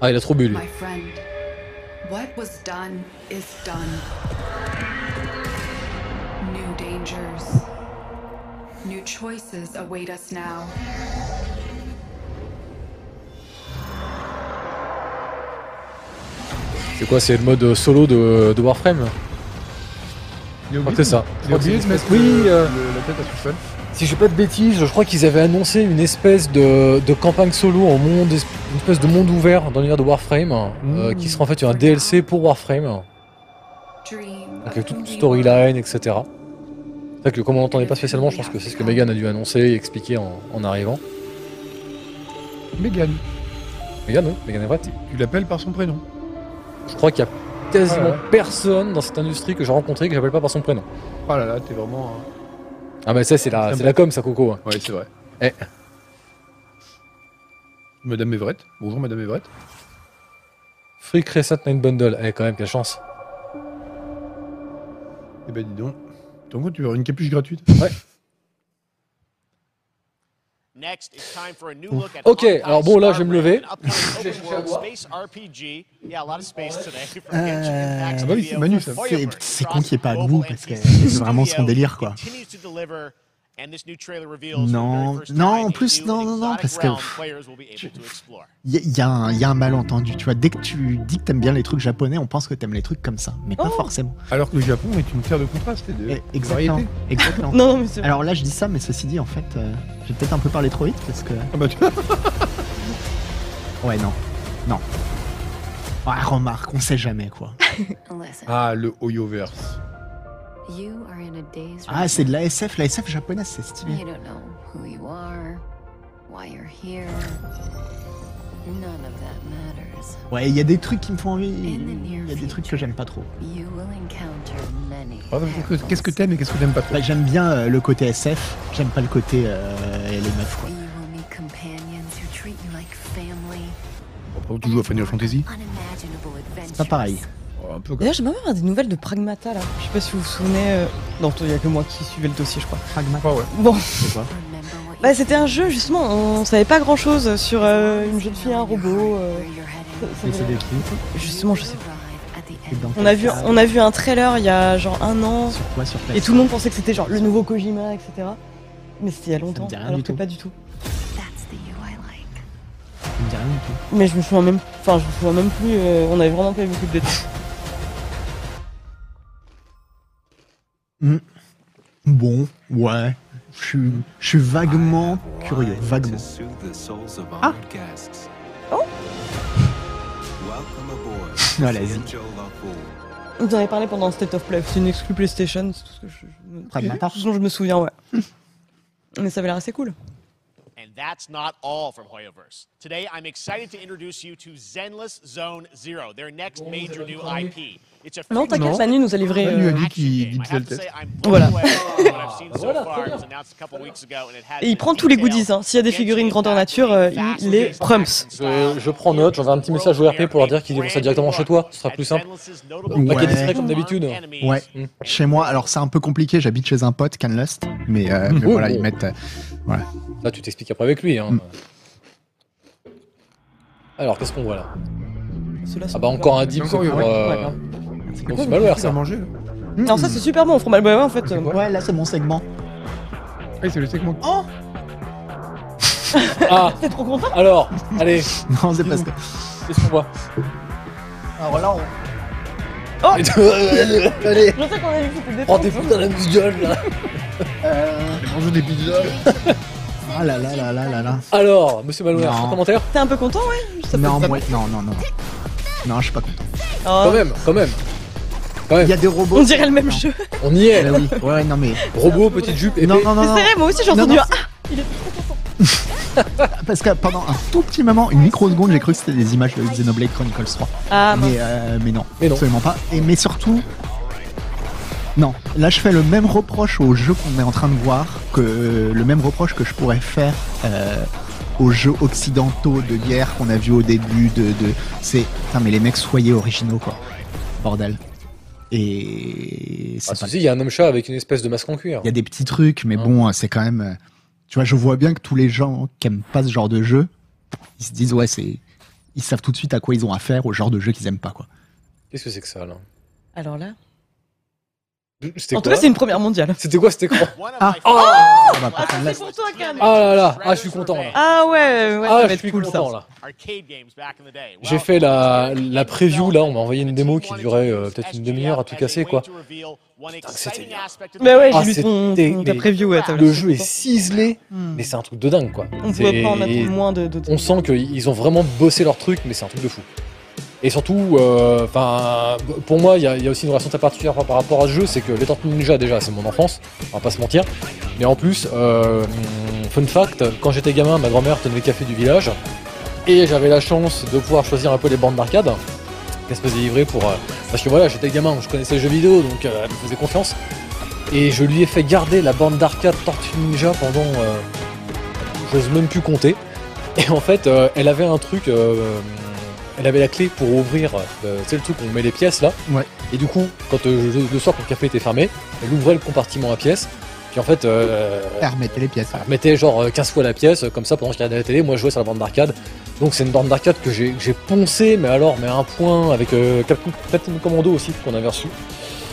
[SPEAKER 1] Ah, il a trop bu, lui.
[SPEAKER 11] My friend, what was done is done. New dangers, new choices await us now.
[SPEAKER 1] C'est quoi, c'est le mode euh, solo de, de Warframe là
[SPEAKER 4] Il
[SPEAKER 1] Je
[SPEAKER 4] a
[SPEAKER 1] crois
[SPEAKER 4] oublié
[SPEAKER 1] que c'est ça. Je
[SPEAKER 4] Il a
[SPEAKER 1] crois que c'est
[SPEAKER 4] oublié de
[SPEAKER 1] une
[SPEAKER 4] mettre
[SPEAKER 1] espèce- Oui,
[SPEAKER 4] le-
[SPEAKER 1] euh,
[SPEAKER 4] le- la tête à tout seul.
[SPEAKER 1] si j'ai pas de bêtises, je crois qu'ils avaient annoncé une espèce de, de campagne solo en monde, une espèce de monde ouvert dans l'univers de Warframe, euh,
[SPEAKER 4] Mmh.
[SPEAKER 1] qui sera en fait un DLC pour Warframe,
[SPEAKER 11] Dream
[SPEAKER 1] donc
[SPEAKER 11] of
[SPEAKER 1] avec toute
[SPEAKER 11] who
[SPEAKER 1] une
[SPEAKER 11] we
[SPEAKER 1] storyline, etc. C'est vrai que comme on l'entendait pas spécialement, je pense que c'est ce que Megan a dû annoncer et expliquer en, en arrivant.
[SPEAKER 4] Megan.
[SPEAKER 1] Megan, oui, Megan Everett.
[SPEAKER 4] Tu l'appelles par son prénom.
[SPEAKER 1] Je crois qu'il y a quasiment
[SPEAKER 4] Ah ouais.
[SPEAKER 1] personne dans cette industrie que j'ai rencontré que j'appelle pas par son prénom.
[SPEAKER 4] Oh là là, t'es vraiment. hein.
[SPEAKER 1] Ah bah ça c'est la, c'est la com ça Coco. hein.
[SPEAKER 4] Ouais, c'est vrai.
[SPEAKER 1] Eh.
[SPEAKER 4] Madame Everett. Bonjour, Madame Everett.
[SPEAKER 1] Free Crescent Night Bundle, eh quand même quelle chance.
[SPEAKER 4] Eh ben, dis donc. Ton coup, tu veux une capuche gratuite
[SPEAKER 6] Next, it's time for a new look at
[SPEAKER 1] Ok,
[SPEAKER 6] Honkai
[SPEAKER 1] alors bon, là, je vais
[SPEAKER 6] Star
[SPEAKER 1] me
[SPEAKER 6] Rail,
[SPEAKER 1] lever.
[SPEAKER 6] an upcoming
[SPEAKER 1] Je vais chercher à
[SPEAKER 6] open-world
[SPEAKER 1] boire.
[SPEAKER 6] space RPG. Yeah, a lot of space today for
[SPEAKER 3] Euh,
[SPEAKER 6] Genshin Impact
[SPEAKER 3] ah
[SPEAKER 4] bah oui,
[SPEAKER 6] Studio.
[SPEAKER 4] c'est Manu, ça.
[SPEAKER 6] Fireworks
[SPEAKER 3] C'est- c'est con qu'il y ait pas de
[SPEAKER 6] Global
[SPEAKER 3] nous, parce que
[SPEAKER 6] NPC
[SPEAKER 3] c'est vraiment son délire, quoi.
[SPEAKER 6] continues to deliver, and this new trailer reveals for the
[SPEAKER 3] Non,
[SPEAKER 6] very first
[SPEAKER 3] non,
[SPEAKER 6] time
[SPEAKER 3] en
[SPEAKER 6] a
[SPEAKER 3] plus,
[SPEAKER 6] new
[SPEAKER 3] non, non, non,
[SPEAKER 6] exotic
[SPEAKER 3] parce que-
[SPEAKER 6] realm players will be able to explore.
[SPEAKER 3] Il y, y a un y a un malentendu, tu vois. Dès que tu dis que t'aimes bien les trucs japonais, on pense que t'aimes les trucs comme ça, mais pas
[SPEAKER 2] Oh.
[SPEAKER 3] forcément.
[SPEAKER 4] Alors que le Japon est une terre de contraste et de.
[SPEAKER 3] Eh, Exactement.
[SPEAKER 4] variété.
[SPEAKER 3] exactement.
[SPEAKER 2] Non, non, mais c'est
[SPEAKER 3] Alors là, je dis ça, mais ceci dit, en fait, euh, j'ai peut-être un peu parlé trop vite parce que.
[SPEAKER 4] Ah bah, tu-
[SPEAKER 3] Ouais, non. Non. Ah, remarque, on sait jamais quoi.
[SPEAKER 11] Listen,
[SPEAKER 4] Ah, le Oyoverse.
[SPEAKER 11] you are in a daze.
[SPEAKER 3] Ah, c'est de la SF, la SF japonaise, c'est
[SPEAKER 11] You
[SPEAKER 3] stylé.
[SPEAKER 11] don't know who you are, why you're here. None of that matters.
[SPEAKER 3] Ouais, il y a des trucs qui me font envie, il y a des trucs que j'aime pas trop.
[SPEAKER 11] You will encounter many.
[SPEAKER 4] Ah, mais qu'est-ce que- Qu'est-ce que
[SPEAKER 11] perils.
[SPEAKER 4] t'aimes et qu'est-ce que t'aimes pas trop
[SPEAKER 3] Bah, j'aime bien euh, le côté SF, j'aime pas le côté euh, les meufs quoi.
[SPEAKER 11] You will meet companions who treat you like family.
[SPEAKER 4] Après, Tu joues à Final Fantasy
[SPEAKER 11] Unimaginable adventures.
[SPEAKER 3] Pas pareil.
[SPEAKER 4] Oh, Un peu quoi.
[SPEAKER 2] D'ailleurs, j'ai même avoir des nouvelles de Pragmata là. Je sais pas si vous vous souvenez. euh, Non, il y a que moi qui suivais le dossier, je crois.
[SPEAKER 3] Pragma,
[SPEAKER 4] Ah ouais.
[SPEAKER 2] Bon,
[SPEAKER 3] c'est quoi
[SPEAKER 11] Remember what you
[SPEAKER 2] bah c'était un jeu justement, on savait pas grand chose sur euh, une jeune fille, un robot. euh,
[SPEAKER 11] where you're headed.
[SPEAKER 2] ça- ça
[SPEAKER 3] Mais c'est
[SPEAKER 2] voulait-
[SPEAKER 3] des filles, quoi.
[SPEAKER 2] Justement, je sais pas.
[SPEAKER 11] Arrive at the
[SPEAKER 3] Et
[SPEAKER 11] end.
[SPEAKER 3] dans
[SPEAKER 2] On
[SPEAKER 3] quel
[SPEAKER 2] a vu,
[SPEAKER 3] cadre
[SPEAKER 2] on a vu un trailer il y a genre un an
[SPEAKER 3] Sur quoi Sur
[SPEAKER 2] et
[SPEAKER 3] place
[SPEAKER 2] tout le monde pensait que c'était genre le nouveau Kojima, etc. Mais c'était il y a
[SPEAKER 3] me
[SPEAKER 2] longtemps,
[SPEAKER 3] dit rien
[SPEAKER 2] alors
[SPEAKER 3] du
[SPEAKER 2] que
[SPEAKER 3] tout.
[SPEAKER 2] pas du tout.
[SPEAKER 11] That's the you I like.
[SPEAKER 3] Ça me dit rien du tout.
[SPEAKER 2] Mais je me souviens même, enfin je me souviens même plus. euh, on avait vraiment pas eu beaucoup de détails.
[SPEAKER 3] Bon, ouais. Je suis, je suis vaguement
[SPEAKER 2] Hein?
[SPEAKER 3] curieux, vaguement.
[SPEAKER 12] Ah
[SPEAKER 2] Oh.
[SPEAKER 3] Ah, la zik.
[SPEAKER 2] On en avait parlé pendant un State of Play. C'est une exclu PlayStation, c'est tout ce que je. je me-
[SPEAKER 3] Pragmata.
[SPEAKER 2] ce dont je me souviens, ouais. Mais ça avait l'air assez cool.
[SPEAKER 6] And that's not all from Hoyoverse. Today, I'm excited to introduce you to Zenless Zone Zero, their next major new IP. It's a
[SPEAKER 2] Non, t'inquiète, Manu nous a livré.
[SPEAKER 4] Manu a
[SPEAKER 2] euh,
[SPEAKER 4] dit qu'il dit
[SPEAKER 6] I have to
[SPEAKER 4] test.
[SPEAKER 6] say I'm blown
[SPEAKER 2] Voilà.
[SPEAKER 6] away by what I've seen so
[SPEAKER 1] Voilà,
[SPEAKER 6] far.
[SPEAKER 1] très
[SPEAKER 6] It
[SPEAKER 1] bien.
[SPEAKER 6] was announced a couple weeks ago and it has
[SPEAKER 2] Et il
[SPEAKER 6] been
[SPEAKER 2] prend tous les
[SPEAKER 6] detailed.
[SPEAKER 2] goodies. hein. S'il y a des figurines grandeur nature, euh, il les prumps.
[SPEAKER 1] Je, je prends note, j'enverrai un petit message au RP pour leur dire qu'ils livrent ça directement chez toi, ce sera plus simple.
[SPEAKER 6] Un
[SPEAKER 3] Ouais.
[SPEAKER 1] Paquet discret comme d'habitude.
[SPEAKER 3] Ouais.
[SPEAKER 1] Mm.
[SPEAKER 3] Chez moi, alors c'est un peu compliqué, j'habite chez un pote, Canlust, mais, euh, mais
[SPEAKER 4] Oh.
[SPEAKER 1] Oui,
[SPEAKER 3] voilà,
[SPEAKER 1] bon.
[SPEAKER 3] ils mettent. euh, voilà.
[SPEAKER 1] Là, tu t'expliques après avec lui. hein.
[SPEAKER 3] Mm.
[SPEAKER 1] Alors, qu'est-ce qu'on voit là Ah bah encore un dip
[SPEAKER 4] Encore
[SPEAKER 1] pour...
[SPEAKER 4] eu, ouais.
[SPEAKER 1] euh,
[SPEAKER 4] quoi,
[SPEAKER 1] c'est
[SPEAKER 4] le
[SPEAKER 1] malware,
[SPEAKER 4] truc
[SPEAKER 1] ça.
[SPEAKER 4] à manger, là
[SPEAKER 2] Non, ça c'est super bon au fromage. Bah ouais, en fait. euh,
[SPEAKER 3] Ouais, là c'est mon segment. Oh
[SPEAKER 4] Eh, c'est le segment.
[SPEAKER 1] Ah,
[SPEAKER 2] T'es trop content
[SPEAKER 1] alors, allez,
[SPEAKER 3] Non, c'est parce que.
[SPEAKER 1] qu'est-ce qu'on voit
[SPEAKER 3] Alors là, on...
[SPEAKER 1] Allez,
[SPEAKER 2] Je sais qu'on a vu que c'était des
[SPEAKER 1] prends Oh, tes fous dans la gueule là
[SPEAKER 3] Euh...
[SPEAKER 4] Manger des pizzas.
[SPEAKER 3] Ah là là là là là là.
[SPEAKER 1] Alors, monsieur Malware,
[SPEAKER 3] Non.
[SPEAKER 1] un commentaire
[SPEAKER 2] T'es un peu content, ouais Ça peut-
[SPEAKER 3] Non, moi, non, non, non. non. Non, je suis pas content.
[SPEAKER 1] Quand
[SPEAKER 2] Oh,
[SPEAKER 1] même, quand même
[SPEAKER 3] Il y a des robots.
[SPEAKER 2] On dirait le même
[SPEAKER 3] Non.
[SPEAKER 2] jeu.
[SPEAKER 1] On y est
[SPEAKER 3] Ah oui, ouais, ouais, non mais.
[SPEAKER 1] Robot, petite jupe, épée.
[SPEAKER 3] Non, non, non,
[SPEAKER 2] Mais
[SPEAKER 3] non.
[SPEAKER 2] c'est vrai, moi aussi j'ai
[SPEAKER 3] Non,
[SPEAKER 2] entendu
[SPEAKER 3] non,
[SPEAKER 2] un Ah
[SPEAKER 3] Parce que pendant un tout petit moment, une microseconde, j'ai cru que c'était des images de Xenoblade Chronicles 3.
[SPEAKER 2] Ah, mince.
[SPEAKER 3] mais, euh, mais non,
[SPEAKER 1] Mais non.
[SPEAKER 3] absolument pas. Et, mais surtout, non, là je fais le même reproche au jeu qu'on est en train de voir, que euh, le même reproche que je pourrais faire euh, aux jeux occidentaux de guerre qu'on a vu au début. De, de, C'est, putain, mais les mecs, soyez originaux, quoi. Bordel. Et
[SPEAKER 1] Ah,
[SPEAKER 3] c'est pas
[SPEAKER 1] ceci, il y a un homme-chat avec une espèce de masque en cuir.
[SPEAKER 3] il y a des petits trucs, mais
[SPEAKER 1] Hein.
[SPEAKER 3] bon, c'est quand même. euh, Tu vois, je vois bien que tous les gens qui aiment pas ce genre de jeu, ils se disent ouais, c'est. Ils savent tout de suite à quoi ils ont affaire, au genre de jeu qu'ils aiment pas, quoi.
[SPEAKER 1] Qu'est-ce que c'est que ça là
[SPEAKER 2] ah. Alors là.
[SPEAKER 1] C'était
[SPEAKER 2] En tout
[SPEAKER 1] quoi
[SPEAKER 2] cas, c'est une première mondiale.
[SPEAKER 1] C'était quoi cet écran
[SPEAKER 3] Ah.
[SPEAKER 6] oh,
[SPEAKER 3] bah, par contre, là,
[SPEAKER 2] c'est pour toi, Cam.
[SPEAKER 1] Ah là là, ah, je suis content, là.
[SPEAKER 2] Ah ouais, ouais, ça
[SPEAKER 1] Ah,
[SPEAKER 2] va
[SPEAKER 1] je
[SPEAKER 2] être
[SPEAKER 1] suis
[SPEAKER 2] cool ça.
[SPEAKER 1] content là. J'ai fait la, la preview là, on m'a envoyé une démo qui durait euh, peut-être une demi-heure à tout casser quoi.
[SPEAKER 6] Putain,
[SPEAKER 1] que c'était bien.
[SPEAKER 2] Mais Bah ouais,
[SPEAKER 1] Ah,
[SPEAKER 2] j'ai lu ton,
[SPEAKER 1] c'était-
[SPEAKER 2] ton- ta
[SPEAKER 1] mais-
[SPEAKER 2] preview. Ouais, t'as
[SPEAKER 1] Le
[SPEAKER 2] vu,
[SPEAKER 1] jeu est
[SPEAKER 2] c'est
[SPEAKER 1] ciselé,
[SPEAKER 3] Hmm.
[SPEAKER 1] mais c'est un truc de dingue quoi.
[SPEAKER 2] content. On
[SPEAKER 1] C'est-
[SPEAKER 2] pouvait pas en attendre moins de. de-
[SPEAKER 1] On sent qu'ils ont vraiment bossé leur truc, mais c'est un truc de fou. Et surtout, euh, 'fin, pour moi, il y, a- il y a aussi une relation très particulière par, par rapport à ce jeu, c'est que les Tortues Ninja, déjà, c'est mon enfance, on va pas se mentir. Mais en plus, euh, hmm, fun fact, quand j'étais gamin, ma grand-mère tenait le café du village, et j'avais la chance de pouvoir choisir un peu les bandes d'arcade, qu'elle se faisait livrer pour... euh, parce que voilà, j'étais gamin, je connaissais les jeux vidéo, donc euh, elle me faisait confiance. Et je lui ai fait garder la bande d'arcade Tortue Ninja pendant... euh, j'ose même plus compter. Et en fait, euh, elle avait un truc. euh, elle avait la clé pour ouvrir. euh, tu sais, le truc où on met les pièces là.
[SPEAKER 3] Ouais.
[SPEAKER 1] Et du coup, quand euh, je- le soir, quand le café était fermé, elle ouvrait le compartiment à pièces. Puis en fait, euh,
[SPEAKER 3] Ah, remettez les pièces.
[SPEAKER 1] elle mettait genre euh, 15 fois la pièce. Comme ça, pendant que je regardais la télé, moi je jouais sur la bande d'arcade. Donc c'est une bande d'arcade que j'ai que j'ai poncée, mais alors, mais à un point, avec euh, Capcom Platinum Commando aussi qu'on avait reçu.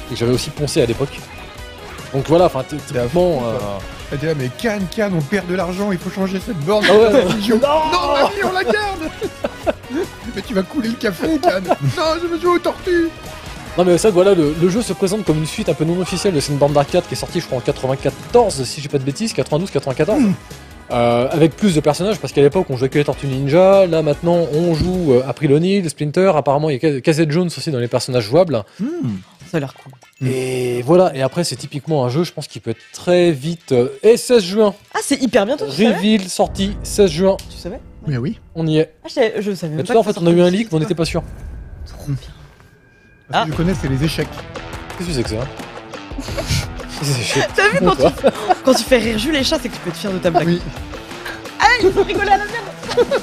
[SPEAKER 1] Et que j'avais aussi poncé à l'époque. Donc voilà, enfin, t- typiquement. euh,
[SPEAKER 4] fond, quoi. Elle était là, mais Cannes, Cannes, on perd de l'argent, il faut changer cette borne.
[SPEAKER 1] Ah ouais, ouais.
[SPEAKER 4] non, ma fille, on la garde Mais tu vas couler le café, Cannes Non, je veux jouer aux tortues
[SPEAKER 3] Ah.
[SPEAKER 1] Non mais ça voilà, le, le jeu se présente comme une suite un peu non officielle de cette bande d'arcade qui est sortie je crois en 94 si j'ai pas de bêtises, 92, 94.
[SPEAKER 4] Hmm.
[SPEAKER 1] Euh, avec plus de personnages parce qu'à l'époque on jouait que les Tortues Ninja, là maintenant on joue euh, April O'Neil, Splinter, apparemment il y a Casey Jones aussi dans les personnages jouables.
[SPEAKER 3] Hmm.
[SPEAKER 2] Ça a l'air cool.
[SPEAKER 1] Et voilà, et après c'est typiquement un jeu je pense qui peut être très vite... euh, Et 16 juin,
[SPEAKER 2] Ah, c'est hyper bientôt, tu savais
[SPEAKER 1] reveal sorti 16 juin,
[SPEAKER 2] Tu savais
[SPEAKER 3] Mais oui.
[SPEAKER 1] on y est.
[SPEAKER 2] Ah, je savais- je savais
[SPEAKER 1] Mais
[SPEAKER 2] même
[SPEAKER 1] tu
[SPEAKER 2] pas.
[SPEAKER 1] vois en
[SPEAKER 2] que
[SPEAKER 1] fait
[SPEAKER 2] ça
[SPEAKER 1] on a eu un
[SPEAKER 2] sortait.
[SPEAKER 1] leak mais on n'était pas sûr.
[SPEAKER 4] Ce que je connais, c'est les échecs.
[SPEAKER 1] Qu'est-ce que c'est que ça Qu'est-ce que c'est que
[SPEAKER 2] T'as vu
[SPEAKER 1] ça
[SPEAKER 2] quand tu, quand tu fais rire Jules les chats, c'est que tu peux te fier de ta blague.
[SPEAKER 4] Oui.
[SPEAKER 2] Ah, il faut rigoler à la merde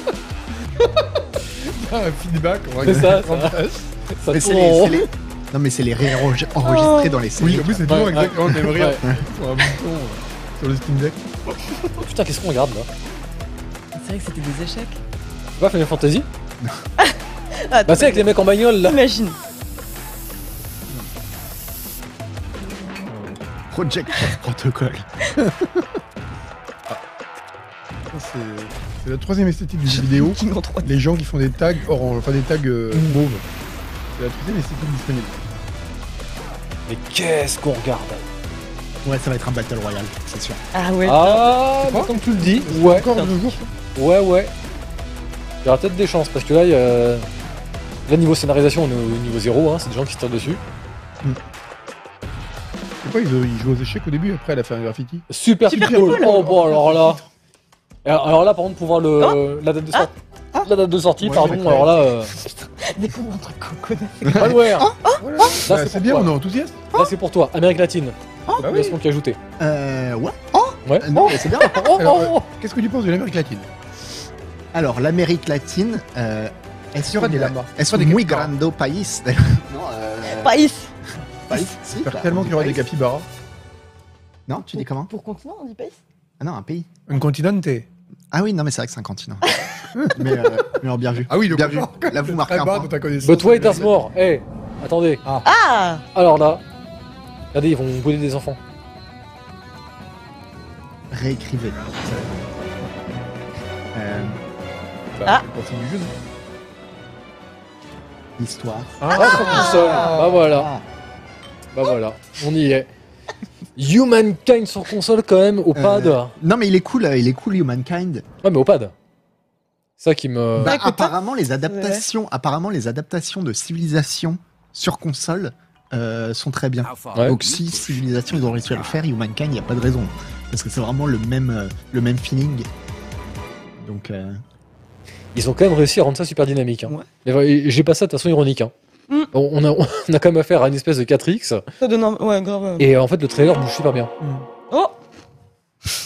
[SPEAKER 4] Ah, un feedback, on va
[SPEAKER 1] C'est ça, ça. Ça
[SPEAKER 3] Mais c'est
[SPEAKER 1] tourne
[SPEAKER 3] les,
[SPEAKER 1] en rond.
[SPEAKER 3] c'est les- Non, mais c'est les réenregistrés enregistrés dans les
[SPEAKER 4] Oh.
[SPEAKER 3] séries.
[SPEAKER 4] Oui, en plus, c'est
[SPEAKER 1] Ouais,
[SPEAKER 4] toujours
[SPEAKER 1] ouais.
[SPEAKER 4] exactement le même rire.
[SPEAKER 1] Ouais.
[SPEAKER 4] Sur un bouton, euh, sur le Steam Deck.
[SPEAKER 1] Oh, Putain qu'est-ce qu'on regarde là
[SPEAKER 2] C'est vrai que c'était des échecs.
[SPEAKER 1] Pas Final Fantasy
[SPEAKER 2] Ah,
[SPEAKER 1] Bah c'est avec les mecs en bagnole là
[SPEAKER 2] Imagine.
[SPEAKER 3] Project Protocol.
[SPEAKER 4] Ah. Ça, C'est c'est la troisième esthétique du jeu vidéo.
[SPEAKER 2] King en 3
[SPEAKER 4] Les gens qui font des tags orange, enfin des tags euh,
[SPEAKER 3] Mm.
[SPEAKER 4] mauve. C'est la troisième esthétique disponible.
[SPEAKER 1] Mais qu'est-ce qu'on regarde
[SPEAKER 3] Ouais, ça va être un Battle Royale, c'est sûr.
[SPEAKER 2] Ah ouais.
[SPEAKER 1] Ah
[SPEAKER 4] quoi
[SPEAKER 1] mais comme tu le dis Ouais
[SPEAKER 4] Encore deux jours.
[SPEAKER 1] Ouais ouais Il y aura peut-être des chances parce que là il y a... Là niveau scénarisation on est au niveau zéro hein, c'est des gens qui se tirent dessus.
[SPEAKER 4] C'est quoi, ils, euh, ils jouent aux échecs au début, après, elle a fait un graffiti.
[SPEAKER 1] Super,
[SPEAKER 2] Super
[SPEAKER 1] People
[SPEAKER 2] People
[SPEAKER 1] Oh bon alors là Et alors, alors là, par contre, pour voir le, la date de sortie. la date de sortie,
[SPEAKER 4] Ouais,
[SPEAKER 1] pardon,
[SPEAKER 4] j'ai
[SPEAKER 1] alors là. euh,
[SPEAKER 2] Découvre un truc qu'on connaît.
[SPEAKER 1] Malware
[SPEAKER 4] Voilà.
[SPEAKER 1] Là,
[SPEAKER 4] Bah,
[SPEAKER 1] c'est
[SPEAKER 4] c'est
[SPEAKER 1] pour
[SPEAKER 4] bien,
[SPEAKER 1] toi.
[SPEAKER 4] on est enthousiaste.
[SPEAKER 1] Là, c'est pour toi, Amérique latine.
[SPEAKER 4] Bah
[SPEAKER 1] Il y a
[SPEAKER 4] oui.
[SPEAKER 1] ce qu'on qui a ajouté.
[SPEAKER 3] Euh, ouais. Oh
[SPEAKER 1] Ouais.
[SPEAKER 3] Euh, non, mais c'est bien.
[SPEAKER 1] Oh,
[SPEAKER 4] Alors,
[SPEAKER 1] oh, oh.
[SPEAKER 4] Qu'est-ce que tu penses de l'Amérique latine
[SPEAKER 3] Alors, l'Amérique latine, euh,
[SPEAKER 4] Il
[SPEAKER 3] est
[SPEAKER 4] y aura
[SPEAKER 3] un-
[SPEAKER 4] des lamas.
[SPEAKER 3] es
[SPEAKER 4] Il y
[SPEAKER 3] un
[SPEAKER 4] aura des
[SPEAKER 3] muy
[SPEAKER 4] capybaras.
[SPEAKER 3] grande país. del- non, euh,
[SPEAKER 2] Païs
[SPEAKER 3] país, si,
[SPEAKER 4] J'espère
[SPEAKER 3] bah,
[SPEAKER 4] tellement
[SPEAKER 3] on
[SPEAKER 4] qu'il
[SPEAKER 3] dit
[SPEAKER 4] y aura des
[SPEAKER 3] país.
[SPEAKER 4] capybaras.
[SPEAKER 3] Non, tu dis comment
[SPEAKER 2] Pour continent, on dit païs
[SPEAKER 3] Ah non, un pays.
[SPEAKER 4] Un continente.
[SPEAKER 3] Ah oui, non, mais c'est vrai que c'est un continent. mais, euh, mais alors, bien vu.
[SPEAKER 4] Ah oui, le
[SPEAKER 3] bien vu.
[SPEAKER 4] continent. Ah,
[SPEAKER 3] Là, vous marquez
[SPEAKER 4] Très
[SPEAKER 3] un
[SPEAKER 4] bas
[SPEAKER 3] point.
[SPEAKER 4] dans ta connaissance.
[SPEAKER 1] But wait, there's more Eh, attendez.
[SPEAKER 2] Ah
[SPEAKER 1] Alors là, regardez, ils vont brûler des enfants.
[SPEAKER 3] Réécrivez. Euh,
[SPEAKER 2] Ah.
[SPEAKER 4] Continue du jeu, non
[SPEAKER 3] histoire.
[SPEAKER 1] Ah, tout seul. Bah voilà,
[SPEAKER 3] Ah,
[SPEAKER 1] bah voilà, on y est. Humankind sur console quand même, au
[SPEAKER 3] Euh,
[SPEAKER 1] pad.
[SPEAKER 3] Non, mais il est cool, euh, il est cool, Humankind.
[SPEAKER 1] Ouais, mais au pad. Ça qui me.
[SPEAKER 3] Bah,
[SPEAKER 2] écoute,
[SPEAKER 3] apparemment, les adaptations, apparemment, les adaptations de Civilisation sur console euh, sont très bien.
[SPEAKER 1] Ouais.
[SPEAKER 3] Donc, si Civilisation, ils ont réussi à le faire, Humankind, il n'y a pas de raison. Parce que c'est vraiment le même, euh, le même feeling. Donc, euh,
[SPEAKER 1] Ils ont quand même réussi à rendre ça super dynamique. hein.
[SPEAKER 3] Ouais.
[SPEAKER 1] Mais vrai, J'ai pas ça de façon ironique. hein.
[SPEAKER 2] Mm.
[SPEAKER 1] On- On, a, on a quand même affaire à une espèce de 4X.
[SPEAKER 2] Ça donne un... Ouais, grave. euh.
[SPEAKER 1] Et euh, en fait, le trailer bouge super bien.
[SPEAKER 2] Oh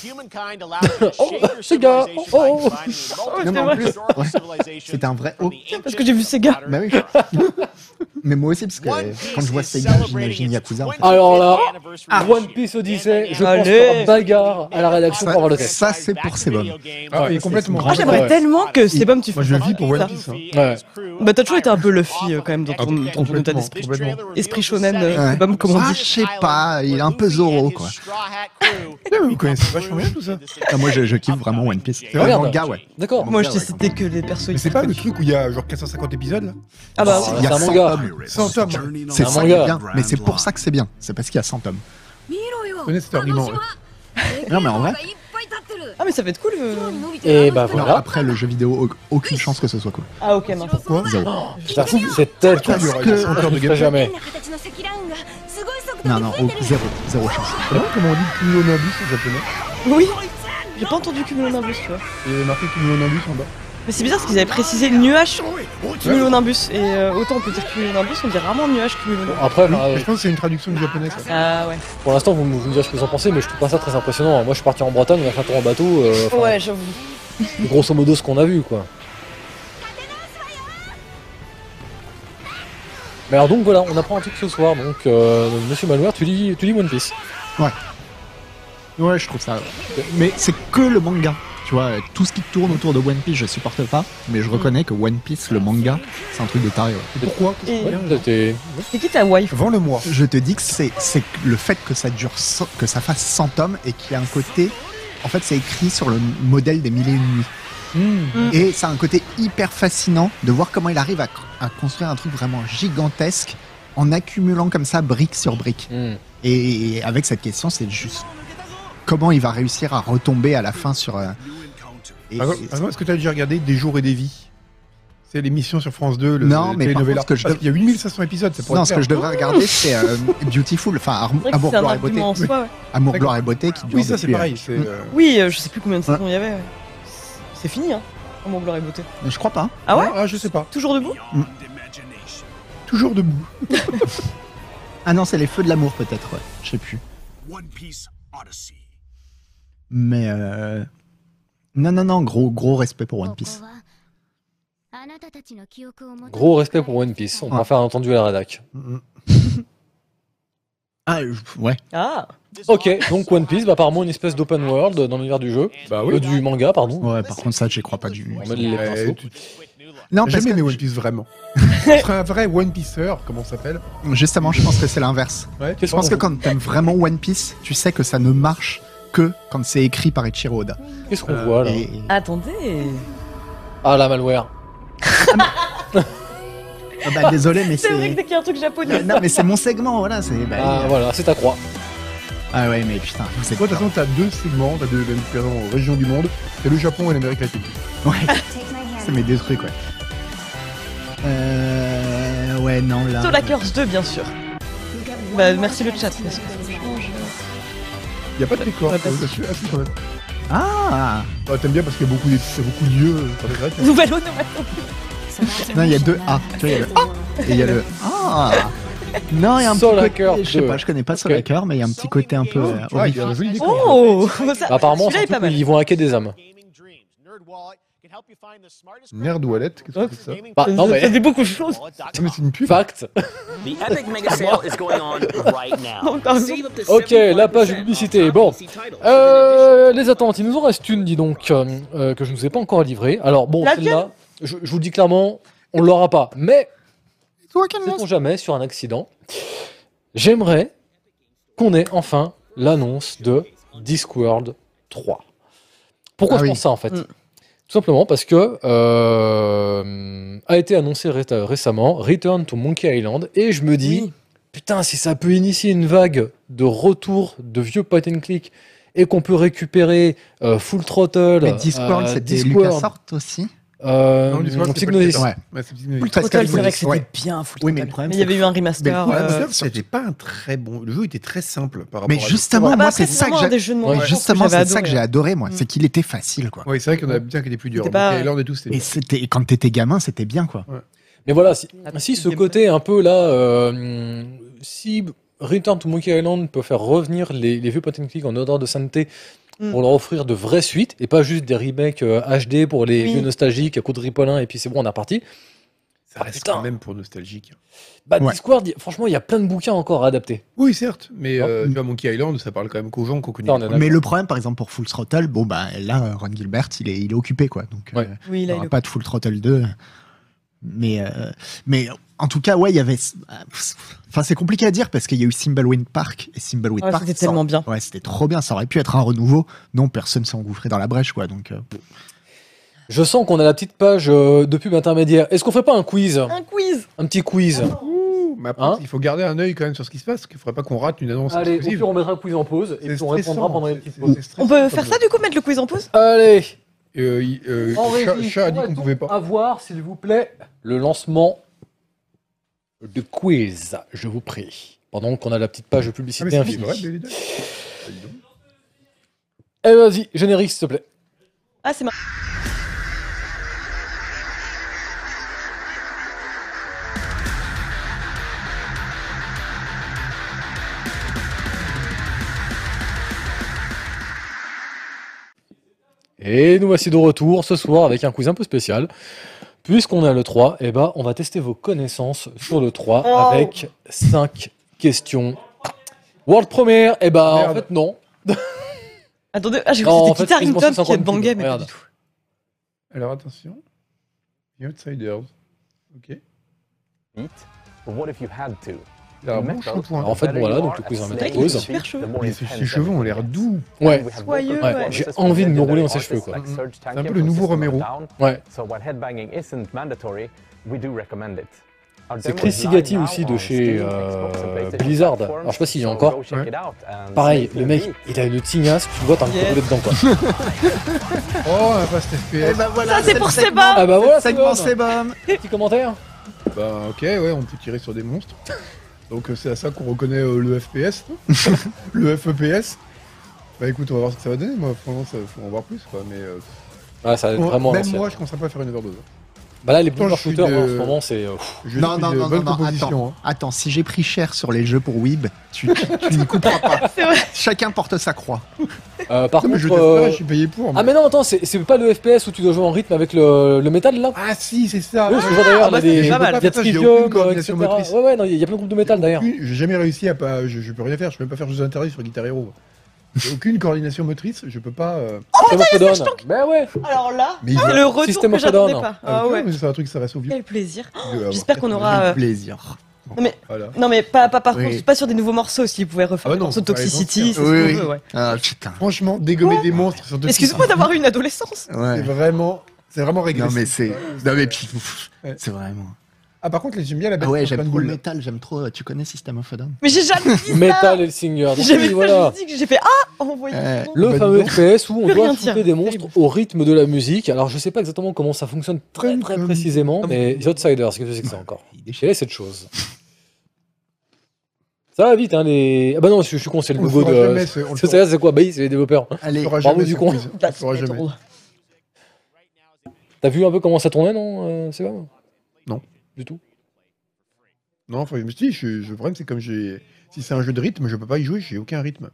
[SPEAKER 6] Humankind allowed to
[SPEAKER 1] Oh,
[SPEAKER 6] shape their
[SPEAKER 1] Sega,
[SPEAKER 6] civilization
[SPEAKER 1] oh, oh, oh.
[SPEAKER 6] by combining the
[SPEAKER 2] Non,
[SPEAKER 6] multiple
[SPEAKER 2] mais en
[SPEAKER 3] plus,
[SPEAKER 6] historical
[SPEAKER 3] ouais.
[SPEAKER 6] civilizations
[SPEAKER 3] C'était un vrai
[SPEAKER 6] from
[SPEAKER 3] oh.
[SPEAKER 6] the
[SPEAKER 2] Tiens, parce
[SPEAKER 6] ancient
[SPEAKER 2] que j'ai vu Sega.
[SPEAKER 6] modern
[SPEAKER 3] Bah oui.
[SPEAKER 6] era.
[SPEAKER 3] Mais moi aussi, parce que
[SPEAKER 6] One
[SPEAKER 3] euh,
[SPEAKER 6] Piece
[SPEAKER 3] quand je vois
[SPEAKER 6] is
[SPEAKER 3] Sega,
[SPEAKER 6] celebrating
[SPEAKER 3] j'imagine
[SPEAKER 6] its
[SPEAKER 3] Yakuza. En fait.
[SPEAKER 6] 25th
[SPEAKER 1] Alors là,
[SPEAKER 6] anniversary
[SPEAKER 1] Ah,
[SPEAKER 6] this
[SPEAKER 1] One
[SPEAKER 6] year.
[SPEAKER 1] Piece Odyssey, je
[SPEAKER 2] Allez.
[SPEAKER 1] pense qu'il y aura bagarre à la rédaction
[SPEAKER 6] Ça-
[SPEAKER 1] pour avoir le test.
[SPEAKER 3] Ça, c'est pour Sebum.
[SPEAKER 4] Ah,
[SPEAKER 1] Ouais,
[SPEAKER 4] oui,
[SPEAKER 3] c'est
[SPEAKER 4] complètement.
[SPEAKER 3] son
[SPEAKER 2] Ah,
[SPEAKER 3] grand
[SPEAKER 2] j'aimerais
[SPEAKER 1] Ouais.
[SPEAKER 2] tellement que Sebum, tu
[SPEAKER 4] Moi,
[SPEAKER 2] fasses
[SPEAKER 4] je
[SPEAKER 2] un
[SPEAKER 4] vis
[SPEAKER 2] truc
[SPEAKER 4] pour
[SPEAKER 2] comme ça.
[SPEAKER 4] One Piece. Ah, hein.
[SPEAKER 2] Bah, t'as toujours été un peu le fi, euh, quand même, dans ton-
[SPEAKER 4] ton- ton état d'esprit.
[SPEAKER 2] Esprit shonen, euh,
[SPEAKER 3] Ouais.
[SPEAKER 2] Sebum, comment on
[SPEAKER 3] Ah,
[SPEAKER 2] dit
[SPEAKER 3] je sais pas, il est un peu Zoro, quoi.
[SPEAKER 4] mais vous connaissez vachement bien tout ça.
[SPEAKER 3] Ah, moi, je- je kiffe vraiment One Piece.
[SPEAKER 6] C'est
[SPEAKER 3] C'est
[SPEAKER 1] vrai,
[SPEAKER 3] vrai, manga, ouais.
[SPEAKER 1] D'accord.
[SPEAKER 2] Moi, je
[SPEAKER 3] Ouais,
[SPEAKER 2] t'ai
[SPEAKER 3] ouais,
[SPEAKER 2] cité que les persos.
[SPEAKER 4] Mais c'est pas le truc où il y a genre 450 épisodes là
[SPEAKER 2] Ah bah,
[SPEAKER 1] Ah,
[SPEAKER 3] Il y a
[SPEAKER 1] c'est un
[SPEAKER 3] 100
[SPEAKER 1] manga.
[SPEAKER 3] tomes.
[SPEAKER 4] Sans tome.
[SPEAKER 3] C'est
[SPEAKER 1] un
[SPEAKER 3] ça qui
[SPEAKER 1] manga.
[SPEAKER 3] est bien. Mais c'est pour ça que c'est bien. C'est parce qu'il y a 100 tomes.
[SPEAKER 4] Connais cet argument. ouais.
[SPEAKER 3] Non, mais en vrai,
[SPEAKER 2] Ah, mais ça va être cool. euh.
[SPEAKER 1] Et bah
[SPEAKER 3] non,
[SPEAKER 1] voilà.
[SPEAKER 3] après le jeu vidéo, au- aucune chance que ce soit cool.
[SPEAKER 2] Ah, ok, maintenant.
[SPEAKER 4] Pourquoi
[SPEAKER 6] Oh,
[SPEAKER 1] Putain, C'est tel
[SPEAKER 4] Pourquoi il y aura il y a 100 heures de
[SPEAKER 1] que
[SPEAKER 4] gameplay
[SPEAKER 1] jamais.
[SPEAKER 3] Non, non, au- zéro, zéro chance.
[SPEAKER 4] Comment comment on dit cumulonimbus en japonais
[SPEAKER 2] Oui J'ai pas entendu cumulonimbus, tu vois.
[SPEAKER 4] Il y avait marqué cumulonimbus en bas.
[SPEAKER 2] Mais c'est bizarre parce qu'ils avaient précisé nuage cumulonimbus. Et euh, autant on peut dire cumulonimbus, on dit rarement nuage cumulonimbus.
[SPEAKER 1] Après,
[SPEAKER 4] Oui,
[SPEAKER 1] bah,
[SPEAKER 4] mais je pense que c'est une traduction du japonais ça.
[SPEAKER 2] Ah, ouais.
[SPEAKER 1] pour l'instant, vous, me- vous me direz ce que vous en pensez, mais je trouve pas ça très impressionnant. hein. Moi, je suis parti en Bretagne, on a fait un tour en bateau. euh, enfin,
[SPEAKER 2] Ouais, j'avoue.
[SPEAKER 1] Grosso modo, ce qu'on a vu, quoi. Mais alors donc voilà, on apprend un truc ce soir. Donc, euh, Monsieur Malware, tu lis, tu lis One Piece.
[SPEAKER 3] Ouais, je trouve ça. Mais c'est que le manga. Tu vois, euh, tout ce qui tourne autour de One Piece, je supporte pas. Mais je reconnais que One Piece, le manga, c'est un truc de taré. ouais.
[SPEAKER 4] Pourquoi
[SPEAKER 2] Et
[SPEAKER 1] Ouais, t'as- t'es-
[SPEAKER 2] c'est qui ta wife
[SPEAKER 4] Vends-le-moi.
[SPEAKER 3] Je te dis que c'est c'est le fait que ça dure, cent- que ça fasse 100 tomes et qu'il y a un côté. En fait, c'est écrit sur le modèle des mille et une nuits.
[SPEAKER 2] Hmm.
[SPEAKER 3] Et ça a un côté hyper fascinant de voir comment il arrive à, à construire un truc vraiment gigantesque en accumulant comme ça brique sur brique.
[SPEAKER 1] Hmm.
[SPEAKER 3] Et, et avec cette question, c'est juste comment il va réussir à retomber à la fin sur. euh, et-
[SPEAKER 4] Par
[SPEAKER 3] et-
[SPEAKER 4] contre, par contre, Ah, Est-ce que tu as déjà regardé Des jours et des vies C'est l'émission sur France 2, le
[SPEAKER 3] Non,
[SPEAKER 4] le
[SPEAKER 3] mais par
[SPEAKER 4] télénovela.
[SPEAKER 3] contre, ce que je
[SPEAKER 4] Parce qu'il y a 8500 épisodes, ça pourrait
[SPEAKER 3] non,
[SPEAKER 4] te
[SPEAKER 3] ce que
[SPEAKER 4] faire.
[SPEAKER 3] je devrais regarder, c'est euh, Beautiful, enfin Ar-
[SPEAKER 2] C'est vrai que
[SPEAKER 3] Amour,
[SPEAKER 2] c'est un
[SPEAKER 3] Gloire et Beauté.
[SPEAKER 2] argument en soi, ouais.
[SPEAKER 3] Amour,
[SPEAKER 4] D'accord.
[SPEAKER 3] Gloire et Beauté qui dure
[SPEAKER 4] Oui, ça c'est
[SPEAKER 3] depuis, euh,
[SPEAKER 4] pareil. c'est, euh,
[SPEAKER 2] Oui, euh, je sais plus combien de saisons il y avait. ouais. C'est fini, hein. Oh mon gloire et beauté.
[SPEAKER 3] Je crois pas.
[SPEAKER 2] Ah ouais
[SPEAKER 4] Ah, je sais pas.
[SPEAKER 2] Toujours debout
[SPEAKER 4] Toujours debout.
[SPEAKER 3] Ah non, c'est les Feux de l'amour peut-être, ouais. Je sais plus. Mais euh... non, non, non, gros, gros respect pour One Piece.
[SPEAKER 1] Gros respect pour One Piece. On va
[SPEAKER 3] Ouais.
[SPEAKER 1] faire un entendu à la rédac.
[SPEAKER 3] Ah je- ouais.
[SPEAKER 2] Ah
[SPEAKER 1] Ok, donc One Piece, bah, apparemment une espèce d'open world dans l'univers du jeu.
[SPEAKER 4] Bah
[SPEAKER 1] Euh, du manga, pardon.
[SPEAKER 3] Ouais, par contre ça, j'y crois pas du.
[SPEAKER 1] On met les
[SPEAKER 4] Ouais,
[SPEAKER 1] pinceaux.
[SPEAKER 4] tu-
[SPEAKER 3] Non,
[SPEAKER 4] J'ai
[SPEAKER 3] parce
[SPEAKER 4] jamais
[SPEAKER 3] que
[SPEAKER 4] aimé One Piece vraiment. Ce serait un vrai One Pieceer, comment ça s'appelle
[SPEAKER 3] justement, je pense que c'est l'inverse.
[SPEAKER 4] Ouais.
[SPEAKER 1] Qu'est-ce
[SPEAKER 3] Je pense que
[SPEAKER 1] qu'on
[SPEAKER 3] quand t'aimes vraiment One Piece, tu sais que ça ne marche que quand c'est écrit par Ichiro Oda.
[SPEAKER 1] qu'est-ce qu'on voit là
[SPEAKER 3] Euh, Et- et-
[SPEAKER 2] Attendez
[SPEAKER 1] Ah la malware.
[SPEAKER 3] Ah bah, désolé, mais
[SPEAKER 2] C'est vrai que
[SPEAKER 3] c'est.
[SPEAKER 2] dès qu'il y a un truc japonais.
[SPEAKER 3] Non, mais c'est mon segment, voilà. C'est. bah,
[SPEAKER 1] Ah
[SPEAKER 3] euh,
[SPEAKER 1] voilà, c'est ta croix.
[SPEAKER 3] Ah ouais, mais putain, vous êtes.
[SPEAKER 4] Toi, de toute
[SPEAKER 3] bien.
[SPEAKER 4] façon, t'as deux segments, t'as deux même présents régions du monde, c'est le Japon et l'Amérique latine.
[SPEAKER 3] Ouais, ça met des trucs, ouais. Euh... Ouais, non, là...
[SPEAKER 2] Soul Hackers 2, bien sûr. Bah, merci le chat, parce que
[SPEAKER 4] Y a pas de décor.
[SPEAKER 2] Ouais, parce-
[SPEAKER 4] euh, là-dessus- ah, si, quand même.
[SPEAKER 3] Ah
[SPEAKER 4] Ah, T'aimes bien parce qu'il y a beaucoup, de- il y a beaucoup de lieux. euh, Enfin, c'est vrai, t'as-
[SPEAKER 2] Nouvelle onomatopée.
[SPEAKER 3] Non, il y a deux A. Tu vois, il y a le A et il y a le Ah Non, il y a un
[SPEAKER 1] Soul
[SPEAKER 3] petit
[SPEAKER 1] Hacker
[SPEAKER 3] côté, je sais
[SPEAKER 1] 2.
[SPEAKER 3] pas, je connais pas Soul
[SPEAKER 1] Ok.
[SPEAKER 3] Hacker, mais il y a un petit côté un peu euh,
[SPEAKER 4] Ah, il y
[SPEAKER 3] horrifique.
[SPEAKER 4] a un joli décor.
[SPEAKER 2] Oh ça,
[SPEAKER 1] Bah, Apparemment,
[SPEAKER 2] celui-là est
[SPEAKER 1] surtout
[SPEAKER 2] pas mal.
[SPEAKER 1] qu'ils vont hacker des âmes.
[SPEAKER 4] Nerd Wallet, qu'est-ce que c'est que ça
[SPEAKER 1] Bah, non, mais-
[SPEAKER 2] Ça fait beaucoup de choses.
[SPEAKER 4] Ah, mais c'est une pub.
[SPEAKER 1] Fact.
[SPEAKER 12] The epic mega sale is going on right
[SPEAKER 2] Ah,
[SPEAKER 12] now. Save
[SPEAKER 2] bah,
[SPEAKER 12] up to
[SPEAKER 1] Ok, la page
[SPEAKER 12] 75%
[SPEAKER 1] publicité,
[SPEAKER 12] off
[SPEAKER 1] bon.
[SPEAKER 12] PC titles.
[SPEAKER 1] Euh, les attentes, il nous en reste une, dis donc, euh, euh, que je ne vous ai pas encore livrée. Alors bon,
[SPEAKER 2] Laquelle
[SPEAKER 1] celle-là, je, je vous le dis clairement, on l'aura pas. Mais,
[SPEAKER 3] Toi, quel
[SPEAKER 1] sait-on jamais sur un accident, j'aimerais qu'on ait enfin l'annonce de Discworld 3. Pourquoi
[SPEAKER 3] Ah
[SPEAKER 1] je
[SPEAKER 3] oui.
[SPEAKER 1] pense ça en fait
[SPEAKER 2] Mm.
[SPEAKER 1] Tout simplement parce que euh, a été annoncé ré- récemment Return to Monkey Island et je me dis putain si ça peut initier une vague de retour de vieux point and click et qu'on peut récupérer euh, Full Throttle,
[SPEAKER 3] Mais Discord,
[SPEAKER 1] euh,
[SPEAKER 3] c'était
[SPEAKER 1] Discworld,
[SPEAKER 3] LucasArts aussi.
[SPEAKER 1] euh,
[SPEAKER 4] Ah, Non, Discworld, c'est pas
[SPEAKER 1] Psychnosis.
[SPEAKER 4] Lucas.
[SPEAKER 3] Ouais.
[SPEAKER 4] Ouais, c'est
[SPEAKER 2] Full
[SPEAKER 4] une-
[SPEAKER 3] Parce
[SPEAKER 2] Throttle,
[SPEAKER 3] que-
[SPEAKER 2] c'est vrai que c'était
[SPEAKER 3] ouais.
[SPEAKER 2] bien Full
[SPEAKER 3] Oui, mais le
[SPEAKER 2] Throttle.
[SPEAKER 3] problème,
[SPEAKER 2] Mais il y avait eu un
[SPEAKER 4] Mais le
[SPEAKER 2] remaster.
[SPEAKER 4] problème,
[SPEAKER 2] euh,
[SPEAKER 4] c'est que c'était pas un très bon. Le jeu était très simple par rapport
[SPEAKER 3] Mais
[SPEAKER 4] à.
[SPEAKER 3] justement,
[SPEAKER 2] Ah bah
[SPEAKER 3] moi,
[SPEAKER 2] après,
[SPEAKER 3] c'est ça que
[SPEAKER 2] vraiment un
[SPEAKER 3] j'ai.
[SPEAKER 2] des jeux de mon
[SPEAKER 1] Ouais,
[SPEAKER 3] Mais
[SPEAKER 2] enfance que
[SPEAKER 3] justement,
[SPEAKER 2] j'avais
[SPEAKER 3] c'est ça que
[SPEAKER 2] adoré.
[SPEAKER 3] j'ai adoré, moi.
[SPEAKER 2] Mm.
[SPEAKER 3] C'est qu'il était facile, quoi.
[SPEAKER 4] Oui, c'est vrai qu'on a bien qu'il était plus dur.
[SPEAKER 2] C'était pas-
[SPEAKER 4] Monkey Island et tout, c'était.
[SPEAKER 3] Et c'était et quand t'étais gamin, c'était bien, quoi.
[SPEAKER 1] Mais voilà, si,
[SPEAKER 2] La
[SPEAKER 1] si ce
[SPEAKER 2] petite
[SPEAKER 1] côté un peu là, euh, si Return to Monkey Island peut faire revenir les, les vieux point and click en odeur de sainteté
[SPEAKER 2] Mm.
[SPEAKER 1] pour leur offrir de vraies suites et pas juste des remakes euh, HD pour les
[SPEAKER 2] Oui.
[SPEAKER 1] vieux nostalgiques à coup de ripolin et puis c'est bon, on est reparti.
[SPEAKER 4] Ça reste
[SPEAKER 1] Ah, putain.
[SPEAKER 4] quand même pour nostalgique.
[SPEAKER 1] Bah,
[SPEAKER 3] Ouais.
[SPEAKER 1] Discord, y- franchement, il y a plein de bouquins encore à adapter.
[SPEAKER 4] Oui, certes, mais
[SPEAKER 1] Non.
[SPEAKER 4] euh, tu vois, Monkey Island, ça parle quand même qu'aux gens qu'on connaît.
[SPEAKER 1] Non, on est
[SPEAKER 3] Mais le problème, par exemple, pour Full Throttle, bon, bah là, euh, Ron Gilbert, il est, il est occupé, quoi. Donc,
[SPEAKER 1] Ouais.
[SPEAKER 3] euh,
[SPEAKER 2] Oui, là,
[SPEAKER 3] il n'y
[SPEAKER 2] il
[SPEAKER 3] aura
[SPEAKER 2] est-
[SPEAKER 3] pas de Full Throttle 2. Mais, euh, mais en tout cas, ouais, il y avait. Enfin, c'est compliqué à dire parce qu'il y a eu Simbalwind Park et Simbalwind
[SPEAKER 2] Ah,
[SPEAKER 3] Park.
[SPEAKER 2] c'était
[SPEAKER 3] ça-
[SPEAKER 2] tellement bien.
[SPEAKER 3] Ouais, c'était trop bien. Ça aurait pu être un renouveau. Non, personne s'est engouffré dans la brèche, quoi. Donc, euh,
[SPEAKER 1] Je sens qu'on a la petite page euh, de pub intermédiaire. Est-ce qu'on ferait pas un quiz
[SPEAKER 2] Un quiz
[SPEAKER 1] Un petit quiz
[SPEAKER 4] Ouh, mais après,
[SPEAKER 1] Hein
[SPEAKER 4] il faut garder un œil quand même sur ce qui se passe, qu'il ne faudrait pas qu'on rate une annonce
[SPEAKER 1] Allez, au
[SPEAKER 4] exclusive.
[SPEAKER 1] pire, on mettra le quiz en pause et
[SPEAKER 4] C'est
[SPEAKER 1] puis on répondra
[SPEAKER 4] stressant,
[SPEAKER 1] pendant les
[SPEAKER 4] c'est-
[SPEAKER 1] petites
[SPEAKER 4] c'est-
[SPEAKER 1] pauses.
[SPEAKER 4] c'est stressant
[SPEAKER 2] On peut
[SPEAKER 4] comme
[SPEAKER 2] faire
[SPEAKER 4] jeu.
[SPEAKER 2] ça du coup, mettre le quiz en pause
[SPEAKER 1] Allez
[SPEAKER 4] Euh, il- euh,
[SPEAKER 1] En
[SPEAKER 4] Chat-
[SPEAKER 1] régie,
[SPEAKER 4] Chat a dit qu'on
[SPEAKER 1] pourrait-on
[SPEAKER 4] pouvait pas.
[SPEAKER 1] avoir, s'il vous plaît, le lancement de quiz, je vous prie. Pendant qu'on a la petite page de
[SPEAKER 4] Ah, mais
[SPEAKER 1] publicité
[SPEAKER 4] c'est
[SPEAKER 1] infinie.
[SPEAKER 4] vrai, Daily Dog. Ah, dis donc.
[SPEAKER 1] Eh vas-y, générique s'il te plaît.
[SPEAKER 2] Ah, c'est marrant.
[SPEAKER 1] Et nous voici de retour ce soir avec un quiz un peu spécial. Puisqu'on est à l'E3, eh ben, on va tester vos connaissances sur l'E3
[SPEAKER 2] Oh.
[SPEAKER 1] avec 5 questions. World Premiere, eh ben en
[SPEAKER 4] Merde.
[SPEAKER 1] fait non.
[SPEAKER 2] Attendez, ah, j'ai cru
[SPEAKER 1] Non, en
[SPEAKER 2] que c'était
[SPEAKER 1] fait,
[SPEAKER 2] Guitar
[SPEAKER 1] ils m'ont
[SPEAKER 2] Rington qui
[SPEAKER 1] 150
[SPEAKER 2] bangait, mais pas
[SPEAKER 1] regarde.
[SPEAKER 2] du tout.
[SPEAKER 4] Alors attention. The Outsiders. Ok.
[SPEAKER 12] What if you had to?
[SPEAKER 4] Il a un bon shampoing.
[SPEAKER 1] Alors, en fait, bon, voilà, donc le quiz va mettre
[SPEAKER 2] C'est vrai
[SPEAKER 1] en
[SPEAKER 2] qu'il est
[SPEAKER 1] pause.
[SPEAKER 2] super chaud.
[SPEAKER 4] Mais ses, ses cheveux ont l'air doux.
[SPEAKER 1] Ouais,
[SPEAKER 2] Soyeux,
[SPEAKER 1] ouais,
[SPEAKER 2] ouais.
[SPEAKER 1] j'ai envie de me rouler dans ses cheveux quoi.
[SPEAKER 4] C'est un peu le nouveau Romero.
[SPEAKER 1] Ouais.
[SPEAKER 12] C'est Chris Sigati aussi de chez
[SPEAKER 1] euh,
[SPEAKER 12] Blizzard. Alors je sais pas s'il y a encore.
[SPEAKER 1] Ouais. Pareil, le mec, il a une tignasse, tu le vois, t'as envie de te
[SPEAKER 2] Yes.
[SPEAKER 1] rouler dedans quoi.
[SPEAKER 4] Oh, un fast
[SPEAKER 3] Eh
[SPEAKER 4] FPS.
[SPEAKER 3] ben voilà,
[SPEAKER 2] Ça, c'est
[SPEAKER 3] le
[SPEAKER 2] pour
[SPEAKER 3] segment-
[SPEAKER 2] Seba
[SPEAKER 1] Ah bah voilà, c'est
[SPEAKER 3] Segment
[SPEAKER 1] bon.
[SPEAKER 3] Sebum.
[SPEAKER 1] Petit commentaire
[SPEAKER 4] Bah ok, ouais, on peut tirer sur des monstres. Donc euh, c'est à ça qu'on reconnaît euh, le FPS. le FEPS. Bah écoute, on va voir ce que ça va donner. Moi, franchement, ça, faut en voir plus, quoi. Mais euh,
[SPEAKER 1] Ouais, Ah, ça va être
[SPEAKER 4] on-
[SPEAKER 1] vraiment
[SPEAKER 4] même
[SPEAKER 1] l'ancienne.
[SPEAKER 4] moi, je commencerai pas à faire une overdose.
[SPEAKER 1] Bah là, les
[SPEAKER 4] Pourtant,
[SPEAKER 1] boomer
[SPEAKER 4] je suis
[SPEAKER 1] shooters,
[SPEAKER 4] de-
[SPEAKER 1] ouais, en ce moment, c'est. euh, pff,
[SPEAKER 4] Je
[SPEAKER 3] Non,
[SPEAKER 4] suis
[SPEAKER 3] non,
[SPEAKER 4] de
[SPEAKER 3] non,
[SPEAKER 4] bonne
[SPEAKER 3] non, non,
[SPEAKER 4] composition. hein.
[SPEAKER 3] Attends, si j'ai pris cher sur les jeux pour Weeb, tu, tu, tu n'y comprends pas. Chacun porte sa croix.
[SPEAKER 1] euh, par
[SPEAKER 4] Non, mais
[SPEAKER 1] contre.
[SPEAKER 4] je teste
[SPEAKER 1] euh,
[SPEAKER 4] pas, je suis payé pour.
[SPEAKER 1] Ah, mais non, attends, c'est c'est pas le FPS où tu dois jouer en rythme avec le, le métal là
[SPEAKER 4] Ah, si, c'est ça.
[SPEAKER 1] Oui, parce que je vois d'ailleurs,
[SPEAKER 2] ah, bah,
[SPEAKER 1] il y a
[SPEAKER 2] c'est
[SPEAKER 1] des.
[SPEAKER 2] pas mal.
[SPEAKER 1] Il y a
[SPEAKER 4] J'ai aucune
[SPEAKER 1] Trivium, euh, etc.
[SPEAKER 4] coordination motrice.
[SPEAKER 1] Ouais, ouais, non, il y a plein de groupes de métal d'ailleurs.
[SPEAKER 4] Aucune- J'ai jamais réussi à pas. Je, je peux rien faire. Je peux même pas faire jeux interdits sur Guitar Hero. J'ai aucune coordination motrice. Je peux pas. euh,
[SPEAKER 1] System of a Down. Bah ouais
[SPEAKER 2] Alors là,
[SPEAKER 4] Mais ils
[SPEAKER 2] le retour
[SPEAKER 1] System
[SPEAKER 2] que
[SPEAKER 1] of a Down.
[SPEAKER 2] j'attendais pas. Ah
[SPEAKER 4] Ah, bah,
[SPEAKER 2] ouais, Eh,
[SPEAKER 4] mais C'est un truc, ça reste au vieux.
[SPEAKER 2] quel plaisir.
[SPEAKER 4] Il doit avoir
[SPEAKER 2] J'espère qu'on
[SPEAKER 4] 80.
[SPEAKER 2] aura, euh,
[SPEAKER 3] plaisir.
[SPEAKER 2] Non mais,
[SPEAKER 4] Voilà.
[SPEAKER 2] non mais pas, pas par
[SPEAKER 3] Oui.
[SPEAKER 2] contre, pas sur des nouveaux morceaux, s'ils pouvaient refaire
[SPEAKER 4] Ah
[SPEAKER 2] des
[SPEAKER 4] non,
[SPEAKER 2] morceaux de
[SPEAKER 4] faut aller
[SPEAKER 2] Toxicity, c'est ce qu'on
[SPEAKER 3] Oui, oui.
[SPEAKER 2] veut, ouais.
[SPEAKER 3] Ah putain.
[SPEAKER 4] Franchement, dégommer des monstres sur deux
[SPEAKER 2] Excuse-moi d'avoir eu une adolescence
[SPEAKER 4] C'est
[SPEAKER 3] Ouais.
[SPEAKER 4] vraiment. C'est vraiment réglé.
[SPEAKER 3] Non mais c'est, non mais puis, pff,
[SPEAKER 4] Ouais.
[SPEAKER 3] c'est vraiment.
[SPEAKER 4] Ah, par contre, les- j'aime bien la
[SPEAKER 3] Ah
[SPEAKER 4] bête.
[SPEAKER 3] ouais,
[SPEAKER 4] de
[SPEAKER 3] j'aime
[SPEAKER 4] Antoine
[SPEAKER 3] trop le
[SPEAKER 4] Gould.
[SPEAKER 3] métal, j'aime trop. Tu connais System of a Down
[SPEAKER 2] Mais j'ai jamais dit ça
[SPEAKER 1] Metal Hellsinger. Donc,
[SPEAKER 2] J'avais
[SPEAKER 1] oui,
[SPEAKER 2] fait
[SPEAKER 1] voilà.
[SPEAKER 2] la musique, j'ai fait Ah On voyait
[SPEAKER 3] Euh,
[SPEAKER 2] tout le monde.
[SPEAKER 1] Le
[SPEAKER 4] Bah, dis
[SPEAKER 1] fameux
[SPEAKER 4] donc.
[SPEAKER 1] FPS où on
[SPEAKER 2] Plus
[SPEAKER 1] doit
[SPEAKER 2] rien
[SPEAKER 1] shooter
[SPEAKER 2] tient.
[SPEAKER 1] des monstres au rythme de la musique. Alors je sais pas exactement comment ça fonctionne très très précisément, mais The Outsiders, qu'est-ce que c'est que ça encore
[SPEAKER 3] Il déchire.
[SPEAKER 1] Quelle est cette chose Ça va vite, hein, les. Ah bah non, je, je suis con, c'est le
[SPEAKER 4] On le
[SPEAKER 1] logo de.
[SPEAKER 4] saura jamais, c'est- on le
[SPEAKER 1] C'est ça, c'est quoi Bah oui, c'est les développeurs.
[SPEAKER 4] Allez, on saura
[SPEAKER 1] bravo
[SPEAKER 4] jamais,
[SPEAKER 1] du
[SPEAKER 4] cette
[SPEAKER 1] con.
[SPEAKER 4] prise. On saura jamais.
[SPEAKER 1] T'as vu un peu comment ça tournait, non, euh, Sébastien
[SPEAKER 4] Non.
[SPEAKER 1] Du tout
[SPEAKER 4] Non, enfin, je me suis dit, je- je- le problème, c'est comme j'ai. Si c'est un jeu de rythme, je peux pas y jouer, j'ai aucun rythme.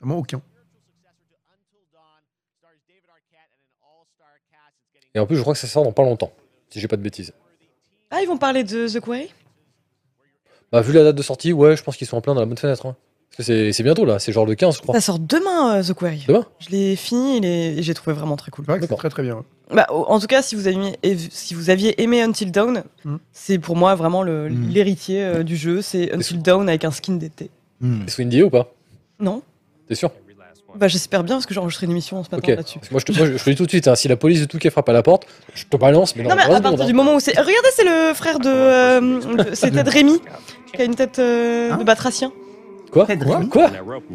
[SPEAKER 4] Vraiment aucun.
[SPEAKER 1] Et en plus, je crois que ça sort dans pas longtemps, si j'ai pas de bêtises.
[SPEAKER 2] Ah, ils vont parler de The Quarry
[SPEAKER 1] Bah, vu la date de sortie, ouais, je pense qu'ils sont en plein dans la bonne fenêtre. hein. Parce que c'est- c'est bientôt, là, c'est genre le 15, je crois.
[SPEAKER 2] Ça sort demain, euh, The Quarry.
[SPEAKER 1] Demain
[SPEAKER 2] Je l'ai fini il est- et j'ai trouvé vraiment très cool.
[SPEAKER 4] C'est très très bien.
[SPEAKER 2] Bah, au- en tout cas, si vous aviez, et- si vous aviez aimé Until Dawn,
[SPEAKER 4] Hmm.
[SPEAKER 2] c'est pour moi vraiment le-
[SPEAKER 1] Hmm.
[SPEAKER 2] l'héritier euh, du jeu. C'est Until Dawn avec un skin d'été.
[SPEAKER 1] C'est Swindy ou pas
[SPEAKER 2] Non
[SPEAKER 1] T'es sûr
[SPEAKER 2] Bah, j'espère bien parce que j'ai enregistré une émission ce matin
[SPEAKER 1] Ok.
[SPEAKER 2] là-dessus.
[SPEAKER 1] Parce que Moi, je te, moi, je- je te dis tout de suite, hein, si la police de Touquet frappe à la porte, je te balance, mais dans
[SPEAKER 2] Non, mais
[SPEAKER 1] trois
[SPEAKER 2] à partir
[SPEAKER 1] secondes,
[SPEAKER 2] du
[SPEAKER 1] hein. Ah,
[SPEAKER 2] moment où c'est. Regardez, c'est le frère de. euh, de- c'est Ted Rémy, qui a une tête
[SPEAKER 1] Hein
[SPEAKER 2] euh, de batracien.
[SPEAKER 1] Quoi Quoi, Quoi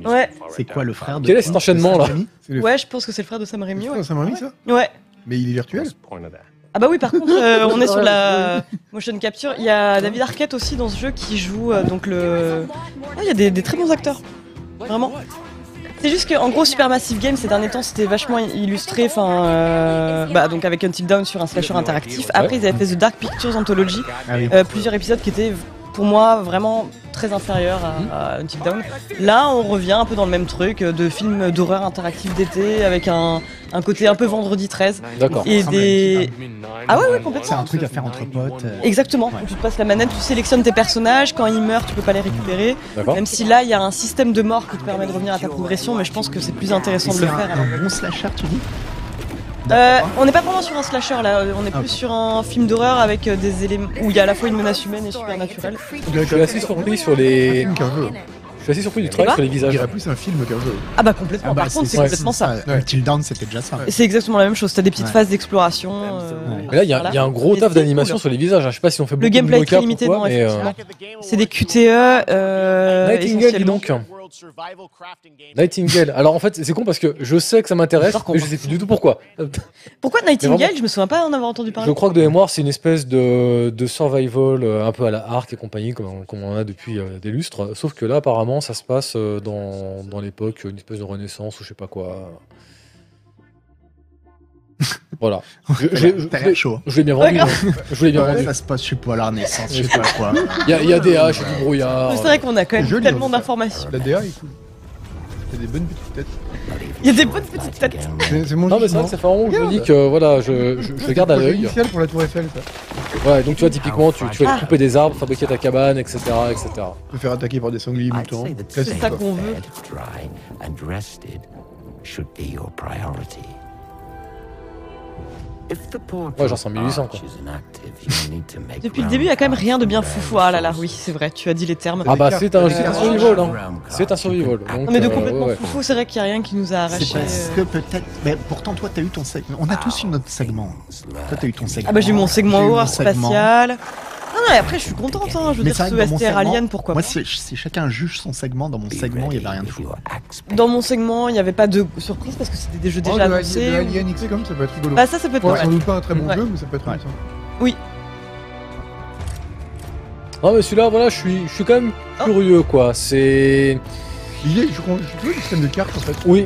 [SPEAKER 2] Ouais.
[SPEAKER 3] C'est quoi le frère de
[SPEAKER 1] Quel est cet enchaînement, là
[SPEAKER 2] Ouais, je pense que c'est le frère de Sam Rémy. Ouais.
[SPEAKER 4] Sam Raimi, ça
[SPEAKER 2] Ouais.
[SPEAKER 4] Mais il est virtuel
[SPEAKER 2] Ah bah oui, par contre, euh, on est sur la motion capture. Il y a David Arquette aussi dans ce jeu qui joue euh, donc le. Ah, il y a des, des très bons acteurs, vraiment. C'est juste que en gros, Supermassive Games ces derniers temps, c'était vachement illustré, enfin, euh, bah donc avec Until Dawn sur un slasher interactif. Après, ils avaient fait The Dark Pictures Anthology,
[SPEAKER 3] Ah oui.
[SPEAKER 2] euh, plusieurs épisodes qui étaient pour moi vraiment très inférieurs
[SPEAKER 3] Mhm.
[SPEAKER 2] à, à Until Dawn. Là, on revient un peu dans le même truc euh, de film d'horreur interactif d'été avec un, un côté un peu Vendredi 13
[SPEAKER 3] D'accord.
[SPEAKER 2] et
[SPEAKER 3] Ça ressemble à
[SPEAKER 2] des
[SPEAKER 3] Until Dawn.
[SPEAKER 2] ah ouais, ouais complètement.
[SPEAKER 3] C'est un truc à faire entre potes. euh.
[SPEAKER 2] Exactement, où tu te passes la manette, tu sélectionnes tes personnages, quand ils meurent, tu peux pas les récupérer.
[SPEAKER 3] D'accord.
[SPEAKER 2] Même si là, il y a un système de mort qui te permet de revenir à ta progression, mais je pense que c'est plus intéressant de
[SPEAKER 3] Et
[SPEAKER 2] le
[SPEAKER 3] c'est un-
[SPEAKER 2] faire.
[SPEAKER 3] un bon slasher, tu dis
[SPEAKER 2] Euh, on n'est pas vraiment sur un slasher là, euh, on est plus sur un film d'horreur avec euh, des éléments où il y a à la fois une menace humaine et supernaturelle.
[SPEAKER 1] Je suis assez surpris sur les. Je suis assez surpris du travail
[SPEAKER 2] Quoi
[SPEAKER 1] sur les visages.
[SPEAKER 2] Il y a
[SPEAKER 4] plus un film qu'un jeu.
[SPEAKER 2] Ah bah complètement,
[SPEAKER 3] Ah bah,
[SPEAKER 2] par contre, c'est
[SPEAKER 3] ouais,
[SPEAKER 2] complètement ça.
[SPEAKER 3] Until Dawn, c'était déjà ça.
[SPEAKER 2] Et C'est exactement la même chose, t'as des petites
[SPEAKER 3] Ouais.
[SPEAKER 2] phases d'exploration. euh,
[SPEAKER 1] Mais là, il y, a-
[SPEAKER 2] voilà.
[SPEAKER 1] il y a un gros
[SPEAKER 2] Et
[SPEAKER 1] taf
[SPEAKER 2] c'est
[SPEAKER 1] d'animation
[SPEAKER 2] cool.
[SPEAKER 1] sur les visages. hein. Je sais pas si on fait beaucoup
[SPEAKER 2] Le gameplay
[SPEAKER 1] de
[SPEAKER 2] est très
[SPEAKER 1] mocap ou
[SPEAKER 2] limité,
[SPEAKER 1] quoi,
[SPEAKER 2] non,
[SPEAKER 1] mais, euh,
[SPEAKER 2] effectivement. Ah, C'est des QTE. Euh,
[SPEAKER 1] Nightingale, dis
[SPEAKER 2] essentiellement.
[SPEAKER 1] donc. Nightingale. Alors en fait, c'est con parce que je sais que ça m'intéresse, mais je sais plus du tout pourquoi.
[SPEAKER 2] Pourquoi
[SPEAKER 1] Mais
[SPEAKER 2] Nightingale
[SPEAKER 1] vraiment-
[SPEAKER 2] Je me souviens pas en avoir entendu parler.
[SPEAKER 1] Je crois que de mémoire, c'est une espèce de, de survival euh, un peu à la Ark et compagnie, comme, on- comme on en a depuis euh, des lustres. Sauf que là, apparemment, ça se passe euh, dans, dans l'époque, une espèce de renaissance ou je sais pas quoi. Voilà. Je, je, je-
[SPEAKER 3] T'as
[SPEAKER 1] je-
[SPEAKER 3] l'air chaud.
[SPEAKER 1] je l'ai bien vendu.
[SPEAKER 3] Ouais,
[SPEAKER 1] hein. Je l'ai bien
[SPEAKER 3] Ouais,
[SPEAKER 1] vendu.
[SPEAKER 3] Ça se passe, je sais pas, à la Renaissance, je sais pas quoi.
[SPEAKER 1] Il y a, il y a des haches, il y a du brouillard.
[SPEAKER 2] C'est vrai qu'on a quand même
[SPEAKER 4] Joli,
[SPEAKER 2] tellement
[SPEAKER 4] en tout cas.
[SPEAKER 2] d'informations.
[SPEAKER 4] La DA est cool. Il y a des bonnes petites têtes.
[SPEAKER 2] Il y a des bonnes petites têtes.
[SPEAKER 4] C'est mon
[SPEAKER 1] Non, mais c'est vrai que ça fait un moment que je me dis que voilà, je, je, je garde à
[SPEAKER 4] projet
[SPEAKER 1] l'œil.
[SPEAKER 4] initial pour la Tour Eiffel, ça.
[SPEAKER 1] Ouais, donc tu vois, typiquement, tu, tu vas
[SPEAKER 2] Ah.
[SPEAKER 1] te couper des arbres, fabriquer ta cabane, etc. etc.
[SPEAKER 4] On peut faire attaquer par des sangliers mutants.
[SPEAKER 2] C'est ça qu'on veut.
[SPEAKER 13] dry and rested should be your priority. If the
[SPEAKER 1] Ouais, genre 100 800 quoi.
[SPEAKER 2] Depuis le début, il y a quand même rien de bien foufou. Ah là là, oui, c'est vrai, tu as dit les termes.
[SPEAKER 1] Ah bah c'est un, c'est un survival, hein. C'est un survival. Donc,
[SPEAKER 2] Non, mais de
[SPEAKER 1] euh,
[SPEAKER 2] complètement
[SPEAKER 1] ouais, ouais.
[SPEAKER 2] foufou, c'est vrai qu'il n'y a rien qui nous a
[SPEAKER 3] C'est
[SPEAKER 2] arraché.
[SPEAKER 3] parce
[SPEAKER 2] euh.
[SPEAKER 3] que peut-être. Mais pourtant, toi, t'as eu ton segment. On a tous eu notre segment. Toi, t'as eu ton segment.
[SPEAKER 2] Ah bah j'ai eu mon segment
[SPEAKER 3] J'ai eu mon
[SPEAKER 2] horreur
[SPEAKER 3] segment.
[SPEAKER 2] spatial. Ah non, et après, je suis contente, hein. Je veux
[SPEAKER 3] Mais
[SPEAKER 2] dire,
[SPEAKER 3] c'est vrai
[SPEAKER 2] ce
[SPEAKER 3] que dans mon
[SPEAKER 2] STR
[SPEAKER 3] segment,
[SPEAKER 2] Alien, pourquoi
[SPEAKER 3] Moi,
[SPEAKER 2] pas.
[SPEAKER 3] si, si chacun juge son segment, dans mon segment, il n'y avait rien de fou.
[SPEAKER 2] Dans mon segment, il n'y avait pas de surprise parce que c'était des jeux
[SPEAKER 4] Oh,
[SPEAKER 2] déjà
[SPEAKER 4] le
[SPEAKER 2] annoncés.
[SPEAKER 4] Alien- le Alien XCOM, ça peut être rigolo.
[SPEAKER 2] Bah, ça, ça peut être
[SPEAKER 4] Ouais,
[SPEAKER 2] pas mal.
[SPEAKER 4] sans doute pas un très bon
[SPEAKER 2] Ouais.
[SPEAKER 4] jeu, mais ça peut être intéressant.
[SPEAKER 2] Oui.
[SPEAKER 1] Non Ah, mais celui-là, voilà, je suis, je suis quand même curieux quoi. C'est.
[SPEAKER 4] Il est, je crois, je trouve le système de cartes en fait.
[SPEAKER 1] Oui.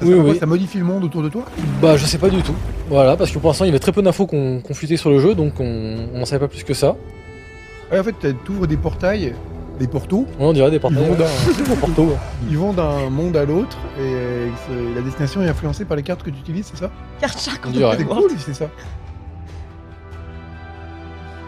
[SPEAKER 4] Ça,
[SPEAKER 1] Oui,
[SPEAKER 4] sert à quoi
[SPEAKER 1] oui.
[SPEAKER 4] ça modifie le monde autour de toi
[SPEAKER 1] Bah je sais pas du tout. Voilà, parce que pour l'instant, il y avait très peu d'infos qu'on qu'on fuitait sur le jeu, donc on on n'en savait pas plus que ça.
[SPEAKER 4] Ouais, en fait, t'as- t'ouvres des portails, des portaux.
[SPEAKER 1] On dirait des portails. hein.
[SPEAKER 4] Ils vont
[SPEAKER 1] ouais.
[SPEAKER 4] d'un-
[SPEAKER 1] Des portaux, ouais.
[SPEAKER 4] Ils vont d'un monde à l'autre et euh, c'est- la destination est influencée par les cartes que tu utilises, c'est ça
[SPEAKER 2] Carte Shark,
[SPEAKER 1] On dirait.
[SPEAKER 4] C'est cool, c'est ça.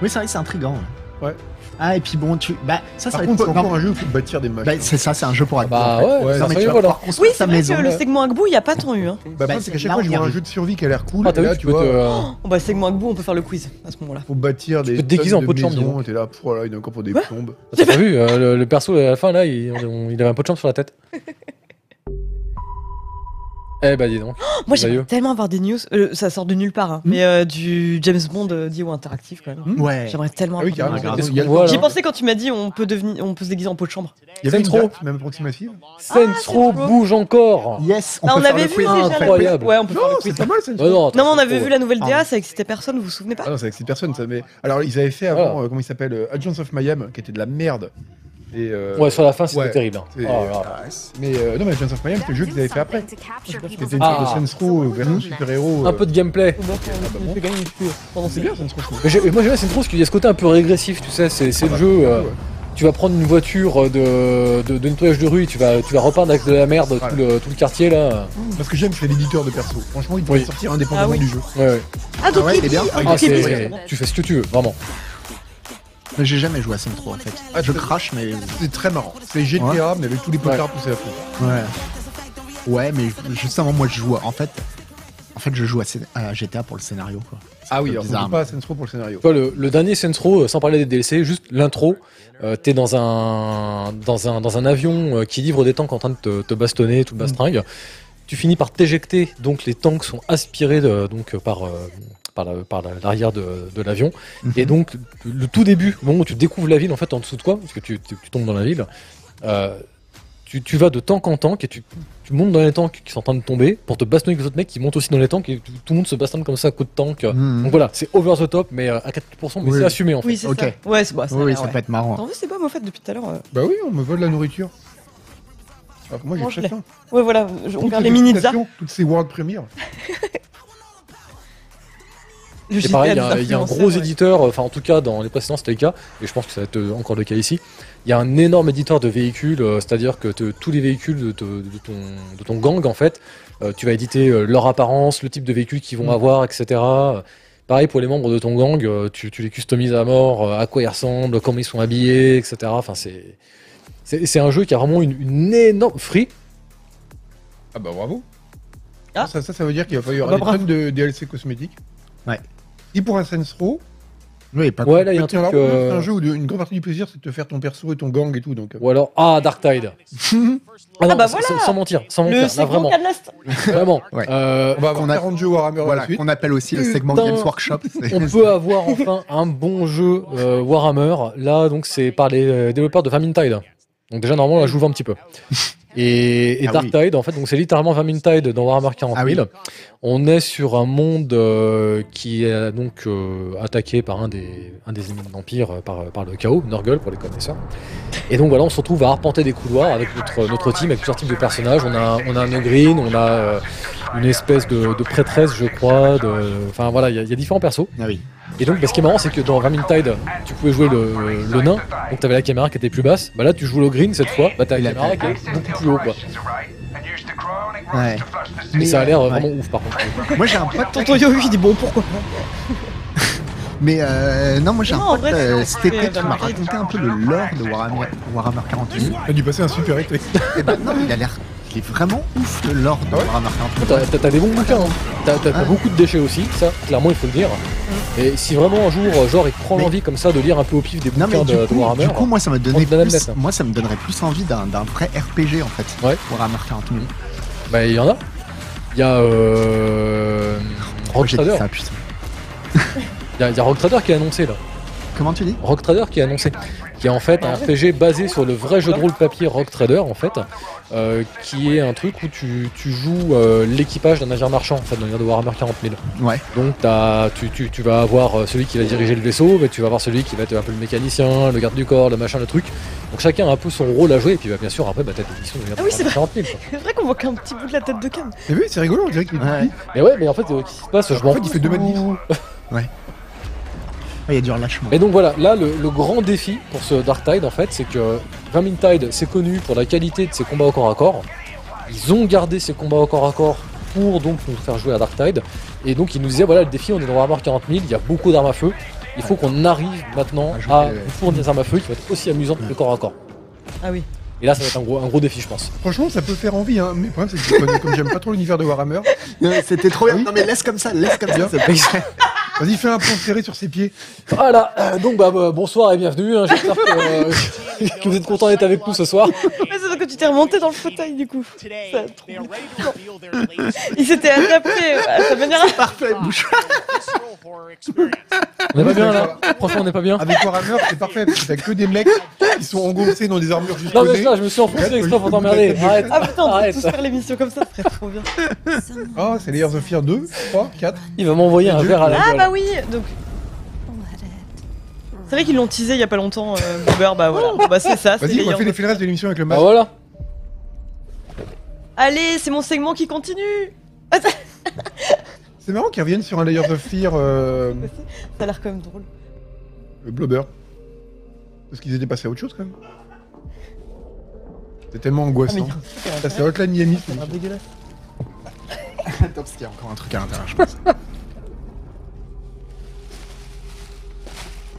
[SPEAKER 3] Oui, c'est vrai, c'est intriguant.
[SPEAKER 4] Ouais.
[SPEAKER 3] Ah, et puis bon, tu. Bah, ça, ça
[SPEAKER 4] Par
[SPEAKER 3] va
[SPEAKER 4] contre,
[SPEAKER 3] être
[SPEAKER 4] c'est encore un jeu où faut bâtir des
[SPEAKER 3] Bah,
[SPEAKER 4] machins.
[SPEAKER 3] c'est ça, c'est un jeu pour adultes.
[SPEAKER 1] Bah
[SPEAKER 3] en fait.
[SPEAKER 1] ouais, c'est
[SPEAKER 3] non,
[SPEAKER 1] sérieux,
[SPEAKER 3] mais tu vas
[SPEAKER 1] voilà.
[SPEAKER 3] pouvoir
[SPEAKER 2] Oui,
[SPEAKER 3] construire
[SPEAKER 2] c'est
[SPEAKER 3] sa
[SPEAKER 2] vrai que
[SPEAKER 3] maison.
[SPEAKER 2] le segment Agbu, il n'y a pas tant eu. Hein.
[SPEAKER 4] Bah,
[SPEAKER 3] Bah,
[SPEAKER 4] après, c'est qu'à chaque
[SPEAKER 3] là,
[SPEAKER 4] fois,
[SPEAKER 3] on
[SPEAKER 4] je
[SPEAKER 3] y
[SPEAKER 4] vois un
[SPEAKER 3] arrive.
[SPEAKER 4] jeu de survie qui a l'air cool.
[SPEAKER 1] Ah,
[SPEAKER 4] et
[SPEAKER 1] t'as vu,
[SPEAKER 4] là,
[SPEAKER 1] tu
[SPEAKER 4] tu
[SPEAKER 1] peux
[SPEAKER 4] vois,
[SPEAKER 1] te.
[SPEAKER 2] Oh, bah, segment Agbu, on peut faire le quiz à ce moment-là.
[SPEAKER 4] faut bâtir des.
[SPEAKER 1] peux te déguiser
[SPEAKER 4] tonnes
[SPEAKER 1] en pot de chambre, dis
[SPEAKER 4] maisons,
[SPEAKER 1] donc.
[SPEAKER 4] Et t'es là, pour là, il y en a encore pour des plombes.
[SPEAKER 1] Ah, T'as pas vu, euh, le, le perso à la fin là, il, on- il avait un peu de chambre sur la tête. eh bah dis donc.
[SPEAKER 2] Moi,
[SPEAKER 1] Joyeux.
[SPEAKER 2] j'aimerais tellement avoir des news. euh, ça sort de nulle part, hein, mais euh, du James Bond euh, DIO interactif quand même.
[SPEAKER 3] Ouais.
[SPEAKER 2] J'aimerais tellement.
[SPEAKER 4] Ah oui,
[SPEAKER 2] avoir des
[SPEAKER 4] carrément.
[SPEAKER 1] Qu'est-ce
[SPEAKER 4] Il y a
[SPEAKER 1] qu'on
[SPEAKER 4] le
[SPEAKER 1] voit, là
[SPEAKER 2] J'y pensais quand tu m'as dit on peut devenir, on peut se déguiser en peau de chambre.
[SPEAKER 4] Il y avait une
[SPEAKER 1] Centro.
[SPEAKER 4] date, même approximative.
[SPEAKER 1] Centro bouge encore
[SPEAKER 3] Yes, on
[SPEAKER 2] Ah,
[SPEAKER 3] peut
[SPEAKER 2] on
[SPEAKER 3] faire
[SPEAKER 2] avait
[SPEAKER 3] le
[SPEAKER 2] vu
[SPEAKER 3] quiz,
[SPEAKER 2] déjà
[SPEAKER 3] en
[SPEAKER 2] la-
[SPEAKER 3] fait.
[SPEAKER 1] Incroyable.
[SPEAKER 2] Ouais, on peut faire
[SPEAKER 4] Non,
[SPEAKER 2] le quiz. Ah.
[SPEAKER 4] c'est pas mal, Centro.
[SPEAKER 1] Ouais, non,
[SPEAKER 2] Non, mais on
[SPEAKER 1] Centro,
[SPEAKER 2] avait vu
[SPEAKER 1] ouais.
[SPEAKER 2] la nouvelle DA, ça excitait personne, vous vous souvenez pas
[SPEAKER 4] euh, Ah non, c'est avec cette personne, ça. Mais alors, ils avaient fait avant, euh, comment il s'appelle, euh, Agents of Mayhem, qui était de la merde. Et, euh,
[SPEAKER 1] Ouais, sur la fin, c'était terrible, hein.
[SPEAKER 4] c'est-
[SPEAKER 1] Oh là là.
[SPEAKER 4] Mais euh, non, mais Guns of Mayhem, c'est le jeu qu'ils avaient fait après. C'était une
[SPEAKER 1] Ah.
[SPEAKER 4] sorte de Saints Row version super-héros.
[SPEAKER 1] Un peu de gameplay.
[SPEAKER 4] Ah bah,
[SPEAKER 1] bah
[SPEAKER 4] C'est bien, Saints Row. je trouve.
[SPEAKER 1] Mais j'ai- mais moi j'aime bien Saints Row parce qu'il y a ce côté un peu régressif, tu sais, c'est c'est le jeu. euh, Tu vas prendre une voiture euh, de, de, de nettoyage de rue, et tu vas, tu vas repeindre avec de la merde tout, le, tout le quartier là.
[SPEAKER 4] euh, Parce que j'aime, c'est l'éditeur de perso. Franchement, il pourrait sortir
[SPEAKER 1] Ah
[SPEAKER 4] indépendamment
[SPEAKER 1] oui.
[SPEAKER 4] du jeu.
[SPEAKER 1] Ouais, ouais.
[SPEAKER 2] Ah, donc
[SPEAKER 4] ouais,
[SPEAKER 2] il
[SPEAKER 4] il est bien.
[SPEAKER 2] dit-
[SPEAKER 4] Ah,
[SPEAKER 2] ok,
[SPEAKER 4] il est
[SPEAKER 2] mais-
[SPEAKER 4] bien.
[SPEAKER 1] Tu fais ce que tu veux, vraiment.
[SPEAKER 3] J'ai jamais joué à Saints Row en fait. je crache, mais.
[SPEAKER 4] C'est très marrant. C'est GTA, mais avec tous les potards poussés à fond.
[SPEAKER 3] Ouais. Ouais, mais justement, moi je joue. à- En fait, en fait je joue à, Scén- à GTA pour le scénario quoi. C'est un
[SPEAKER 4] Ah oui,
[SPEAKER 3] peu
[SPEAKER 4] alors,
[SPEAKER 3] bizarre,
[SPEAKER 4] c'est pas Saints Row pour le scénario.
[SPEAKER 1] Tu vois, le, le dernier Saints Row, euh, sans parler des DLC, juste l'intro, euh, t'es dans un, dans, un, dans un avion euh, qui livre des tanks en train de te, te bastonner, tout le bastringue. Tu finis par t'éjecter, donc les tanks sont aspirés de- donc, euh, par, euh, par la- par la- l'arrière de, de l'avion. Et donc, le tout début, au moment où tu découvres la ville en fait en dessous de toi, parce que tu, tu- tu tombes dans la ville, euh, tu, tu vas de tank en tank et tu, tu montes dans les tanks qui sont en train de tomber pour te bastonner avec les autres mecs qui montent aussi dans les tanks et tout, tout le monde se bastonne comme ça à coup de tank.
[SPEAKER 3] Mhm.
[SPEAKER 1] Donc voilà, c'est over the top, mais euh, à 4%, mais
[SPEAKER 3] Oui.
[SPEAKER 1] c'est assumé en fait.
[SPEAKER 2] Oui, c'est
[SPEAKER 3] Ok.
[SPEAKER 2] ça. Ouais, c'est bah, ça. a
[SPEAKER 3] Oui,
[SPEAKER 2] l'air,
[SPEAKER 3] ça
[SPEAKER 2] ouais.
[SPEAKER 3] peut être marrant.
[SPEAKER 2] T'en veux, c'est pas, mais en fait, depuis tout à l'heure. euh,
[SPEAKER 4] Bah oui, on me vole la nourriture. Alors que moi,
[SPEAKER 2] mange
[SPEAKER 4] j'ai
[SPEAKER 2] les-
[SPEAKER 4] très faim.
[SPEAKER 2] Ouais, voilà, je- on
[SPEAKER 4] Toutes
[SPEAKER 2] regarde
[SPEAKER 4] ces
[SPEAKER 2] les mini pizzas.
[SPEAKER 4] explications, Toutes ces world premières.
[SPEAKER 2] Le
[SPEAKER 1] C'est
[SPEAKER 2] JT
[SPEAKER 1] pareil, il y
[SPEAKER 2] a
[SPEAKER 1] a,
[SPEAKER 2] des
[SPEAKER 1] il y a un
[SPEAKER 2] influenceurs,
[SPEAKER 1] gros
[SPEAKER 2] ouais.
[SPEAKER 1] éditeur, euh, enfin en tout cas dans les précédents c'était le cas, et je pense que ça va être euh, encore le cas ici. Il y a un énorme éditeur de véhicules, euh, c'est-à-dire que te- tous les véhicules de, te- de ton, de ton gang en fait, euh, tu vas éditer euh, leur apparence, le type de véhicule qu'ils vont
[SPEAKER 2] Mm.
[SPEAKER 1] avoir, etc. Euh, Pareil pour les membres de ton gang, euh, tu, tu les customises à mort, euh, à quoi ils ressemblent, comment ils sont habillés, etc. Enfin c'est c'est c'est un jeu qui a vraiment une, une énorme free.
[SPEAKER 4] Ah bah bravo.
[SPEAKER 2] Ah.
[SPEAKER 4] Ça, ça, ça veut dire qu'il va falloir
[SPEAKER 1] Ah bah,
[SPEAKER 4] des
[SPEAKER 1] bravo.
[SPEAKER 4] tonnes de DLC cosmétiques.
[SPEAKER 3] Ouais.
[SPEAKER 4] Et pour un Saints Row,
[SPEAKER 3] Oui, pas
[SPEAKER 1] Ouais là il y a un truc.
[SPEAKER 4] alors,
[SPEAKER 1] euh,
[SPEAKER 4] c'est un jeu où de- une grande partie du plaisir c'est de te faire ton perso et ton gang et tout. Donc, euh,
[SPEAKER 1] Ou alors ah Dark Tide. ah non,
[SPEAKER 2] bah
[SPEAKER 1] sans-
[SPEAKER 2] voilà.
[SPEAKER 1] sans, sans mentir, sans mentir,
[SPEAKER 2] Le
[SPEAKER 1] là
[SPEAKER 2] second
[SPEAKER 1] vraiment.
[SPEAKER 2] cas de l'ast-
[SPEAKER 1] Vraiment.
[SPEAKER 3] Ouais.
[SPEAKER 1] Euh,
[SPEAKER 4] on va avoir
[SPEAKER 3] qu'on a-
[SPEAKER 4] 40 jeux Warhammer à la
[SPEAKER 3] Voilà,
[SPEAKER 4] suite.
[SPEAKER 3] qu'on appelle aussi le segment
[SPEAKER 1] Putain.
[SPEAKER 3] Games Workshop. c'est-
[SPEAKER 1] on peut avoir enfin un bon jeu euh, Warhammer. Là, donc, c'est par les euh, développeurs de Vermintide. Donc, déjà, normalement, on la joue un petit peu. Et, et
[SPEAKER 3] Ah oui.
[SPEAKER 1] Darktide, en fait, donc c'est littéralement Vermintide dans Warhammer 40 000.
[SPEAKER 3] Ah
[SPEAKER 1] On est sur un monde euh, qui est donc euh, attaqué par un des, un des ennemis de l'Empire, euh, par, par le chaos, Nurgle pour les connaisseurs. Et donc voilà, on se retrouve à arpenter des couloirs avec notre, notre team, avec plusieurs types de personnages. On a, on a un Ogryn, on a euh, une espèce de, de prêtresse, je crois. de- Enfin voilà, il y a- il y a différents persos.
[SPEAKER 3] Ah oui.
[SPEAKER 1] Et donc, bah, ce qui est marrant, c'est que dans Vermintide, tu pouvais jouer le, le nain, donc t'avais la caméra qui était plus basse. Bah là, tu joues le green cette fois, bah t'as
[SPEAKER 3] Il
[SPEAKER 1] la
[SPEAKER 3] a
[SPEAKER 1] caméra qui
[SPEAKER 3] pas-
[SPEAKER 1] est beaucoup plus haut, quoi.
[SPEAKER 3] Ouais.
[SPEAKER 1] Et ça a l'air euh, vraiment
[SPEAKER 3] Ouais.
[SPEAKER 1] ouf, par contre.
[SPEAKER 3] Moi j'ai un pote.
[SPEAKER 2] Tonton Yo, il dit bon, pourquoi pas
[SPEAKER 3] Mais euh, non, moi j'ai un
[SPEAKER 2] Non, en
[SPEAKER 3] pote,
[SPEAKER 2] vrai,
[SPEAKER 3] euh,
[SPEAKER 2] c'est-
[SPEAKER 3] Stéphane, qui
[SPEAKER 2] c'est-
[SPEAKER 3] m'a raconté un peu le lore de Warhammer, Warhammer 40 000.
[SPEAKER 4] T'as dû passer un super été.
[SPEAKER 3] Et bah non, il a l'air. Il est vraiment ouf le lore de Warhammer 40 000.
[SPEAKER 1] T'as- T'as t'as des bons bouquins, hein. T'as t'as- t'as
[SPEAKER 3] Ah. Mm.
[SPEAKER 1] beaucoup de déchets aussi, ça, clairement, il faut le dire. Et si vraiment un jour, genre, il te prend
[SPEAKER 3] Mais-
[SPEAKER 1] l'envie comme ça de lire un peu au pif des
[SPEAKER 3] Non, mais
[SPEAKER 1] bouquins
[SPEAKER 3] du
[SPEAKER 1] de, de
[SPEAKER 3] coup,
[SPEAKER 1] Warhammer.
[SPEAKER 4] hein.
[SPEAKER 3] du coup, moi ça me
[SPEAKER 1] on
[SPEAKER 3] donnait
[SPEAKER 1] te donne la
[SPEAKER 3] plus,
[SPEAKER 1] lettre.
[SPEAKER 3] moi ça me donnerait plus envie d'un d'un vrai RPG en fait.
[SPEAKER 1] Ouais.
[SPEAKER 3] Warhammer 40 000.
[SPEAKER 1] Bah, il y en a. Il y a. Euh.
[SPEAKER 3] Oh,
[SPEAKER 1] Rogue
[SPEAKER 3] j'ai dit
[SPEAKER 1] Trader.
[SPEAKER 3] ça, putain.
[SPEAKER 1] Il y a- il y a Rogue Trader qui est annoncé là.
[SPEAKER 3] Comment tu dis
[SPEAKER 1] Rock Trader qui est annoncé, qui est en fait un RPG basé sur le vrai jeu de rôle papier Rock Trader en fait, euh, qui est un truc où tu, tu joues euh, l'équipage d'un navire marchand, en fait, d'un navire de Warhammer 40 000.
[SPEAKER 3] Ouais.
[SPEAKER 1] Donc t'as- tu, tu- tu vas avoir euh, celui qui va diriger le vaisseau, mais tu vas avoir celui qui va être un peu le mécanicien, le garde du corps, le machin, le truc. Donc chacun a un peu son rôle à jouer, et puis bah, bien sûr après bah, t'as des missions de
[SPEAKER 2] Ah oui, c'est vrai.
[SPEAKER 1] 40 000. quoi.
[SPEAKER 2] C'est vrai qu'on voit qu'un petit bout de la tête de Cam.
[SPEAKER 4] T'as vu, c'est rigolo, on dirait qu'il
[SPEAKER 3] Ouais.
[SPEAKER 1] Mais ouais, mais en fait, euh, qu'est-ce qui se passe Je m'en
[SPEAKER 4] En fait, il fait 2 mètres 10.
[SPEAKER 3] Ouais, Il y a du relâchement.
[SPEAKER 1] Et donc voilà, là le, le grand défi pour ce Dark Tide en fait, c'est que Vermintide c'est connu pour la qualité de ses combats au corps à corps. Ils ont gardé ces combats au corps à corps pour donc nous faire jouer à Dark Tide. Et donc ils nous disaient voilà le défi, on est dans Warhammer 40 000, il y a beaucoup d'armes à feu. Il faut qu'on arrive maintenant
[SPEAKER 3] À jouer,
[SPEAKER 1] à
[SPEAKER 3] ouais.
[SPEAKER 1] fournir des armes à feu qui vont être aussi amusantes que le corps à corps.
[SPEAKER 2] Ah oui.
[SPEAKER 1] Et là ça va être un gros, un gros défi je pense.
[SPEAKER 4] Franchement, ça peut faire envie, hein. mais le problème, c'est que comme- comme j'aime pas trop l'univers de Warhammer,
[SPEAKER 3] Non, C'était trop bien. Non mais laisse comme ça, laisse comme ça. c'est-
[SPEAKER 4] vas-y, fais un pont serré sur ses pieds.
[SPEAKER 1] Voilà, euh, donc bah, bah, bonsoir et bienvenue. hein. J'espère que, euh, que vous êtes content d'être avec nous ce soir.
[SPEAKER 2] Mais c'est parce que tu t'es remonté dans le fauteuil, du coup. Ça a trop bien. Il
[SPEAKER 6] Il
[SPEAKER 2] s'était adapté à sa manière.
[SPEAKER 6] parfait,
[SPEAKER 1] On est pas bien là Franchement on n'est pas bien.
[SPEAKER 4] Avec Warhammer, c'est parfait, parce que t'as que des mecs qui sont engoncés dans des armures jusqu'au
[SPEAKER 1] Non mais
[SPEAKER 4] nez.
[SPEAKER 1] ça, je me suis enfoncé exprès pour t'emmerder. Arrête.
[SPEAKER 2] Ah putain, on devrait
[SPEAKER 1] Arrête.
[SPEAKER 2] tous faire l'émission comme ça, ce serait trop bien.
[SPEAKER 4] Ah, c'est Layers of Fear 2, 3, 4.
[SPEAKER 1] Il va m'envoyer un verre à la
[SPEAKER 2] Ah
[SPEAKER 1] gueule.
[SPEAKER 2] bah oui, donc.
[SPEAKER 11] Let it
[SPEAKER 2] C'est vrai qu'ils l'ont teasé il y a pas longtemps, euh, Boober, bah voilà. Bah c'est ça, c'est
[SPEAKER 4] Vas-y,
[SPEAKER 2] les
[SPEAKER 4] on fait
[SPEAKER 2] Young
[SPEAKER 4] les- fait le reste de l'émission
[SPEAKER 3] Ah
[SPEAKER 4] avec le masque.
[SPEAKER 1] Bah voilà.
[SPEAKER 2] Allez, c'est mon segment qui continue
[SPEAKER 4] C'est marrant qu'ils reviennent sur un Layers of Fear, euh,
[SPEAKER 2] Ça a l'air quand même drôle.
[SPEAKER 4] le blobber. Parce qu'ils étaient passés à autre chose quand même. C'est tellement angoissant.
[SPEAKER 3] Ah, mais-
[SPEAKER 4] Ça, c'est Hotline Miami. cette émission.
[SPEAKER 3] Attends, parce qu'il y a encore un truc à l'intérieur, je pense.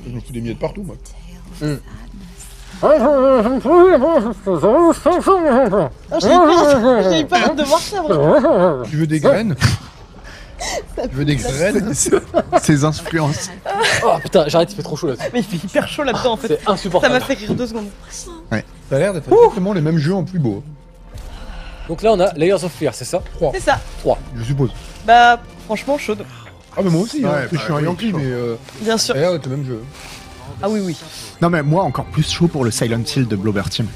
[SPEAKER 4] Je me suis des miettes partout, moi.
[SPEAKER 2] Ah, j'ai eu peur, j'ai eu peur de voir ça, vraiment.
[SPEAKER 4] Tu veux des graines
[SPEAKER 2] Ça
[SPEAKER 4] Tu veux des
[SPEAKER 2] pue la-
[SPEAKER 4] graines
[SPEAKER 3] Ces influences.
[SPEAKER 1] Oh putain, j'arrête, il fait trop chaud là-dessus.
[SPEAKER 2] Mais il fait hyper chaud là-dedans en fait.
[SPEAKER 1] C'est insupportable.
[SPEAKER 2] Ça m'a fait rire deux secondes.
[SPEAKER 4] Ça a l'air d'être exactement les mêmes jeux en plus beau.
[SPEAKER 1] Donc là, on a Layers of Fear, c'est ça 3.
[SPEAKER 2] C'est ça.
[SPEAKER 1] 3.
[SPEAKER 4] Je suppose.
[SPEAKER 2] Bah, franchement, chaude.
[SPEAKER 4] Ah, mais moi aussi, hein,
[SPEAKER 3] Ouais,
[SPEAKER 4] parce que
[SPEAKER 3] bah
[SPEAKER 4] je suis un
[SPEAKER 3] oui,
[SPEAKER 4] Yankee,
[SPEAKER 3] chaud.
[SPEAKER 4] mais. euh,
[SPEAKER 2] Bien sûr.
[SPEAKER 4] Ça a l'air d'être le même jeu.
[SPEAKER 2] Ah oui, oui.
[SPEAKER 3] Non, mais moi, encore plus chaud pour le Silent Hill de Blobber Team.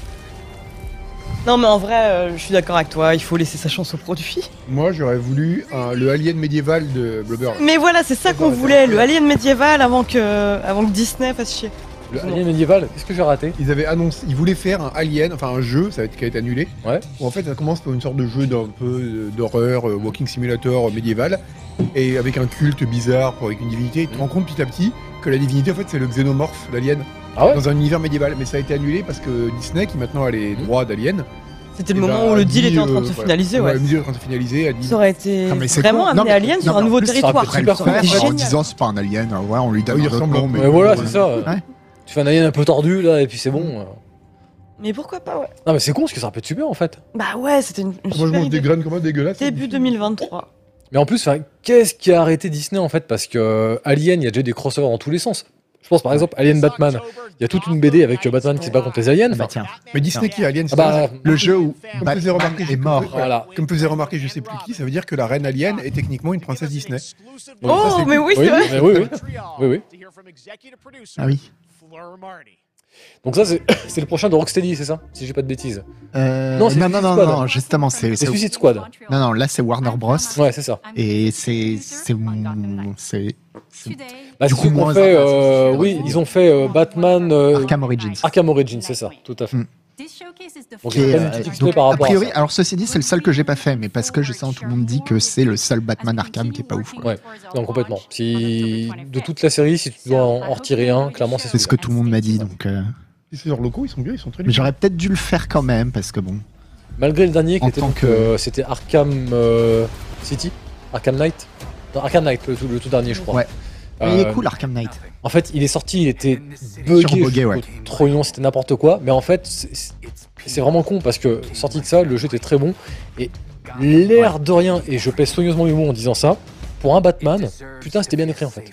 [SPEAKER 2] Non, mais en vrai, euh, je suis d'accord avec toi, il faut laisser sa chance au produit.
[SPEAKER 4] Moi, j'aurais voulu un- le alien médiéval de Blubber.
[SPEAKER 2] Mais voilà, c'est ça qu'on voulait, le alien médiéval avant que, avant que Disney fasse chier.
[SPEAKER 4] Le
[SPEAKER 1] alien médiéval, qu'est-ce que j'ai raté
[SPEAKER 4] Ils avaient annoncé, ils voulaient faire un alien, enfin un jeu, ça a été, qui a été annulé.
[SPEAKER 1] Ouais.
[SPEAKER 4] Où en fait, ça commence par une sorte de jeu d'un peu euh, d'horreur, euh, walking simulator euh, médiéval, et avec un culte bizarre, pour- avec une divinité. Et Tu te rends compte petit à petit que la divinité, en fait, c'est le xénomorphe, l'alien,
[SPEAKER 1] Ah ouais
[SPEAKER 4] dans un univers médiéval. Mais ça a été annulé parce que Disney, qui maintenant a les
[SPEAKER 3] Mhm.
[SPEAKER 4] droits d'alien,
[SPEAKER 2] C'était le
[SPEAKER 4] eh ben,
[SPEAKER 2] moment où le
[SPEAKER 4] a
[SPEAKER 2] deal
[SPEAKER 4] dit,
[SPEAKER 2] était en train de
[SPEAKER 4] euh,
[SPEAKER 2] se
[SPEAKER 4] voilà.
[SPEAKER 2] finaliser, ouais.
[SPEAKER 4] Le deal était en train de se finaliser, a dit.
[SPEAKER 2] Ça aurait été
[SPEAKER 3] Ah, mais c'est
[SPEAKER 2] vraiment
[SPEAKER 3] quoi
[SPEAKER 2] amener
[SPEAKER 3] Non, mais-
[SPEAKER 2] Alien
[SPEAKER 3] non,
[SPEAKER 2] sur
[SPEAKER 3] mais
[SPEAKER 2] un
[SPEAKER 3] en
[SPEAKER 2] nouveau
[SPEAKER 3] plus, ça aurait
[SPEAKER 2] territoire.
[SPEAKER 3] pu être super
[SPEAKER 2] C'était
[SPEAKER 3] fun, en
[SPEAKER 2] génial.
[SPEAKER 3] disant c'est pas un alien, euh, ouais, on lui donne
[SPEAKER 4] Oui, il
[SPEAKER 3] un autre
[SPEAKER 4] ressemble
[SPEAKER 3] nom,
[SPEAKER 4] un peu.
[SPEAKER 3] mais.
[SPEAKER 1] Ouais, voilà, c'est
[SPEAKER 3] Ouais.
[SPEAKER 1] ça.
[SPEAKER 3] Ouais.
[SPEAKER 1] Tu fais un alien un peu tordu là, et puis c'est bon. euh.
[SPEAKER 2] Mais pourquoi pas, ouais.
[SPEAKER 1] Non, mais c'est con parce que ça aurait pu être super en fait.
[SPEAKER 2] Bah ouais, c'était une, une
[SPEAKER 4] Moi, je
[SPEAKER 2] super
[SPEAKER 4] mange des
[SPEAKER 2] idée.
[SPEAKER 4] graines comme ça dégueulasses.
[SPEAKER 2] Début 2023.
[SPEAKER 1] Mais en plus, enfin, qu'est-ce qui a arrêté Disney en fait Parce que euh, Alien, il y a déjà des crossovers dans tous les sens. Je pense par exemple Alien Batman. Il y a toute une BD avec euh, Batman qui se bat contre les
[SPEAKER 2] Ah,
[SPEAKER 1] aliens.
[SPEAKER 3] Bah,
[SPEAKER 1] Enfin,
[SPEAKER 3] tiens.
[SPEAKER 4] Mais Disney qui est alien,
[SPEAKER 1] Ah bah,
[SPEAKER 4] c'est-
[SPEAKER 3] Le jeu où
[SPEAKER 4] Comme faisait
[SPEAKER 3] Batman
[SPEAKER 4] remarquer, je-
[SPEAKER 3] est mort.
[SPEAKER 1] voilà.
[SPEAKER 4] Comme faisait remarquer, je sais plus qui, ça veut dire que la reine alien est techniquement une princesse Disney.
[SPEAKER 1] Donc,
[SPEAKER 2] Oh,
[SPEAKER 1] ça, c'est
[SPEAKER 2] mais
[SPEAKER 1] cool.
[SPEAKER 2] oui, c'est vrai.
[SPEAKER 1] mais oui, oui. Oui,
[SPEAKER 3] Ah oui.
[SPEAKER 1] Donc ça, c'est c'est le prochain de Rocksteady, c'est ça Si j'ai pas de bêtises.
[SPEAKER 3] Euh,
[SPEAKER 1] Non, c'est
[SPEAKER 3] non, non,
[SPEAKER 1] Suicide
[SPEAKER 3] non,
[SPEAKER 1] Squad.
[SPEAKER 3] non, justement, c'est.
[SPEAKER 1] C'est
[SPEAKER 3] c'est-
[SPEAKER 1] Suicide Squad.
[SPEAKER 3] Non, non, là, c'est Warner Bros.
[SPEAKER 1] Ouais, c'est ça.
[SPEAKER 3] Et c'est. C'est. C'est. c'est-
[SPEAKER 1] Bah,
[SPEAKER 3] Du
[SPEAKER 1] c'est ceux
[SPEAKER 3] coup,
[SPEAKER 1] qui ont
[SPEAKER 3] moins
[SPEAKER 1] fait,
[SPEAKER 3] intéressant,
[SPEAKER 1] euh,
[SPEAKER 3] c'est sûr.
[SPEAKER 1] oui, ils ont fait euh, Batman euh, Arkham.
[SPEAKER 3] Arkham Origins.
[SPEAKER 1] Origins, c'est ça, tout à fait.
[SPEAKER 3] Mm.
[SPEAKER 1] Donc,
[SPEAKER 3] Qui est,
[SPEAKER 1] c'est pas
[SPEAKER 3] euh,
[SPEAKER 1] du tout Disney
[SPEAKER 3] donc,
[SPEAKER 1] par
[SPEAKER 3] a
[SPEAKER 1] rapport à
[SPEAKER 3] priori,
[SPEAKER 1] ça.
[SPEAKER 3] alors ceci dit, c'est le seul que j'ai pas fait, mais parce que justement tout le monde dit que c'est le seul Batman Arkham qui est pas ouf. quoi.
[SPEAKER 1] Ouais, non, complètement. Si, de toute la série, si tu dois en, en retirer un, clairement, c'est
[SPEAKER 3] C'est ce
[SPEAKER 1] celui-là.
[SPEAKER 3] que tout le monde m'a dit, donc. euh,
[SPEAKER 4] Les seigneurs locaux, ils sont bien, ils sont très
[SPEAKER 3] Mais
[SPEAKER 4] bien.
[SPEAKER 3] j'aurais peut-être dû le faire quand même, parce que bon.
[SPEAKER 1] Malgré le dernier qui
[SPEAKER 3] En
[SPEAKER 1] était,
[SPEAKER 3] tant
[SPEAKER 1] donc,
[SPEAKER 3] que-
[SPEAKER 1] euh, c'était Arkham euh, City, Arkham Knight. Non, Arkham Knight, le tout, le tout dernier, je crois.
[SPEAKER 3] Ouais.
[SPEAKER 1] Euh,
[SPEAKER 3] Mais il est cool, Arkham Knight.
[SPEAKER 1] En fait, il est sorti, il était
[SPEAKER 3] Surbugué,
[SPEAKER 1] buggé,
[SPEAKER 3] ouais.
[SPEAKER 1] trop mignon, c'était n'importe quoi. Mais en fait, c'est- c'est- c'est vraiment con parce que sorti de ça, le jeu était très bon. Et l'air de rien, et je pèse soigneusement mes mots en disant ça, pour un Batman, putain, c'était bien écrit en fait.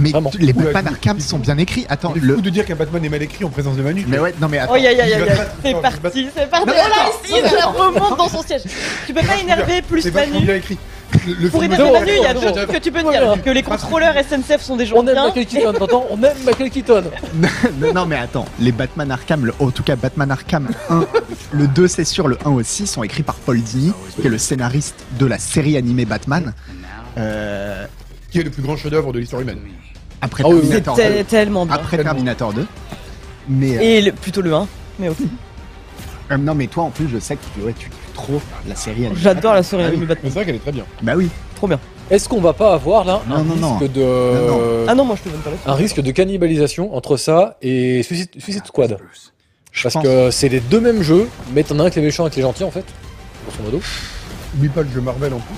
[SPEAKER 3] Mais
[SPEAKER 1] Vraiment.
[SPEAKER 3] t- les
[SPEAKER 4] Oula,
[SPEAKER 3] Batman
[SPEAKER 4] du-
[SPEAKER 3] Arkham sont bien écrits. Attends,
[SPEAKER 4] C'est fou
[SPEAKER 3] le.
[SPEAKER 4] de dire qu'un Batman est mal écrit en présence de Manu.
[SPEAKER 3] Mais ouais, non mais attends.
[SPEAKER 2] Oh, ya, ya, ya,
[SPEAKER 4] Il va
[SPEAKER 2] ya.
[SPEAKER 4] pas-
[SPEAKER 2] C'est
[SPEAKER 4] attends,
[SPEAKER 2] parti, c'est parti. Oh là, ici, je la remonte dans son siège. Tu peux pas énerver plus
[SPEAKER 4] C'est vachement
[SPEAKER 2] Manu.
[SPEAKER 4] bien écrit. Le- Le
[SPEAKER 2] Pour
[SPEAKER 4] film
[SPEAKER 2] énerver
[SPEAKER 1] Non,
[SPEAKER 2] Manu, il y a
[SPEAKER 1] non,
[SPEAKER 2] deux
[SPEAKER 1] non,
[SPEAKER 2] trucs
[SPEAKER 1] non.
[SPEAKER 2] que tu peux
[SPEAKER 1] Voilà.
[SPEAKER 2] dire. Que les contrôleurs SNCF sont des gens
[SPEAKER 1] On aime
[SPEAKER 2] bien.
[SPEAKER 1] Michael Keaton, t'entends On aime Michael Keaton
[SPEAKER 3] non, non, mais attends, les Batman Arkham, le- en tout cas Batman Arkham 1, le 2 c'est sûr, le 1 aussi, sont écrits par Paul Dini, qui est le scénariste de la série animée Batman. Euh,
[SPEAKER 4] qui est le plus grand chef-d'œuvre de l'histoire humaine.
[SPEAKER 3] après
[SPEAKER 1] Ah oui, oui.
[SPEAKER 3] Terminator 2.
[SPEAKER 2] C'est tellement bien.
[SPEAKER 3] Après Terminator 2. Mais euh,
[SPEAKER 2] Et le- plutôt le 1. Mais ok.
[SPEAKER 3] euh, non, mais toi en plus, je sais que tu, ouais, tu kiffes trop la série animée.
[SPEAKER 2] J'adore la souris
[SPEAKER 4] Ah oui,
[SPEAKER 2] animée
[SPEAKER 4] mais
[SPEAKER 2] Batman.
[SPEAKER 4] c'est vrai qu'elle est très bien.
[SPEAKER 3] Bah oui.
[SPEAKER 2] Trop bien.
[SPEAKER 1] Est-ce qu'on va pas avoir là un
[SPEAKER 3] Non, non, non.
[SPEAKER 1] risque de.
[SPEAKER 3] Non,
[SPEAKER 2] Ah non, moi je te donne pas la
[SPEAKER 1] Un risque de cannibalisation entre ça et Suicide, Suicide Squad.
[SPEAKER 3] Je
[SPEAKER 1] Parce
[SPEAKER 3] pense.
[SPEAKER 1] que c'est les deux mêmes jeux, mais t'en as un avec les méchants et avec les gentils en fait, grosso modo.
[SPEAKER 4] Oublie pas le jeu Marvel en plus.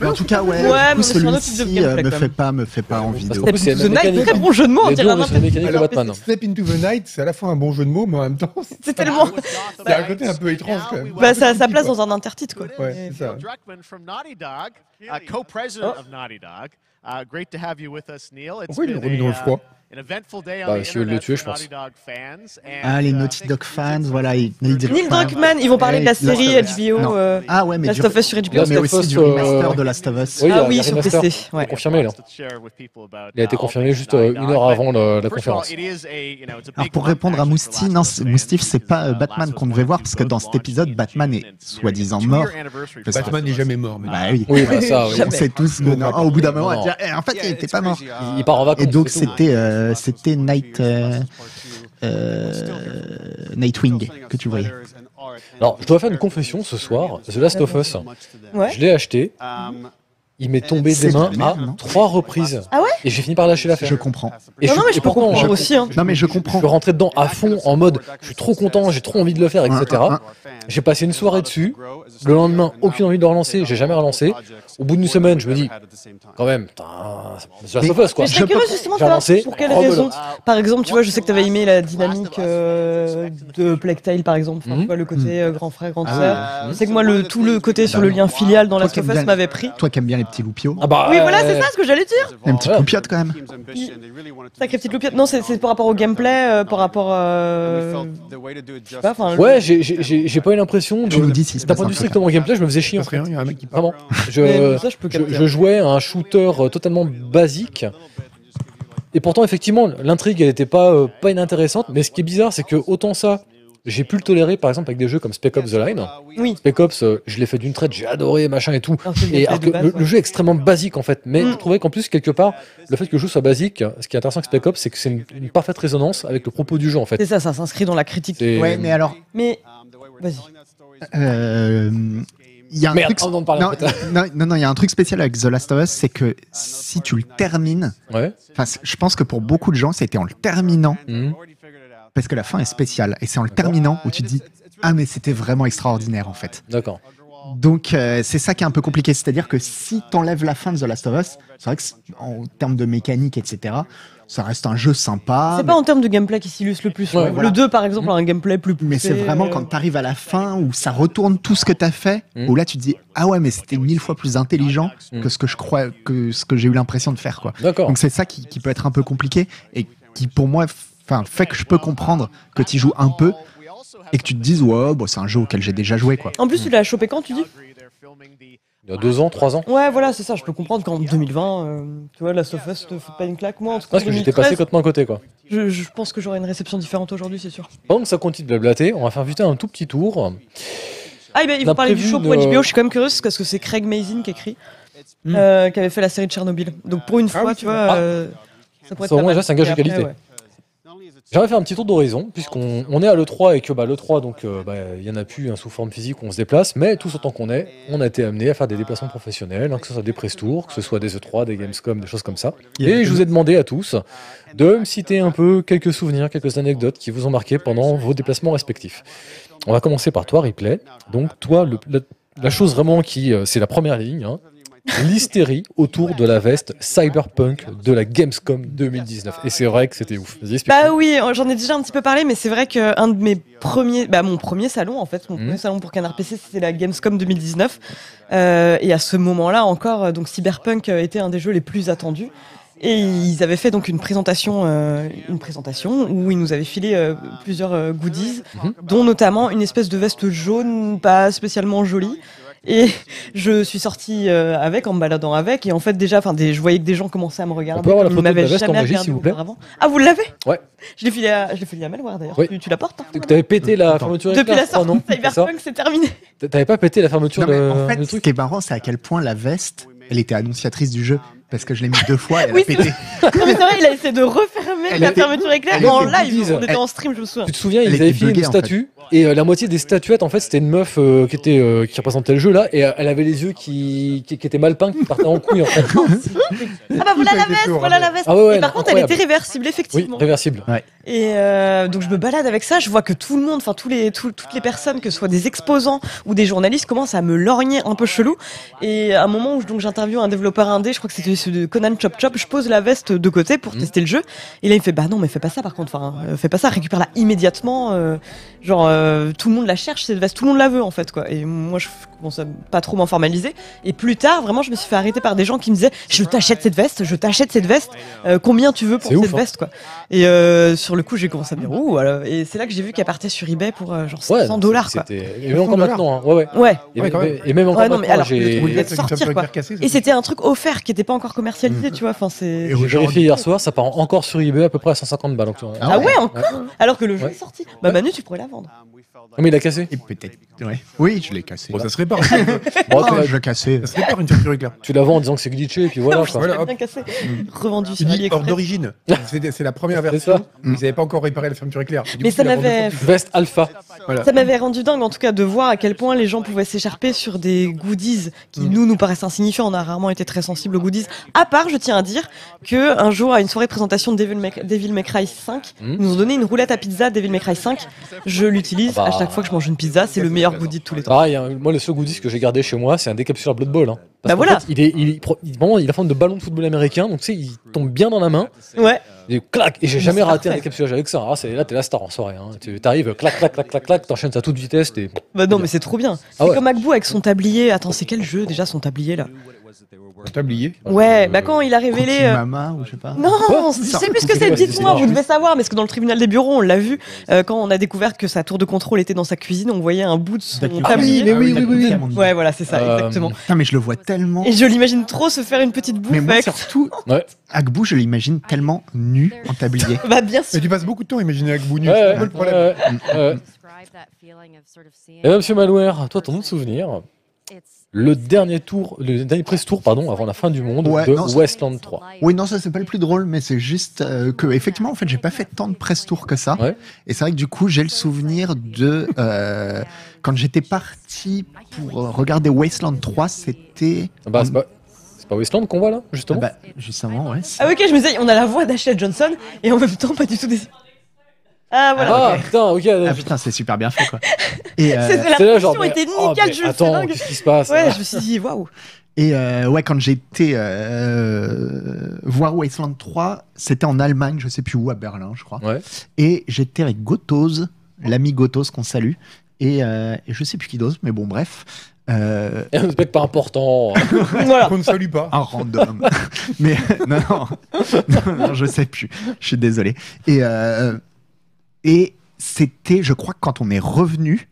[SPEAKER 3] Mais en tout cas, ouais,
[SPEAKER 2] Ouais, mais on
[SPEAKER 3] du coup,
[SPEAKER 2] est sur un autre type de
[SPEAKER 3] celui-ci euh,
[SPEAKER 2] gameplay,
[SPEAKER 3] me
[SPEAKER 2] quand
[SPEAKER 3] fait
[SPEAKER 2] même.
[SPEAKER 3] pas, me fait pas envie de.
[SPEAKER 1] Parce qu'en plus, c'est
[SPEAKER 2] The
[SPEAKER 1] la même
[SPEAKER 2] Knight,
[SPEAKER 1] mécanique.
[SPEAKER 2] très bon jeu de mots, on
[SPEAKER 1] Les deux
[SPEAKER 2] dirait
[SPEAKER 1] ont
[SPEAKER 2] un
[SPEAKER 1] la même mécanique que
[SPEAKER 4] Alors,
[SPEAKER 1] Batman.
[SPEAKER 4] Step into the Night, c'est à la fois un bon jeu de mots, mais en même temps, c'est
[SPEAKER 2] C'est tellement.
[SPEAKER 4] c'est un côté un peu étrange quand même.
[SPEAKER 2] Bah, ça a sa place dans un intertitre Ah, quoi.
[SPEAKER 4] Ouais, c'est ça.
[SPEAKER 6] Druckmann from Naughty Dog, uh, co-president of Naughty Dog. Uh, great to have you with us, Neil. It's
[SPEAKER 4] Pourquoi ils l'ont
[SPEAKER 6] been
[SPEAKER 4] remis dans
[SPEAKER 6] a,
[SPEAKER 4] le froid
[SPEAKER 6] uh, an eventful day on
[SPEAKER 1] Bah,
[SPEAKER 6] the
[SPEAKER 1] s'ils veulent le
[SPEAKER 6] internet
[SPEAKER 1] tuer,
[SPEAKER 6] for
[SPEAKER 1] je
[SPEAKER 6] Naughty Dog fans. And,
[SPEAKER 3] Ah, les
[SPEAKER 6] uh,
[SPEAKER 3] Naughty
[SPEAKER 6] thank
[SPEAKER 3] Dog
[SPEAKER 6] you
[SPEAKER 3] fans,
[SPEAKER 6] for
[SPEAKER 3] voilà. ils-
[SPEAKER 2] Neil Druckmann, ils vont parler de la
[SPEAKER 3] Last
[SPEAKER 2] série
[SPEAKER 3] of Us.
[SPEAKER 2] HBO,
[SPEAKER 3] Non.
[SPEAKER 2] euh,
[SPEAKER 3] Ah ouais, mais
[SPEAKER 2] Last
[SPEAKER 3] du-
[SPEAKER 2] of Us sur HBO.
[SPEAKER 1] Là,
[SPEAKER 3] mais
[SPEAKER 1] Last
[SPEAKER 3] aussi
[SPEAKER 1] of
[SPEAKER 3] du
[SPEAKER 1] Us,
[SPEAKER 3] remaster
[SPEAKER 1] euh,
[SPEAKER 3] de Last of
[SPEAKER 1] Oui,
[SPEAKER 3] Us.
[SPEAKER 2] Ah
[SPEAKER 1] il y a
[SPEAKER 2] oui,
[SPEAKER 1] un
[SPEAKER 2] sur
[SPEAKER 1] remaster.
[SPEAKER 2] PC, ouais.
[SPEAKER 1] confirmé là.
[SPEAKER 6] to share with people about,
[SPEAKER 1] Il a été
[SPEAKER 6] uh,
[SPEAKER 1] confirmé
[SPEAKER 6] all
[SPEAKER 1] juste
[SPEAKER 6] things
[SPEAKER 1] euh,
[SPEAKER 6] Naughty
[SPEAKER 1] une
[SPEAKER 6] Dog,
[SPEAKER 1] heure
[SPEAKER 6] but
[SPEAKER 1] avant le- la
[SPEAKER 6] first of all,
[SPEAKER 1] conférence.
[SPEAKER 6] it is a, you know, it's a
[SPEAKER 3] Alors
[SPEAKER 6] big
[SPEAKER 3] pour répondre à
[SPEAKER 6] transaction for
[SPEAKER 3] Mousti,
[SPEAKER 6] Last
[SPEAKER 3] non,
[SPEAKER 6] of Us
[SPEAKER 3] c'est-
[SPEAKER 6] fans,
[SPEAKER 3] Moustif, c'est
[SPEAKER 6] because,
[SPEAKER 3] pas, euh,
[SPEAKER 6] uh,
[SPEAKER 3] Batman
[SPEAKER 6] Last of
[SPEAKER 3] qu'on
[SPEAKER 6] Us
[SPEAKER 3] devait voir,
[SPEAKER 6] Part
[SPEAKER 3] parce
[SPEAKER 6] Two
[SPEAKER 3] que dans
[SPEAKER 6] launched
[SPEAKER 3] cet épisode,
[SPEAKER 6] in
[SPEAKER 3] Batman
[SPEAKER 6] June
[SPEAKER 3] est
[SPEAKER 6] and
[SPEAKER 3] soi-disant
[SPEAKER 6] nearing
[SPEAKER 3] mort.
[SPEAKER 6] two-year anniversary for
[SPEAKER 3] Parce que- euh,
[SPEAKER 6] Last
[SPEAKER 4] Batman
[SPEAKER 6] of
[SPEAKER 4] n'est
[SPEAKER 6] Us.
[SPEAKER 4] jamais mort. mais-
[SPEAKER 3] Bah oui.
[SPEAKER 1] Oui, bah, ça, oui.
[SPEAKER 3] On sait tous que non,
[SPEAKER 4] Jamais.
[SPEAKER 3] au bout d'un moment,
[SPEAKER 1] Non.
[SPEAKER 3] on va dire Bah, en fait, il n'était pas mort.
[SPEAKER 1] Il- il part en vacances,
[SPEAKER 3] Et donc,
[SPEAKER 1] c'est tout.
[SPEAKER 3] c'était euh, c'était Night, euh, euh, Nightwing que tu voyais.
[SPEAKER 1] Alors, je dois faire une confession ce soir. The Last of Us,
[SPEAKER 2] Ouais.
[SPEAKER 1] je l'ai acheté. Il m'est tombé
[SPEAKER 3] C'est
[SPEAKER 1] des mains
[SPEAKER 3] de la
[SPEAKER 1] à
[SPEAKER 3] merde, non
[SPEAKER 1] trois reprises.
[SPEAKER 2] Ah ouais
[SPEAKER 1] Et j'ai fini par lâcher l'affaire.
[SPEAKER 3] Je comprends.
[SPEAKER 1] Et
[SPEAKER 2] Non, non, mais je peux
[SPEAKER 1] pourtant,
[SPEAKER 2] comprendre aussi, hein.
[SPEAKER 3] Non, mais je comprends.
[SPEAKER 1] Je suis rentré dedans à fond en mode je suis trop content, j'ai trop envie de le faire, etc. J'ai passé une soirée dessus. Le lendemain, aucune envie de le relancer, j'ai jamais relancé. Au bout d'une semaine, je me dis quand même, putain, c'est The Last of Us quoi.
[SPEAKER 2] Mais je serais curieuse justement de
[SPEAKER 1] J'ai
[SPEAKER 2] savoir
[SPEAKER 1] relancé,
[SPEAKER 2] pour quelles
[SPEAKER 1] rebelote.
[SPEAKER 2] raisons. Par exemple, tu vois, je sais que tu avais aimé la dynamique euh, de Plague Tale, par exemple, Enfin, tu vois, le côté euh, grand frère, grande
[SPEAKER 3] Ah,
[SPEAKER 2] sœur.
[SPEAKER 3] ouais.
[SPEAKER 2] Je sais que moi, le, tout le côté sur le lien filial dans Last of Us m'avait pris.
[SPEAKER 3] Toi qui aimes bien les petits loupios.
[SPEAKER 1] Ah bah,
[SPEAKER 2] Oui, voilà, c'est ça ce que j'allais dire.
[SPEAKER 3] Une petite loupiote quand même.
[SPEAKER 2] Sacré petite loupiote. Non, c'est c'est par rapport au gameplay, euh, par rapport. euh, je sais pas, enfin, le-
[SPEAKER 1] Ouais, j'ai- j'ai j'ai- j'ai pas eu l'impression.
[SPEAKER 3] Tu nous dis si c'est
[SPEAKER 1] D'un
[SPEAKER 3] pas
[SPEAKER 1] point de vue
[SPEAKER 3] sympa.
[SPEAKER 1] strictement gameplay, je me faisais chier. En fait. Vraiment. Je,
[SPEAKER 2] Mais ça, je peux
[SPEAKER 1] je-
[SPEAKER 2] capter. hein.
[SPEAKER 1] je jouais à un shooter euh, totalement basique. Et pourtant, effectivement, l'intrigue, elle n'était pas, euh, pas inintéressante. Mais ce qui est bizarre, c'est que autant ça, j'ai pu le tolérer, par exemple, avec des jeux comme Spec Ops The Line.
[SPEAKER 2] Oui.
[SPEAKER 1] Spec Ops, euh, je l'ai fait d'une traite, j'ai adoré, machin et tout.
[SPEAKER 2] Alors, c'est le
[SPEAKER 1] Et
[SPEAKER 2] gameplay
[SPEAKER 1] alors
[SPEAKER 2] de
[SPEAKER 1] que
[SPEAKER 2] base,
[SPEAKER 1] le,
[SPEAKER 2] ouais. Mm.
[SPEAKER 1] le jeu est extrêmement basique, en fait. Mais je trouvais qu'en plus, quelque part, le fait que le jeu soit basique, ce qui est intéressant avec Spec Ops, c'est que c'est une, une parfaite résonance avec le propos du jeu, en fait.
[SPEAKER 2] C'est ça, ça s'inscrit dans la critique.
[SPEAKER 1] C'est-
[SPEAKER 3] Ouais, mais alors,
[SPEAKER 2] Mais. Vas-y.
[SPEAKER 3] euh, il y a un
[SPEAKER 1] Merde,
[SPEAKER 3] truc.
[SPEAKER 1] on en parle
[SPEAKER 3] non,
[SPEAKER 1] après.
[SPEAKER 3] non, non, non, il y a un truc spécial avec The Last of Us, c'est que si tu le termines,
[SPEAKER 1] Ouais.
[SPEAKER 3] enfin, c'est- je pense que pour beaucoup de gens, c'était en le terminant,
[SPEAKER 1] Mhm.
[SPEAKER 3] parce que la fin est spéciale, et c'est en le terminant où tu te dis ah mais c'était vraiment extraordinaire en fait.
[SPEAKER 1] D'accord.
[SPEAKER 3] Donc euh, c'est ça qui est un peu compliqué, c'est-à-dire que si t'enlèves la fin de The Last of Us, c'est vrai que c'est- en termes de mécanique etc, ça reste un jeu sympa.
[SPEAKER 2] C'est pas en termes de gameplay qui s'illustre le plus.
[SPEAKER 3] Ouais,
[SPEAKER 2] ouais.
[SPEAKER 3] voilà.
[SPEAKER 2] Le 2, par exemple, a un gameplay plus poussé.
[SPEAKER 3] Mais c'est vraiment
[SPEAKER 2] euh,
[SPEAKER 3] quand t'arrives à la fin où ça retourne tout ce que t'as fait,
[SPEAKER 1] Mm.
[SPEAKER 3] où là tu te dis ah ouais mais c'était mille fois plus intelligent que ce que je crois que ce que j'ai eu l'impression de faire quoi.
[SPEAKER 1] D'accord.
[SPEAKER 3] Donc c'est ça qui, qui peut être un peu compliqué et qui pour moi enfin fait que je peux comprendre que tu joues un peu et que tu te dises ouais bon, c'est un jeu auquel j'ai déjà joué quoi.
[SPEAKER 2] En plus, tu l'as chopé quand, tu dis
[SPEAKER 1] Il y a deux ans, trois ans.
[SPEAKER 2] Ouais, voilà, c'est ça. Je peux comprendre qu'en 2020, euh, tu vois, Last of Us te fout pas une claque. Moi, en tout cas,
[SPEAKER 1] Parce que j'étais
[SPEAKER 2] 2013,
[SPEAKER 1] passé complètement à côté, quoi.
[SPEAKER 2] je, je pense que j'aurai une réception différente aujourd'hui, c'est sûr.
[SPEAKER 1] Pendant que ça continue de blablater, on va faire vite un tout petit tour.
[SPEAKER 2] Ah, et ben, il
[SPEAKER 1] On a
[SPEAKER 2] faut parler du
[SPEAKER 1] prévu
[SPEAKER 2] show pour
[SPEAKER 1] une,
[SPEAKER 2] HBO.
[SPEAKER 1] euh,
[SPEAKER 2] Je suis quand même curieuse parce que c'est Craig Mazin qui écrit,
[SPEAKER 1] Hmm.
[SPEAKER 2] euh, qui avait fait la série de Tchernobyl. Donc, pour une fois, tu vois, euh, ça pourrait
[SPEAKER 1] Ça, au
[SPEAKER 2] pas
[SPEAKER 1] moins,
[SPEAKER 2] mal.
[SPEAKER 1] déjà, c'est un gage
[SPEAKER 2] Et
[SPEAKER 1] de
[SPEAKER 2] après,
[SPEAKER 1] qualité.
[SPEAKER 2] ouais.
[SPEAKER 1] J'aimerais faire un petit tour d'horizon, puisqu'on on est à l'E3 et que bah, l'E3, donc euh, bah, il y en a plus hein, sous forme physique, on se déplace, mais tous autant qu'on est, on a été amené à faire des déplacements professionnels, hein, que ce soit des press tours, que ce soit des E3, des Gamescom, des choses comme ça.
[SPEAKER 3] Il y a
[SPEAKER 1] Et je vous ai demandé à tous de me citer un peu quelques souvenirs, quelques anecdotes qui vous ont marqué pendant vos déplacements respectifs. On va commencer par toi, Ripley. Donc, toi, le- la, la chose vraiment qui. euh, c'est la première ligne, hein, l'hystérie autour de la veste cyberpunk de la Gamescom 2019. Et c'est vrai que c'était ouf. Vas-y, explique.
[SPEAKER 2] Bah oui, euh, j'en ai déjà un petit peu parlé, mais c'est vrai qu'un de mes premiers, bah mon premier salon en
[SPEAKER 1] Mmh.
[SPEAKER 2] fait, mon premier salon pour Canard PC, c'était la Gamescom 2019. Euh, et à ce moment-là encore, euh, donc Cyberpunk euh, était un des jeux les plus attendus. Et ils avaient fait donc une présentation, euh, une présentation où ils nous avaient filé euh, plusieurs euh, goodies,
[SPEAKER 1] Mmh.
[SPEAKER 2] dont notamment une espèce de veste jaune, pas spécialement jolie. Et je suis sortie euh, avec, en me baladant avec, et en fait déjà, enfin, des- je voyais que des gens commençaient à me regarder.
[SPEAKER 1] On peut avoir la
[SPEAKER 2] qui
[SPEAKER 1] photo de la
[SPEAKER 2] m'avaient
[SPEAKER 1] veste en
[SPEAKER 2] jamais
[SPEAKER 1] régie,
[SPEAKER 2] regardé
[SPEAKER 1] s'il vous plaît
[SPEAKER 2] auparavant. Ah, vous l'avez
[SPEAKER 1] Ouais.
[SPEAKER 2] Je l'ai filé à, je l'ai filé à Melwar d'ailleurs.
[SPEAKER 1] Oui.
[SPEAKER 2] Tu, tu la portes hein,
[SPEAKER 1] Tu avais pété la fermeture
[SPEAKER 2] Depuis
[SPEAKER 1] éclair,
[SPEAKER 2] la
[SPEAKER 1] je crois,
[SPEAKER 2] sortie de
[SPEAKER 1] non C'est ça
[SPEAKER 2] Cyberpunk, c'est terminé.
[SPEAKER 1] T'a- T'avais pas pété la fermeture
[SPEAKER 3] Non, mais
[SPEAKER 1] de-
[SPEAKER 3] en fait,
[SPEAKER 1] du
[SPEAKER 3] ce
[SPEAKER 1] truc
[SPEAKER 3] qui est marrant, c'est à quel point la veste, elle était annonciatrice du jeu. Parce que je l'ai mis deux fois et elle
[SPEAKER 2] Oui,
[SPEAKER 3] a pété.
[SPEAKER 2] Non, mais c'est vrai, il a essayé de refermer
[SPEAKER 3] Elle
[SPEAKER 2] la
[SPEAKER 3] était-
[SPEAKER 2] fermeture éclair
[SPEAKER 3] elle
[SPEAKER 2] en
[SPEAKER 3] était
[SPEAKER 2] live.
[SPEAKER 1] goodies.
[SPEAKER 2] On était
[SPEAKER 3] Elle-
[SPEAKER 2] en stream, je me souviens.
[SPEAKER 1] Tu te souviens, ils
[SPEAKER 3] Elle
[SPEAKER 1] avaient
[SPEAKER 3] était
[SPEAKER 1] filé une
[SPEAKER 3] buggée, en fait.
[SPEAKER 1] statue et euh, la moitié des statuettes, en fait, c'était une meuf euh, qui était euh, qui représentait le jeu là et euh, elle avait les yeux qui, qui, qui étaient mal peints, qui partaient en couille en fait.
[SPEAKER 2] Ah bah voilà la veste, voilà la veste.
[SPEAKER 1] Ah ouais, ouais,
[SPEAKER 2] et par
[SPEAKER 1] non,
[SPEAKER 2] contre, elle était
[SPEAKER 1] incroyable.
[SPEAKER 2] réversible,
[SPEAKER 1] Oui,
[SPEAKER 2] effectivement.
[SPEAKER 1] réversible.
[SPEAKER 2] Et euh, donc je me balade avec ça, je vois que tout le monde, enfin tous les, tout- toutes les personnes, que ce soit des exposants ou des journalistes, commencent à me lorgner un peu chelou. Et à un moment où je- donc j'interviewe un développeur indé, je crois que c'était celui de Conan Chop Chop, je pose la veste de côté
[SPEAKER 1] Mm.
[SPEAKER 2] pour tester le jeu. Et là il me fait bah non mais fais pas ça par contre, enfin euh, fais pas ça, récupère-la immédiatement. euh, genre euh, tout le monde la cherche cette veste, tout le monde la veut en fait quoi. Et moi je commence à pas trop m'en formaliser. Et plus tard vraiment je me suis fait arrêter par des gens qui me disaient je t'achète cette veste, je t'achète cette veste, euh, combien tu veux pour
[SPEAKER 1] C'est
[SPEAKER 2] cette
[SPEAKER 1] ouf, hein.
[SPEAKER 2] veste quoi. Et euh, sur le coup, j'ai commencé à me dire ouh, alors, et c'est là que j'ai vu qu'elle partait sur eBay pour euh, genre
[SPEAKER 1] Ouais,
[SPEAKER 2] 500 dollars quoi.
[SPEAKER 1] c'était- Et même encore maintenant, hein. ouais, ouais.
[SPEAKER 2] Ouais.
[SPEAKER 1] Et,
[SPEAKER 4] Ouais, quand
[SPEAKER 1] même-
[SPEAKER 4] même.
[SPEAKER 1] et même encore
[SPEAKER 2] Ouais, non, mais
[SPEAKER 1] maintenant,
[SPEAKER 2] alors, le
[SPEAKER 1] j'ai.
[SPEAKER 2] truc, il
[SPEAKER 4] Oui,
[SPEAKER 2] devait
[SPEAKER 4] ça, ça
[SPEAKER 2] sortir
[SPEAKER 4] peut
[SPEAKER 2] quoi.
[SPEAKER 4] être cassé, ça.
[SPEAKER 2] Et c'était un truc offert qui n'était pas encore
[SPEAKER 1] Mm.
[SPEAKER 2] commercialisé, tu vois. Enfin, c'est.
[SPEAKER 1] J'ai vérifié hier soir, ça part encore sur eBay à peu près à 150 balles. donc, euh,
[SPEAKER 2] Ah ouais, encore Alors que le jeu
[SPEAKER 1] Ouais.
[SPEAKER 2] est sorti. Bah Manu, tu pourrais la vendre.
[SPEAKER 1] Ah, Mais il a cassé
[SPEAKER 3] Peut-être. Oui, je l'ai cassé.
[SPEAKER 4] Bon, ça serait pas.
[SPEAKER 2] Oh,
[SPEAKER 1] Bon, tu l'as-
[SPEAKER 3] je l'ai cassé.
[SPEAKER 4] Ça serait pas une facture éclair.
[SPEAKER 1] Tu la vends en disant que c'est glitché et puis voilà. quoi.
[SPEAKER 4] Voilà, hop. Mm.
[SPEAKER 2] bien cassé. Revendu
[SPEAKER 4] Il
[SPEAKER 2] sur
[SPEAKER 4] dit hors
[SPEAKER 2] AliExpress.
[SPEAKER 4] d'origine. C'est c'est la première version. Ils n'avaient pas encore réparé la fermeture éclair. Du
[SPEAKER 2] Mais
[SPEAKER 4] coup,
[SPEAKER 2] ça
[SPEAKER 4] il a vendu
[SPEAKER 2] m'avait-
[SPEAKER 4] un peu plus.
[SPEAKER 1] Veste alpha.
[SPEAKER 4] Voilà.
[SPEAKER 2] Ça m'avait rendu dingue, en tout cas, de voir à quel point les gens pouvaient s'écharper sur des goodies qui, nous, nous paraissent insignifiants. On a rarement été très sensibles aux goodies. À part, je tiens à dire que un jour, à une soirée de présentation de Devil May, Devil May Cry 5,
[SPEAKER 1] Hmm.
[SPEAKER 2] ils nous ont donné une roulette à pizza Devil May Cry 5. Je l'utilise
[SPEAKER 1] Ah bah.
[SPEAKER 2] à chaque fois que je mange une pizza. C'est le meilleur goodie de tous les temps.
[SPEAKER 1] Pareil, hein, moi le seul goodies que j'ai gardé chez moi, c'est un décapsuleur Blood Bowl. hein.
[SPEAKER 2] Bah
[SPEAKER 1] Parce qu'en
[SPEAKER 2] voilà.
[SPEAKER 1] fait, il est, il, il prend- il- vraiment, il a forme de ballon de football américain, donc tu sais, il tombe bien dans la main.
[SPEAKER 2] Ouais.
[SPEAKER 1] Et clac, et j'ai
[SPEAKER 2] Mais
[SPEAKER 1] jamais
[SPEAKER 2] c'est
[SPEAKER 1] raté un
[SPEAKER 2] parfait.
[SPEAKER 1] décapsulage avec ça. Ah, c'est- là, t'es la star en soirée. hein. Tu arrives, clac, clac, clac, clac, clac, t'enchaînes à toute vitesse. t'es-
[SPEAKER 2] Bah non, mais c'est trop bien. C'est
[SPEAKER 1] Ah ouais.
[SPEAKER 2] comme Agbu avec son tablier. Attends, c'est quel jeu déjà son tablier là
[SPEAKER 4] Un tablier.
[SPEAKER 1] Euh,
[SPEAKER 2] Ouais, bah quand il a révélé. euh,
[SPEAKER 3] Mama ou je sais
[SPEAKER 1] Ah.
[SPEAKER 3] pas.
[SPEAKER 2] Non, je sais plus ce que c'est,
[SPEAKER 1] Sorti.
[SPEAKER 2] dites-moi, vous devez savoir, mais parce que dans le tribunal des bureaux, on l'a vu, euh, quand on a découvert que sa tour de contrôle était dans sa cuisine, on voyait un bout de son
[SPEAKER 3] D'accord.
[SPEAKER 1] Ah
[SPEAKER 2] tablier.
[SPEAKER 1] oui, mais oui, oui, oui. oui.
[SPEAKER 3] oui.
[SPEAKER 2] Ouais, voilà, c'est ça,
[SPEAKER 1] Euh,
[SPEAKER 2] exactement.
[SPEAKER 3] Putain, mais je le vois Bah, tellement.
[SPEAKER 2] Et je l'imagine trop se faire une petite bouffe
[SPEAKER 3] Mais moi,
[SPEAKER 2] avec.
[SPEAKER 3] surtout,
[SPEAKER 1] Ouais.
[SPEAKER 3] Agbu, je l'imagine tellement nu en tablier.
[SPEAKER 2] Bah bien
[SPEAKER 4] Mais
[SPEAKER 2] sûr.
[SPEAKER 4] tu passes beaucoup de temps à imaginer avec Bounu.
[SPEAKER 1] Ouais,
[SPEAKER 4] c'est un
[SPEAKER 1] ouais,
[SPEAKER 4] peu le problème.
[SPEAKER 1] ouais,
[SPEAKER 3] Mm.
[SPEAKER 1] ouais. Et là, Euh, monsieur Malware, toi, ton autre souvenir, le dernier tour, le dernier press tour, pardon, avant la fin du monde
[SPEAKER 3] Ouais,
[SPEAKER 1] de
[SPEAKER 3] non, c'est-
[SPEAKER 1] Westland 3.
[SPEAKER 3] Oui, non, ça c'est pas le plus drôle, mais c'est juste euh, que effectivement, en fait, j'ai pas fait tant de press tours que ça.
[SPEAKER 1] Ouais.
[SPEAKER 3] Et c'est vrai que du coup, j'ai le souvenir de euh, quand j'étais parti pour euh, regarder Wasteland 3, c'était
[SPEAKER 1] Bah, c'est pas, c'est pas Westland qu'on voit là, justement.
[SPEAKER 3] bah, justement ouais. c'est-
[SPEAKER 2] Ah ok, je me disais, on a la voix d'Ashley Johnson et en même temps pas du tout des. Ah voilà.
[SPEAKER 1] ah, putain, ok.
[SPEAKER 3] Ah putain, c'est super bien fait quoi. Et, euh,
[SPEAKER 2] C'est- c'est la
[SPEAKER 1] C'est là,
[SPEAKER 2] production
[SPEAKER 1] genre. mais-
[SPEAKER 2] était
[SPEAKER 1] oh,
[SPEAKER 2] nickel,
[SPEAKER 1] mais
[SPEAKER 2] je le fais
[SPEAKER 1] Attends,
[SPEAKER 2] dingue.
[SPEAKER 1] qu'est-ce qui se passe
[SPEAKER 2] Ouais, je me suis dit, waouh.
[SPEAKER 3] Et euh, ouais, quand j'étais euh, voir Wasteland 3, c'était en Allemagne, je sais plus où, à Berlin, je crois.
[SPEAKER 1] Ouais.
[SPEAKER 3] Et j'étais avec Gotos, l'ami Gotos qu'on salue, et, euh, et je sais plus qui d'autre, mais bon, bref. Euh,
[SPEAKER 1] Un mec pas important.
[SPEAKER 2] Voilà.
[SPEAKER 4] Qu'on ne salue pas.
[SPEAKER 3] un random. mais non, non, non, non, je sais plus. Je suis désolé. Et, euh, et c'était, je crois que quand on est revenu,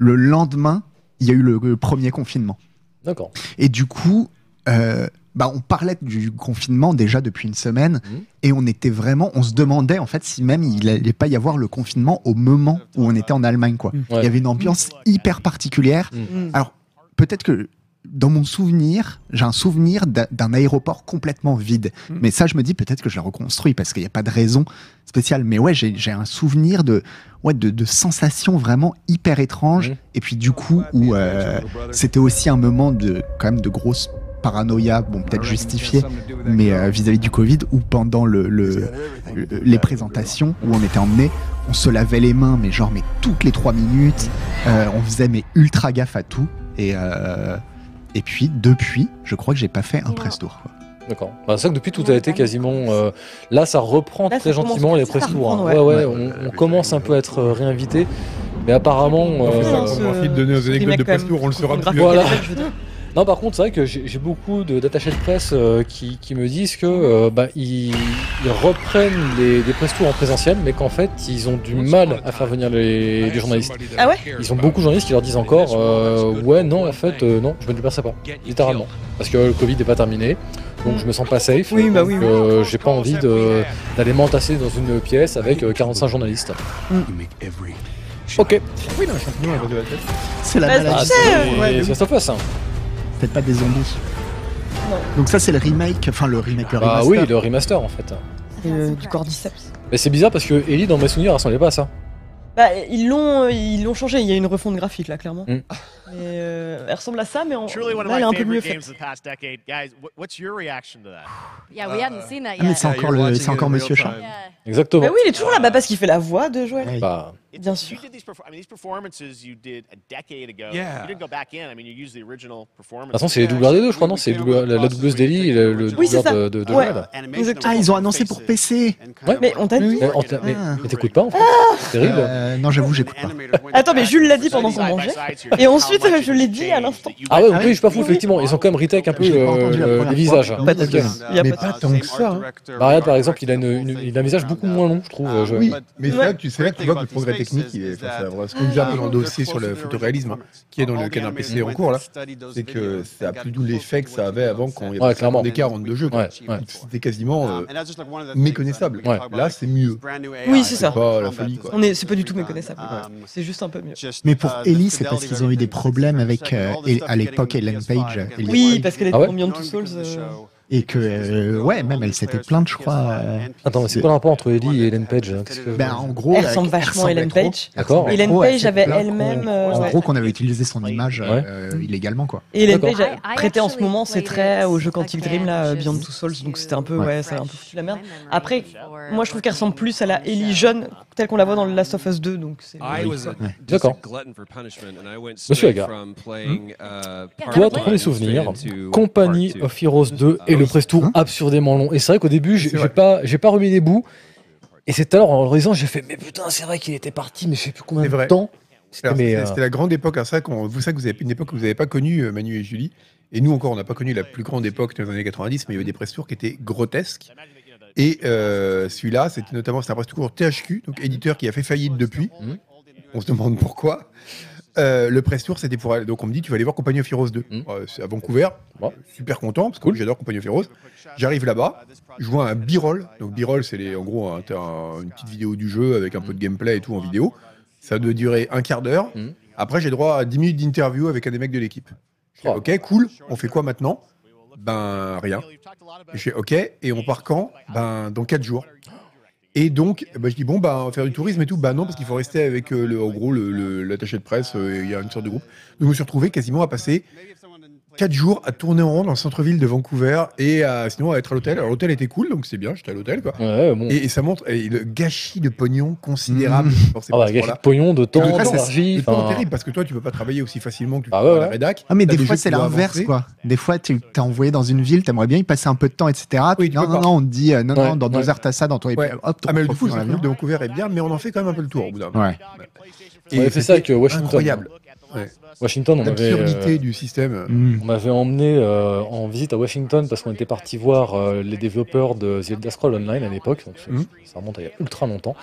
[SPEAKER 3] le lendemain, il y a eu le- le premier confinement.
[SPEAKER 1] D'accord.
[SPEAKER 3] Et du coup, euh, bah, on parlait du confinement déjà depuis une semaine
[SPEAKER 1] Mhm.
[SPEAKER 3] et on était vraiment, on se demandait en fait si même il n'allait pas y avoir le confinement au moment où on était en Allemagne. Quoi. Il
[SPEAKER 1] Ouais.
[SPEAKER 3] y avait une ambiance hyper particulière.
[SPEAKER 2] Mm.
[SPEAKER 3] Alors, peut-être que dans mon souvenir, j'ai un souvenir d'un- d'un aéroport complètement vide.
[SPEAKER 4] Mhm.
[SPEAKER 3] Mais ça, je me dis peut-être que je l'ai reconstruit parce qu'il n'y a pas de raison spéciale. Mais ouais, j'ai j'ai un souvenir de, ouais, de, de sensations vraiment hyper étranges.
[SPEAKER 1] Mhm.
[SPEAKER 3] Et puis du coup, où. euh, c'était aussi un moment de quand même de grosse paranoïa, bon peut-être justifiée, mais euh, vis-à-vis du Covid, où pendant le, le- le- les présentations où on était emmené, on se lavait les mains, mais genre mais toutes les trois minutes, euh, on faisait mais ultra gaffe à tout, et euh, et puis depuis, je crois que j'ai pas fait un press tour. quoi.
[SPEAKER 1] D'accord. Bah, c'est vrai que depuis tout a été quasiment. euh, là, ça reprend
[SPEAKER 2] Là, ça
[SPEAKER 1] très
[SPEAKER 2] commence
[SPEAKER 1] gentiment les
[SPEAKER 2] petit à
[SPEAKER 1] press tours. hein.
[SPEAKER 2] reprendre,
[SPEAKER 1] Ouais,
[SPEAKER 2] ouais.
[SPEAKER 1] ouais, on, on commence un peu à être euh, réinvité. Mais apparemment.
[SPEAKER 4] On fait
[SPEAKER 1] euh,
[SPEAKER 4] ça, on va essayer de donner aux anecdotes de presse tour, on le saura plus.
[SPEAKER 1] Voilà.
[SPEAKER 2] Je veux dire.
[SPEAKER 1] Non, par contre, c'est vrai que j'ai j'ai beaucoup de- d'attachés de, presse euh, qui, qui me disent que euh, bah, ils, ils reprennent les, des press tours en présentiel, mais qu'en fait, ils ont du mal à faire venir les, les journalistes.
[SPEAKER 2] Ah ouais
[SPEAKER 1] Ils ont beaucoup de journalistes qui leur disent encore euh, Ouais, non, en fait, euh, non, je me déplacerai pas. Littéralement. Parce que le Covid n'est pas terminé, donc je me sens pas safe.
[SPEAKER 2] Oui, bah oui,
[SPEAKER 1] donc,
[SPEAKER 2] oui.
[SPEAKER 1] euh, j'ai pas envie de- d'aller m'entasser dans une pièce avec euh, 45 journalistes.
[SPEAKER 2] Mm.
[SPEAKER 1] Ok.
[SPEAKER 4] Oui, non, champignon, elle va de la tête.
[SPEAKER 3] C'est la
[SPEAKER 2] Bah,
[SPEAKER 1] Ah,
[SPEAKER 3] maladie,
[SPEAKER 2] c'est-
[SPEAKER 1] c'est
[SPEAKER 4] ouais,
[SPEAKER 1] c'est Last of Us, hein.
[SPEAKER 3] peut-être pas des zombies. Donc ça c'est le remake, enfin le remake, le
[SPEAKER 1] Bah
[SPEAKER 3] remaster.
[SPEAKER 1] oui, le remaster en fait.
[SPEAKER 2] Et, euh, du cordyceps.
[SPEAKER 1] Mais c'est bizarre parce que Ellie, dans mes souvenirs, elle ressemblait pas à ça.
[SPEAKER 2] Bah, ils l'ont, euh, ils l'ont changé. Il y a une refonte graphique là, clairement.
[SPEAKER 1] Mm.
[SPEAKER 2] Mais, euh, elle ressemble à ça, mais en,
[SPEAKER 6] Truly one of
[SPEAKER 2] là,
[SPEAKER 6] my
[SPEAKER 2] elle est un peu mieux
[SPEAKER 6] favorite games of
[SPEAKER 2] faite.
[SPEAKER 6] the past decade. Guys, wh- what's your reaction to that?
[SPEAKER 9] Yeah, we haven't seen that
[SPEAKER 3] Ah, mais
[SPEAKER 9] yet.
[SPEAKER 3] c'est encore, le, c'est encore Monsieur Chat.
[SPEAKER 9] Yeah.
[SPEAKER 1] Exactement.
[SPEAKER 2] Bah oui, il est toujours là-bas parce qu'il fait la voix de Joël.
[SPEAKER 3] Ouais.
[SPEAKER 1] Bah,
[SPEAKER 6] It's-
[SPEAKER 2] Bien
[SPEAKER 6] You
[SPEAKER 2] sûr.
[SPEAKER 6] did these, perfor- I mean, these performances you did a decade ago.
[SPEAKER 8] Yeah.
[SPEAKER 6] You didn't go back in. I mean, you used the original
[SPEAKER 1] de
[SPEAKER 6] performance.
[SPEAKER 1] toute façon, c'est les doubleurs des deux, je crois, non C'est les doubleurs- la, la doubleuse d'Ellie et le, le
[SPEAKER 2] Oui, c'est
[SPEAKER 1] doubleur
[SPEAKER 2] ça.
[SPEAKER 1] de, de, de
[SPEAKER 2] Ouais.
[SPEAKER 1] Joel.
[SPEAKER 3] Ah ils ont annoncé pour PC.
[SPEAKER 1] Ouais.
[SPEAKER 2] Mais on t'a dit.
[SPEAKER 1] Mais, on t'a- Eh, mais-
[SPEAKER 3] Ah.
[SPEAKER 2] Euh,
[SPEAKER 1] mais t'écoutes pas en fait. C'est terrible.
[SPEAKER 3] Euh, non j'avoue j'écoute pas.
[SPEAKER 2] Attends, mais Jules l'a dit pendant qu'on mangeait. Et ensuite, fait, euh, je l'ai dit à l'instant.
[SPEAKER 1] Ah ouais, oui, je suis pas fou, effectivement. Ils ont quand même retech un peu
[SPEAKER 2] Je l'ai
[SPEAKER 1] euh,
[SPEAKER 2] pas entendu la
[SPEAKER 1] le-
[SPEAKER 2] première
[SPEAKER 1] les
[SPEAKER 2] fois,
[SPEAKER 1] visages.
[SPEAKER 2] mais pas de
[SPEAKER 1] Ok.
[SPEAKER 2] soucis. Il y a Mais pas de pas soucis. tant que ça, hein.
[SPEAKER 1] Bah, regarde, par exemple, il a, une, une- il a un visage beaucoup moins long, je trouve. euh, je-
[SPEAKER 4] Ah Oui, mais c'est là que tu c'est là que tu vois que le progrès technique, il est, enfin, c'est vraiment ce que j'ai un peu dans le dossier sur le photoréalisme hein, qui est dans le canard PC en cours là, c'est que ça a plus d'où l'effet que ça avait avant quand il y
[SPEAKER 1] Ouais,
[SPEAKER 4] avait
[SPEAKER 1] clairement.
[SPEAKER 4] un écart entre deux jeux. quoi.
[SPEAKER 1] Ouais, ouais.
[SPEAKER 4] C'était
[SPEAKER 7] Ah, Um,
[SPEAKER 4] quasiment euh, méconnaissable. Là, c'est mieux.
[SPEAKER 2] Oui, c'est ça.
[SPEAKER 4] Pas la folie quoi.
[SPEAKER 2] On est, c'est pas du tout méconnaissable.
[SPEAKER 7] Ah, Um,
[SPEAKER 2] C'est juste un peu mieux.
[SPEAKER 3] Mais pour
[SPEAKER 7] uh,
[SPEAKER 3] Ellie, c'est parce qu'ils ont eu des problèmes avec, euh, et- à l'époque, Ellen Page. euh, Ellie
[SPEAKER 2] Oui,
[SPEAKER 3] Reed.
[SPEAKER 2] parce qu'elle est dans Beyond Two Souls. euh,
[SPEAKER 3] Et que, euh,
[SPEAKER 7] oh,
[SPEAKER 3] ouais, même elle s'était plainte, je crois. euh,
[SPEAKER 1] Attends, mais c'est quoi le rapport entre Ellie et Ellen Page hein, qu'est-ce que-
[SPEAKER 3] Ben, en gros,
[SPEAKER 2] Elle ressemble vachement à Ellen Page.
[SPEAKER 1] D'accord.
[SPEAKER 2] Hélène
[SPEAKER 3] Page
[SPEAKER 2] Page avait elle-même, euh,
[SPEAKER 3] En
[SPEAKER 2] ouais.
[SPEAKER 3] gros, qu'on avait utilisé son image euh, illégalement, quoi.
[SPEAKER 2] Et Ellen Page a prêté en ce moment ses traits au jeu Quantic Dream, là, euh, Beyond Two Souls, donc c'était un peu,
[SPEAKER 3] Ouais.
[SPEAKER 2] ouais, ça a un peu foutu la merde. Après, moi je trouve qu'elle ressemble plus à la Ellie jeune, telle qu'on la voit dans The Last of Us 2, donc c'est.
[SPEAKER 7] Euh,
[SPEAKER 1] D'accord.
[SPEAKER 14] Monsieur
[SPEAKER 1] Monsieur
[SPEAKER 14] Aga,
[SPEAKER 1] Haga.
[SPEAKER 14] toi,
[SPEAKER 1] Toi,
[SPEAKER 14] ton
[SPEAKER 1] ton
[SPEAKER 14] premier
[SPEAKER 1] premier
[SPEAKER 14] souvenir,
[SPEAKER 1] souvenirs, Compagnie of Heroes 2 et le press tour
[SPEAKER 4] Hein
[SPEAKER 1] absurdément long. Et c'est vrai qu'au début, j'ai j'ai pas, j'ai pas remis les bouts. Et c'est alors en le lisant, j'ai fait, mais putain, c'est vrai qu'il était parti, mais je sais plus combien
[SPEAKER 4] C'est
[SPEAKER 1] de
[SPEAKER 4] vrai.
[SPEAKER 1] temps.
[SPEAKER 4] Alors,
[SPEAKER 1] mais,
[SPEAKER 4] C'était
[SPEAKER 1] euh,
[SPEAKER 4] c'était la grande époque, alors ça, qu'on- vous, ça que vous avez une époque que vous n'avez pas connue, euh, Manu et Julie. Et nous encore, on n'a pas connu la plus grande époque dans les années 90, mais il y avait des press tours qui étaient grotesques. Et euh, celui-là, c'était notamment c'est un press tour THQ, donc éditeur qui a fait faillite depuis. On se demande pourquoi. Euh, le press tour, c'était pour aller- donc on me dit tu vas aller voir Compagnie of Heroes 2 Euh, c'est à Vancouver. Super content parce que j'adore Compagnie of Heroes. J'arrive là-bas, je vois un b-roll. Donc b-roll, c'est les- en gros un- t'as un- une petite vidéo du jeu avec un peu de gameplay et tout en vidéo. Ça doit durer un quart d'heure. Après, j'ai droit à 10 minutes d'interview avec un des mecs de l'équipe. Je fais, ok, cool. On fait quoi maintenant Ben rien. Je fais ok. Et on part quand Ben dans 4 jours. Et donc, bah, je dis, bon, bah, on va faire du tourisme et tout. Bah non, parce qu'il faut rester avec, euh, le, en gros, le- le- l'attaché de presse. euh, Il y a une sorte de groupe. Donc, je me suis retrouvé quasiment à passer 4 jours à tourner en rond dans le centre-ville de Vancouver et à, sinon à être à l'hôtel. Alors, l'hôtel était cool, donc c'est bien, j'étais à l'hôtel.
[SPEAKER 1] Mm.
[SPEAKER 4] quoi. et, et ça montre et le gâchis de pognon considérable. pour ces
[SPEAKER 1] Ah bah,
[SPEAKER 4] presse-là.
[SPEAKER 1] gâchis de pognon, de
[SPEAKER 4] Et
[SPEAKER 1] temps,
[SPEAKER 4] ça, c'est-
[SPEAKER 1] d'énergie,
[SPEAKER 4] de temps
[SPEAKER 1] enfin.
[SPEAKER 4] terrible, parce que toi, tu peux pas travailler aussi facilement que tu
[SPEAKER 1] Ah
[SPEAKER 4] peux
[SPEAKER 1] ouais,
[SPEAKER 4] à la
[SPEAKER 1] ouais.
[SPEAKER 4] rédac.
[SPEAKER 3] Ah, mais
[SPEAKER 4] T'as
[SPEAKER 3] des
[SPEAKER 4] des
[SPEAKER 3] fois,
[SPEAKER 4] jeux
[SPEAKER 3] c'est
[SPEAKER 4] qui doivent
[SPEAKER 3] l'inverse,
[SPEAKER 4] avancer.
[SPEAKER 3] quoi. Des fois, tu t'es envoyé dans une ville, t'aimerais bien y passer un peu de temps, etc. non, non, non, on te dit, euh, non, non, dans deux heures, t'as ça, dans ton
[SPEAKER 4] Ouais.
[SPEAKER 3] hop, ton
[SPEAKER 4] Ah, mais le
[SPEAKER 3] profil
[SPEAKER 4] fou,
[SPEAKER 3] dans
[SPEAKER 4] c'est que
[SPEAKER 3] l'avion.
[SPEAKER 4] le de Vancouver est bien, mais on en fait quand même un peu le tour au bout d'un moment.
[SPEAKER 3] Ouais.
[SPEAKER 1] On avait fait ça avec euh, Washington.
[SPEAKER 4] Incroyable.
[SPEAKER 1] Washington, on avait,
[SPEAKER 4] L'absurdité
[SPEAKER 1] euh,
[SPEAKER 4] du système.
[SPEAKER 1] On m'avait emmené euh, en visite à Washington parce qu'on était parti voir euh, les développeurs de Zelda Scroll Online à l'époque. Donc, ça- Ça remonte à il y a ultra longtemps.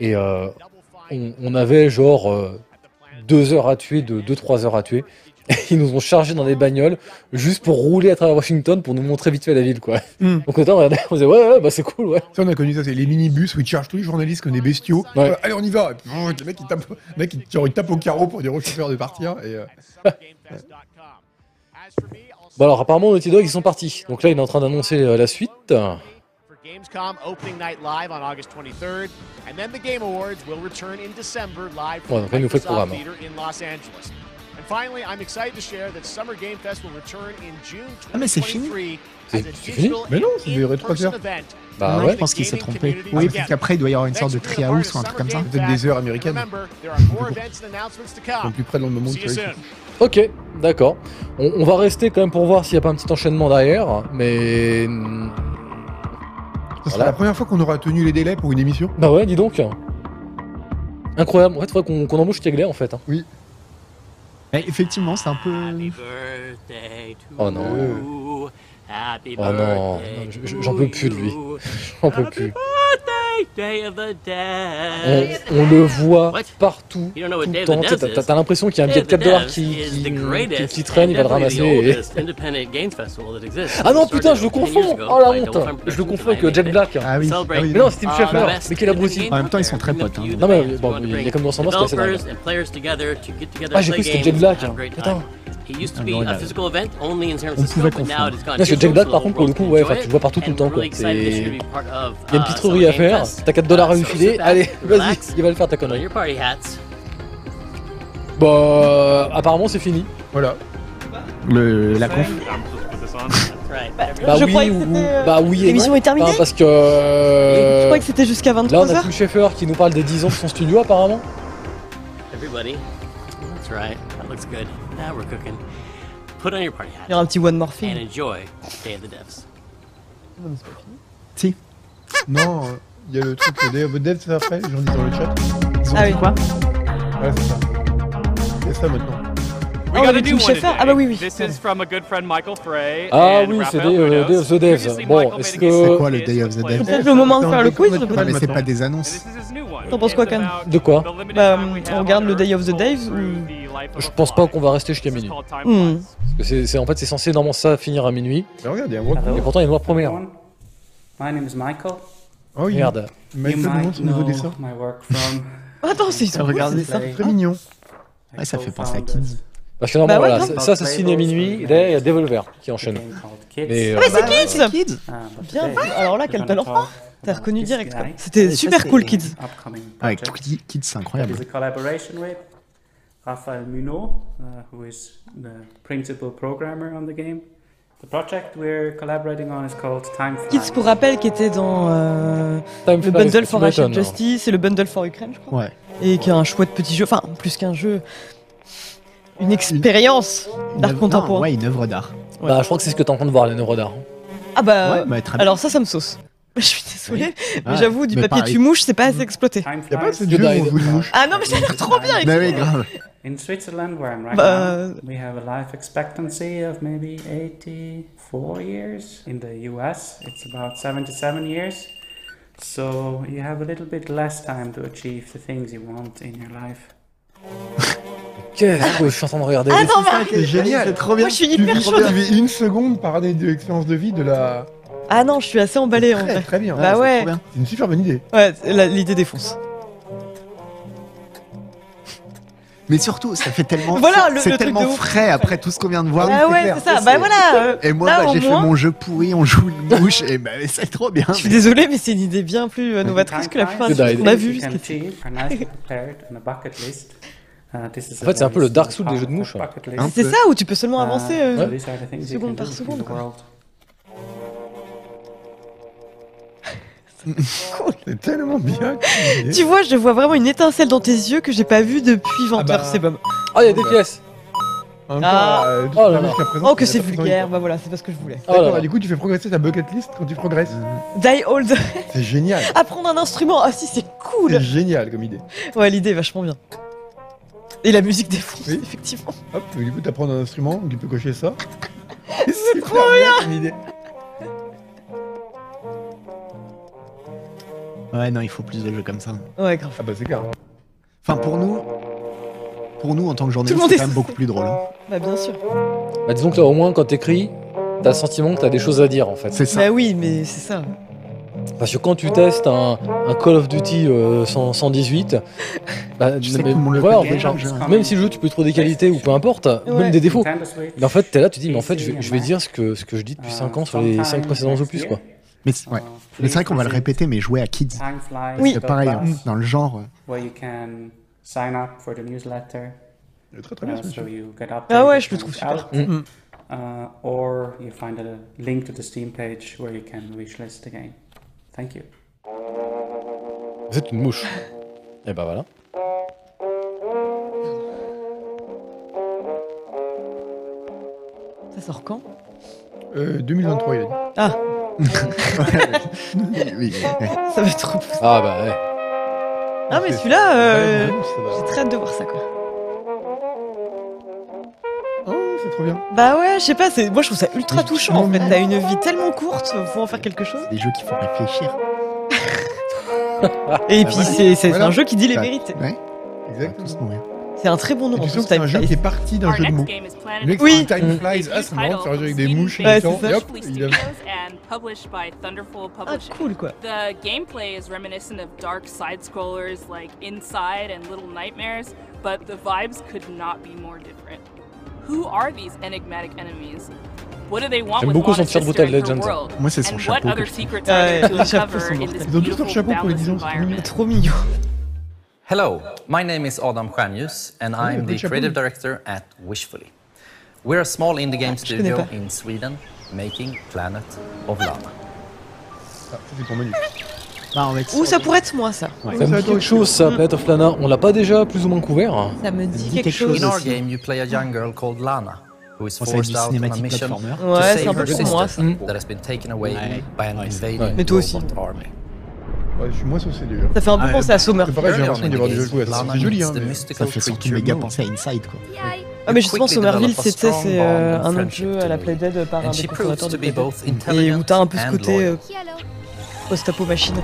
[SPEAKER 1] Et euh, on, on avait genre euh, deux heures à tuer, de deux trois heures à tuer. Ils nous ont chargés dans des bagnoles juste pour rouler à travers Washington pour nous montrer vite fait la ville, quoi. Donc on était, on regardait, on disait ouais, ouais, bah c'est cool, ouais.
[SPEAKER 4] Ça, on a connu ça, c'est les minibus où ils chargent tous les journalistes comme des bestiaux. Voilà, allez, on y va. Et puis, brrr, le mec, il tape, le mec il, genre, il tape au carreau pour dire au chauffeur de partir. Et, euh,
[SPEAKER 1] Bon alors apparemment Naughty Dog ils sont partis. Donc là il est en train d'annoncer euh, la suite.
[SPEAKER 6] for Gamescom opening night live on August 23rd, and then the Game Awards will return in December live
[SPEAKER 1] Ouais,
[SPEAKER 6] from
[SPEAKER 1] donc là, il nous fait le
[SPEAKER 6] Microsoft
[SPEAKER 1] programme.
[SPEAKER 6] Theater in Los Angeles. And finally, I'm excited to share that Summer Game Fest will return in June
[SPEAKER 3] Ah, mais c'est fini
[SPEAKER 6] 2023
[SPEAKER 1] C'est-
[SPEAKER 6] as a
[SPEAKER 1] c'est fini
[SPEAKER 6] digital
[SPEAKER 4] Mais non, ça
[SPEAKER 6] and
[SPEAKER 4] durait trois
[SPEAKER 6] in-person
[SPEAKER 4] heures.
[SPEAKER 6] event.
[SPEAKER 3] Bah ouais, je pense qu'il s'est trompé. Oui, parce qu'après, il doit y avoir une sorte de treehouse ou un truc comme ça.
[SPEAKER 4] Peut-être des heures américaines.
[SPEAKER 6] Remember, there are more events and announcements to come.
[SPEAKER 4] sont plus près dans le moment où
[SPEAKER 6] See
[SPEAKER 4] tu
[SPEAKER 6] you
[SPEAKER 4] vas
[SPEAKER 6] soon.
[SPEAKER 1] Ok, d'accord. On, on va rester quand même pour voir s'il n'y a pas un petit enchaînement derrière, mais hum,
[SPEAKER 4] Ce sera la première fois qu'on aura tenu les délais pour une émission.
[SPEAKER 1] bah ouais, dis donc. Incroyable. En fait, faudrait qu'on qu'on embauche Tegler en fait. hein.
[SPEAKER 4] Oui.
[SPEAKER 3] Mais effectivement, c'est un peu.
[SPEAKER 1] Oh non. Oh non, je- je- j'en peux plus de lui. J'en peux plus. On, on le voit partout, tout le temps. T'as- t'as- T'as l'impression qu'il y a un billet de 4 dollars qui, qui- qui- qui traîne, il va le ramasser. et- Ah non, putain, je le confonds Oh la honte Je le confonds avec euh, Jet Black.
[SPEAKER 3] Ah oui.
[SPEAKER 1] Mais non, c'est Tim Schafer. Mais quel abruti
[SPEAKER 3] En même temps, ils sont très potes. hein.
[SPEAKER 1] Non mais bon, il est comme dans son masque, c'est dingue. Ah, j'ai cru que c'était Jet Black. hein. Putain.
[SPEAKER 3] Ah, Non, il a-
[SPEAKER 1] On pouvait confondre. Non, Parce que Jack Black, par contre, pour le coup, ouais, enfin, tu le vois partout tout le temps. quoi. C'est- Il y a une
[SPEAKER 14] uh,
[SPEAKER 1] petite
[SPEAKER 2] Ah,
[SPEAKER 1] rurie à faire. T'as 4 dollars à lui filer. Allez, vas-y, il va le faire ta connerie. Bah, euh, apparemment, c'est fini.
[SPEAKER 4] Voilà.
[SPEAKER 3] Le, la conf.
[SPEAKER 1] Bah
[SPEAKER 2] Je
[SPEAKER 1] oui,
[SPEAKER 2] croyais que
[SPEAKER 1] ou-
[SPEAKER 2] c'était, euh,
[SPEAKER 1] bah oui. et
[SPEAKER 2] l'émission
[SPEAKER 1] non.
[SPEAKER 2] est terminée
[SPEAKER 1] Enfin, Parce que. euh,
[SPEAKER 2] Je croyais que c'était jusqu'à
[SPEAKER 1] Là, on a
[SPEAKER 2] 23h.
[SPEAKER 1] Tim Schafer qui nous parle des 10 ans de son studio, apparemment.
[SPEAKER 14] Everybody. That's right. That looks good. Now we're cooking. Put on your party hat
[SPEAKER 2] Il y aura un petit one more film.
[SPEAKER 14] and enjoy Day of the Devs.
[SPEAKER 3] Si.
[SPEAKER 4] Non, euh, il y a le truc de Day of the Dead, c'est après, j'en dis dans le chat.
[SPEAKER 2] Ah oui.
[SPEAKER 4] Ouais, c'est ça. Il y a ça maintenant.
[SPEAKER 2] Ah, Ah, on
[SPEAKER 1] Oh,
[SPEAKER 15] got
[SPEAKER 2] avait
[SPEAKER 15] a new
[SPEAKER 2] Tim
[SPEAKER 15] one
[SPEAKER 2] Schafer
[SPEAKER 15] today.
[SPEAKER 2] Ah bah oui, oui.
[SPEAKER 15] This is from a good friend Michael Frey.
[SPEAKER 1] Ah
[SPEAKER 15] and
[SPEAKER 1] oui, c'est
[SPEAKER 15] Raphael
[SPEAKER 1] des, euh,
[SPEAKER 15] Munoz.
[SPEAKER 1] des- The Devs.
[SPEAKER 15] Previously,
[SPEAKER 1] Bon,
[SPEAKER 15] Michael
[SPEAKER 1] est-ce
[SPEAKER 15] made a
[SPEAKER 1] que.
[SPEAKER 3] C'est quoi le Day of the Dev
[SPEAKER 2] C'est peut-être le moment de faire le quiz,
[SPEAKER 3] Non, mais c'est
[SPEAKER 2] peut-être.
[SPEAKER 3] pas des annonces.
[SPEAKER 2] T'en penses quoi, Cam
[SPEAKER 1] De quoi
[SPEAKER 2] Bah, on regarde le Day of the Daves ou...
[SPEAKER 1] Je pense pas qu'on va rester jusqu'à minuit.
[SPEAKER 2] Hmm.
[SPEAKER 1] Parce que c'est, c'est- en fait, c'est censé normalement ça finir à minuit.
[SPEAKER 7] Hello.
[SPEAKER 2] Ah
[SPEAKER 1] Et pourtant, il y a une loi première.
[SPEAKER 3] Ah
[SPEAKER 7] My name is Michael.
[SPEAKER 1] oui. Merde.
[SPEAKER 7] You
[SPEAKER 1] Michael
[SPEAKER 7] might
[SPEAKER 1] monte au niveau
[SPEAKER 7] know
[SPEAKER 1] des seins.
[SPEAKER 7] my work from-
[SPEAKER 2] Attends, c'est- ils sont beaux,
[SPEAKER 3] Regardez
[SPEAKER 2] ces
[SPEAKER 3] ça,
[SPEAKER 2] dessins.
[SPEAKER 3] très mignon. Ouais, ça fait penser à Kids.
[SPEAKER 1] Parce que normalement,
[SPEAKER 2] Bah ouais,
[SPEAKER 1] voilà,
[SPEAKER 2] grave.
[SPEAKER 1] ça, ça se signe à minuit. Là, il y a Devolver qui enchaîne. Mais,
[SPEAKER 2] Ah, mais
[SPEAKER 1] euh,
[SPEAKER 2] c'est Kids
[SPEAKER 7] Uh,
[SPEAKER 2] Bien, alors là, quel talent T'as reconnu direct, quoi. C'était super cool, Kids.
[SPEAKER 3] Ouais, Kids, Kids, c'est
[SPEAKER 7] It
[SPEAKER 3] incroyable.
[SPEAKER 7] is a collaboration with Rafael Munoz, uh, who is the principal programmer on the game. The project we're collaborating on is called Time
[SPEAKER 2] Kids, pour rappel, qui était dans euh,
[SPEAKER 1] Time
[SPEAKER 2] le
[SPEAKER 1] Flies,
[SPEAKER 2] Bundle for
[SPEAKER 1] Ultimatum,
[SPEAKER 2] Russian
[SPEAKER 1] non.
[SPEAKER 2] Justice et le Bundle for Ukraine, je crois.
[SPEAKER 3] Ouais.
[SPEAKER 2] Et qui est un chouette petit jeu, enfin, plus qu'un jeu, une expérience
[SPEAKER 3] Une
[SPEAKER 2] d'art
[SPEAKER 3] œuvre-
[SPEAKER 2] contemporain.
[SPEAKER 3] non, Ouais, une œuvre d'art.
[SPEAKER 1] Bah, je crois que c'est ce que t'es en train de voir, les œuvre d'art.
[SPEAKER 2] Ah bah,
[SPEAKER 1] Ouais, bah, très bien.
[SPEAKER 2] alors ça, ça me sauce. Je suis désolée, mais
[SPEAKER 1] Ouais.
[SPEAKER 2] j'avoue, du
[SPEAKER 1] Mais
[SPEAKER 2] papier
[SPEAKER 1] pareil.
[SPEAKER 2] tu mouches, c'est pas assez exploité.
[SPEAKER 7] Y a pas assez
[SPEAKER 3] de jeux où on joue une
[SPEAKER 7] mouche.
[SPEAKER 2] Ah non, mais ça a l'air trop bien.
[SPEAKER 7] Bah
[SPEAKER 2] écoute.
[SPEAKER 7] oui, grave. In Switzerland, where I'm right
[SPEAKER 2] Bah,
[SPEAKER 7] now, we have a life expectancy of maybe 84 years. In the US, it's about 77 years. So you have a little bit less time to achieve the things you want in your life.
[SPEAKER 1] Qu'est-ce que je suis en train de regarder
[SPEAKER 2] Ah non, mais-
[SPEAKER 4] C'est génial,
[SPEAKER 2] c'est trop bien. Moi, je suis hyper
[SPEAKER 4] tu vis,
[SPEAKER 2] chaude.
[SPEAKER 4] Tu vis une seconde par année d'expérience de vie de la.
[SPEAKER 2] Ah non, je suis assez emballée. en vrai.
[SPEAKER 4] Très, très bien.
[SPEAKER 2] Bah ouais.
[SPEAKER 4] C'est une super bonne idée.
[SPEAKER 2] Ouais, la- l'idée défonce.
[SPEAKER 3] Mais surtout, ça fait tellement,
[SPEAKER 2] Voilà, le-
[SPEAKER 3] c'est
[SPEAKER 2] le truc
[SPEAKER 3] tellement
[SPEAKER 2] de ouf.
[SPEAKER 3] frais après tout ce qu'on vient de voir.
[SPEAKER 2] Ah
[SPEAKER 3] Oui,
[SPEAKER 2] ouais,
[SPEAKER 3] clair.
[SPEAKER 2] c'est ça. Bah voilà, euh,
[SPEAKER 3] Et moi,
[SPEAKER 2] là,
[SPEAKER 3] bah,
[SPEAKER 2] au
[SPEAKER 3] j'ai fait
[SPEAKER 2] moins-
[SPEAKER 3] mon jeu pourri, on joue une mouche, et bah, c'est trop bien.
[SPEAKER 2] Je suis désolée, mais c'est une idée bien plus euh, novatrice que la plupart des
[SPEAKER 3] Jedi.
[SPEAKER 2] choses qu'on a
[SPEAKER 7] You
[SPEAKER 2] vues
[SPEAKER 7] can
[SPEAKER 2] jusqu'ici.
[SPEAKER 7] achieve are nicely prepared on a bucket list. Uh, this is
[SPEAKER 1] En
[SPEAKER 7] a
[SPEAKER 1] fait, c'est un peu le
[SPEAKER 7] very
[SPEAKER 1] Dark
[SPEAKER 7] small
[SPEAKER 1] Souls des
[SPEAKER 7] part
[SPEAKER 1] jeux de
[SPEAKER 7] of
[SPEAKER 1] mouches,
[SPEAKER 7] the
[SPEAKER 1] ouais.
[SPEAKER 7] bucket list.
[SPEAKER 2] C'est ça, où tu peux seulement
[SPEAKER 7] Uh,
[SPEAKER 2] avancer, euh,
[SPEAKER 7] these are the things you
[SPEAKER 2] seconde
[SPEAKER 7] can
[SPEAKER 2] par
[SPEAKER 7] do in
[SPEAKER 2] seconde,
[SPEAKER 7] the
[SPEAKER 2] quoi.
[SPEAKER 7] world.
[SPEAKER 4] C'est tellement bien. comme idée.
[SPEAKER 2] Tu vois, je vois vraiment une étincelle dans tes yeux que j'ai pas vue depuis
[SPEAKER 4] bah,
[SPEAKER 2] Venteur c'est Sebum.
[SPEAKER 1] Ah, il y a des pièces.
[SPEAKER 2] Ah.
[SPEAKER 4] euh,
[SPEAKER 1] Oh là là.
[SPEAKER 4] jusqu'à présent,
[SPEAKER 2] Oh, que
[SPEAKER 4] il y a
[SPEAKER 2] c'est
[SPEAKER 4] pas besoin de-
[SPEAKER 2] vulgaire, bah voilà, c'est pas ce que je voulais.
[SPEAKER 4] D'accord, et du coup, tu fais progresser ta bucket list quand tu progresses.
[SPEAKER 2] Die old,
[SPEAKER 4] C'est génial.
[SPEAKER 2] apprendre un instrument, ah si, c'est cool
[SPEAKER 4] C'est génial comme idée.
[SPEAKER 2] Ouais, l'idée est vachement bien. Et la musique défonce, effectivement.
[SPEAKER 4] Hop, du coup, t'apprends un instrument, tu peux cocher ça.
[SPEAKER 2] C'est trop
[SPEAKER 4] bien comme idée.
[SPEAKER 3] Ouais, non, il faut plus de jeux comme ça.
[SPEAKER 2] Ouais, grave.
[SPEAKER 4] Ah bah c'est clair.
[SPEAKER 3] Enfin, pour nous, pour nous en tant que journaliste,
[SPEAKER 2] monde
[SPEAKER 3] c'est
[SPEAKER 2] est
[SPEAKER 3] quand même beaucoup plus drôle.
[SPEAKER 2] Bah bien sûr.
[SPEAKER 1] Bah, disons que là, au moins, quand t'écris, t'as le sentiment que t'as des choses à dire en fait.
[SPEAKER 3] C'est
[SPEAKER 2] Bah oui, mais c'est ça.
[SPEAKER 1] Parce que quand tu testes un, un Call of Duty euh, 100 118, bah,
[SPEAKER 3] Tu sais
[SPEAKER 1] mais
[SPEAKER 3] que tout le monde le
[SPEAKER 1] voilà,
[SPEAKER 3] connaît,
[SPEAKER 1] en fait,
[SPEAKER 3] genre,
[SPEAKER 1] genre, même si le jeu tu peux trouver des qualités ou peu importe,
[SPEAKER 2] Ouais.
[SPEAKER 1] même des défauts.
[SPEAKER 7] Nintendo Switch. uh,
[SPEAKER 1] Mais en fait, t'es là, tu dis, mais en fait, je vais, je vais dire ce que, ce que je dis
[SPEAKER 7] Euh,
[SPEAKER 1] depuis 5 ans sur les 5 précédents opus quoi.
[SPEAKER 3] Mais c'est ouais. Mais c'est vrai qu'on va le répéter, mais jouer à Kids.
[SPEAKER 7] Time flies.
[SPEAKER 3] Parce que
[SPEAKER 7] dot
[SPEAKER 3] pareil,
[SPEAKER 4] Bah,
[SPEAKER 7] bus,
[SPEAKER 3] hein, dans le genre.
[SPEAKER 7] Where you can sign up for the newsletter.
[SPEAKER 4] Très très bien
[SPEAKER 7] uh,
[SPEAKER 4] ce
[SPEAKER 7] so
[SPEAKER 4] monsieur.
[SPEAKER 7] you get updated
[SPEAKER 2] Ah ouais, je le
[SPEAKER 7] when
[SPEAKER 2] trouve
[SPEAKER 7] it's
[SPEAKER 2] super.
[SPEAKER 7] out.
[SPEAKER 2] Mhm.
[SPEAKER 7] Uh, or you find a link to the Steam page where you can wishlist the game. Thank you.
[SPEAKER 1] Vous êtes une mouche. Et bah voilà.
[SPEAKER 4] Mm.
[SPEAKER 2] Ça sort quand
[SPEAKER 4] Euh, 2023, il a dit.
[SPEAKER 2] Ah,
[SPEAKER 4] Eh
[SPEAKER 3] Oui, oui, oui.
[SPEAKER 2] ça va être repoussé.
[SPEAKER 1] Ah bah ouais.
[SPEAKER 2] Ah mais
[SPEAKER 4] C'est-
[SPEAKER 2] celui-là, euh,
[SPEAKER 4] Ouais, non, ça va.
[SPEAKER 2] j'ai très hâte de voir ça quoi.
[SPEAKER 4] Oh, c'est trop bien.
[SPEAKER 2] Bah ouais, je sais pas, c'est- moi je trouve ça ultra touchant en fait.
[SPEAKER 3] mais-
[SPEAKER 2] T'as une vie tellement courte, faut en faire quelque chose.
[SPEAKER 3] Des jeux qui font réfléchir.
[SPEAKER 2] Et
[SPEAKER 3] Bah
[SPEAKER 2] puis
[SPEAKER 3] voilà.
[SPEAKER 2] c'est c'est
[SPEAKER 4] Voilà.
[SPEAKER 2] un jeu qui dit les
[SPEAKER 3] Bah,
[SPEAKER 2] vérités.
[SPEAKER 3] Ouais,
[SPEAKER 4] Exactement.
[SPEAKER 3] tous mourir.
[SPEAKER 2] C'est un très bon nom
[SPEAKER 4] Et
[SPEAKER 2] en
[SPEAKER 4] tu
[SPEAKER 2] plus.
[SPEAKER 4] sens que c'est un
[SPEAKER 2] Time
[SPEAKER 4] jeu qui est
[SPEAKER 2] Flies.
[SPEAKER 4] parti d'un jeu de mots. Le mec,
[SPEAKER 2] Oui.
[SPEAKER 4] Time Flies, ah, c'est marrant de faire un jeu avec des mouches et
[SPEAKER 2] Ouais,
[SPEAKER 4] des gens,
[SPEAKER 2] c'est
[SPEAKER 4] et
[SPEAKER 2] ça.
[SPEAKER 4] hop, il a...
[SPEAKER 16] and published by Thunderful
[SPEAKER 2] Ah
[SPEAKER 16] Publishing.
[SPEAKER 2] cool quoi.
[SPEAKER 16] The gameplay is reminiscent of dark side scrollers like Inside and Little Nightmares, but the vibes could not be more different. Who are these enigmatic enemies? What do they want
[SPEAKER 1] J'aime
[SPEAKER 16] with
[SPEAKER 1] beaucoup son
[SPEAKER 16] Lana's
[SPEAKER 1] petit
[SPEAKER 16] sister
[SPEAKER 1] reboutage
[SPEAKER 16] and her
[SPEAKER 1] Legends.
[SPEAKER 16] world?
[SPEAKER 3] Moi, c'est
[SPEAKER 16] and
[SPEAKER 3] son
[SPEAKER 16] what
[SPEAKER 3] chapeau que
[SPEAKER 16] other
[SPEAKER 3] je
[SPEAKER 16] secrets
[SPEAKER 2] Ah
[SPEAKER 16] are
[SPEAKER 2] ouais,
[SPEAKER 16] there to
[SPEAKER 2] les chapeaux
[SPEAKER 16] uncover
[SPEAKER 2] sont
[SPEAKER 16] in
[SPEAKER 2] mortels.
[SPEAKER 16] this
[SPEAKER 2] Ils ont tous
[SPEAKER 16] beautiful,
[SPEAKER 2] leur chapeau pour les
[SPEAKER 16] boundless
[SPEAKER 2] 10 ans, c'est
[SPEAKER 16] environment?
[SPEAKER 2] Trop mignon.
[SPEAKER 17] Hello, my name is Adam Kranius, and I'm
[SPEAKER 2] good
[SPEAKER 17] the
[SPEAKER 2] job.
[SPEAKER 17] creative director at Wishfully. We're a small indie game
[SPEAKER 2] connais
[SPEAKER 17] studio
[SPEAKER 2] pas.
[SPEAKER 17] in Sweden making Planet of Lana.
[SPEAKER 4] Ah, c'est pour menu.
[SPEAKER 3] Bah, on va être
[SPEAKER 2] Ouh, ça pourrait être moi ça.
[SPEAKER 1] Ça me dit quelque chose ça, Planet of Lana. On l'a pas déjà plus ou moins couvert
[SPEAKER 2] Ça me dit quelque chose.
[SPEAKER 17] In our game, you play a young girl called Lana, who is
[SPEAKER 3] Oh, c'est
[SPEAKER 17] forced
[SPEAKER 3] du
[SPEAKER 17] out on a
[SPEAKER 3] cinématique
[SPEAKER 17] mission
[SPEAKER 3] platformer.
[SPEAKER 17] to
[SPEAKER 2] Ouais, c'est un
[SPEAKER 17] save
[SPEAKER 2] peu
[SPEAKER 17] her
[SPEAKER 2] pour moi,
[SPEAKER 17] sister that has been taken away by an invading
[SPEAKER 2] Mais toi aussi.
[SPEAKER 17] robot army.
[SPEAKER 4] Ouais, je suis moins saucé d'ailleurs.
[SPEAKER 2] Ça fait un peu penser à Summer.
[SPEAKER 4] C'est pareil, j'ai
[SPEAKER 17] Early on
[SPEAKER 4] l'impression d'y
[SPEAKER 17] in
[SPEAKER 4] avoir
[SPEAKER 17] the
[SPEAKER 4] des jeux
[SPEAKER 17] game,
[SPEAKER 4] joués.
[SPEAKER 17] Lana
[SPEAKER 4] C'est joli,
[SPEAKER 17] meets
[SPEAKER 4] hein.
[SPEAKER 17] the
[SPEAKER 4] mais-
[SPEAKER 17] mystical
[SPEAKER 3] Ça fait surtout
[SPEAKER 17] creature
[SPEAKER 3] méga
[SPEAKER 17] Moon.
[SPEAKER 3] penser à Inside, quoi.
[SPEAKER 2] Ah, mais justement, Somerville, c'est tu sais, c'est euh, un autre
[SPEAKER 17] French
[SPEAKER 2] jeu à la Playdead par un
[SPEAKER 17] And
[SPEAKER 2] des
[SPEAKER 17] she proves
[SPEAKER 2] cofondateurs
[SPEAKER 17] to
[SPEAKER 2] de
[SPEAKER 17] be
[SPEAKER 2] Playdead.
[SPEAKER 17] both
[SPEAKER 2] Et où
[SPEAKER 17] intelligent
[SPEAKER 2] t'as un peu ce
[SPEAKER 17] and
[SPEAKER 2] côté euh,
[SPEAKER 17] loyal.
[SPEAKER 2] post-apo machine.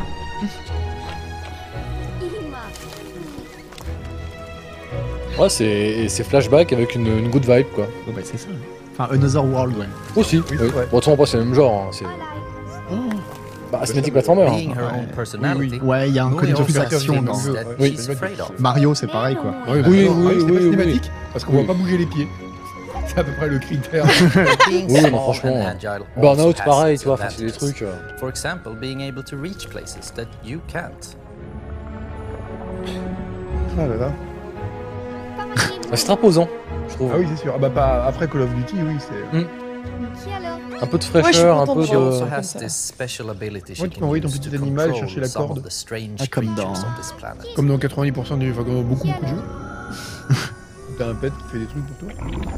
[SPEAKER 1] Ouais, c'est et c'est flashback avec une, une good vibe, quoi.
[SPEAKER 3] Ouais, c'est ça. Enfin, Another World, ouais.
[SPEAKER 1] Aussi, oui. Bon, de toute façon, c'est le même genre. hein, c'est- Bah, cinématique platformer. hein.
[SPEAKER 17] Being her own
[SPEAKER 3] Oui,
[SPEAKER 17] personality.
[SPEAKER 3] oui. Ouais, il y a un
[SPEAKER 17] knowing
[SPEAKER 3] côté
[SPEAKER 17] all
[SPEAKER 3] plus
[SPEAKER 17] the
[SPEAKER 3] action
[SPEAKER 17] things
[SPEAKER 3] dans
[SPEAKER 17] that
[SPEAKER 3] Oui.
[SPEAKER 17] she's afraid of.
[SPEAKER 3] Mario, c'est pareil, quoi.
[SPEAKER 4] Oui,
[SPEAKER 1] hein. Oui,
[SPEAKER 4] d'accord. Ah
[SPEAKER 1] oui,
[SPEAKER 4] c'est pas
[SPEAKER 1] oui,
[SPEAKER 4] cinématique,
[SPEAKER 1] oui.
[SPEAKER 4] parce qu'on voit pas bouger les pieds. C'est à peu près le
[SPEAKER 3] Ah
[SPEAKER 4] critère.
[SPEAKER 17] Being
[SPEAKER 1] Oui, mais
[SPEAKER 17] small
[SPEAKER 1] franchement, hein.
[SPEAKER 17] and agile also
[SPEAKER 1] Burnout,
[SPEAKER 17] has
[SPEAKER 1] pareil,
[SPEAKER 17] its
[SPEAKER 1] tu vois, enfin, c'est des
[SPEAKER 17] advantages.
[SPEAKER 1] trucs. euh,
[SPEAKER 17] For example, being able to reach places that you can't.
[SPEAKER 4] Ah là là.
[SPEAKER 1] C'est imposant, je trouve.
[SPEAKER 4] Ah oui, c'est sûr. Ah bah pas après Call of Duty, oui, c'est.
[SPEAKER 1] Un peu de
[SPEAKER 4] Ouais, je suis
[SPEAKER 1] fraîcheur, un
[SPEAKER 4] content
[SPEAKER 1] peu
[SPEAKER 4] de
[SPEAKER 1] de.
[SPEAKER 4] voir
[SPEAKER 17] She also
[SPEAKER 1] Ouais,
[SPEAKER 17] has this special ability
[SPEAKER 4] Ouais,
[SPEAKER 17] she
[SPEAKER 4] tu
[SPEAKER 17] can
[SPEAKER 4] peux envoyer ton
[SPEAKER 17] use
[SPEAKER 4] petit
[SPEAKER 17] to
[SPEAKER 4] animal
[SPEAKER 17] control
[SPEAKER 4] chercher la
[SPEAKER 17] some of
[SPEAKER 4] corde.
[SPEAKER 17] the strange
[SPEAKER 4] Ah, comme dans-
[SPEAKER 17] creatures of this planet.
[SPEAKER 4] Comme dans 90% des. Enfin, comme dans beaucoup, beaucoup de jeux. T'as un pet qui fait des trucs pour toi.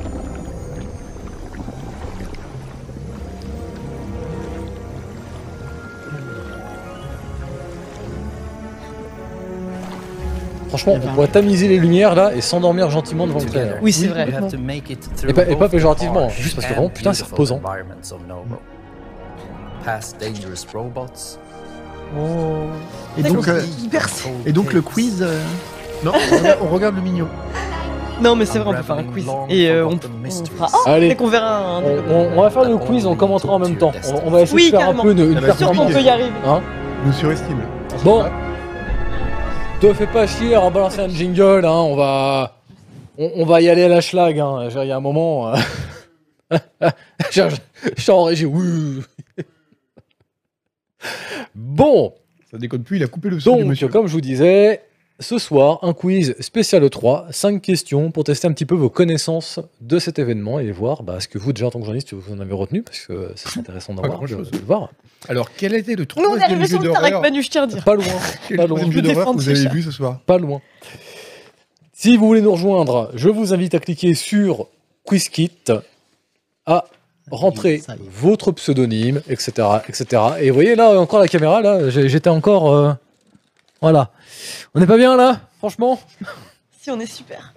[SPEAKER 1] Franchement, on pourrait tamiser les lumières là et s'endormir gentiment devant le trailer.
[SPEAKER 2] Oui, c'est vrai.
[SPEAKER 17] You have to make it
[SPEAKER 1] Et
[SPEAKER 17] through
[SPEAKER 1] pas, et pas
[SPEAKER 17] both the
[SPEAKER 1] péjorativement,
[SPEAKER 17] harsh
[SPEAKER 1] juste parce que
[SPEAKER 17] and
[SPEAKER 1] vraiment, putain, c'est
[SPEAKER 17] beautiful
[SPEAKER 1] reposant.
[SPEAKER 17] environments of Novo. Past dangerous robots.
[SPEAKER 3] Et
[SPEAKER 17] D'accord,
[SPEAKER 3] donc, euh,
[SPEAKER 17] c'est
[SPEAKER 3] et donc le quiz. euh,
[SPEAKER 4] Non, on regarde, on regarde le mignon.
[SPEAKER 2] Non, mais c'est vrai, on peut faire un quiz. Et euh, on, on fera. Oh,
[SPEAKER 1] Allez.
[SPEAKER 2] dès qu'on verra un.
[SPEAKER 1] On, on- on va faire le quiz, on commentera en même temps. On, on va essayer
[SPEAKER 2] Oui,
[SPEAKER 1] de faire
[SPEAKER 2] carrément.
[SPEAKER 1] un peu une, une
[SPEAKER 2] Ah bah, surtout, on peut y arriver.
[SPEAKER 1] Hein
[SPEAKER 4] Nous surestime.
[SPEAKER 1] Bon, te fais pas chier, on va balancer un jingle, hein, on va. On, on va y aller à la schlag, hein. Je veux dire, Il y a un moment. euh, je, je- je suis en régie, oui. Bon.
[SPEAKER 4] Ça déconne plus, il a coupé le son
[SPEAKER 1] Donc,
[SPEAKER 4] du monsieur.
[SPEAKER 1] comme je vous disais, ce soir, un quiz spécial E3, 5 questions pour tester un petit peu vos connaissances de cet événement et voir bah, ce que vous, déjà en tant que journaliste, vous en avez retenu, parce que c'est intéressant d'avoir, de,
[SPEAKER 4] grand-chose.
[SPEAKER 1] de voir.
[SPEAKER 4] Alors, quel était le
[SPEAKER 2] Nous, on est
[SPEAKER 4] troisième
[SPEAKER 2] arrivé
[SPEAKER 4] jeu
[SPEAKER 2] sur le terrain avec
[SPEAKER 4] d'horreur
[SPEAKER 2] Manu, je tiens à dire.
[SPEAKER 1] Pas loin,
[SPEAKER 4] Quel
[SPEAKER 1] pas loin.
[SPEAKER 4] est le troisième jeu d'horreur que vous avez vu ce soir
[SPEAKER 1] Pas loin. Si vous voulez nous rejoindre, je vous invite à cliquer sur QuizKit, à rentrer votre pseudonyme, etc., etc. Et vous voyez là encore la caméra là, j'ai- j'étais encore, euh, voilà. On n'est pas bien là, franchement.
[SPEAKER 2] Si, on est super.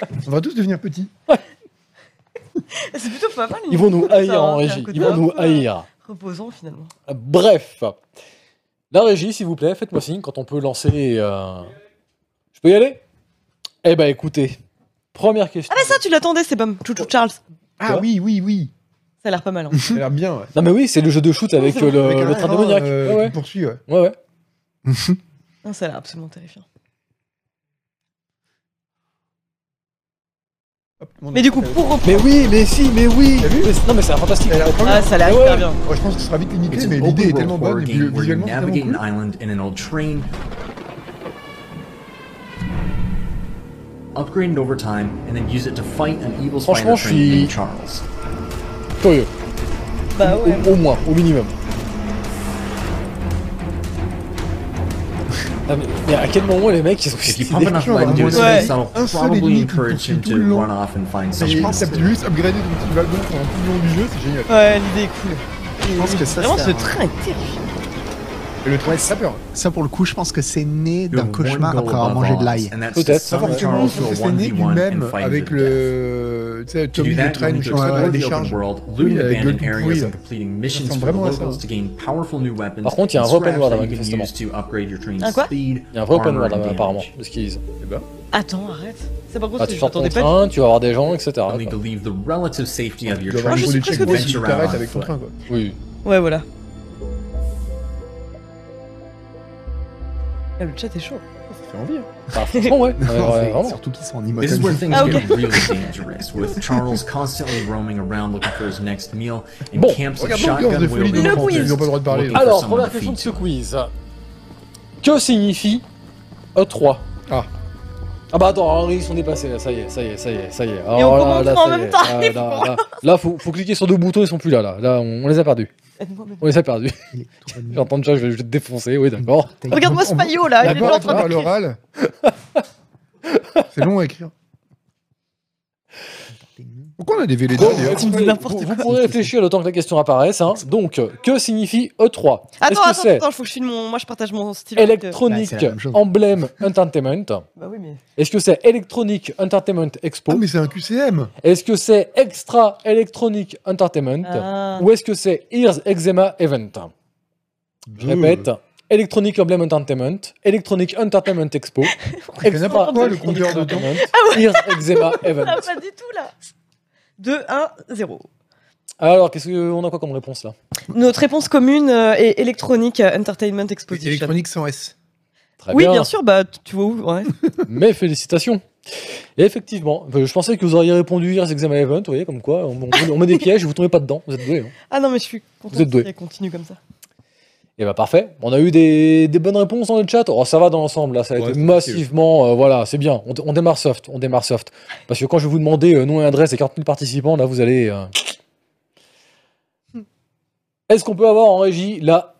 [SPEAKER 4] On va tous devenir petits.
[SPEAKER 2] C'est plutôt pas mal.
[SPEAKER 1] Ils vont nous
[SPEAKER 2] Ça,
[SPEAKER 1] haïr
[SPEAKER 2] hein,
[SPEAKER 1] en
[SPEAKER 2] c'est un
[SPEAKER 1] régie.
[SPEAKER 2] côté
[SPEAKER 1] Ils vont
[SPEAKER 2] un
[SPEAKER 1] nous
[SPEAKER 2] peu, euh,
[SPEAKER 1] haïr.
[SPEAKER 2] Reposant finalement.
[SPEAKER 1] Bref, la régie, s'il vous plaît, faites-moi signe quand on peut lancer. euh, Je peux y aller Eh ben, écoutez, première question.
[SPEAKER 2] Ah, mais ça, tu l'attendais, c'est bam. Chouchou Charles.
[SPEAKER 1] Ah
[SPEAKER 4] oui, oui, oui.
[SPEAKER 2] Ça a l'air pas mal. hein.
[SPEAKER 4] Ça a l'air bien, ouais.
[SPEAKER 1] Non mais oui, c'est le jeu de shoot avec euh, le,
[SPEAKER 4] Avec un
[SPEAKER 1] le train
[SPEAKER 4] rat,
[SPEAKER 1] démoniaque.
[SPEAKER 4] euh,
[SPEAKER 1] Ouais,
[SPEAKER 4] qui
[SPEAKER 1] ouais.
[SPEAKER 4] poursuit, ouais.
[SPEAKER 1] Ouais, ouais.
[SPEAKER 2] Non, ça a l'air absolument terrifiant. Mais du coup, pour reprendre.
[SPEAKER 1] Mais oui, mais si, mais oui. Mais- non mais c'est fantastique.
[SPEAKER 2] Ah, ça a l'air
[SPEAKER 1] Ouais,
[SPEAKER 2] hyper
[SPEAKER 1] ouais.
[SPEAKER 2] bien.
[SPEAKER 4] Oh, je pense que ce sera vite limité,
[SPEAKER 18] It's
[SPEAKER 4] mais
[SPEAKER 18] an
[SPEAKER 4] l'idée est
[SPEAKER 18] open
[SPEAKER 4] tellement
[SPEAKER 18] world
[SPEAKER 4] bonne,
[SPEAKER 18] horror
[SPEAKER 4] et puis,
[SPEAKER 18] game where you
[SPEAKER 4] visuellement, c'est tellement
[SPEAKER 18] navigate an
[SPEAKER 4] cool.
[SPEAKER 18] island in an old train. Upgrade it over time and then use it to fight an evil spider
[SPEAKER 1] Franchement, je
[SPEAKER 18] train named
[SPEAKER 1] suis-
[SPEAKER 18] Charles.
[SPEAKER 1] Curieux.
[SPEAKER 2] Bah
[SPEAKER 1] Au- au, au moins, au minimum. Ah, mais, mais à quel moment les mecs ils ont
[SPEAKER 18] If you pump enough lead into his face, that'll probably encourage him to run off and find
[SPEAKER 4] Et je
[SPEAKER 18] something
[SPEAKER 4] pense
[SPEAKER 18] else
[SPEAKER 4] que
[SPEAKER 18] to
[SPEAKER 4] t'as
[SPEAKER 18] do.
[SPEAKER 4] juste upgradé ton petit wagon pour un pignon du jeu, c'est génial.
[SPEAKER 2] Ouais, l'idée est cool.
[SPEAKER 3] Je pense que ça,
[SPEAKER 2] Vraiment,
[SPEAKER 3] c'est
[SPEAKER 2] ce
[SPEAKER 3] un-
[SPEAKER 2] train est terrifiant.
[SPEAKER 4] Et le train, ça peur.
[SPEAKER 3] Ça, pour le coup, je pense que c'est né d'un
[SPEAKER 18] one
[SPEAKER 3] cauchemar
[SPEAKER 18] goal
[SPEAKER 3] après avoir
[SPEAKER 18] above
[SPEAKER 3] mangé de
[SPEAKER 18] all,
[SPEAKER 3] l'ail.
[SPEAKER 18] and that's to
[SPEAKER 4] Peut-être. Ça,
[SPEAKER 18] summon
[SPEAKER 4] forcément,
[SPEAKER 18] Charles
[SPEAKER 4] je pense
[SPEAKER 18] to
[SPEAKER 4] que
[SPEAKER 18] a
[SPEAKER 4] c'est né du
[SPEAKER 18] 1v1 and
[SPEAKER 4] même
[SPEAKER 18] fight him
[SPEAKER 4] avec
[SPEAKER 18] to death.
[SPEAKER 4] le. Tu sais,
[SPEAKER 18] To do
[SPEAKER 4] Tommy le
[SPEAKER 18] that, you'll
[SPEAKER 4] train,
[SPEAKER 18] need
[SPEAKER 4] je
[SPEAKER 18] to
[SPEAKER 4] sais pas,
[SPEAKER 18] explore
[SPEAKER 4] des
[SPEAKER 18] the open
[SPEAKER 4] charges.
[SPEAKER 18] world,
[SPEAKER 4] Oui,
[SPEAKER 18] loot
[SPEAKER 4] la gueule
[SPEAKER 18] abandoned
[SPEAKER 4] tout
[SPEAKER 18] areas,
[SPEAKER 4] pourrie.
[SPEAKER 18] and completing missions for
[SPEAKER 4] ressemble
[SPEAKER 18] the
[SPEAKER 4] vraiment à ça.
[SPEAKER 18] locals to gain powerful new weapons
[SPEAKER 1] Par contre, il y a un
[SPEAKER 18] and
[SPEAKER 1] vrai open
[SPEAKER 18] scraps
[SPEAKER 1] world,
[SPEAKER 18] that you can
[SPEAKER 1] manifestement.
[SPEAKER 18] use to upgrade your train's
[SPEAKER 2] Un quoi
[SPEAKER 18] speed,
[SPEAKER 1] Il y a un vrai open
[SPEAKER 18] armor
[SPEAKER 1] world
[SPEAKER 18] and damage.
[SPEAKER 1] apparemment, de ce qu'ils disent.
[SPEAKER 2] Attends, arrête. C'est pas gros,
[SPEAKER 1] Bah,
[SPEAKER 2] je
[SPEAKER 1] tu sors ton
[SPEAKER 2] t'attendais pas.
[SPEAKER 1] train, tu vas avoir des gens, etc.
[SPEAKER 18] You'll need to leave the relative safety of your
[SPEAKER 1] dois
[SPEAKER 18] train
[SPEAKER 2] avoir un
[SPEAKER 18] to
[SPEAKER 2] niveau d'échec dessus,
[SPEAKER 18] venture
[SPEAKER 4] t'arrêtes
[SPEAKER 18] out on
[SPEAKER 4] avec ton
[SPEAKER 18] foot.
[SPEAKER 4] train, quoi.
[SPEAKER 1] Oui.
[SPEAKER 2] Ouais, voilà. Ah, le chat est chaud.
[SPEAKER 4] Ça fait envie. hein.
[SPEAKER 1] Bah, franchement, ouais. Ouais,
[SPEAKER 3] Non,
[SPEAKER 1] ouais,
[SPEAKER 3] c'est-
[SPEAKER 1] vraiment.
[SPEAKER 3] Surtout qu'ils sont en
[SPEAKER 18] This is
[SPEAKER 3] immortalité.
[SPEAKER 18] where things
[SPEAKER 2] Ah,
[SPEAKER 18] get
[SPEAKER 2] ok.
[SPEAKER 18] really dangerous, with Charles constantly roaming around looking for his next meal and
[SPEAKER 1] Bon,
[SPEAKER 18] camps of
[SPEAKER 4] regardons l'ambiance de
[SPEAKER 18] shotgun
[SPEAKER 4] folie
[SPEAKER 18] wielding
[SPEAKER 4] des gens,
[SPEAKER 18] cultists
[SPEAKER 4] ils ont pas le droit de parler.
[SPEAKER 18] looking for
[SPEAKER 1] Alors,
[SPEAKER 18] someone
[SPEAKER 1] première
[SPEAKER 18] to
[SPEAKER 1] question de
[SPEAKER 18] feed
[SPEAKER 1] ce quiz. Que signifie E3
[SPEAKER 4] Ah.
[SPEAKER 1] Ah bah attends, alors, ils sont dépassés là, ça y est, ça y est, ça y est, ça y est. Alors,
[SPEAKER 2] on
[SPEAKER 1] là,
[SPEAKER 2] commente
[SPEAKER 1] là,
[SPEAKER 2] en
[SPEAKER 1] ça y
[SPEAKER 2] même
[SPEAKER 1] est, Ah,
[SPEAKER 2] temps,
[SPEAKER 1] là,
[SPEAKER 2] les
[SPEAKER 1] là,
[SPEAKER 2] pauvres.
[SPEAKER 1] là, là, faut, faut cliquer sur deux boutons, ils sont plus là, là, là, on, on les a perdus.
[SPEAKER 2] Aide-moi,
[SPEAKER 1] On les a perdus. J'entends déjà, je vais, je vais te défoncer, oui d'accord.
[SPEAKER 4] Ah,
[SPEAKER 2] Regarde-moi ce paillot là, il est
[SPEAKER 4] D'abord,
[SPEAKER 2] en
[SPEAKER 4] on
[SPEAKER 2] train
[SPEAKER 4] parle
[SPEAKER 2] de
[SPEAKER 4] l'oral. C'est long à écrire. Pourquoi on a des E VLD
[SPEAKER 1] Bon,
[SPEAKER 4] d'ailleurs
[SPEAKER 1] écoutez, vous, vous pourrez réfléchir le temps que la question apparaisse. hein. Donc, que signifie E3 Est-ce
[SPEAKER 2] Attends,
[SPEAKER 1] que
[SPEAKER 2] attends,
[SPEAKER 1] c'est
[SPEAKER 2] attends, faut que je filme mon. Moi, je partage mon stylo. avec, euh,
[SPEAKER 1] Electronic Emblem Entertainment
[SPEAKER 2] Bah oui, mais.
[SPEAKER 1] Est-ce que c'est Electronic Entertainment Expo
[SPEAKER 4] mais c'est un QCM
[SPEAKER 1] Est-ce que c'est Extra Electronic Entertainment
[SPEAKER 2] Ah.
[SPEAKER 1] Ou est-ce que c'est Ears Eczema Event Je répète. Electronic Emblem Entertainment, Electronic Entertainment Expo, Extra
[SPEAKER 4] n'importe quoi, le compteur de temps.
[SPEAKER 1] Entertainment, Ears Eczema Event.
[SPEAKER 2] Ah, pas du tout, là 2, 1, 0.
[SPEAKER 1] Alors, qu'est-ce qu'on a quoi comme réponse là
[SPEAKER 2] Notre réponse commune euh, est Electronic Entertainment Exposition.
[SPEAKER 4] Électronique sans S.
[SPEAKER 1] Très
[SPEAKER 2] oui, bien. sûr, bah t- tu vois où ouais.
[SPEAKER 1] Mais félicitations. Et effectivement, euh, je pensais que vous auriez répondu hier à Exam Event, vous voyez, comme quoi, on, on- on met des pièges et vous tombez pas dedans, vous êtes doués. hein.
[SPEAKER 2] Ah non, mais je suis content
[SPEAKER 1] Vous êtes doué.
[SPEAKER 2] qu'elle continue comme ça.
[SPEAKER 1] Et bah parfait, on a eu des, des bonnes réponses dans le chat. Oh, ça va dans l'ensemble, là, ça a
[SPEAKER 4] Ouais,
[SPEAKER 1] été
[SPEAKER 4] c'est
[SPEAKER 1] massivement. euh, voilà, c'est bien, on, on démarre soft, on démarre soft. Parce que quand je vais vous demander euh, nom et adresse et 40 000 participants, là, vous allez. euh, Est-ce qu'on peut avoir en régie la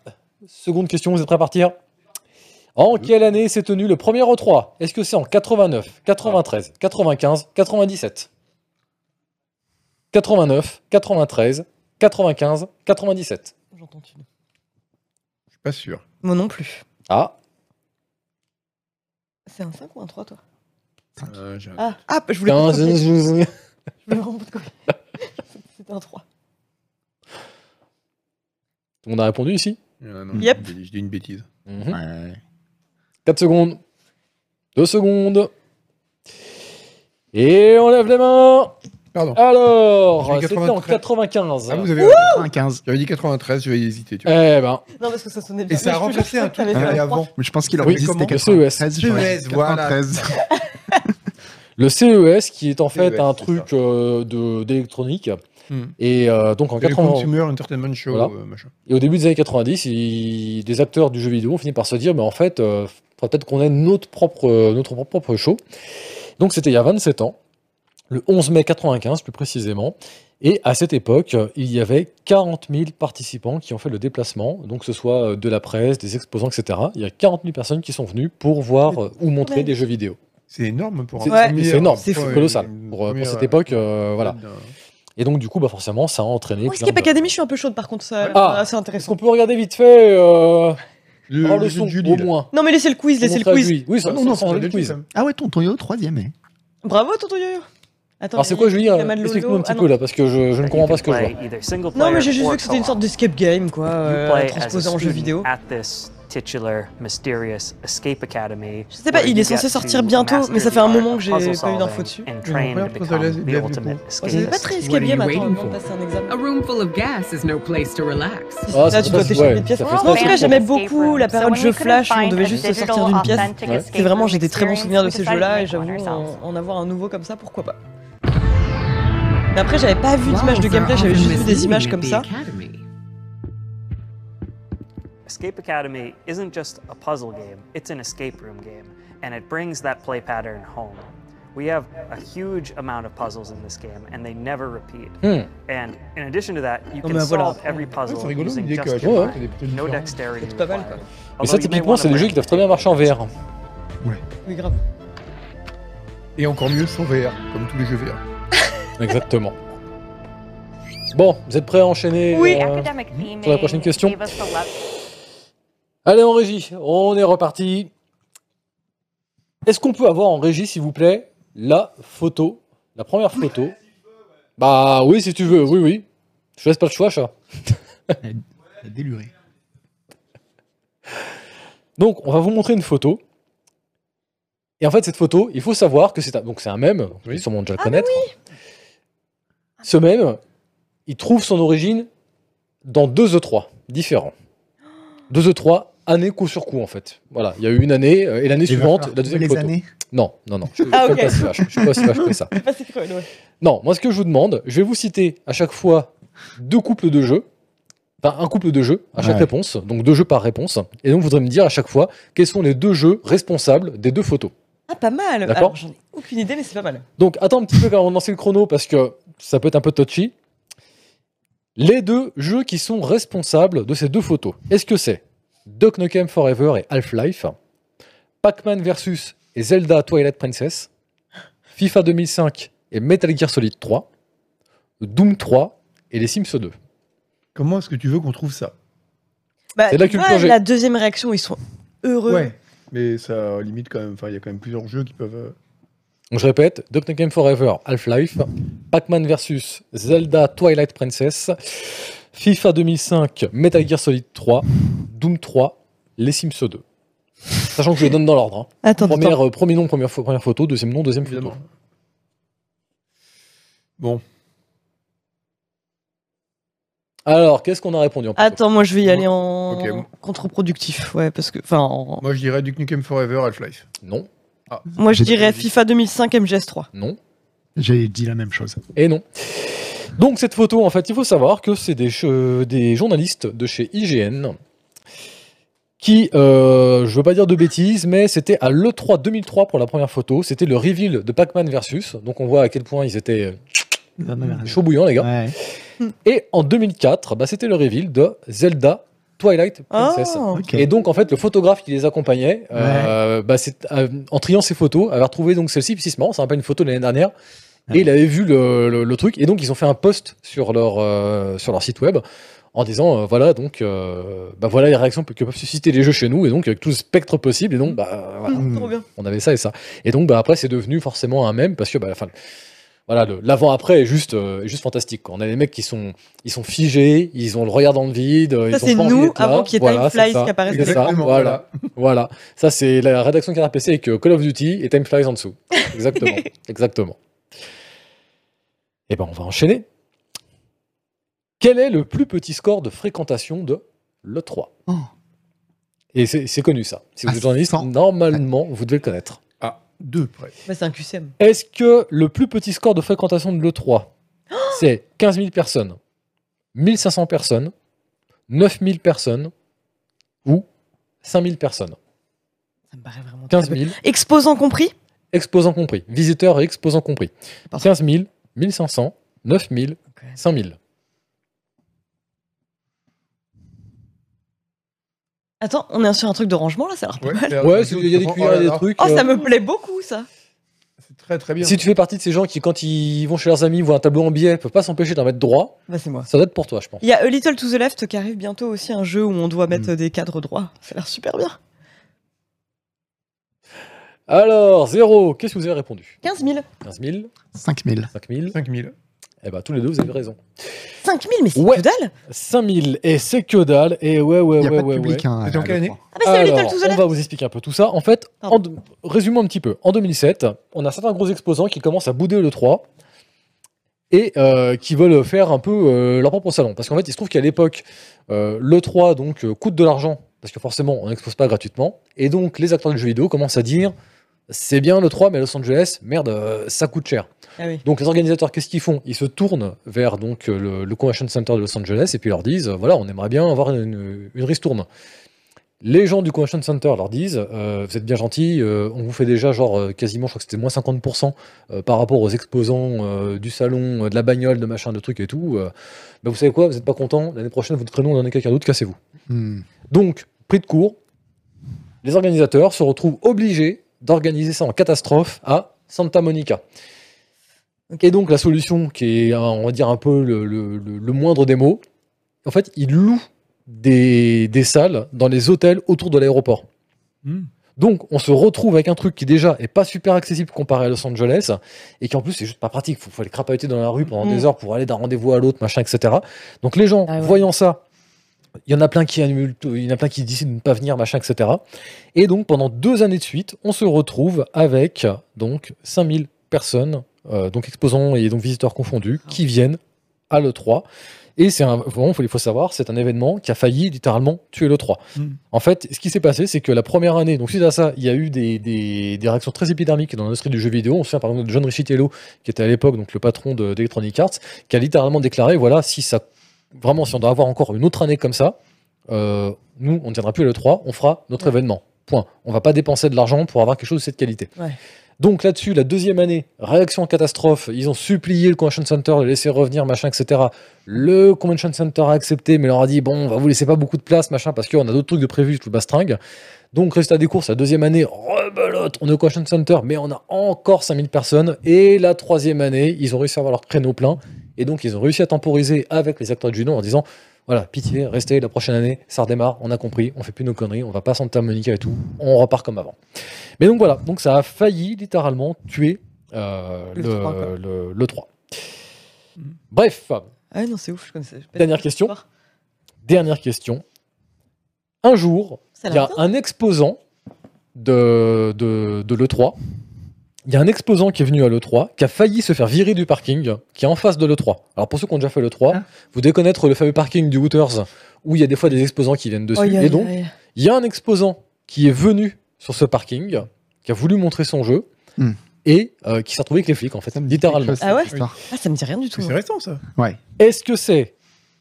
[SPEAKER 1] seconde question Vous êtes prêts à partir En quelle année s'est tenu le premier O3 Est-ce que c'est en 89, 93, 95, 97 89, 93, 95, 97
[SPEAKER 4] Je suis pas sûr.
[SPEAKER 2] Moi non plus.
[SPEAKER 1] Ah,
[SPEAKER 2] C'est un 5 ou un 3, toi
[SPEAKER 4] Euh, j'ai un-
[SPEAKER 2] ah, ah, je voulais pas te copier. Je voulais vraiment pas te copier. C'était un 3.
[SPEAKER 1] Tout le monde a répondu ici
[SPEAKER 4] Euh, non,
[SPEAKER 2] Yep.
[SPEAKER 4] Je dis une bêtise.
[SPEAKER 1] Mhm. 4 secondes. 2 secondes. Et on lève les mains.
[SPEAKER 4] Pardon.
[SPEAKER 1] Alors,
[SPEAKER 4] J'ai dit
[SPEAKER 1] c'était en 95.
[SPEAKER 4] Ah, vous avez
[SPEAKER 3] 95.
[SPEAKER 4] J'avais dit 93, j'avais hésité. Tu vois.
[SPEAKER 1] Eh ben,
[SPEAKER 2] Non, parce que ça sonnait bien.
[SPEAKER 4] Et ça a remplacé un truc qu'il Ah, y avait avant. E
[SPEAKER 3] Mais je pense qu'il
[SPEAKER 1] Oui,
[SPEAKER 3] aurait dit c'était
[SPEAKER 1] comment
[SPEAKER 3] 93. j'aurais dit
[SPEAKER 4] CES, voilà.
[SPEAKER 3] 93.
[SPEAKER 1] le CES qui est en fait
[SPEAKER 4] CES,
[SPEAKER 1] un
[SPEAKER 4] E c'est
[SPEAKER 1] truc euh, de- d'électronique.
[SPEAKER 4] Hmm.
[SPEAKER 1] Et euh, donc en
[SPEAKER 4] C'est le
[SPEAKER 1] 80...
[SPEAKER 4] Consumer Entertainment Show,
[SPEAKER 1] Voilà.
[SPEAKER 4] euh, machin.
[SPEAKER 1] Et au début des années 90, il- des acteurs du jeu vidéo ont fini par se dire, mais en fait, euh, faudrait peut-être qu'on ait notre propre, euh, notre propre show. Donc c'était il y a 27 ans, le 11 mai 95 plus précisément. Et à cette époque, euh, il y avait 40 000 participants qui ont fait le déplacement, donc que ce soit euh, de la presse, des exposants, etc. Il y a 40 000 personnes qui sont venues pour voir euh, ou montrer
[SPEAKER 2] Ouais.
[SPEAKER 1] des jeux vidéo.
[SPEAKER 4] C'est énorme pour un
[SPEAKER 1] C'est
[SPEAKER 4] premier-
[SPEAKER 1] c'est énorme,
[SPEAKER 2] C'est
[SPEAKER 1] c'est
[SPEAKER 2] fou.
[SPEAKER 1] colossal
[SPEAKER 4] une
[SPEAKER 1] pour, euh, pour
[SPEAKER 4] première,
[SPEAKER 1] cette
[SPEAKER 4] euh,
[SPEAKER 1] époque. euh, voilà.
[SPEAKER 4] d'un-
[SPEAKER 1] Et donc du coup, bah, forcément, ça a entraîné...
[SPEAKER 2] Oh,
[SPEAKER 1] plein
[SPEAKER 2] Escape
[SPEAKER 1] de-
[SPEAKER 2] Academy, je suis un peu chaude par contre, ça,
[SPEAKER 1] Ah.
[SPEAKER 2] c'est
[SPEAKER 1] Est-ce
[SPEAKER 2] intéressant.
[SPEAKER 1] qu'on peut regarder vite fait euh,
[SPEAKER 4] Le,
[SPEAKER 1] avoir
[SPEAKER 4] le
[SPEAKER 1] le
[SPEAKER 4] jeu
[SPEAKER 1] son,
[SPEAKER 4] de Judy,
[SPEAKER 1] au
[SPEAKER 4] là.
[SPEAKER 1] moins
[SPEAKER 2] Non, mais laissez le quiz, laissez le quiz.
[SPEAKER 1] Oui, ça,
[SPEAKER 4] Ah non, non,
[SPEAKER 1] sans
[SPEAKER 4] c'est
[SPEAKER 1] le
[SPEAKER 4] le
[SPEAKER 1] quiz.
[SPEAKER 4] quiz.
[SPEAKER 3] Ah ouais, ton Toyo, troisième. eh.
[SPEAKER 2] Bravo, tonton Yoyo. Attends,
[SPEAKER 1] Alors Ah, c'est quoi,
[SPEAKER 2] il y a
[SPEAKER 1] Julien
[SPEAKER 2] mal lodo.
[SPEAKER 1] Explique-nous un petit
[SPEAKER 2] Ah, non.
[SPEAKER 1] peu là, parce que je, je ne comprends pas ce que je vois.
[SPEAKER 2] Non, mais j'ai juste vu que c'était une sorte d'escape game, quoi, euh, transposé en jeu vidéo.
[SPEAKER 19] At this titular mysterious escape academy.
[SPEAKER 2] Je sais pas, il est censé sortir bientôt, mais ça fait un moment que j'ai pas eu d'infos dessus. C'est pas très escape game, attends, on passe un examen.
[SPEAKER 20] A room full of gas is no place to relax.
[SPEAKER 1] Ah, ça
[SPEAKER 2] Là,
[SPEAKER 1] fait
[SPEAKER 2] tu dois
[SPEAKER 1] pas-
[SPEAKER 2] t'échapper
[SPEAKER 1] ouais,
[SPEAKER 2] des pièces.
[SPEAKER 1] ça fait
[SPEAKER 2] Non,
[SPEAKER 1] pas
[SPEAKER 2] en tout
[SPEAKER 1] trop
[SPEAKER 2] cas,
[SPEAKER 1] de
[SPEAKER 2] j'aimais
[SPEAKER 1] sens.
[SPEAKER 2] beaucoup la période jeu flash où on devait juste se sortir d'une pièce.
[SPEAKER 1] Ouais.
[SPEAKER 2] Et vraiment, j'ai des très bons souvenirs de ces jeux-là et j'avoue, en, en avoir un nouveau comme ça, pourquoi pas. Mais après, j'avais pas vu d'image de gameplay, j'avais juste vu des images comme ça.
[SPEAKER 19] Escape Academy isn't just a puzzle game, it's an escape room game, and it brings that play pattern home. We have a huge amount of puzzles in this game, and they never repeat.
[SPEAKER 1] Hmm.
[SPEAKER 19] And in addition to that, you
[SPEAKER 2] Non,
[SPEAKER 19] can
[SPEAKER 2] mais voilà.
[SPEAKER 19] solve every puzzle
[SPEAKER 4] Ah, c'est rigolo,
[SPEAKER 19] using
[SPEAKER 4] l'idée
[SPEAKER 19] just
[SPEAKER 4] que-
[SPEAKER 19] your
[SPEAKER 4] ouais,
[SPEAKER 19] mind.
[SPEAKER 4] c'est des petites
[SPEAKER 19] No
[SPEAKER 4] différences.
[SPEAKER 19] dexterity
[SPEAKER 2] C'est pas mal, quoi.
[SPEAKER 19] required.
[SPEAKER 1] Mais ça,
[SPEAKER 19] Although you may
[SPEAKER 1] typiquement,
[SPEAKER 19] wanna
[SPEAKER 1] c'est des jeux
[SPEAKER 19] break
[SPEAKER 1] qui doivent très bien marcher en VR.
[SPEAKER 2] Oui, grave.
[SPEAKER 4] Et encore mieux sans VR, comme tous les jeux VR.
[SPEAKER 1] Exactement. Bon, vous êtes prêts à enchaîner
[SPEAKER 21] Oui.
[SPEAKER 1] euh, sur la prochaine question Allez en régie, on est reparti. Est-ce qu'on peut avoir en régie, s'il vous plaît, la photo, la première photo Bah oui, si tu veux, oui, oui. Je te laisse pas le choix, chat.
[SPEAKER 3] Déluré.
[SPEAKER 1] Donc, on va vous montrer une photo. Et en fait, cette photo, il faut savoir que c'est un, donc c'est un mème, donc vous allez sûrement déjà le
[SPEAKER 2] Ah,
[SPEAKER 1] connaître. Ce mème, il trouve son origine dans deux E3 différents. Deux E3, année coup sur coup, en fait. Voilà, il y a eu une année, euh, et l'année
[SPEAKER 3] Il va
[SPEAKER 1] suivante,
[SPEAKER 3] falloir
[SPEAKER 1] la deuxième
[SPEAKER 3] les
[SPEAKER 1] photo.
[SPEAKER 3] années
[SPEAKER 1] Non, non, non, je, je
[SPEAKER 2] Ah,
[SPEAKER 1] suis
[SPEAKER 2] ok.
[SPEAKER 1] pas si vache, je suis pas si vache que ça.
[SPEAKER 2] C'est pas si cruel, ouais.
[SPEAKER 1] Non, moi ce que je vous demande, je vais vous citer à chaque fois deux couples de jeux, enfin un couple de jeux à chaque
[SPEAKER 3] Ouais.
[SPEAKER 1] réponse, donc deux jeux par réponse, et donc vous devrez me dire à chaque fois quels sont les deux jeux responsables des deux photos.
[SPEAKER 2] Ah, pas mal.
[SPEAKER 1] D'accord.
[SPEAKER 2] Alors, j'en ai aucune idée, mais c'est pas mal.
[SPEAKER 1] Donc attends un petit peu avant de lancer le chrono parce que ça peut être un peu touchy. Les deux jeux qui sont responsables de ces deux photos, est-ce que c'est Duck Nukem Forever et Half-Life, Pac-Man versus et Zelda Twilight Princess, FIFA 2005 et Metal Gear Solid 3, Doom 3 et les Sims 2.
[SPEAKER 4] Comment est-ce que tu veux qu'on trouve ça
[SPEAKER 2] Bah,
[SPEAKER 1] C'est de la
[SPEAKER 2] tu
[SPEAKER 1] culture
[SPEAKER 2] vois,
[SPEAKER 1] G.
[SPEAKER 2] la deuxième réaction, ils sont heureux.
[SPEAKER 4] Ouais. Mais ça limite quand même. Enfin, il y a quand même plusieurs jeux qui peuvent. euh,
[SPEAKER 1] Donc, Je répète, Duck Game Forever, Half-Life, Pac-Man vs Zelda Twilight Princess, FIFA 2005, Metal Gear Solid 3, Doom 3, Les Sims 2. Sachant que je les donne dans l'ordre. hein.
[SPEAKER 2] Attends,
[SPEAKER 1] Première,
[SPEAKER 2] attends.
[SPEAKER 1] euh, premier nom, première, pho- première photo, deuxième nom, deuxième photo.
[SPEAKER 4] Bon.
[SPEAKER 1] Alors, qu'est-ce qu'on a répondu en
[SPEAKER 2] Attends, moi je vais y aller en
[SPEAKER 4] Ok, bon.
[SPEAKER 2] contre-productif, ouais, parce que, enfin, en-
[SPEAKER 4] Moi, je dirais Duke Nukem Forever, Half-Life.
[SPEAKER 1] Non.
[SPEAKER 2] moi je
[SPEAKER 3] J'ai-
[SPEAKER 2] dirais FIFA 2005 MGS3.
[SPEAKER 1] Non.
[SPEAKER 3] J'ai dit la même chose.
[SPEAKER 1] Et non. Donc cette photo, en fait, il faut savoir que c'est des, che- des journalistes de chez IGN qui, euh, je veux pas dire de bêtises, mais c'était à l'E3 2003 pour la première photo. C'était le reveal de Pac-Man versus. Donc on voit à quel point ils étaient euh, chaud bouillants, les gars. Et en 2004, bah, c'était le reveal de Zelda Twilight Princess.
[SPEAKER 2] Oh.
[SPEAKER 3] Ok.
[SPEAKER 1] Et donc, en fait, le photographe qui les accompagnait, euh, bah, c'est, euh, en triant ses photos, avait retrouvé donc celle-ci. Puis c'est marrant, ça rappelle une photo de l'année dernière. Et il avait vu le, le- le truc. Et donc, ils ont fait un post sur leur, euh, sur leur site web en disant euh, voilà donc euh, bah, voilà les réactions que peuvent susciter les jeux chez nous et donc avec tout le spectre possible et donc bah, voilà.
[SPEAKER 2] Trop bien.
[SPEAKER 1] On avait ça et ça. Et donc, bah, après, c'est devenu forcément un même parce que, bah, la fin- voilà, le- l'avant-après est juste, euh, est juste fantastique. quoi. On a des mecs qui sont, ils sont figés, ils ont le regard dans le vide. euh,
[SPEAKER 2] Ça,
[SPEAKER 1] ils ont
[SPEAKER 2] c'est
[SPEAKER 1] pas envie
[SPEAKER 2] nous,
[SPEAKER 1] d'être là.
[SPEAKER 2] avant qu'il y ait Time
[SPEAKER 1] Voilà, c'est
[SPEAKER 2] Flies
[SPEAKER 1] ça.
[SPEAKER 2] qui apparaisse
[SPEAKER 1] C'est ça,
[SPEAKER 2] Exactement,
[SPEAKER 1] voilà. voilà. Ça, c'est la rédaction qui a PC avec euh, Call of Duty et Time Flies en dessous. Exactement. Exactement. Et ben, on va enchaîner. Quel est le plus petit score de fréquentation de l'E3
[SPEAKER 3] Oh.
[SPEAKER 1] Et c'est c'est connu ça. Si vous
[SPEAKER 3] Ah,
[SPEAKER 1] êtes journaliste, normalement, vous devez le connaître.
[SPEAKER 4] Ah, deux près.
[SPEAKER 2] Bah, c'est un QCM.
[SPEAKER 1] Est-ce que le plus petit score de fréquentation de l'E3, c'est 15 000 personnes, 1500 personnes, 9000 personnes ou 5000 personnes
[SPEAKER 2] Ça me paraît vraiment
[SPEAKER 1] 15
[SPEAKER 2] très
[SPEAKER 1] 000,
[SPEAKER 2] peu. Exposant compris
[SPEAKER 1] exposants compris, visiteurs et exposants compris. 15 000, 1500, 9000, 5000.
[SPEAKER 2] Attends, on est sur un truc de rangement là, ça a l'air pas
[SPEAKER 4] Ouais,
[SPEAKER 2] mal.
[SPEAKER 4] c'est-
[SPEAKER 1] Ouais, c'est- il y a des cuillères, il y a des trucs.
[SPEAKER 2] Oh, ça
[SPEAKER 1] euh,
[SPEAKER 2] me plaît beaucoup ça.
[SPEAKER 4] Très, très bien.
[SPEAKER 1] Si tu fais partie de ces gens qui, quand ils vont chez leurs amis, voient un tableau en biais, peuvent pas s'empêcher d'en mettre droit,
[SPEAKER 2] Bah, c'est moi.
[SPEAKER 1] ça doit être pour toi, je pense.
[SPEAKER 2] Il y a A Little to the Left qui arrive bientôt aussi, un jeu où on
[SPEAKER 1] Hmm.
[SPEAKER 2] doit mettre des cadres droits. Ça a l'air super bien.
[SPEAKER 1] Alors, zéro, qu'est-ce que vous avez répondu
[SPEAKER 2] 15 000.
[SPEAKER 1] 15 000,
[SPEAKER 3] 5000.
[SPEAKER 1] 5 000
[SPEAKER 4] 5 000.
[SPEAKER 1] Eh ben, tous les deux, vous avez raison.
[SPEAKER 2] 5 000, mais c'est
[SPEAKER 1] Ouais.
[SPEAKER 2] que dalle Ah,
[SPEAKER 1] 5000 et c'est que dalle et ouais ouais
[SPEAKER 3] Il
[SPEAKER 1] ouais
[SPEAKER 3] y a pas de
[SPEAKER 1] ouais,
[SPEAKER 3] public,
[SPEAKER 1] ouais.
[SPEAKER 3] hein,
[SPEAKER 4] C'était en
[SPEAKER 3] à
[SPEAKER 4] quelle
[SPEAKER 3] l'E3.
[SPEAKER 4] année
[SPEAKER 2] Ah bah c'est
[SPEAKER 1] Alors,
[SPEAKER 2] Little to the
[SPEAKER 1] on
[SPEAKER 2] Left
[SPEAKER 1] va vous expliquer un peu tout ça. En fait, en deux- résumons un petit peu. En 2007, on a certains gros exposants qui commencent à bouder le 3 et euh, qui veulent faire un peu euh, leur propre salon. Parce qu'en fait, il se trouve qu'à l'époque, le 3 donc euh, coûte de l'argent parce que forcément, on n'expose pas gratuitement. Et donc, les acteurs du jeu vidéo commencent à dire, c'est bien le 3, mais à Los Angeles, merde, euh, ça coûte cher.
[SPEAKER 2] Ah oui.
[SPEAKER 1] Donc les organisateurs, qu'est-ce qu'ils font Ils se tournent vers donc euh, le, le Convention Center de Los Angeles et puis ils leur disent euh, voilà, on aimerait bien avoir une, une ristourne. Les gens du Convention Center leur disent euh, vous êtes bien gentils, euh, on vous fait déjà genre euh, quasiment, je crois que c'était moins 50% euh, par rapport aux exposants euh, du salon, euh, de la bagnole, de machin, de trucs et tout. euh, bah, vous savez quoi Vous n'êtes pas content L'année prochaine, vous prenez, on en est quelqu'un d'autre, cassez-vous.
[SPEAKER 3] Hmm.
[SPEAKER 1] Donc, prix de cours, les organisateurs se retrouvent obligés d'organiser ça en catastrophe à Santa Monica. Et donc, la solution, qui est, on va dire, un peu le, le- le- le moindre des mots, en fait, ils louent des, des salles dans les hôtels autour de l'aéroport.
[SPEAKER 4] Hmm.
[SPEAKER 1] Donc, on se retrouve avec un truc qui déjà est pas super accessible comparé à Los Angeles et qui en plus c'est juste pas pratique. Faut, faut aller crapahuter dans la rue pendant
[SPEAKER 2] Mm.
[SPEAKER 1] des heures pour aller d'un rendez-vous à l'autre, machin, etc. Donc, les gens, voyant ça, il y en a plein qui annulent, tout, il y en a plein qui décident de ne pas venir, machin, etc. Et donc, pendant deux années de suite, on se retrouve avec donc 5000 personnes, euh, donc exposants et donc visiteurs confondus, qui viennent à l'E3. Et c'est un, vraiment, il faut, il faut savoir, c'est un événement qui a failli littéralement tuer l'E3. En fait, ce qui s'est passé, c'est que la première année, donc suite à ça, il y a eu des, des- des réactions très épidermiques dans l'industrie du jeu vidéo. On se souvient par exemple de John Richitello, qui était à l'époque donc le patron de- d'Electronic Arts, qui a littéralement déclaré voilà, si ça vraiment, si on doit avoir encore une autre année comme ça, euh, nous, on ne tiendra plus le 3, on fera notre événement. Point. On va pas dépenser de l'argent pour avoir quelque chose de cette qualité.
[SPEAKER 2] Ouais.
[SPEAKER 1] Donc là-dessus, la deuxième année, réaction en catastrophe, ils ont supplié le Convention Center de laisser revenir, machin, etc. Le Convention Center a accepté, mais leur a dit, bon, on va vous laisser pas beaucoup de place, machin, parce qu'on a d'autres trucs de prévus, tout le bastringue. Donc, résultat des courses, la deuxième année, rebelote, on est au Convention Center, mais on a encore 5000 personnes. Et la troisième année, ils ont réussi à avoir leur créneau plein. Et donc, ils ont réussi à temporiser avec les acteurs du nom en disant voilà, pitié, restez la prochaine année, ça redémarre, on a compris, on fait plus nos conneries, on va pas à Santa Monica et tout, on repart comme avant. Mais donc voilà, donc ça a failli littéralement tuer euh,
[SPEAKER 2] Le
[SPEAKER 1] le,
[SPEAKER 2] trois, quoi.
[SPEAKER 1] le- le 3. Bref,
[SPEAKER 2] Ah ouais, non, c'est ouf, je connaissais. je sais pas
[SPEAKER 1] dernière
[SPEAKER 2] si-
[SPEAKER 1] question. Dernière question. Un jour,
[SPEAKER 2] Ça
[SPEAKER 1] il
[SPEAKER 2] a
[SPEAKER 1] y a
[SPEAKER 2] l'air bien.
[SPEAKER 1] un exposant de, de, de l'E3. Il y a un exposant qui est venu à l'E3, qui a failli se faire virer du parking, qui est en face de l'E3. Alors pour ceux qui ont déjà fait l'E3, vous devez connaître le fameux parking du Hooters, où il y a des fois des exposants qui viennent dessus.
[SPEAKER 2] Aïe, aïe,
[SPEAKER 1] Et donc,
[SPEAKER 2] aïe.
[SPEAKER 1] Oh, il y a un exposant qui est venu sur ce parking, qui a voulu montrer son jeu,
[SPEAKER 3] Hmm.
[SPEAKER 1] et euh, qui s'est retrouvé avec les flics, en fait, littéralement.
[SPEAKER 2] Ah ouais Ah, ça me dit rien du tout.
[SPEAKER 4] C'est récent ça.
[SPEAKER 3] Ouais.
[SPEAKER 1] Est-ce que c'est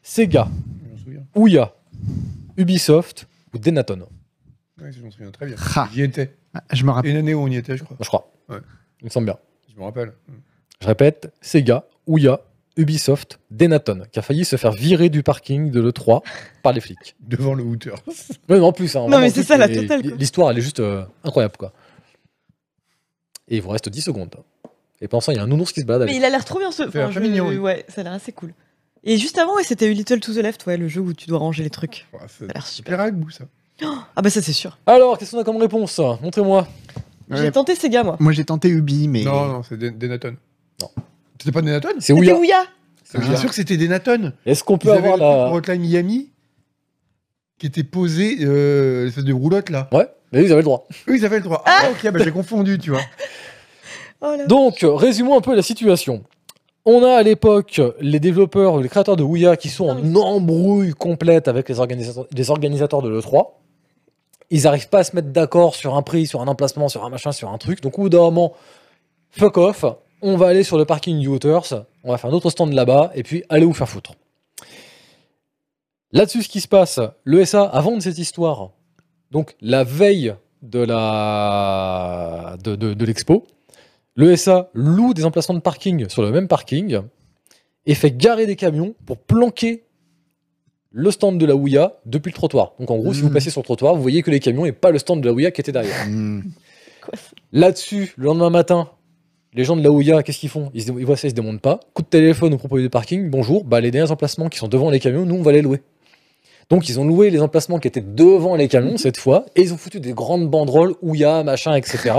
[SPEAKER 1] Sega, Ouya, Ubisoft ou Denaton
[SPEAKER 4] Ouais, je m'en souviens très bien.
[SPEAKER 1] Ha.
[SPEAKER 4] J'y étais.
[SPEAKER 3] Ah, Je me rappelle.
[SPEAKER 4] Une année où on y était, je crois.
[SPEAKER 1] Je crois.
[SPEAKER 4] Ouais.
[SPEAKER 1] Il me semble bien.
[SPEAKER 4] Je me rappelle. Mm.
[SPEAKER 1] Je répète, Sega, Ouya, Ubisoft, Denaton, qui a failli se faire virer du parking de l'E3 par les flics.
[SPEAKER 4] Devant le hooter.
[SPEAKER 1] Ouais, mais en plus, hein,
[SPEAKER 2] Non,
[SPEAKER 1] vraiment,
[SPEAKER 2] mais
[SPEAKER 1] en
[SPEAKER 2] c'est
[SPEAKER 1] plus,
[SPEAKER 2] ça, la
[SPEAKER 1] les-
[SPEAKER 2] totale,
[SPEAKER 1] les-
[SPEAKER 2] quoi.
[SPEAKER 1] L'histoire, elle est juste euh, incroyable, quoi. Et il vous reste 10 secondes. Et pendant ça, il y a un nounours qui se balade.
[SPEAKER 2] Mais
[SPEAKER 1] avec-
[SPEAKER 2] il a l'air trop bien ce.
[SPEAKER 1] Ça a l'air
[SPEAKER 2] enfin,
[SPEAKER 1] très
[SPEAKER 2] je-
[SPEAKER 1] mignon, oui.
[SPEAKER 2] Ouais, ça a l'air assez cool. Et juste avant, ouais, c'était Little to the Left, ouais, le jeu où tu dois ranger les trucs.
[SPEAKER 4] ça
[SPEAKER 2] a l'air
[SPEAKER 4] super. à goût, ça.
[SPEAKER 2] Ah bah ça c'est sûr.
[SPEAKER 1] Alors, qu'est-ce qu'on a comme réponse hein Montrez-moi.
[SPEAKER 2] J'ai tenté Sega moi.
[SPEAKER 3] Moi j'ai tenté Ubi, mais.
[SPEAKER 4] Non, non, c'est Den- Denaton. Non. C'était pas Denaton
[SPEAKER 1] C'est
[SPEAKER 2] C'était Ouya
[SPEAKER 4] C'est Ouya. Bien sûr que c'était Denaton.
[SPEAKER 1] Est-ce qu'on
[SPEAKER 4] Ils
[SPEAKER 1] peut
[SPEAKER 4] avaient
[SPEAKER 1] hein. avoir
[SPEAKER 4] le truc
[SPEAKER 1] la.
[SPEAKER 4] pour Hotline Miami qui était posé, euh, l'espèce de roulotte là.
[SPEAKER 1] Ouais, mais ils avaient le droit.
[SPEAKER 4] Eux, ils avaient le droit. Ah, ok, bah, j'ai confondu, tu vois.
[SPEAKER 2] Oh
[SPEAKER 1] Donc, euh, résumons un peu la situation. On a à l'époque les développeurs, les créateurs de Ouya qui sont en embrouille complète avec les organisateurs, les organisateurs de l'E3. Ils n'arrivent pas à se mettre d'accord sur un prix, sur un emplacement, sur un machin, sur un truc. Donc, au bout d'un moment, fuck off, on va aller sur le parking du Hooters, on va faire un autre stand là-bas, et puis allez vous faire foutre. Là-dessus, ce qui se passe, l'ESA, avant de cette histoire, donc la veille de la de, de- de l'expo, l'ESA loue des emplacements de parking sur le même parking et fait garer des camions pour planquer le stand de la Ouya depuis le trottoir. Donc en gros, si vous
[SPEAKER 3] Mm.
[SPEAKER 1] passez sur le trottoir, vous voyez que les camions et pas le stand de la Ouya qui était derrière.
[SPEAKER 3] Hmm.
[SPEAKER 1] Là-dessus, le lendemain matin, les gens de la OUIA, qu'est-ce qu'ils font ils, se dé- ils voient ça, ils se démontent pas. Coup de téléphone au propos du parking, bonjour, bah, les derniers emplacements qui sont devant les camions, nous on va les louer. Donc ils ont loué les emplacements qui étaient devant les camions cette fois, et ils ont foutu des grandes banderoles, Ouya, machin, etc.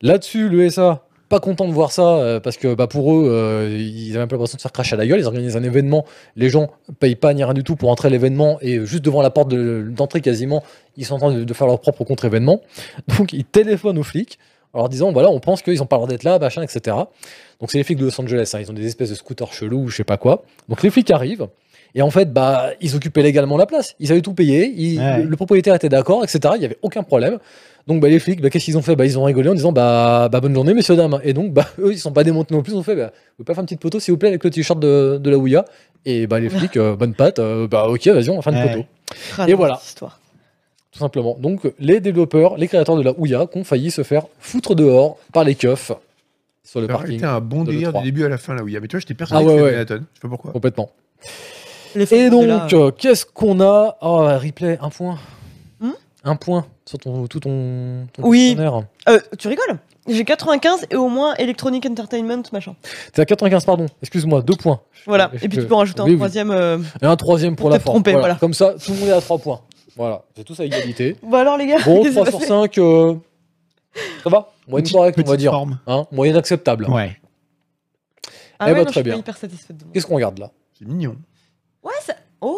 [SPEAKER 1] Là-dessus, l'ESA, pas content de voir ça, euh, parce que bah, pour eux, euh, ils avaient un peu l'impression de se faire cracher à la gueule. Ils organisent un événement, les gens payent pas ni rien du tout pour entrer à l'événement, et juste devant la porte de- d'entrée quasiment, ils sont en train de, de faire leur propre contre-événement. Donc ils téléphonent aux flics en leur disant voilà, on pense qu'ils ont pas le droit d'être là, machin, etc. Donc c'est les flics de Los Angeles, hein, ils ont des espèces de scooters chelous ou je sais pas quoi. Donc les flics arrivent. Et en fait, bah, ils occupaient légalement la place. Ils avaient tout payé. ils-
[SPEAKER 3] Ouais.
[SPEAKER 1] le- le propriétaire était d'accord, etc. Il n'y avait aucun problème. Donc bah, les flics, bah, qu'est-ce qu'ils ont fait bah, Ils ont rigolé en disant bah, bah, bonne journée messieurs dames. Et donc bah, eux ils sont pas démontés non plus, ils ont fait bah, vous pouvez pas faire une petite photo s'il vous plaît avec le t-shirt de, de la Ouya. Et bah les flics, euh, bonne patte, euh, bah ok vas-y on va faire une
[SPEAKER 3] Ouais.
[SPEAKER 1] photo.
[SPEAKER 2] Ah,
[SPEAKER 1] Et
[SPEAKER 2] non,
[SPEAKER 1] voilà.
[SPEAKER 2] cette Histoire.
[SPEAKER 1] Tout simplement. Donc les développeurs, les créateurs de la Ouya qui ont failli se faire foutre dehors par les keufs sur le
[SPEAKER 4] Ça aurait
[SPEAKER 1] parking.
[SPEAKER 4] été Ah, un bon
[SPEAKER 1] de
[SPEAKER 4] délire
[SPEAKER 1] l'E3.
[SPEAKER 4] du début à la fin là, oui. Mais toi, j'étais persuadé
[SPEAKER 1] Ah ouais,
[SPEAKER 4] que
[SPEAKER 1] ouais.
[SPEAKER 4] c'était Denaton. Je sais pas pourquoi.
[SPEAKER 1] Complètement.
[SPEAKER 2] Les
[SPEAKER 1] Et
[SPEAKER 2] flics,
[SPEAKER 1] donc,
[SPEAKER 2] de là,
[SPEAKER 1] euh, qu'est-ce qu'on a Oh, replay, un point.
[SPEAKER 2] Hum
[SPEAKER 1] un point sur ton, tout ton, ton
[SPEAKER 2] Oui.
[SPEAKER 1] questionnaire.
[SPEAKER 2] euh, tu rigoles J'ai 95 et au moins Electronic Entertainment machin.
[SPEAKER 1] T'es à 95, pardon. Excuse-moi, deux points.
[SPEAKER 2] Voilà.
[SPEAKER 1] Je-
[SPEAKER 2] Et puis tu
[SPEAKER 1] je-
[SPEAKER 2] peux en rajouter un
[SPEAKER 1] oui, oui.
[SPEAKER 2] troisième. euh,
[SPEAKER 1] Et un troisième pour,
[SPEAKER 2] Pour
[SPEAKER 1] la
[SPEAKER 2] te
[SPEAKER 1] forme.
[SPEAKER 2] tromper, voilà.
[SPEAKER 1] Comme ça, tout le monde est à 3 points. Voilà, c'est tous à égalité.
[SPEAKER 2] Bon alors les gars.
[SPEAKER 1] Bon,
[SPEAKER 2] qu'est-ce qui
[SPEAKER 1] 3
[SPEAKER 2] s'est
[SPEAKER 1] sur
[SPEAKER 2] passé
[SPEAKER 1] 5, ça va Moyenne correcte, on va dire. Hein, moyenne acceptable.
[SPEAKER 3] Ouais.
[SPEAKER 2] Ah
[SPEAKER 1] Eh
[SPEAKER 2] ouais, non,
[SPEAKER 1] ben,
[SPEAKER 2] je
[SPEAKER 1] très
[SPEAKER 2] suis pas
[SPEAKER 1] bien.
[SPEAKER 2] hyper satisfaite de moi.
[SPEAKER 1] Qu'est-ce qu'on regarde là
[SPEAKER 4] C'est mignon.
[SPEAKER 2] Ouais, ça. Oh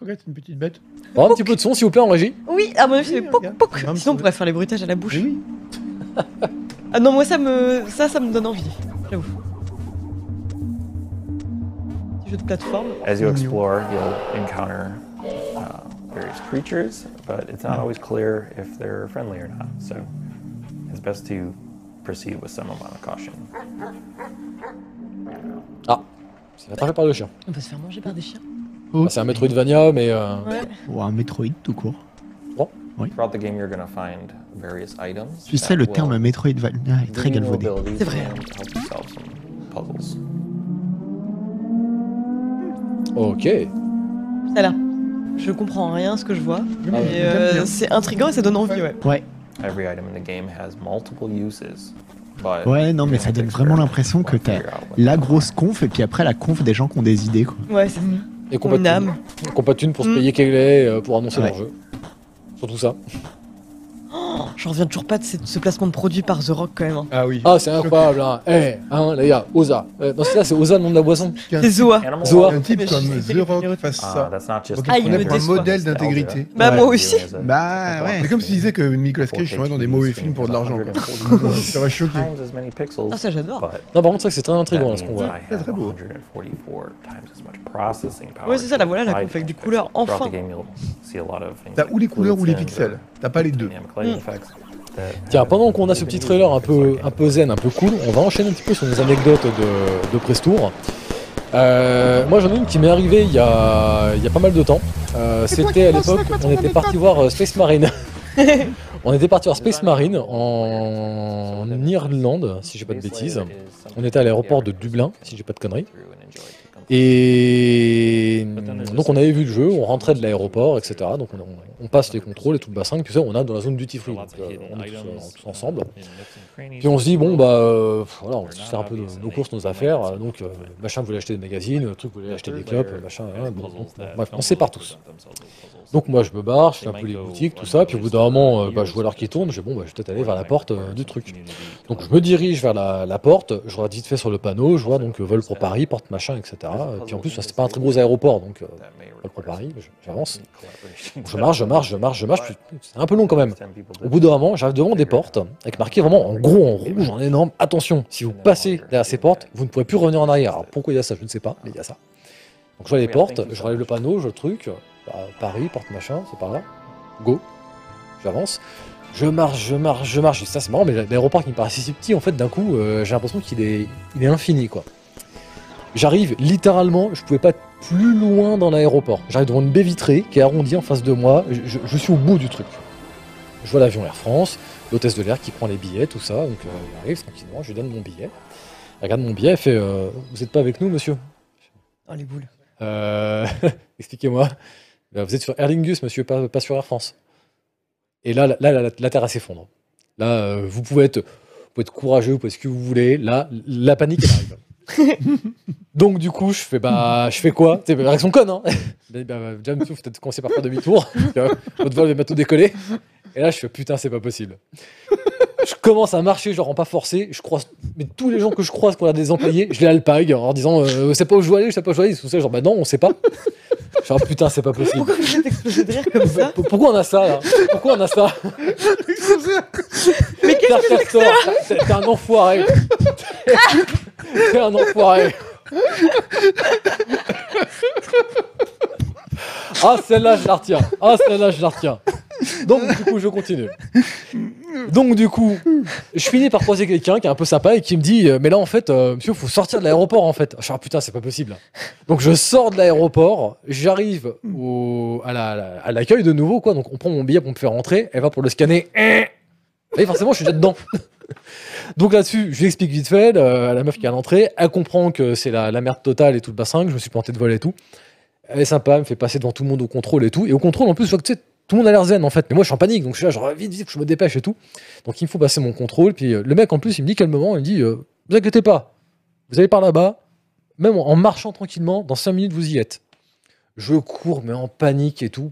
[SPEAKER 4] Regarde, c'est une petite bête.
[SPEAKER 1] Oh, Un petit peu de son, s'il vous plaît, en régie.
[SPEAKER 2] Oui, à mon avis, ça fait poc poc. Sinon, on pourrait faire les bruitages à la bouche. ah non, moi, ça me, ça, ça me donne envie. J'avoue. Petit jeu de plateforme.
[SPEAKER 21] As you explore, you'll encounter uh, various creatures, but it's
[SPEAKER 3] Hmm.
[SPEAKER 21] not always clear if they're friendly or not. So it's best to proceed with some amount of caution.
[SPEAKER 1] Ah, c'est attrapé par le chien.
[SPEAKER 2] On peut se faire manger par des chiens.
[SPEAKER 1] Bah, hein. c'est un Metroidvania, mais. euh,
[SPEAKER 2] Ouais.
[SPEAKER 3] Ou un Metroid tout court.
[SPEAKER 21] Throughout the game, you're going to find various items.
[SPEAKER 3] Tu sais,
[SPEAKER 21] that
[SPEAKER 3] le
[SPEAKER 21] will
[SPEAKER 3] terme Metroidvania est
[SPEAKER 21] give
[SPEAKER 3] très
[SPEAKER 21] you new
[SPEAKER 3] galvaudé.
[SPEAKER 21] abilities
[SPEAKER 2] C'est vrai.
[SPEAKER 21] and help you solve some puzzles.
[SPEAKER 1] Ok.
[SPEAKER 2] Ça là. Je comprends rien à ce que je vois.
[SPEAKER 21] Ah
[SPEAKER 2] mais
[SPEAKER 21] ouais.
[SPEAKER 2] euh, c'est intriguant et ça donne envie, ouais.
[SPEAKER 3] Ouais.
[SPEAKER 21] Every item in the game has multiple uses, But
[SPEAKER 3] Ouais, non, mais ça donne vraiment l'impression que t'as la grosse conf et puis après la conf des gens qui ont des idées. Quoi.
[SPEAKER 2] Ouais, c'est
[SPEAKER 1] Et qu'on pas de
[SPEAKER 2] Une âme.
[SPEAKER 1] thunes. Qu'on pas de thunes pour se
[SPEAKER 2] Mm.
[SPEAKER 1] payer qu'elle est euh, pour annoncer
[SPEAKER 3] Ouais.
[SPEAKER 1] leur jeu. Surtout ça.
[SPEAKER 2] Oh, J'en reviens toujours pas de cette- ce placement de produit par The Rock quand même. hein.
[SPEAKER 4] Ah oui.
[SPEAKER 1] Ah, c'est incroyable, hein. Eh, hein, les gars, Oza. Euh, non, c'est ça, c'est Oza, le nom de la boisson.
[SPEAKER 2] C'est Zoa.
[SPEAKER 3] Oh.
[SPEAKER 1] Zoa.
[SPEAKER 4] Un type
[SPEAKER 2] Mais
[SPEAKER 4] comme
[SPEAKER 2] c'est-
[SPEAKER 4] The Rock fasse
[SPEAKER 21] Ah,
[SPEAKER 4] ça.
[SPEAKER 21] that's not just
[SPEAKER 4] Donc,
[SPEAKER 2] Ah,
[SPEAKER 4] il
[SPEAKER 2] il me
[SPEAKER 4] prenait pour un
[SPEAKER 2] déçoit.
[SPEAKER 4] modèle d'intégrité.
[SPEAKER 2] Bah, moi aussi.
[SPEAKER 3] Bah ouais.
[SPEAKER 4] C'est comme s'il disait que Nicolas Cage serait dans des mauvais films pour de l'argent. quoi. Ça aurait choqué.
[SPEAKER 21] times as many pixels.
[SPEAKER 2] Ah, ça, j'adore.
[SPEAKER 21] but
[SPEAKER 1] Non, par contre, ça, c'est très
[SPEAKER 21] that
[SPEAKER 1] intriguant, là,
[SPEAKER 21] means
[SPEAKER 1] ce qu'on voit.
[SPEAKER 21] I have 144 times as much processing power.
[SPEAKER 2] Ouais, c'est ça, la voilà, la
[SPEAKER 21] to
[SPEAKER 2] coupe avec des
[SPEAKER 21] pixels.
[SPEAKER 2] couleurs,
[SPEAKER 21] Throughout the
[SPEAKER 2] enfin.
[SPEAKER 21] game, you'll see a lot of things
[SPEAKER 4] T'as
[SPEAKER 21] like
[SPEAKER 4] ou les couleurs ou les
[SPEAKER 21] glitz and,
[SPEAKER 4] pixels.
[SPEAKER 21] uh,
[SPEAKER 4] T'as pas les deux.
[SPEAKER 21] dynamic lighting
[SPEAKER 2] Mm.
[SPEAKER 21] effects that
[SPEAKER 1] Tiens,
[SPEAKER 21] haven't
[SPEAKER 1] pendant qu'on a
[SPEAKER 21] really
[SPEAKER 1] ce
[SPEAKER 21] been
[SPEAKER 1] petit
[SPEAKER 21] used
[SPEAKER 1] trailer un
[SPEAKER 21] in pixel
[SPEAKER 1] peu,
[SPEAKER 21] games.
[SPEAKER 1] un peu zen, un peu cool, on va enchaîner un petit peu sur nos anecdotes de, de Prestour. Euh, moi j'en ai une qui m'est arrivée il y a, il y a pas mal de temps. Euh, C'était à l'époque, on était parti voir euh, Space Marine. on était parti voir Space Marine en Irlande, si j'ai pas de bêtises. On était à l'aéroport de Dublin, si j'ai pas de conneries. Et donc on avait vu le jeu, on rentrait de l'aéroport, etc. Donc on, on- on passe les contrôles et tout le bassin, tu sais, on a dans la zone duty free. Donc, euh, on est tous, euh, tous ensemble. Puis on se dit, bon, bah, euh, pff, voilà, on va tous faire un peu nos, nos courses, nos affaires. euh, Donc, euh, machin voulait acheter des magazines, le truc voulait acheter des clopes, euh, machin. hein, bon, bon, bon, bref, on sépare tous. Donc, moi, je me barre, je fais un peu les boutiques, tout ça. Puis, au bout d'un moment, euh, bah, je vois l'heure qui tourne, je dis, bon, bah, je vais peut-être aller vers la porte euh, du truc. Donc, je me dirige vers la, la porte, je regarde vite fait sur le panneau, je vois donc euh, vol pour Paris, porte machin, etc. Et puis, en plus, c'était pas un très gros aéroport, donc euh, vol pour Paris, je- j'avance. Donc, je marche, je marche, je marche, je marche. puis C'est un peu long quand même. Au bout d'un moment, j'arrive devant des portes avec marqué vraiment en gros, en rouge, en énorme. Attention, si vous passez derrière ces portes, vous ne pourrez plus revenir en arrière. Alors pourquoi il y a ça, je ne sais pas, mais il y a ça. Donc je vois les portes, je relève le panneau, je vois le truc. Bah, Paris, porte machin, c'est par là. Go. J'avance. Je marche, je marche, je marche. Et ça, c'est marrant, mais l'aéroport qui me paraissait si petit, en fait, d'un coup, euh, j'ai l'impression qu'il est, il est infini, quoi. J'arrive littéralement, je pouvais pas être plus loin dans l'aéroport. J'arrive devant une baie vitrée qui est arrondie en face de moi. Je- je- je suis au bout du truc. Je vois l'avion Air France, l'hôtesse de l'air qui prend les billets, tout ça. Donc euh, elle arrive tranquillement, je lui donne mon billet. Elle regarde mon billet, elle fait euh, Vous n'êtes pas avec nous, monsieur
[SPEAKER 2] Oh les boules.
[SPEAKER 1] Euh, Expliquez-moi. Ben, Vous êtes sur Aer Lingus, monsieur, pas, pas sur Air France. Et là, là, là, la, la terre à s'effondre. Là, euh, vous pouvez être, vous pouvez être courageux, vous pouvez être ce que vous voulez. Là, la panique elle arrive. Donc du coup, je fais bah, je fais quoi C'est bah, réaction conne. Hein bah, bah, déjà, monsieur, faut peut-être commencer par faire demi-tour. parce que Votre vol va bientôt décoller. Et là, je fais putain, c'est pas possible. Je commence à marcher, je leur rends pas forcé. Je croise, mais tous les gens que je croise qu'on a des employés, je les alpague en leur disant, euh, c'est pas où je dois aller, je sais pas où je dois aller. Ils sont tous là, genre, bah non, on sait pas. Je suis genre, putain, c'est pas possible.
[SPEAKER 2] Pourquoi vous êtes explosé de rire comme ça
[SPEAKER 1] P- Pourquoi on a ça là Pourquoi on a ça Mais qu'est-ce que Ah c'est T'es t'es un enfoiré T'es un enfoiré Ah celle-là je la retiens Ah celle-là je la retiens Donc du coup je continue donc du coup, je finis par croiser quelqu'un qui est un peu sympa et qui me dit euh, mais là en fait euh, monsieur faut sortir de l'aéroport en fait. Je suis ah, putain c'est pas possible. Donc je sors de l'aéroport, j'arrive au à la- à la- à l'accueil de nouveau quoi. Donc on prend mon billet pour me faire rentrer, elle va pour le scanner. Eh Et forcément je suis déjà dedans. Donc là-dessus, je lui explique vite fait euh, à la meuf qui est à l'entrée, elle comprend que c'est la, la merde totale et tout le bassin, que je me suis planté de vol et tout. Elle est sympa, elle me fait passer devant tout le monde au contrôle et tout. Et au contrôle, en plus, je vois que tu sais, tout le monde a l'air zen en fait. Mais moi, je suis en panique, donc je suis là, genre vite, vite, faut que je me dépêche et tout. Donc il me faut passer mon contrôle. Puis euh, le mec, en plus, il me dit calmement, il me dit euh, Vous inquiétez pas, vous allez par là-bas, même en en marchant tranquillement, dans 5 minutes, vous y êtes. Je cours, mais en panique et tout.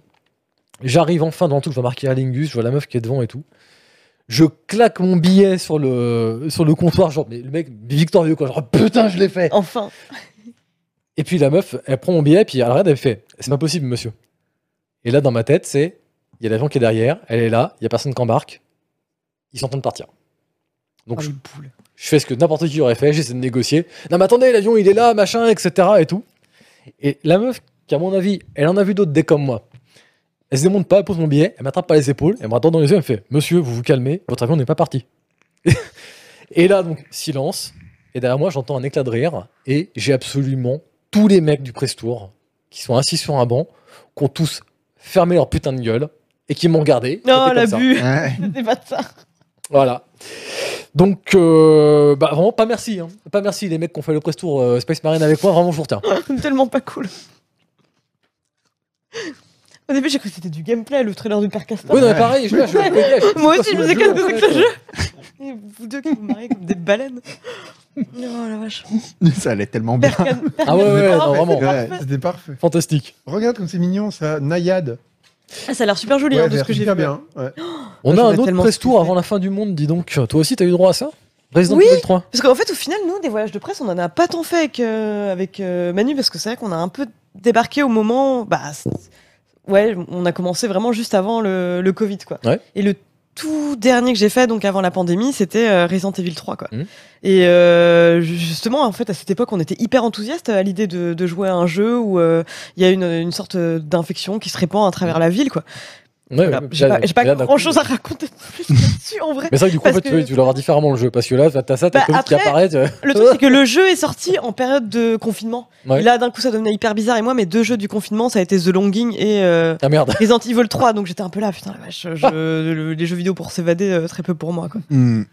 [SPEAKER 1] J'arrive enfin dans le truc, je vois marquer Alingus, je vois la meuf qui est devant et tout. Je claque mon billet sur le, sur le comptoir, genre, mais le mec, victorieux, quoi. Genre, putain, je l'ai fait!
[SPEAKER 2] Enfin.
[SPEAKER 1] Et puis la meuf, elle prend mon billet, puis elle regarde, elle fait C'est pas possible, monsieur. Et là, dans ma tête, c'est Il y a l'avion qui est derrière, elle est là, il y a personne qui embarque, ils sont en train de partir.
[SPEAKER 2] Ah,
[SPEAKER 1] Donc
[SPEAKER 2] Oh,
[SPEAKER 1] je, je fais ce que n'importe qui aurait fait, j'essaie de négocier. Non, mais attendez, l'avion il est là, machin, etc. et tout. Et la meuf, qui à mon avis, elle en a vu d'autres dès comme moi. Elle se démonte pas, elle pose mon billet, elle m'attrape par les épaules, elle me regarde dans les yeux, elle me fait Monsieur, vous vous calmez, votre avion n'est pas parti. et là, donc, silence. Et derrière moi, j'entends un éclat de rire. Et j'ai absolument tous les mecs du Prestour qui sont assis sur un banc, qui ont tous fermé leur putain de gueule et qui m'ont regardé.
[SPEAKER 2] Non,
[SPEAKER 1] C'était comme ça.
[SPEAKER 2] l'abus.
[SPEAKER 3] Ouais.
[SPEAKER 2] C'était pas de ça.
[SPEAKER 1] Voilà. Donc, euh, bah, vraiment, pas merci. hein. Pas merci, les mecs qui ont fait le press tour euh, Space Marine avec moi. Vraiment, je vous retiens.
[SPEAKER 2] Tellement pas cool. Au début, j'ai cru que c'était du gameplay, le trailer du Père Castor.
[SPEAKER 1] Oui, non, mais pareil, je, je- je- je- je-
[SPEAKER 2] Moi aussi, je me
[SPEAKER 1] je-
[SPEAKER 2] suis
[SPEAKER 1] je-
[SPEAKER 2] calmée avec le jeu. Et vous deux qui vous marrez comme des baleines. Oh la vache.
[SPEAKER 3] Ça allait tellement bien.
[SPEAKER 1] Ah ouais, ouais, non, vraiment.
[SPEAKER 4] C'était parfait.
[SPEAKER 1] Fantastique.
[SPEAKER 4] Regarde comme c'est mignon ça, Nayad.
[SPEAKER 2] Ah, ça a l'air super joli
[SPEAKER 4] Ouais,
[SPEAKER 2] hein, de
[SPEAKER 4] ça a
[SPEAKER 2] ce
[SPEAKER 4] l'air
[SPEAKER 2] que j'ai vu.
[SPEAKER 4] super bien. ouais.
[SPEAKER 1] On
[SPEAKER 2] Ah,
[SPEAKER 1] a
[SPEAKER 2] j'aurais
[SPEAKER 1] un autre
[SPEAKER 2] tellement
[SPEAKER 1] press tour avant la fin du monde, dis donc. Toi aussi, t'as eu droit à ça Resident
[SPEAKER 2] Oui.
[SPEAKER 1] Evil 3.
[SPEAKER 2] Parce qu'en fait, au final, nous, des voyages de presse, on en a pas tant fait avec, euh, avec euh, Manu, parce que c'est vrai qu'on a un peu débarqué au moment. Bah, c'est- ouais, on a commencé vraiment juste avant le, le Covid, quoi.
[SPEAKER 1] Ouais.
[SPEAKER 2] Et le tout dernier que j'ai fait, donc avant la pandémie, c'était euh, Resident Evil 3, quoi.
[SPEAKER 1] Mhm.
[SPEAKER 2] Et euh, ju- justement, en fait, à cette époque, on était hyper enthousiaste à l'idée de, de jouer à un jeu où euh, il y a une, une sorte euh, d'infection qui se répand à travers la ville, quoi.
[SPEAKER 1] Mmh. Ouais,
[SPEAKER 2] Voilà,
[SPEAKER 1] ouais,
[SPEAKER 2] j'ai
[SPEAKER 1] là,
[SPEAKER 2] pas, j'ai pas
[SPEAKER 1] là, d'un
[SPEAKER 2] grand
[SPEAKER 1] coup-
[SPEAKER 2] chose à raconter de plus là-dessus, en vrai.
[SPEAKER 1] Mais c'est vrai que du coup, en
[SPEAKER 2] Parce
[SPEAKER 1] fait,
[SPEAKER 2] que-
[SPEAKER 1] tu, tu leur as différemment le jeu. Parce que là, t'as ça, t'as
[SPEAKER 2] Bah,
[SPEAKER 1] Covid qui
[SPEAKER 2] après,
[SPEAKER 1] apparaît. tu-
[SPEAKER 2] le truc, c'est que le jeu est sorti en période de confinement.
[SPEAKER 1] Ouais.
[SPEAKER 2] Et là, d'un coup, ça devenait hyper bizarre. Et moi, mes deux jeux du confinement, ça a été The Longing et euh,
[SPEAKER 1] Ah merde.
[SPEAKER 2] Resident Evil 3. Donc j'étais un peu là, putain, la vache, je- le- les jeux vidéo pour s'évader, euh, très peu pour moi. Quoi.
[SPEAKER 3] Hmm.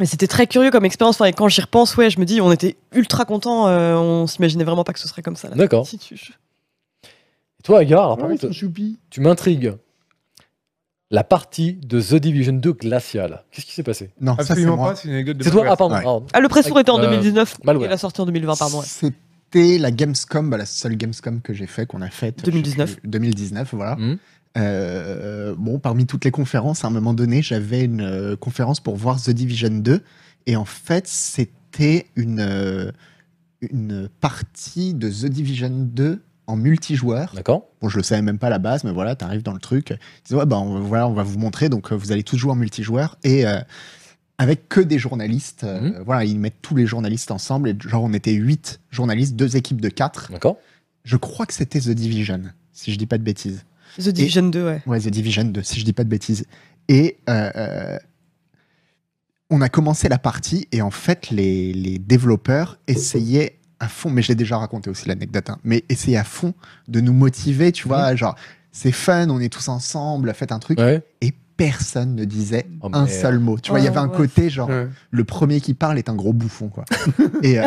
[SPEAKER 2] Mais c'était très curieux comme expérience. Enfin, et quand j'y repense, ouais, je me dis, on était ultra contents. euh, on s'imaginait vraiment pas que ce serait comme ça. la
[SPEAKER 1] D'accord.
[SPEAKER 2] sortie du jeu.
[SPEAKER 1] Et toi, Agar, alors, par
[SPEAKER 4] Ouais,
[SPEAKER 1] contre,
[SPEAKER 4] son choupi.
[SPEAKER 1] tu m'intrigues. La partie de The Division 2 glaciale. Qu'est-ce qui s'est passé
[SPEAKER 3] Non, ça, c'est
[SPEAKER 4] Absolument
[SPEAKER 3] moi.
[SPEAKER 4] pas, c'est une anecdote de
[SPEAKER 1] C'est toi
[SPEAKER 4] Malware.
[SPEAKER 1] Ah, pardon.
[SPEAKER 3] Ouais.
[SPEAKER 1] pardon.
[SPEAKER 2] Ah, le press tour était en
[SPEAKER 1] Euh,
[SPEAKER 2] 2019
[SPEAKER 1] Malware.
[SPEAKER 2] et la sortie en 2020, pardon. ouais.
[SPEAKER 3] C'était la Gamescom, bah, la seule Gamescom que j'ai fait, qu'on a faite. je sais
[SPEAKER 2] 2019.
[SPEAKER 3] plus, 2019, voilà.
[SPEAKER 1] Mhm.
[SPEAKER 3] Euh, bon, parmi toutes les conférences, à un moment donné, j'avais une euh, conférence pour voir The Division 2. Et en fait, c'était une, euh, une partie de The Division 2 en multijoueur.
[SPEAKER 1] D'accord.
[SPEAKER 3] Bon, je le savais même pas à la base, mais voilà, t'arrives dans le truc. Ils disent, ouais, bah, on, voilà, on va vous montrer. Donc, euh, vous allez tous jouer en multijoueur. Et euh, avec que des journalistes. euh, Voilà, ils mettent tous les journalistes ensemble. Et genre, on était huit journalistes, deux équipes de quatre.
[SPEAKER 1] D'accord.
[SPEAKER 3] Je crois que c'était The Division, si je dis pas de bêtises.
[SPEAKER 2] The Division 2, ouais.
[SPEAKER 3] Ouais, The Division 2, si je dis pas de bêtises. Et euh, euh, on a commencé la partie et en fait, les, les développeurs essayaient à fond, mais je l'ai déjà raconté aussi l'anecdote, hein, mais essayaient à fond de nous motiver, tu vois, genre, c'est fun, on est tous ensemble, faites un truc.
[SPEAKER 1] Ouais.
[SPEAKER 3] Et personne ne disait
[SPEAKER 1] Oh,
[SPEAKER 3] un
[SPEAKER 1] merde.
[SPEAKER 4] euh,
[SPEAKER 3] seul mot. Tu vois, il y
[SPEAKER 2] Oh,
[SPEAKER 3] avait un
[SPEAKER 2] ouais.
[SPEAKER 3] côté genre,
[SPEAKER 4] Ouais.
[SPEAKER 3] le premier qui parle est un gros bouffon, quoi. et, euh,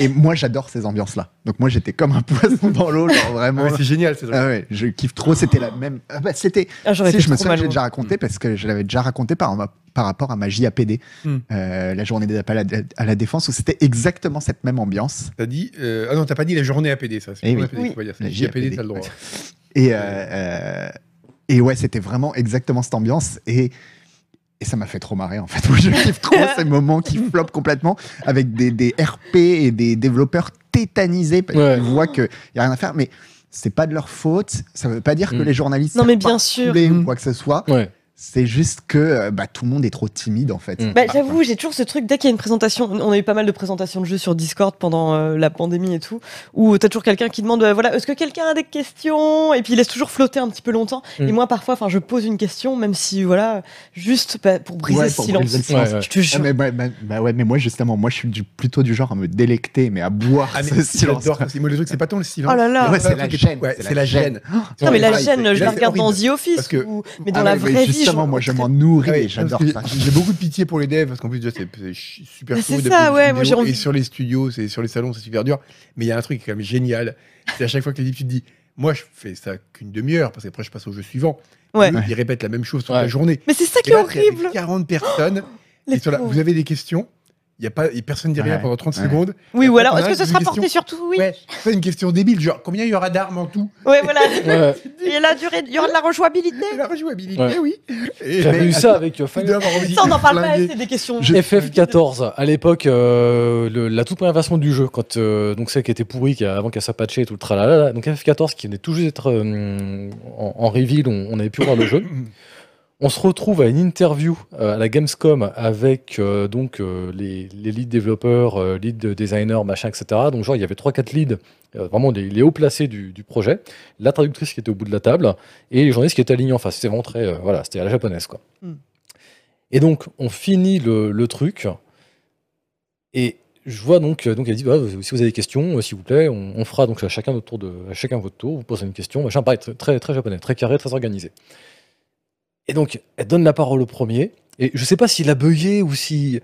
[SPEAKER 3] et moi, j'adore ces ambiances-là. Donc moi, j'étais comme un poisson dans l'eau, genre
[SPEAKER 4] Ah
[SPEAKER 3] vraiment.
[SPEAKER 4] ouais, c'est génial, c'est
[SPEAKER 3] Ah ouais, je kiffe trop. C'était la même. Ah bah, c'était.
[SPEAKER 2] Ah, j'aurais
[SPEAKER 3] si,
[SPEAKER 2] été
[SPEAKER 3] je me
[SPEAKER 2] trop
[SPEAKER 3] souviens, que j'ai
[SPEAKER 2] mal,
[SPEAKER 3] déjà raconté parce que je l'avais déjà raconté par, par rapport à ma JAPD,
[SPEAKER 4] Hmm.
[SPEAKER 3] euh, la journée d'appel à, à la défense, où c'était exactement cette même ambiance.
[SPEAKER 4] T'as dit. euh, Ah non, t'as pas dit la journée APD, ça. C'est
[SPEAKER 3] Eh
[SPEAKER 4] pas
[SPEAKER 3] oui.
[SPEAKER 4] APD,
[SPEAKER 2] Oui.
[SPEAKER 4] faut pas dire ça.
[SPEAKER 3] La
[SPEAKER 4] JAPD,
[SPEAKER 3] JAPD,
[SPEAKER 4] t'as le droit.
[SPEAKER 3] ouais. Et, euh, euh, et ouais, c'était vraiment exactement cette ambiance. Et, et ça m'a fait trop marrer, en fait. Moi, je kiffe trop ces moments qui flopent complètement avec des, des RP et des développeurs tétanisés parce
[SPEAKER 1] Ouais.
[SPEAKER 3] qu'ils voient qu'il n'y a rien à faire. Mais c'est pas de leur faute. Ça veut pas dire que
[SPEAKER 1] Mm.
[SPEAKER 3] les journalistes
[SPEAKER 2] Hmm. Non, mais
[SPEAKER 3] savent pas
[SPEAKER 2] bien sûr. Hmm.
[SPEAKER 3] couler ou quoi que ce soit.
[SPEAKER 1] Ouais.
[SPEAKER 3] C'est juste que euh, bah, tout le monde est trop timide, en fait.
[SPEAKER 1] Mm.
[SPEAKER 2] Bah, j'avoue, j'ai toujours ce truc, dès qu'il y a une présentation, on a eu pas mal de présentations de jeux sur Discord pendant euh, la pandémie et tout, où t'as toujours quelqu'un qui demande, euh, voilà, est-ce que quelqu'un a des questions Et puis il laisse toujours flotter un petit peu longtemps.
[SPEAKER 1] Mm.
[SPEAKER 2] Et moi, parfois, enfin, je pose une question, même si, voilà, juste bah, pour briser
[SPEAKER 3] Ouais,
[SPEAKER 2] ce
[SPEAKER 3] pour
[SPEAKER 2] silence.
[SPEAKER 3] briser le
[SPEAKER 1] Ouais, ouais.
[SPEAKER 2] Je te
[SPEAKER 3] Ah,
[SPEAKER 2] jure.
[SPEAKER 3] mais, bah, bah, bah ouais, mais moi, justement, moi, je suis du- plutôt du genre à me délecter, mais à boire
[SPEAKER 4] Ah, mais
[SPEAKER 3] ce silence.
[SPEAKER 4] j'adore ça. Moi, le truc, c'est pas tant le silence.
[SPEAKER 2] Oh là là.
[SPEAKER 3] Ouais, c'est la gêne.
[SPEAKER 4] Ouais, c'est la gêne.
[SPEAKER 2] Non, mais
[SPEAKER 4] Ouais,
[SPEAKER 2] la
[SPEAKER 4] ouais,
[SPEAKER 2] gêne,
[SPEAKER 4] c'est-
[SPEAKER 2] je
[SPEAKER 4] là,
[SPEAKER 2] la
[SPEAKER 4] c'est
[SPEAKER 2] regarde dans
[SPEAKER 4] horrible.
[SPEAKER 2] The Office,
[SPEAKER 4] Parce que-
[SPEAKER 2] ou- mais
[SPEAKER 3] Ah
[SPEAKER 2] dans la
[SPEAKER 3] ouais, mais
[SPEAKER 2] vraie vie. je-
[SPEAKER 3] justement, moi, je m'en nourris
[SPEAKER 4] Ah oui,
[SPEAKER 3] et j'adore
[SPEAKER 4] parce
[SPEAKER 3] ça.
[SPEAKER 4] que J'ai beaucoup de pitié pour les devs parce qu'en plus, déjà, c'est c'est ch- super
[SPEAKER 2] Mais
[SPEAKER 4] chaud.
[SPEAKER 2] c'est ça,
[SPEAKER 4] de faire des
[SPEAKER 2] ouais,
[SPEAKER 4] vidéos,
[SPEAKER 2] moi, j'ai envie-
[SPEAKER 4] Et sur les studios, c'est sur les salons, c'est super dur. Mais il y a un truc qui est quand même génial. C'est à chaque fois que les types, tu te dis, moi, je fais ça qu'une demi-heure parce qu'après, je passe au jeu suivant.
[SPEAKER 2] Ouais.
[SPEAKER 4] Eux, Ils répètent la même chose toute
[SPEAKER 1] Ouais.
[SPEAKER 4] la journée.
[SPEAKER 2] Mais c'est ça qui
[SPEAKER 4] Et
[SPEAKER 2] est
[SPEAKER 4] là, t'es avec
[SPEAKER 2] horrible. Oh,
[SPEAKER 4] 40 personnes.
[SPEAKER 2] Les
[SPEAKER 4] et sur la-
[SPEAKER 2] pauvres.
[SPEAKER 4] vous avez des questions. Il y a pas, et personne ne dit rien
[SPEAKER 3] Ouais,
[SPEAKER 4] pendant 30
[SPEAKER 3] ouais.
[SPEAKER 4] secondes.
[SPEAKER 2] Oui, ou
[SPEAKER 4] Après,
[SPEAKER 2] alors,
[SPEAKER 4] t'en
[SPEAKER 2] est-ce
[SPEAKER 4] as
[SPEAKER 2] que ce
[SPEAKER 4] une
[SPEAKER 2] sera
[SPEAKER 4] question-
[SPEAKER 2] porté sur tout Oui.
[SPEAKER 4] Ouais, c'est une question débile, genre combien il y aura d'armes en tout
[SPEAKER 2] Ouais, voilà.
[SPEAKER 1] Ouais.
[SPEAKER 2] Et la durée, il y aura de la rejouabilité.
[SPEAKER 4] Et La rejouabilité,
[SPEAKER 1] Ouais.
[SPEAKER 4] oui. Et-
[SPEAKER 1] J'avais
[SPEAKER 4] mais
[SPEAKER 1] eu ça avec euh,
[SPEAKER 4] tu
[SPEAKER 1] Final
[SPEAKER 4] dois avoir envie
[SPEAKER 2] Ça, on
[SPEAKER 4] de
[SPEAKER 2] n'en parle pas
[SPEAKER 4] flinguer.
[SPEAKER 2] assez des questions.
[SPEAKER 1] FF14, à l'époque, euh, le- la toute première version du jeu, quand, euh, donc celle qui était pourrie qui a- avant qu'elle soit patchée et tout le tralala, donc FF14 qui venait tout juste d'être euh, en, en reveal, on, on avait pu voir le jeu. On se retrouve à une interview euh, à la Gamescom avec euh, donc euh, les, les lead développeurs, euh, lead designers, machin, etc. Donc genre il y avait 3-4 leads, euh, vraiment les, les hauts placés du, du projet, la traductrice qui était au bout de la table et les journalistes qui étaient alignés en face. C'était vraiment très, euh, voilà, c'était à la japonaise quoi.
[SPEAKER 2] Mm.
[SPEAKER 1] Et donc on finit le, le truc et je vois donc, euh, donc elle dit bah, si vous avez des questions, euh, s'il vous plaît, on, on fera donc à chacun notre tour de, à chacun votre tour, vous posez une question, machin, pareil, très, très, très japonais, très carré, très organisé. Et donc, elle donne la parole au premier. Et je sais pas s'il a bugué ou si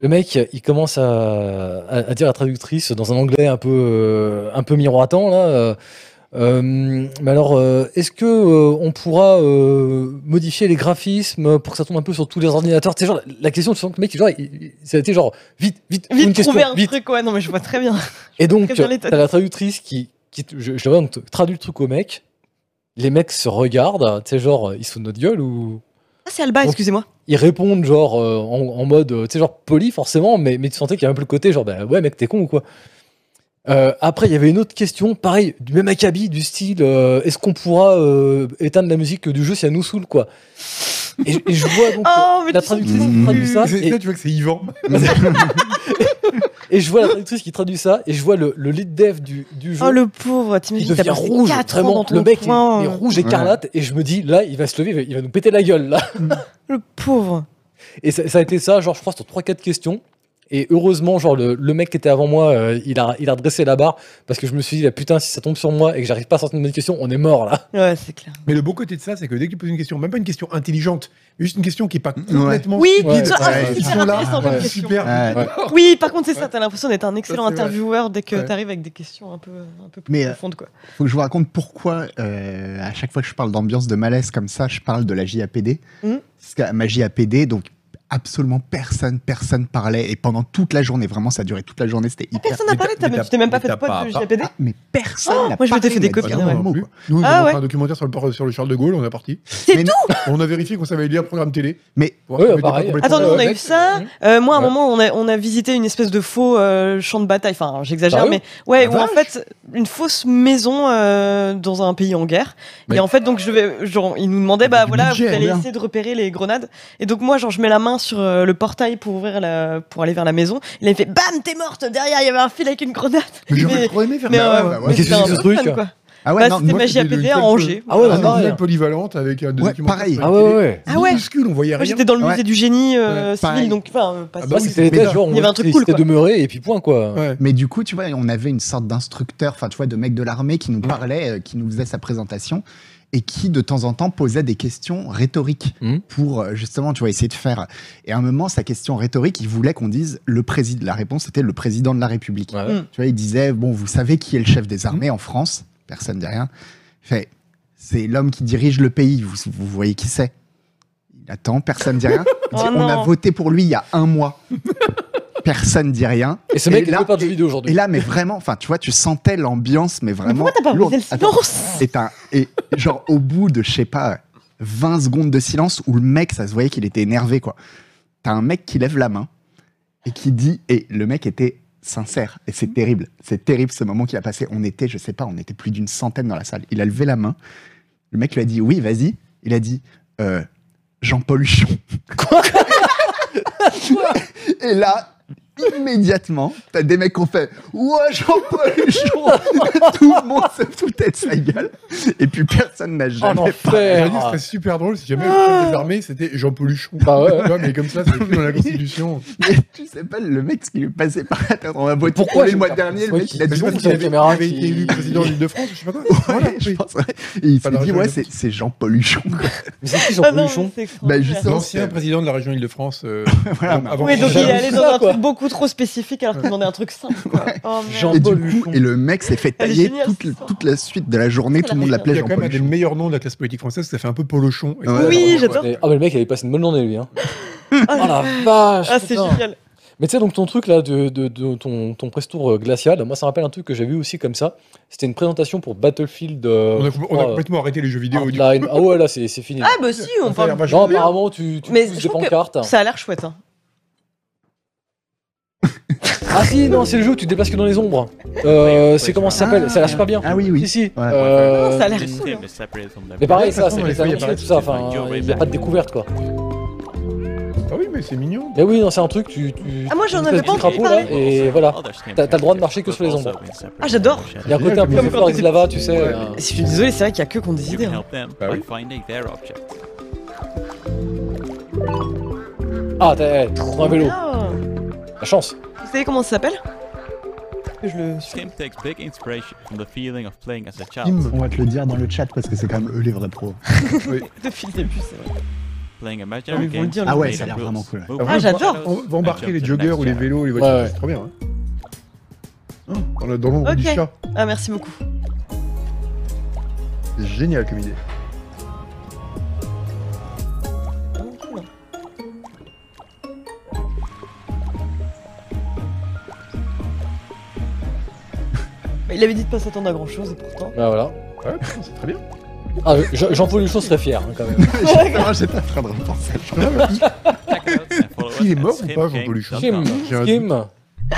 [SPEAKER 1] le mec, il commence à, à- à dire à la traductrice dans un anglais un peu, euh, un peu miroitant là. euh, Euh, mais alors, euh, est-ce que euh, on pourra euh, modifier les graphismes pour que ça tombe un peu sur tous les ordinateurs Tu sais, genre, la question, tu sens que le mec, genre, il- il- ça a été genre, vite, vite,
[SPEAKER 2] Vite,
[SPEAKER 1] une question,
[SPEAKER 2] trouver un
[SPEAKER 1] vite.
[SPEAKER 2] truc, ouais, non, mais je vois très bien. Je
[SPEAKER 1] Et
[SPEAKER 2] vois
[SPEAKER 1] donc,
[SPEAKER 2] très bien les
[SPEAKER 1] t'as la traductrice qui, qui je, je le vois, donc, t- traduit le truc au mec. Les mecs se regardent, tu sais, genre, ils sont de notre gueule ou.
[SPEAKER 2] Ah, c'est Alba,
[SPEAKER 1] Donc,
[SPEAKER 2] excusez-moi.
[SPEAKER 1] Ils répondent, genre, euh, en, en mode, euh, tu sais, genre, poli, forcément, mais, mais tu sentais qu'il y avait un peu le côté, genre, bah ouais, mec, t'es con ou quoi Euh, Après, il y avait une autre question, pareil, du même acabit, du style, euh, est-ce qu'on pourra euh, éteindre la musique du jeu si elle nous saoule, quoi et, je- et je vois donc
[SPEAKER 2] Oh,
[SPEAKER 1] euh,
[SPEAKER 2] mais
[SPEAKER 1] la
[SPEAKER 2] tu sens
[SPEAKER 1] traductrice
[SPEAKER 2] que
[SPEAKER 1] qui
[SPEAKER 2] c'est
[SPEAKER 1] traduit ça.
[SPEAKER 4] C'est-
[SPEAKER 1] et-
[SPEAKER 4] là, tu vois que c'est Yvan.
[SPEAKER 1] et je vois la traductrice qui traduit ça, et je vois le, le lead dev du, du jeu.
[SPEAKER 2] Oh, le pauvre,
[SPEAKER 1] il
[SPEAKER 2] t'imagines, t'as
[SPEAKER 1] devient
[SPEAKER 2] passé
[SPEAKER 1] rouge,
[SPEAKER 2] 4 ans
[SPEAKER 1] vraiment.
[SPEAKER 2] dans ton
[SPEAKER 1] Le mec est,
[SPEAKER 2] coin.
[SPEAKER 1] est rouge écarlate, et je me dis, là, il va se lever, il va- il va nous péter la gueule, là.
[SPEAKER 2] Le pauvre.
[SPEAKER 1] Et ça, ça a été ça, genre, je crois, sur 3-4 questions. Et heureusement, genre, le, le mec qui était avant moi, euh, il, a, il a redressé la barre, parce que je me suis dit, là, putain, si ça tombe sur moi et que j'arrive pas à sortir de mes questions, on est mort, là.
[SPEAKER 2] Ouais, c'est clair.
[SPEAKER 4] Mais le bon côté de ça, c'est que dès que tu poses une question, même pas une question intelligente, mais juste une question qui est pas complètement.
[SPEAKER 2] Oui,
[SPEAKER 4] stupide,
[SPEAKER 2] tu vois, ah, c'est
[SPEAKER 4] ils
[SPEAKER 2] hyper
[SPEAKER 4] sont là,
[SPEAKER 2] intéressant comme
[SPEAKER 4] ouais,
[SPEAKER 2] question.
[SPEAKER 4] super.
[SPEAKER 3] Ouais.
[SPEAKER 2] Oui, par contre, c'est ça, t'as l'impression d'être un excellent
[SPEAKER 3] Oh. Ça, c'est vrai.
[SPEAKER 2] intervieweur dès que
[SPEAKER 3] Ouais.
[SPEAKER 2] t'arrives avec des questions un peu, un peu plus
[SPEAKER 3] Mais euh,
[SPEAKER 2] profondes, quoi.
[SPEAKER 3] faut que je vous raconte pourquoi euh, à chaque fois que je parle d'ambiance de malaise comme ça, je parle de la JAPD.
[SPEAKER 2] Mhm.
[SPEAKER 3] Parce qu'à ma JAPD, donc absolument personne, personne parlait. Et pendant toute la journée, vraiment, ça a duré toute la journée, c'était hyper.
[SPEAKER 2] Ah,
[SPEAKER 3] Ah,
[SPEAKER 2] Personne n'a parlé, t'as même- tu t'es même pas fait de pote de JAPD
[SPEAKER 3] Mais personne n'a
[SPEAKER 2] Ah, Moi, je m'étais
[SPEAKER 3] parlé,
[SPEAKER 2] fait des
[SPEAKER 3] on a dit
[SPEAKER 2] copines,
[SPEAKER 3] un
[SPEAKER 2] ouais.
[SPEAKER 3] mot,
[SPEAKER 4] Nous,
[SPEAKER 3] quoi.
[SPEAKER 4] nous, on
[SPEAKER 2] Ah
[SPEAKER 4] a
[SPEAKER 2] ouais.
[SPEAKER 4] fait un documentaire sur le, par- sur le Charles de Gaulle, on est parti.
[SPEAKER 2] C'est tout
[SPEAKER 4] On a vérifié qu'on savait lire programme télé.
[SPEAKER 3] Mais. Mmh.
[SPEAKER 2] Attends, nous, on a eu ça. Euh, moi, à un
[SPEAKER 4] Ouais.
[SPEAKER 2] moment, on a, on a visité une espèce de faux euh, champ de bataille. Enfin, j'exagère,
[SPEAKER 4] Sérieux
[SPEAKER 2] mais ouais,
[SPEAKER 4] La
[SPEAKER 2] où en fait, une fausse maison euh, dans un pays en guerre. Et
[SPEAKER 4] Mais-
[SPEAKER 2] en fait, donc, je vais, genre, ils nous
[SPEAKER 3] Ah,
[SPEAKER 2] demandaient, bah
[SPEAKER 4] du
[SPEAKER 2] voilà,
[SPEAKER 4] budget,
[SPEAKER 2] vous allez
[SPEAKER 4] regarde.
[SPEAKER 2] essayer de repérer les grenades. Et donc, moi, genre, je mets la main sur euh, le portail pour ouvrir la, pour aller vers la maison. Il a fait, bam, t'es morte. Derrière, il y avait un fil avec une grenade.
[SPEAKER 3] Mais j'aurais trop aimé faire
[SPEAKER 2] mais,
[SPEAKER 3] ça.
[SPEAKER 2] euh,
[SPEAKER 3] Bah ouais, bah ouais.
[SPEAKER 2] mais
[SPEAKER 3] Mais qu'est-ce
[SPEAKER 2] c'était
[SPEAKER 3] que
[SPEAKER 2] un
[SPEAKER 3] c'est ce
[SPEAKER 2] truc,
[SPEAKER 3] truc,
[SPEAKER 2] quoi.
[SPEAKER 3] Ah ouais,
[SPEAKER 2] Bah,
[SPEAKER 3] non,
[SPEAKER 2] c'était
[SPEAKER 3] moi,
[SPEAKER 2] ma
[SPEAKER 3] c'était
[SPEAKER 2] JAPD
[SPEAKER 3] une
[SPEAKER 2] à
[SPEAKER 3] seule
[SPEAKER 2] Angers.
[SPEAKER 3] chose. Ah ouais,
[SPEAKER 2] Voilà.
[SPEAKER 3] non, non,
[SPEAKER 4] Une
[SPEAKER 3] ouais.
[SPEAKER 4] polyvalente avec un
[SPEAKER 3] Ouais,
[SPEAKER 4] documentaire
[SPEAKER 3] pareil.
[SPEAKER 4] sur la
[SPEAKER 3] Ah ouais,
[SPEAKER 4] télé.
[SPEAKER 3] ouais.
[SPEAKER 2] Ah ouais.
[SPEAKER 4] Minuscule, on voyait
[SPEAKER 2] Moi,
[SPEAKER 4] rien.
[SPEAKER 2] j'étais dans le musée
[SPEAKER 3] Ouais.
[SPEAKER 2] du génie euh,
[SPEAKER 3] Ouais,
[SPEAKER 2] civil,
[SPEAKER 3] pareil.
[SPEAKER 2] donc, enfin, euh, pas
[SPEAKER 4] Ah
[SPEAKER 2] si-
[SPEAKER 4] bah oui,
[SPEAKER 1] C'était
[SPEAKER 4] c'était
[SPEAKER 1] déjà, genre,
[SPEAKER 2] Il y avait un truc
[SPEAKER 1] c'était-
[SPEAKER 2] cool,
[SPEAKER 1] c'était
[SPEAKER 2] quoi.
[SPEAKER 1] demeuré, et puis point, quoi.
[SPEAKER 3] Mais du coup, tu vois, on avait une sorte d'instructeur, enfin, tu vois, de mec de l'armée qui nous parlait, euh, qui nous faisait sa présentation et qui, de temps en temps, posait des questions rhétoriques pour, euh, justement, tu vois, essayer de faire. Et à un moment, sa question rhétorique, il voulait qu'on dise le président. La réponse était le président de la République.
[SPEAKER 2] Mmh.
[SPEAKER 1] Ouais. Mm.
[SPEAKER 3] Tu vois, il disait, bon, vous savez qui est le chef des
[SPEAKER 2] Mm.
[SPEAKER 3] armées en France Personne ne dit rien. Il Fait, c'est l'homme qui dirige le pays. Vous, vous voyez qui c'est Il attend, personne ne dit rien. Il dit,
[SPEAKER 2] Oh
[SPEAKER 3] on a
[SPEAKER 2] non.
[SPEAKER 3] voté pour lui il y a un mois. Personne dit rien.
[SPEAKER 1] Et ce mec, il
[SPEAKER 3] là,
[SPEAKER 1] peut pas de vidéo aujourd'hui.
[SPEAKER 3] et là, mais vraiment, enfin, tu vois, tu sentais l'ambiance, mais vraiment.
[SPEAKER 2] pourquoi t'as pas
[SPEAKER 3] lourde.
[SPEAKER 2] brisé le
[SPEAKER 3] Attends,
[SPEAKER 2] silence
[SPEAKER 3] et, t'as- et genre, au bout de, je sais pas, 20 secondes de silence où le mec, ça se voyait qu'il était énervé, quoi. T'as un mec qui lève la main et qui dit. Et le mec était sincère. Et c'est terrible. C'est terrible ce moment qu'il a passé. On était, je sais pas, on était plus d'une centaine dans la salle. Il a levé la main. Le mec lui a dit Oui, vas-y. Il a dit euh, Jean-Paul Huchon. Et là, immédiatement, t'as des mecs qui ont fait Ouais, Jean-Paul Huchon Tout le monde se foutait de sa gueule. Et puis personne n'a
[SPEAKER 1] Ah,
[SPEAKER 3] jamais
[SPEAKER 4] J'aurais
[SPEAKER 3] parlé.
[SPEAKER 4] dit, ce serait super drôle si jamais le chef des armées c'était Jean Poluchon. Bah
[SPEAKER 1] ouais.
[SPEAKER 4] mais comme ça, c'est écrit dans la Constitution.
[SPEAKER 3] Mais tu sais pas le mec ce qui lui passait par la tête. On a voté
[SPEAKER 1] Pourquoi
[SPEAKER 3] pour lui
[SPEAKER 1] j'ai
[SPEAKER 3] le mois
[SPEAKER 1] pas-
[SPEAKER 3] dernier, le
[SPEAKER 1] Ouais,
[SPEAKER 3] mec il a
[SPEAKER 1] je
[SPEAKER 3] dit
[SPEAKER 1] sais pas
[SPEAKER 3] oui,
[SPEAKER 1] si c'est la caméra
[SPEAKER 4] avait
[SPEAKER 1] qui-
[SPEAKER 4] été élu président de l'île de France, Ah, je sais pas quoi. Voilà,
[SPEAKER 3] je
[SPEAKER 4] oui.
[SPEAKER 3] pense, ouais. Et il
[SPEAKER 4] Pas
[SPEAKER 3] s'est
[SPEAKER 4] dans la
[SPEAKER 3] dit
[SPEAKER 4] région
[SPEAKER 3] ouais,
[SPEAKER 4] de
[SPEAKER 3] c'est c'est Jean-Paul Huchon. quoi.
[SPEAKER 1] Mais c'est qui
[SPEAKER 2] Ah non,
[SPEAKER 1] Jean-Paul
[SPEAKER 2] mais
[SPEAKER 1] Huchon
[SPEAKER 2] c'est
[SPEAKER 3] Bah,
[SPEAKER 2] extraordinaire.
[SPEAKER 3] justement,
[SPEAKER 4] L'ancien président de la région Île-de-France. euh,
[SPEAKER 3] Voilà, mais-
[SPEAKER 4] avant-
[SPEAKER 2] Oui, donc il est allé dans un
[SPEAKER 1] quoi.
[SPEAKER 2] truc beaucoup trop spécifique alors qu'il demandait un truc simple. quoi. Oh, merde.
[SPEAKER 3] Et
[SPEAKER 1] Jean-Paul
[SPEAKER 3] du coup,
[SPEAKER 1] Huchon.
[SPEAKER 3] et le mec s'est fait
[SPEAKER 2] Elle est
[SPEAKER 3] tailler
[SPEAKER 2] géniale,
[SPEAKER 3] toute,
[SPEAKER 2] cette
[SPEAKER 3] toute la suite de la journée. Tout le monde
[SPEAKER 4] Il
[SPEAKER 3] l'appelait
[SPEAKER 4] y a quand même un
[SPEAKER 3] Jean-Paul
[SPEAKER 4] des
[SPEAKER 3] Huchon.
[SPEAKER 4] meilleurs noms de la classe politique française, ça fait un peu polochon. Et
[SPEAKER 3] Ouais.
[SPEAKER 2] Oui, j'adore.
[SPEAKER 1] Mais- Ah, mais le mec, il avait passé une bonne journée, lui. Hein.
[SPEAKER 2] Ah,
[SPEAKER 1] Oh la vache
[SPEAKER 2] Ah, c'est
[SPEAKER 1] putain.
[SPEAKER 2] génial.
[SPEAKER 1] Mais tu sais, donc ton truc là, de, de- de- ton, ton prestour euh, glacial, moi ça me rappelle un truc que j'ai vu aussi comme ça. C'était une présentation pour Battlefield. euh,
[SPEAKER 4] On a,
[SPEAKER 1] je
[SPEAKER 4] on a
[SPEAKER 1] crois, euh,
[SPEAKER 4] complètement arrêté les jeux vidéo. du coup.
[SPEAKER 1] Hardline. Ah ouais, là c'est c'est fini. là.
[SPEAKER 2] Ah, bah si, on
[SPEAKER 4] Ça a
[SPEAKER 2] parle.
[SPEAKER 4] l'air vachement
[SPEAKER 1] non,
[SPEAKER 4] bien.
[SPEAKER 1] apparemment, tu, tu
[SPEAKER 2] Mais
[SPEAKER 1] pousses
[SPEAKER 2] je
[SPEAKER 1] des
[SPEAKER 2] trouve que
[SPEAKER 1] pancartes.
[SPEAKER 2] ça a l'air chouette. hein.
[SPEAKER 1] Ah si, non, c'est le jeu où tu te déplaces que dans les ombres. Euh, c'est comment ça s'appelle Ça a l'air super bien.
[SPEAKER 3] Ah oui, oui.
[SPEAKER 1] Si, si.
[SPEAKER 3] Ouais.
[SPEAKER 1] Euh,
[SPEAKER 2] Non, ça a l'air cool. hein.
[SPEAKER 1] Mais pareil, ça,
[SPEAKER 4] façon,
[SPEAKER 1] c'est
[SPEAKER 4] les
[SPEAKER 1] les
[SPEAKER 4] feuilles
[SPEAKER 1] annoncés, tout ça. Enfin, il n'y a pas de découverte quoi.
[SPEAKER 4] Ah oui, mais c'est mignon.
[SPEAKER 1] Mais oui, non, c'est un truc, tu. tu
[SPEAKER 2] Ah, moi, j'en
[SPEAKER 1] tu
[SPEAKER 2] avais
[SPEAKER 1] fais
[SPEAKER 2] pas
[SPEAKER 1] du
[SPEAKER 2] entendu
[SPEAKER 1] crapaud, là,
[SPEAKER 2] parler.
[SPEAKER 1] Et voilà. T'as t'as le droit de marcher que sur les ombres.
[SPEAKER 2] Ah, j'adore.
[SPEAKER 1] Il y a un côté un peu
[SPEAKER 4] Comme
[SPEAKER 1] Flores de Lava, tu sais.
[SPEAKER 4] Ouais.
[SPEAKER 1] euh,
[SPEAKER 2] Je suis désolé, c'est vrai qu'il y a que qu'on des idées. hein.
[SPEAKER 4] Bah oui.
[SPEAKER 1] Ah, t'as eh, trop un vélo.
[SPEAKER 2] Ah,
[SPEAKER 1] La chance.
[SPEAKER 2] Vous savez comment ça s'appelle Je le.
[SPEAKER 3] Kim, On va te le dire dans le chat parce que c'est quand même eux les vrais pros.
[SPEAKER 2] Depuis le début, c'est vrai.
[SPEAKER 4] vous le dire,
[SPEAKER 3] Ah ouais, ça a l'air vraiment cool. ouais.
[SPEAKER 2] Ah, j'adore.
[SPEAKER 4] On va embarquer les joggers ou les vélos, les voitures,
[SPEAKER 1] Ouais, ouais.
[SPEAKER 4] c'est trop bien. hein. Oh, Dans le dans l'ombre du
[SPEAKER 2] Ok.
[SPEAKER 4] chat.
[SPEAKER 2] Ah, merci beaucoup.
[SPEAKER 4] C'est génial comme idée.
[SPEAKER 2] Mais Il avait dit de pas s'attendre à grand chose et pourtant.
[SPEAKER 1] Bah voilà.
[SPEAKER 4] Ouais, c'est très bien.
[SPEAKER 1] Ah, Jean- Jean-Paul Luchon serait fier hein, quand même.
[SPEAKER 4] J'étais en train de repenser à Jean-Paul. Il est mort ou pas, Jean-Paul Luchon
[SPEAKER 1] Skim,
[SPEAKER 4] J'ai un doute. Ah,
[SPEAKER 1] Skim.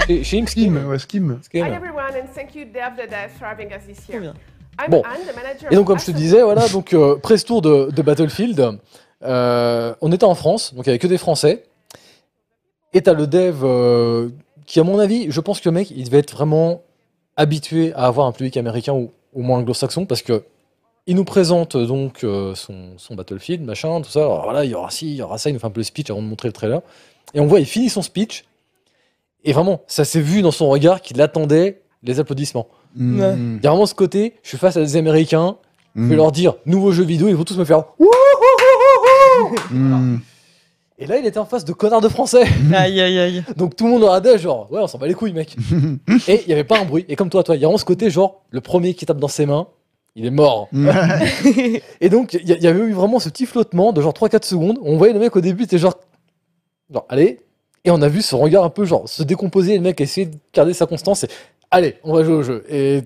[SPEAKER 1] Chez- chez him, Skim.
[SPEAKER 4] Ouais, Skim.
[SPEAKER 5] Hi everyone, and thank you, Dev, that's having us this year. I'm
[SPEAKER 1] Bon.
[SPEAKER 5] Anne, the manager
[SPEAKER 1] Et donc,
[SPEAKER 5] of
[SPEAKER 1] comme je te
[SPEAKER 5] Aston
[SPEAKER 1] disais, voilà, donc euh, presse tour de, de Battlefield. euh, on était en France, donc il n'y avait que des Français. Et t'as le dev euh, qui, à mon avis, je pense que le mec, il devait être vraiment habitué à avoir un public américain ou au moins anglo-saxon parce que il nous présente euh, donc euh, son, son Battlefield, machin, tout ça. Alors voilà, il y aura ci, il y aura ça. Il nous fait un peu le speech avant de montrer le trailer. Et on voit, il finit son speech. Et vraiment, ça s'est vu dans son regard qu'il attendait les applaudissements.
[SPEAKER 3] Mm.
[SPEAKER 2] Ouais.
[SPEAKER 1] Il y a vraiment ce côté, je suis face à des Américains, je
[SPEAKER 3] Mm.
[SPEAKER 1] vais leur dire nouveau jeu vidéo, ils vont tous me faire Wouhou
[SPEAKER 3] Hmm.
[SPEAKER 1] Et là, il était en face de connards de français.
[SPEAKER 2] Aïe aïe aïe.
[SPEAKER 1] Donc tout le monde regardait, genre, ouais, on s'en bat les couilles, mec. et il n'y avait pas un bruit. Et comme toi, toi, il y a vraiment ce côté, genre, le premier qui tape dans ses mains, il est mort. et donc, il y, a- il y avait eu vraiment ce petit flottement de genre 3-4 secondes. On voyait le mec au début, t'es genre, genre, allez. Et on a vu ce regard un peu, genre, se décomposer. Et le mec a essayé de garder sa constance et, allez, on va jouer au jeu. Et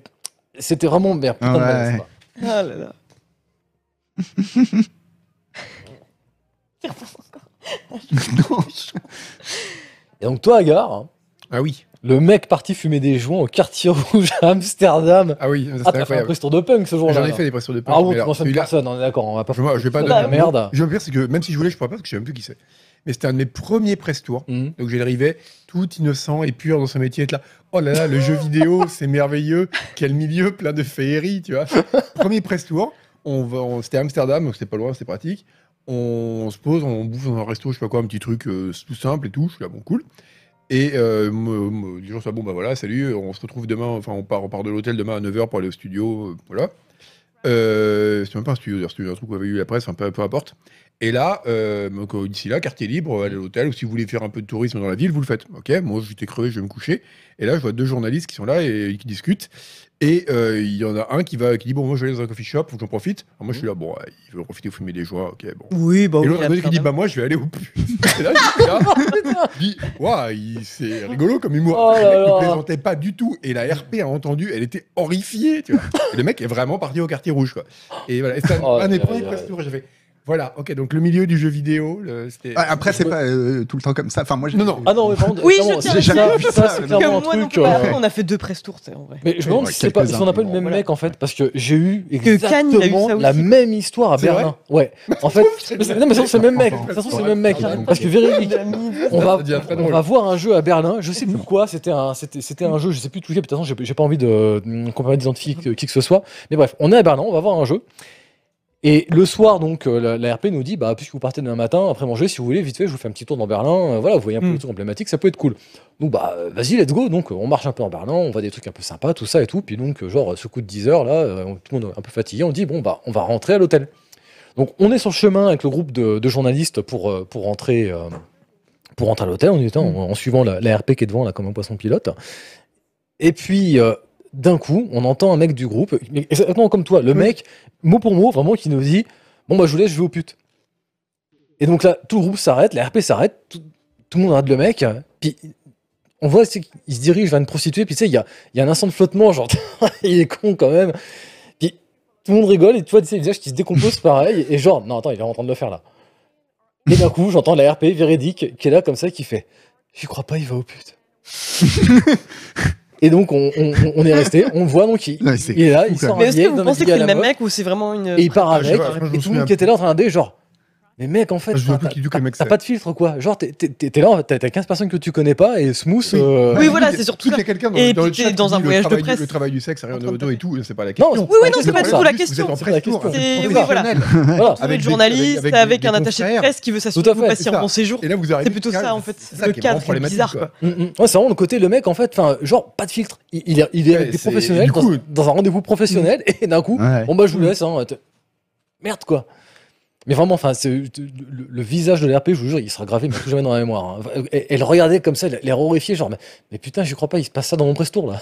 [SPEAKER 1] c'était vraiment, merde, putain de
[SPEAKER 3] Ouais.
[SPEAKER 1] malaise, quoi.
[SPEAKER 2] Ah là là. Il repense encore.
[SPEAKER 1] Et donc, toi, Agar. hein,
[SPEAKER 4] Ah oui.
[SPEAKER 1] Le mec parti fumer des joints au quartier rouge à Amsterdam.
[SPEAKER 4] Ah oui,
[SPEAKER 1] Ah,
[SPEAKER 4] c'était
[SPEAKER 1] t'as fait un
[SPEAKER 4] incroyable.
[SPEAKER 1] pression de punk ce jour-là.
[SPEAKER 4] J'en ai
[SPEAKER 1] alors.
[SPEAKER 4] fait des pressions de punk,
[SPEAKER 1] Ah bon,
[SPEAKER 4] mais
[SPEAKER 1] tu
[SPEAKER 4] alors,
[SPEAKER 1] mentionnes
[SPEAKER 4] celui-là-
[SPEAKER 1] personne, on est d'accord, on va pas
[SPEAKER 4] Je, moi, je vais pas
[SPEAKER 1] Ah,
[SPEAKER 4] donner.
[SPEAKER 1] merde.
[SPEAKER 4] Je veux dire, c'est que même si je voulais, je pourrais pas parce que je sais même plus qui c'est. Mais c'était un de mes premiers press tours.
[SPEAKER 1] Hmm.
[SPEAKER 4] Donc j'arrivais tout innocent et pur dans ce métier, être là. Oh là là, le jeu vidéo, c'est merveilleux. Quel milieu plein de féerie, tu vois. Premier press tour. On va, on- c'était à Amsterdam, donc c'était pas loin, c'était pratique. On, se pose, on bouffe dans un resto, je sais pas quoi, un petit truc euh, tout simple et tout. Je suis là, bon, cool. Et euh, me- me- les gens sont là, bon, bah voilà, salut, on se retrouve demain, enfin, on part, on part de l'hôtel demain à 9h pour aller au studio, euh, voilà. Euh, c'est même pas un studio, d'ailleurs, c'était un truc où avait eu la presse, enfin, peu, peu importe. Et là, euh, donc, euh, d'ici là, quartier libre, allez à l'hôtel, ou si vous voulez faire un peu de tourisme dans la ville, vous le faites. Ok, moi j'étais crevé, je vais me coucher. Et là, je vois deux journalistes qui sont là et qui discutent. Et euh, il y en a un qui va qui dit Bon, moi je vais aller dans un coffee shop, faut que j'en profite. Alors, moi je suis là, bon, ouais, il veut profiter, fumer des joies, ok, bon.
[SPEAKER 2] Oui, bah
[SPEAKER 4] Et
[SPEAKER 2] oui,
[SPEAKER 4] l'autre
[SPEAKER 2] à
[SPEAKER 4] un autre qui dit
[SPEAKER 2] Amsterdam.
[SPEAKER 4] Bah, moi je vais aller au plus. Et là, je ah. suis là, je dis Waouh, il- c'est rigolo comme humour.
[SPEAKER 1] Oh là
[SPEAKER 4] le mec ne
[SPEAKER 1] là.
[SPEAKER 4] plaisantait pas du tout. Et la RP a entendu, elle était horrifiée, tu vois. Et le mec est vraiment parti au quartier rouge, quoi. Et voilà, et c'est un,
[SPEAKER 1] Oh,
[SPEAKER 4] un des
[SPEAKER 1] aïe,
[SPEAKER 4] premiers
[SPEAKER 1] aïe,
[SPEAKER 4] press
[SPEAKER 1] aïe.
[SPEAKER 4] tours, j'ai fait Voilà, ok, donc le milieu du jeu vidéo, le- c'était.
[SPEAKER 3] Ouais, après, c'est pas euh, tout le temps comme ça. Enfin, moi, j'ai-
[SPEAKER 4] Non, non.
[SPEAKER 1] Ah non, mais par contre,
[SPEAKER 2] Oui,
[SPEAKER 1] clairement,
[SPEAKER 2] je tiens à
[SPEAKER 1] ça-
[SPEAKER 2] dire
[SPEAKER 1] ça,
[SPEAKER 3] que-
[SPEAKER 1] ça, c'est
[SPEAKER 3] Comme
[SPEAKER 4] bah,
[SPEAKER 1] clairement un
[SPEAKER 2] moi non
[SPEAKER 1] truc.
[SPEAKER 2] plus.
[SPEAKER 1] euh,
[SPEAKER 2] On a fait deux press tours, c'est en vrai.
[SPEAKER 1] Mais je me demande
[SPEAKER 3] Ouais,
[SPEAKER 1] si, c'est pas, si
[SPEAKER 3] quelques-uns,
[SPEAKER 1] on n'a pas
[SPEAKER 3] mais
[SPEAKER 1] le
[SPEAKER 3] bon,
[SPEAKER 1] même
[SPEAKER 2] voilà.
[SPEAKER 1] mec en fait, parce que j'ai eu
[SPEAKER 2] Que Cannes, il a eu ça
[SPEAKER 1] exactement
[SPEAKER 2] aussi.
[SPEAKER 1] la même histoire à
[SPEAKER 4] C'est vrai
[SPEAKER 1] Berlin. Ouais, en fait,
[SPEAKER 4] c'est
[SPEAKER 1] mais c'est-
[SPEAKER 4] bien.
[SPEAKER 1] non, mais c'est c'est le même mec. De
[SPEAKER 4] Enfin,
[SPEAKER 1] toute façon,
[SPEAKER 4] c'est
[SPEAKER 1] c'est le
[SPEAKER 4] vrai.
[SPEAKER 1] même mec.
[SPEAKER 4] Ah, donc,
[SPEAKER 1] Parce que véridique, on
[SPEAKER 4] Ça
[SPEAKER 1] va,
[SPEAKER 4] devient très
[SPEAKER 1] on
[SPEAKER 4] drôle.
[SPEAKER 1] va voir un jeu à Berlin, je sais plus quoi, c'était un, c'était, c'était un jeu, je sais plus de quel, de toute façon, j'ai, j'ai pas envie de mm, comparer d'identifier que- qui que ce soit. Mais bref, on est à Berlin, on va voir un jeu. Et le soir, donc, euh, la, la RP nous dit, bah, puisque vous partez demain matin, après manger, si vous voulez, vite fait, je vous fais un petit tour dans Berlin, euh, voilà, vous voyez un peu
[SPEAKER 4] Hmm.
[SPEAKER 1] le truc emblématique, ça peut être cool. Donc, bah, euh, vas-y, let's go. Donc, euh, on marche un peu en Berlin, on voit des trucs un peu sympas, tout ça et tout. Puis, donc, euh, genre, ce coup de 10 heures, là, euh, tout le monde est un peu fatigué, on dit, bon, bah, on va rentrer à l'hôtel. Donc, on est sur le chemin avec le groupe de, de journalistes pour, euh, pour rentrer. euh, pour rentrer à l'hôtel, on était en, en suivant la, la RP qui est devant, là, comme un poisson pilote. Et puis, euh, d'un coup, on entend un mec du groupe, mais exactement comme toi, le mec, mot pour mot, vraiment, qui nous dit Bon, bah, je vous laisse, je vais au pute. Et donc là, tout le groupe s'arrête, la RP s'arrête, tout, tout le monde regarde le mec, puis on voit c'est qu'il se dirige vers une prostituée, puis tu sais, il y a, il y a un instant de flottement, genre, il est con quand même. Puis tout le monde rigole, et tu vois, tu sais, le visage qui se décompose pareil, et genre, non, attends, il est en train de le faire là. Et d'un coup, j'entends la RP véridique qui est là comme ça, qui fait J'y crois pas, il va au pute. et donc, on, on- on est resté, on le voit, donc il,
[SPEAKER 3] Ouais, c'est
[SPEAKER 1] il est là,
[SPEAKER 3] fou,
[SPEAKER 1] il
[SPEAKER 3] quand
[SPEAKER 1] sort
[SPEAKER 2] Mais
[SPEAKER 1] un
[SPEAKER 2] est-ce
[SPEAKER 1] billet
[SPEAKER 2] que
[SPEAKER 1] dans
[SPEAKER 2] vous
[SPEAKER 1] la
[SPEAKER 2] pensez
[SPEAKER 1] big
[SPEAKER 2] que c'est
[SPEAKER 1] à
[SPEAKER 2] le
[SPEAKER 1] la
[SPEAKER 2] même
[SPEAKER 1] meuf,
[SPEAKER 2] mec ou c'est vraiment une.
[SPEAKER 1] et il part
[SPEAKER 4] Ah, je sais
[SPEAKER 1] avec,
[SPEAKER 4] pas, franchement, je
[SPEAKER 1] et tout le
[SPEAKER 4] me
[SPEAKER 1] monde
[SPEAKER 4] souviens Ah,
[SPEAKER 1] qui était là en train de dire, genre, mais mec, en fait,
[SPEAKER 4] Je vois
[SPEAKER 1] t'as-
[SPEAKER 4] plus du tout quel
[SPEAKER 1] t'as-
[SPEAKER 4] mec
[SPEAKER 1] t'as
[SPEAKER 4] c'est.
[SPEAKER 1] pas de filtre, quoi. Genre, t'es- t'es t'es là, t'as t'as 15 personnes que tu connais pas, et smooth.
[SPEAKER 4] Oui.
[SPEAKER 1] euh,
[SPEAKER 2] Oui, voilà,
[SPEAKER 4] Il y a-
[SPEAKER 2] c'est surtout
[SPEAKER 4] il y a
[SPEAKER 2] ça.
[SPEAKER 4] quelqu'un dans,
[SPEAKER 2] Et
[SPEAKER 4] dans le
[SPEAKER 2] puis,
[SPEAKER 4] chat
[SPEAKER 2] dans
[SPEAKER 4] qui
[SPEAKER 2] un
[SPEAKER 4] dit
[SPEAKER 2] voyage
[SPEAKER 4] le
[SPEAKER 2] de
[SPEAKER 4] travail,
[SPEAKER 2] presse.
[SPEAKER 4] Du, le travail du sexe, rien
[SPEAKER 2] En
[SPEAKER 4] de
[SPEAKER 2] train de
[SPEAKER 4] auto et tout, c'est pas la
[SPEAKER 1] Non,
[SPEAKER 4] question.
[SPEAKER 1] c'est-
[SPEAKER 2] Oui, oui, non, c'est pas du tout la
[SPEAKER 4] Juste, Vous
[SPEAKER 2] question.
[SPEAKER 4] êtes en
[SPEAKER 1] C'est la
[SPEAKER 4] presse tour,
[SPEAKER 1] question.
[SPEAKER 4] avec
[SPEAKER 2] C'est-
[SPEAKER 4] des
[SPEAKER 2] oui,
[SPEAKER 4] confrères,
[SPEAKER 2] voilà.
[SPEAKER 1] Voilà.
[SPEAKER 2] Avec
[SPEAKER 4] avec
[SPEAKER 2] le
[SPEAKER 4] des-
[SPEAKER 2] journaliste, avec,
[SPEAKER 4] des- des
[SPEAKER 2] un attaché de
[SPEAKER 4] confrères.
[SPEAKER 2] presse qui veut
[SPEAKER 1] Tout
[SPEAKER 2] s'assurer
[SPEAKER 1] à
[SPEAKER 2] qu'on
[SPEAKER 1] fait,
[SPEAKER 2] passe
[SPEAKER 4] c'est
[SPEAKER 2] un
[SPEAKER 4] ça.
[SPEAKER 2] bon séjour.
[SPEAKER 4] Et là, vous arrivez.
[SPEAKER 2] C'est plutôt ça, en fait.
[SPEAKER 4] C'est
[SPEAKER 2] Le
[SPEAKER 4] qui est vraiment
[SPEAKER 2] cadre est
[SPEAKER 4] problématique,
[SPEAKER 2] bizarre, quoi.
[SPEAKER 1] Mm, mm. Ouais, c'est vraiment le côté, le mec, en fait, enfin, genre, pas de filtre. Il, il est, il est
[SPEAKER 4] Ouais,
[SPEAKER 1] avec des
[SPEAKER 4] c'est-
[SPEAKER 1] professionnels,
[SPEAKER 4] du
[SPEAKER 1] dans,
[SPEAKER 4] coup-
[SPEAKER 1] dans un rendez-vous professionnel,
[SPEAKER 2] Mm.
[SPEAKER 1] et d'un coup,
[SPEAKER 3] Ouais.
[SPEAKER 1] bon bah, je vous laisse, hein, t- Merde, quoi. Mais vraiment, enfin, c'est- le, le- le visage de l'RP, je vous jure, il sera gravé, mais plus jamais dans la mémoire. hein. Elle, elle regardait comme ça, elle- l'air horrifiée, genre, mais, mais putain, je crois pas, il se passe ça dans mon prestour, là.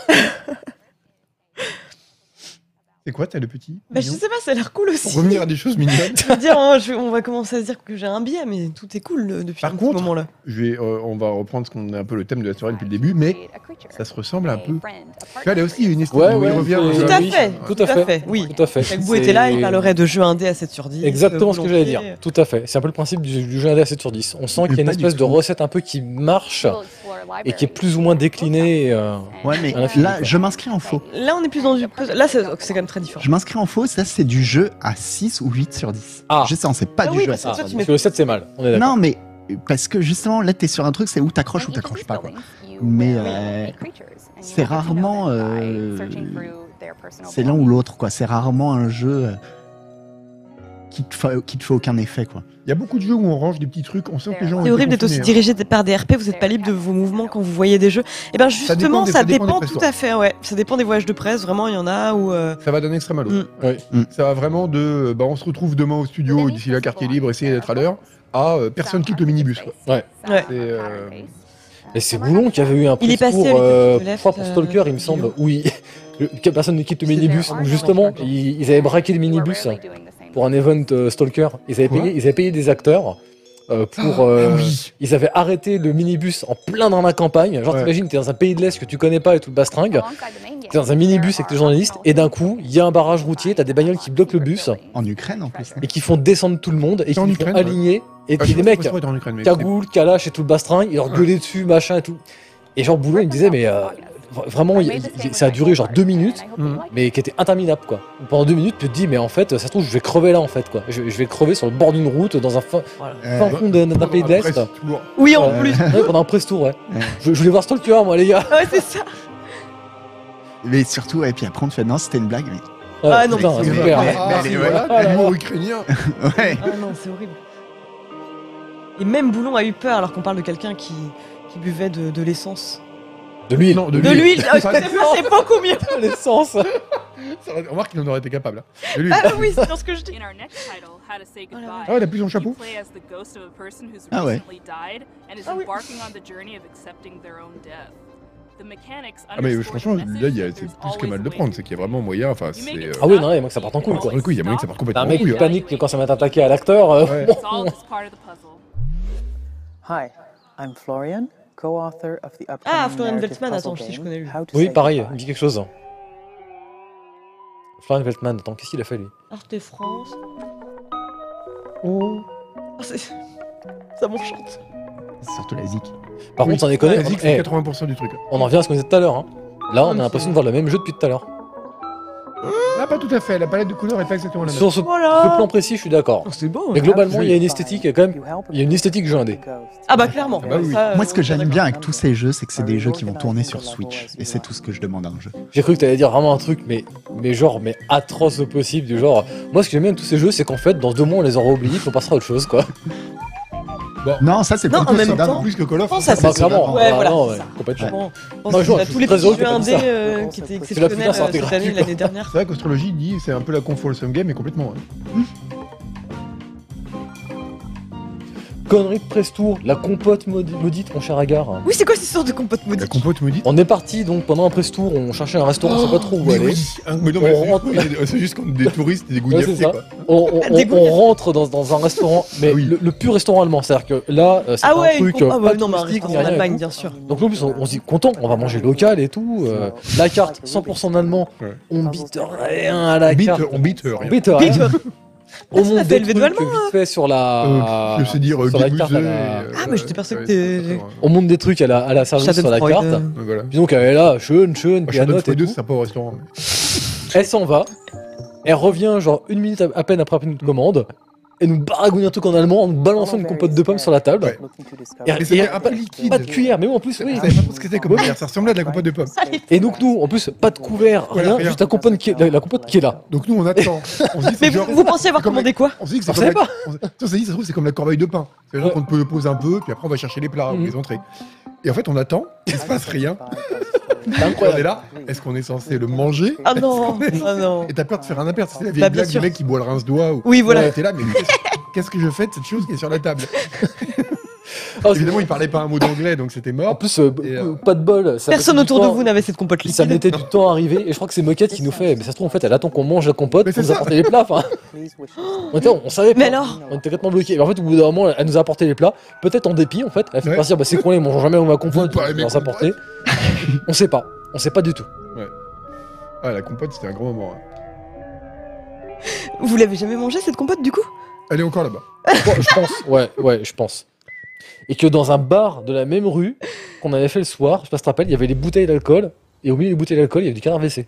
[SPEAKER 4] C'est quoi, t'as le petit
[SPEAKER 2] Bah, je sais pas, ça a l'air cool aussi.
[SPEAKER 4] Pour revenir à des choses mignonnes.
[SPEAKER 2] Je veux dire, on, je- on va commencer à se dire que j'ai un billet, mais tout est cool euh, depuis
[SPEAKER 4] Par
[SPEAKER 2] un
[SPEAKER 4] contre,
[SPEAKER 2] petit moment là.
[SPEAKER 4] je vais, euh, on va reprendre ce qu'on a un peu le thème de la soirée depuis le début, mais ça se ressemble un peu. Tu vois, là aussi, il y a une histoire
[SPEAKER 1] Ouais,
[SPEAKER 4] où il
[SPEAKER 1] ouais,
[SPEAKER 4] revient.
[SPEAKER 1] c'est-
[SPEAKER 4] dans
[SPEAKER 2] Tout à
[SPEAKER 4] un-
[SPEAKER 2] fait,
[SPEAKER 1] Tout à fait.
[SPEAKER 2] oui.
[SPEAKER 1] Tout à fait.
[SPEAKER 2] Si Agbo était là, il
[SPEAKER 1] C'est-
[SPEAKER 2] parlerait de jeu indé à 7 sur 10.
[SPEAKER 1] Exactement ce que j'allais dire.
[SPEAKER 2] volontiers.
[SPEAKER 1] Tout à fait. C'est un peu le principe du, du jeu indé à 7 sur 10. On sent qu'il y a une
[SPEAKER 3] Pas du
[SPEAKER 1] espèce de recette un peu qui marche et qui est plus ou moins déclinée. euh,
[SPEAKER 3] Ouais, mais
[SPEAKER 1] à l'infini,
[SPEAKER 3] là,
[SPEAKER 1] quoi.
[SPEAKER 3] je m'inscris en faux.
[SPEAKER 2] Là, on est plus dans du. puzzle. Là, c'est c'est quand même très différent.
[SPEAKER 3] Je m'inscris en faux, ça c'est du jeu à 6 ou 8 sur 10. Je sais, on sait pas
[SPEAKER 2] Ah
[SPEAKER 3] du
[SPEAKER 2] oui,
[SPEAKER 3] jeu à
[SPEAKER 2] parce que toi,
[SPEAKER 3] 7 sur
[SPEAKER 2] tu mets-
[SPEAKER 3] 10.
[SPEAKER 1] Parce que le 7, c'est mal. On est d'accord.
[SPEAKER 3] Non, mais parce que justement, là, t'es sur un truc, c'est où t'accroches ou t'accroches pas. Quoi. Mais euh, c'est rarement. euh, c'est l'un ou l'autre, quoi. C'est rarement un jeu euh, qui te, fa- qui te fait aucun effet, quoi.
[SPEAKER 4] Il y a beaucoup de jeux où on range des petits trucs, on sent que les gens. ont
[SPEAKER 2] C'est
[SPEAKER 4] été
[SPEAKER 2] horrible d'être aussi
[SPEAKER 4] confinés, hein.
[SPEAKER 2] dirigé par des RP, vous n'êtes pas libre de vos mouvements quand vous voyez des jeux. Et ben justement, ça
[SPEAKER 4] dépend
[SPEAKER 2] dépend,
[SPEAKER 4] des- ça dépend des
[SPEAKER 2] tout
[SPEAKER 4] pressos.
[SPEAKER 2] à fait, ouais. Ça dépend des voyages de presse, vraiment, il y en a où. euh,
[SPEAKER 4] hein. Ça va d'un extrême à l'autre.
[SPEAKER 1] Ouais.
[SPEAKER 4] Ça va vraiment de. euh, Bah, on se retrouve demain au studio, d'ici là, quartier libre, essayez d'être à l'heure, à euh, personne quitte le minibus. Quoi.
[SPEAKER 1] Ouais.
[SPEAKER 2] Ouais.
[SPEAKER 4] C'est, euh,
[SPEAKER 1] Et c'est Boulon qui avait eu un
[SPEAKER 2] Il
[SPEAKER 1] prix
[SPEAKER 2] est passé
[SPEAKER 1] pour,
[SPEAKER 2] avec
[SPEAKER 1] euh,
[SPEAKER 2] le left,
[SPEAKER 1] pourquoi pour Stalker, il me semble. Oui. Personne ne quitte le minibus. où Justement, ils, ils avaient braqué le minibus hein, pour un event euh, Stalker. Ils avaient,
[SPEAKER 4] Quoi
[SPEAKER 1] payé, ils avaient payé des acteurs. euh, pour
[SPEAKER 4] Ah,
[SPEAKER 1] euh,
[SPEAKER 4] oui.
[SPEAKER 1] ils avaient arrêté le minibus en plein dans la campagne genre
[SPEAKER 4] Ouais.
[SPEAKER 1] t'imagines t'es dans un pays de l'est que tu connais pas et tout le bastringue t'es dans un minibus avec tes journalistes et d'un coup il y a un barrage routier t'as des bagnoles qui bloquent le bus
[SPEAKER 3] En Ukraine, en plus.
[SPEAKER 1] et qui font descendre tout le monde et qui
[SPEAKER 4] en
[SPEAKER 1] les font
[SPEAKER 4] Ukraine,
[SPEAKER 1] aligner. Et,
[SPEAKER 4] Ah,
[SPEAKER 1] et
[SPEAKER 4] je
[SPEAKER 1] les
[SPEAKER 4] sais pas
[SPEAKER 1] mecs,
[SPEAKER 4] si c'est en Ukraine, mais-
[SPEAKER 1] cagoule, calache et tout le bastring, ils leur gueulaient dessus, machin et tout. Et genre, Boulot, il me disait, mais euh, v- vraiment, il- il- ça a duré genre deux minutes, mais qui était interminable quoi. Pendant deux minutes, tu te dis, mais en fait, ça se trouve, je vais crever là en fait quoi. Je, je vais crever sur le bord d'une route, dans un fin, fin fond d'un- d'un pays de l'Est.
[SPEAKER 2] Oui, en
[SPEAKER 1] Euh,
[SPEAKER 2] plus.
[SPEAKER 1] ouais, pendant un press tour, ouais. Je, je voulais voir Stalker, moi, les gars.
[SPEAKER 2] Ouais, c'est ça.
[SPEAKER 3] Mais surtout, et puis après, on te fait non, c'était une blague. Mais...
[SPEAKER 2] Ah, non,
[SPEAKER 1] putain,
[SPEAKER 3] mais-
[SPEAKER 1] c'est
[SPEAKER 3] mais-
[SPEAKER 1] super. hein.
[SPEAKER 3] mais-
[SPEAKER 4] Ah,
[SPEAKER 3] mais-
[SPEAKER 4] si,
[SPEAKER 3] ouais.
[SPEAKER 4] voilà, l'humour ukrainien.
[SPEAKER 3] Ouais.
[SPEAKER 2] Ah non, c'est horrible. Et même Boulon a eu peur alors qu'on parle de quelqu'un qui, qui buvait de, de l'essence.
[SPEAKER 1] De l'huile.
[SPEAKER 4] Non,
[SPEAKER 2] De l'huile ah, excusez-moi, C'est beaucoup mieux
[SPEAKER 1] L'essence.
[SPEAKER 4] Ça aurait- Remarque qu'il en aurait été capable. hein. De l'huile.
[SPEAKER 2] Ah oui, c'est bien ce que je dis
[SPEAKER 16] In our next title, How to Say Goodbye,
[SPEAKER 4] Ah, il a plus son
[SPEAKER 16] you
[SPEAKER 4] chapeau.
[SPEAKER 16] play as the ghost of a person who's
[SPEAKER 4] Ah ouais.
[SPEAKER 16] recently died and is embarking on the journey of accepting their own death. The mechanics
[SPEAKER 4] Ah, mais euh,
[SPEAKER 16] underscore
[SPEAKER 4] franchement,
[SPEAKER 16] the
[SPEAKER 4] là, il y
[SPEAKER 16] message
[SPEAKER 4] a-
[SPEAKER 16] that
[SPEAKER 4] c'est
[SPEAKER 16] there's
[SPEAKER 4] plus que
[SPEAKER 16] always
[SPEAKER 4] mal
[SPEAKER 16] a
[SPEAKER 4] de
[SPEAKER 16] way.
[SPEAKER 4] prendre, c'est qu'il y a vraiment moyen. Enfin, c'est. euh,
[SPEAKER 1] Ah oui, non, il y a moyen que ça parte en couille quoi.
[SPEAKER 4] Pour le coup, il y a moyen que ça parte
[SPEAKER 1] T'as
[SPEAKER 4] complètement
[SPEAKER 1] un mec
[SPEAKER 4] en couille,
[SPEAKER 1] qui
[SPEAKER 4] hein.
[SPEAKER 1] panique quand ça va t'attaquer à l'acteur. euh,
[SPEAKER 4] Ouais.
[SPEAKER 1] bon.
[SPEAKER 16] It's all just part of the puzzle.
[SPEAKER 10] Hi, I'm Florian, co-author of the upcoming
[SPEAKER 2] Ah, Florian
[SPEAKER 10] narrative
[SPEAKER 2] Weltman,
[SPEAKER 10] puzzle
[SPEAKER 2] attends, si je
[SPEAKER 10] game,
[SPEAKER 2] connais lui.
[SPEAKER 10] How to
[SPEAKER 1] Oui,
[SPEAKER 10] Say
[SPEAKER 1] pareil, il me dit quelque chose. Florian Veltman, attends, qu'est-ce qu'il a fait lui
[SPEAKER 2] Arte France.
[SPEAKER 4] Oh.
[SPEAKER 2] Ah, c'est- ça m'enchante.
[SPEAKER 3] C'est surtout la zik.
[SPEAKER 1] Par
[SPEAKER 4] Oui.
[SPEAKER 1] contre, sans déconner,
[SPEAKER 4] La
[SPEAKER 1] on,
[SPEAKER 4] zik, c'est
[SPEAKER 1] eh,
[SPEAKER 4] 80% du truc.
[SPEAKER 1] on en revient à ce qu'on disait tout à l'heure. hein. Là, on a l'impression de voir le même jeu depuis tout à l'heure.
[SPEAKER 4] Oh Ah, pas tout à fait, la palette de couleurs est pas exactement la même.
[SPEAKER 1] Sur ce,
[SPEAKER 2] Voilà.
[SPEAKER 1] ce plan précis, je suis d'accord.
[SPEAKER 2] C'est bon.
[SPEAKER 1] Mais globalement, il y a une esthétique quand même. Il y a une esthétique jeu indé.
[SPEAKER 2] Ah bah clairement. Ça,
[SPEAKER 3] Moi,
[SPEAKER 2] euh,
[SPEAKER 3] ce que j'aime bien avec tous ces jeux, c'est que c'est des jeux qui vont tourner sur Switch. Et c'est tout ce que je demande à un jeu.
[SPEAKER 1] J'ai cru que t'allais dire vraiment un truc, mais, mais genre, mais atroce au possible, du genre. Moi, ce que j'aime bien de tous ces jeux, c'est qu'en fait, dans deux mois, on les aura oubliés, puis on passera à autre chose, quoi.
[SPEAKER 3] Non, ça, c'est
[SPEAKER 2] Non, en
[SPEAKER 3] plutôt
[SPEAKER 2] même
[SPEAKER 3] Soda,
[SPEAKER 2] temps-
[SPEAKER 4] Plus que Call of.
[SPEAKER 2] Non, ça,
[SPEAKER 1] Bah,
[SPEAKER 2] c'est
[SPEAKER 1] clairement,
[SPEAKER 2] Ouais,
[SPEAKER 1] ah,
[SPEAKER 2] voilà.
[SPEAKER 1] non,
[SPEAKER 2] c'est
[SPEAKER 1] ouais,
[SPEAKER 2] ça.
[SPEAKER 1] complètement.
[SPEAKER 2] Bon,
[SPEAKER 1] Moi,
[SPEAKER 2] c'est
[SPEAKER 1] je-
[SPEAKER 2] à tous les
[SPEAKER 1] très
[SPEAKER 2] petits
[SPEAKER 1] heureux que
[SPEAKER 2] jeux
[SPEAKER 1] t'appelles
[SPEAKER 2] indés
[SPEAKER 1] ça.
[SPEAKER 2] euh, qui étaient
[SPEAKER 1] C'est la
[SPEAKER 2] exceptionnels
[SPEAKER 1] finance
[SPEAKER 2] euh, cette année
[SPEAKER 1] intégrale.
[SPEAKER 2] et l'année dernière.
[SPEAKER 4] C'est vrai qu'Astrologie dit c'est un peu la console sum game, mais complètement. hein.
[SPEAKER 1] Connerie de Prestour, la compote maudi- maudite, mon cher Agar.
[SPEAKER 2] Oui, c'est quoi cette histoire de compote
[SPEAKER 4] La
[SPEAKER 2] maudite
[SPEAKER 4] compote me dit.
[SPEAKER 1] On est parti donc pendant un press-tour, on cherchait un restaurant, on sait pas trop où
[SPEAKER 4] mais
[SPEAKER 1] aller.
[SPEAKER 4] oui, hein, mais non, mais
[SPEAKER 1] On
[SPEAKER 4] c'est
[SPEAKER 1] rentre-
[SPEAKER 4] juste- oui, c'est juste comme des touristes et des
[SPEAKER 1] Ouais, c'est
[SPEAKER 4] gougnafiers,
[SPEAKER 1] ça.
[SPEAKER 4] quoi.
[SPEAKER 1] On, on-
[SPEAKER 2] Des
[SPEAKER 1] on-
[SPEAKER 2] gougnafiers.
[SPEAKER 1] on rentre dans, dans un restaurant, mais le, le pur restaurant allemand. C'est-à-dire que là, euh, c'est
[SPEAKER 2] Ah
[SPEAKER 1] pas
[SPEAKER 2] ouais,
[SPEAKER 1] un
[SPEAKER 2] une
[SPEAKER 1] truc
[SPEAKER 2] comp- ah
[SPEAKER 1] euh, pas
[SPEAKER 2] ouais, non, mais un
[SPEAKER 1] touristique, ni
[SPEAKER 2] restaurant en
[SPEAKER 1] rien et
[SPEAKER 2] Allemagne,
[SPEAKER 1] tout.
[SPEAKER 2] bien sûr.
[SPEAKER 1] Donc en plus, on, on se dit content, on va manger local et tout. euh,
[SPEAKER 2] Ah,
[SPEAKER 1] la carte 100% d'allemand, on bite rien à la
[SPEAKER 4] On bite-
[SPEAKER 1] carte.
[SPEAKER 4] on bite rien.
[SPEAKER 1] On bite rien. On monte
[SPEAKER 2] Ah, fait
[SPEAKER 1] des
[SPEAKER 2] élever
[SPEAKER 1] trucs
[SPEAKER 2] de hein. l'allemand,
[SPEAKER 1] vite fait sur la.
[SPEAKER 4] Euh, je sais dire, euh,
[SPEAKER 1] Ah, sur la
[SPEAKER 4] des
[SPEAKER 1] carte à
[SPEAKER 4] musées,
[SPEAKER 1] la-
[SPEAKER 4] euh,
[SPEAKER 2] Ah, mais j'étais persuadé
[SPEAKER 4] ouais,
[SPEAKER 2] que t'es.
[SPEAKER 1] On monte des trucs à la, à la serveuse sur la
[SPEAKER 2] Schadenfreude,
[SPEAKER 1] carte.
[SPEAKER 2] euh.
[SPEAKER 4] Ouais, Voilà.
[SPEAKER 1] Puis donc elle est là, schön, schön, puis elle note et
[SPEAKER 4] Schadenfreude,
[SPEAKER 1] tout.
[SPEAKER 4] c'est sympa au restaurant.
[SPEAKER 1] Ah,
[SPEAKER 4] mais-
[SPEAKER 1] Elle s'en va. Elle revient genre une minute à- à peine après notre commande. Et nous baragouine un truc en allemand en nous balançant une compote de pommes sur la table. Et,
[SPEAKER 4] Mais c'était
[SPEAKER 1] et-
[SPEAKER 4] un peu liquide.
[SPEAKER 1] pas de cuillère, mais oui, en plus,
[SPEAKER 2] Ah
[SPEAKER 1] oui.
[SPEAKER 4] Je savais pas trop ce que c'était comme bière, ça ressemblait à de la compote de pommes.
[SPEAKER 1] Et donc nous, en plus, pas de couvert,
[SPEAKER 4] Voilà,
[SPEAKER 1] rien,
[SPEAKER 4] rien.
[SPEAKER 1] juste la compote qui est, la, la compote qui est là.
[SPEAKER 4] Donc nous on attend. On se dit
[SPEAKER 2] Mais
[SPEAKER 4] c'est
[SPEAKER 2] vous,
[SPEAKER 4] genre.
[SPEAKER 2] vous pensez avoir commandé quoi
[SPEAKER 4] On se dit que
[SPEAKER 1] On
[SPEAKER 4] c'est comme, la...
[SPEAKER 1] savait pas.
[SPEAKER 4] on se- on s'est dit, ça se trouve, c'est comme la corbeille de pain. C'est genre qu'on peut pose un peu, puis après on va chercher les plats
[SPEAKER 2] Mm-hmm.
[SPEAKER 4] ou les entrées. Et en fait on attend, il
[SPEAKER 2] Ah,
[SPEAKER 4] se passe rien.
[SPEAKER 1] C'est
[SPEAKER 4] Et on est
[SPEAKER 1] incroyable.
[SPEAKER 4] là, est-ce qu'on est censé le manger
[SPEAKER 2] Ah non,
[SPEAKER 4] Est-ce qu'on est-
[SPEAKER 2] ah non.
[SPEAKER 4] Et t'as peur de faire un impair, c'est la vieille
[SPEAKER 2] Bah, bien
[SPEAKER 4] blague du
[SPEAKER 2] sûr.
[SPEAKER 4] mec qui boit le rince-doigt. Ou...
[SPEAKER 2] Oui, voilà.
[SPEAKER 4] Ouais, T'es là, mais qu'est-ce- qu'est-ce que je fais de cette chose qui est sur la table
[SPEAKER 2] Oh,
[SPEAKER 4] Évidemment, il parlait pas un mot d'anglais, donc c'était mort. En
[SPEAKER 1] plus, euh, b- pas de bol. ça
[SPEAKER 2] Personne
[SPEAKER 1] mettait du
[SPEAKER 2] autour de
[SPEAKER 1] temps-
[SPEAKER 2] vous n'avait cette compote liquide.
[SPEAKER 1] Ça mettait du temps à arriver, et je crois que c'est Moquette qui nous fait. Mais ça se trouve, en fait, elle attend qu'on mange la compote pour
[SPEAKER 2] c'est
[SPEAKER 1] nous
[SPEAKER 2] ça.
[SPEAKER 1] apporter les plats. enfin. on, était, on savait pas. Mais alors On était complètement bloqués. Et en fait, au bout d'un moment, elle nous a apporté les plats. Peut-être en dépit, en fait. Elle a fait
[SPEAKER 4] Ouais.
[SPEAKER 1] partir, bah, c'est con, ils mangeront jamais ma compote. On va apporter. on sait pas. On sait pas du tout.
[SPEAKER 4] Ouais. Ah, la compote, c'était un grand moment. hein.
[SPEAKER 2] Vous l'avez jamais mangé cette compote du coup
[SPEAKER 4] Elle est encore là-bas.
[SPEAKER 1] Je pense, ouais, ouais, je pense. Et que dans un bar de la même rue qu'on avait fait le soir, je sais pas si tu te rappelles, il y avait les bouteilles d'alcool, et au milieu des bouteilles d'alcool, il y avait du canard WC.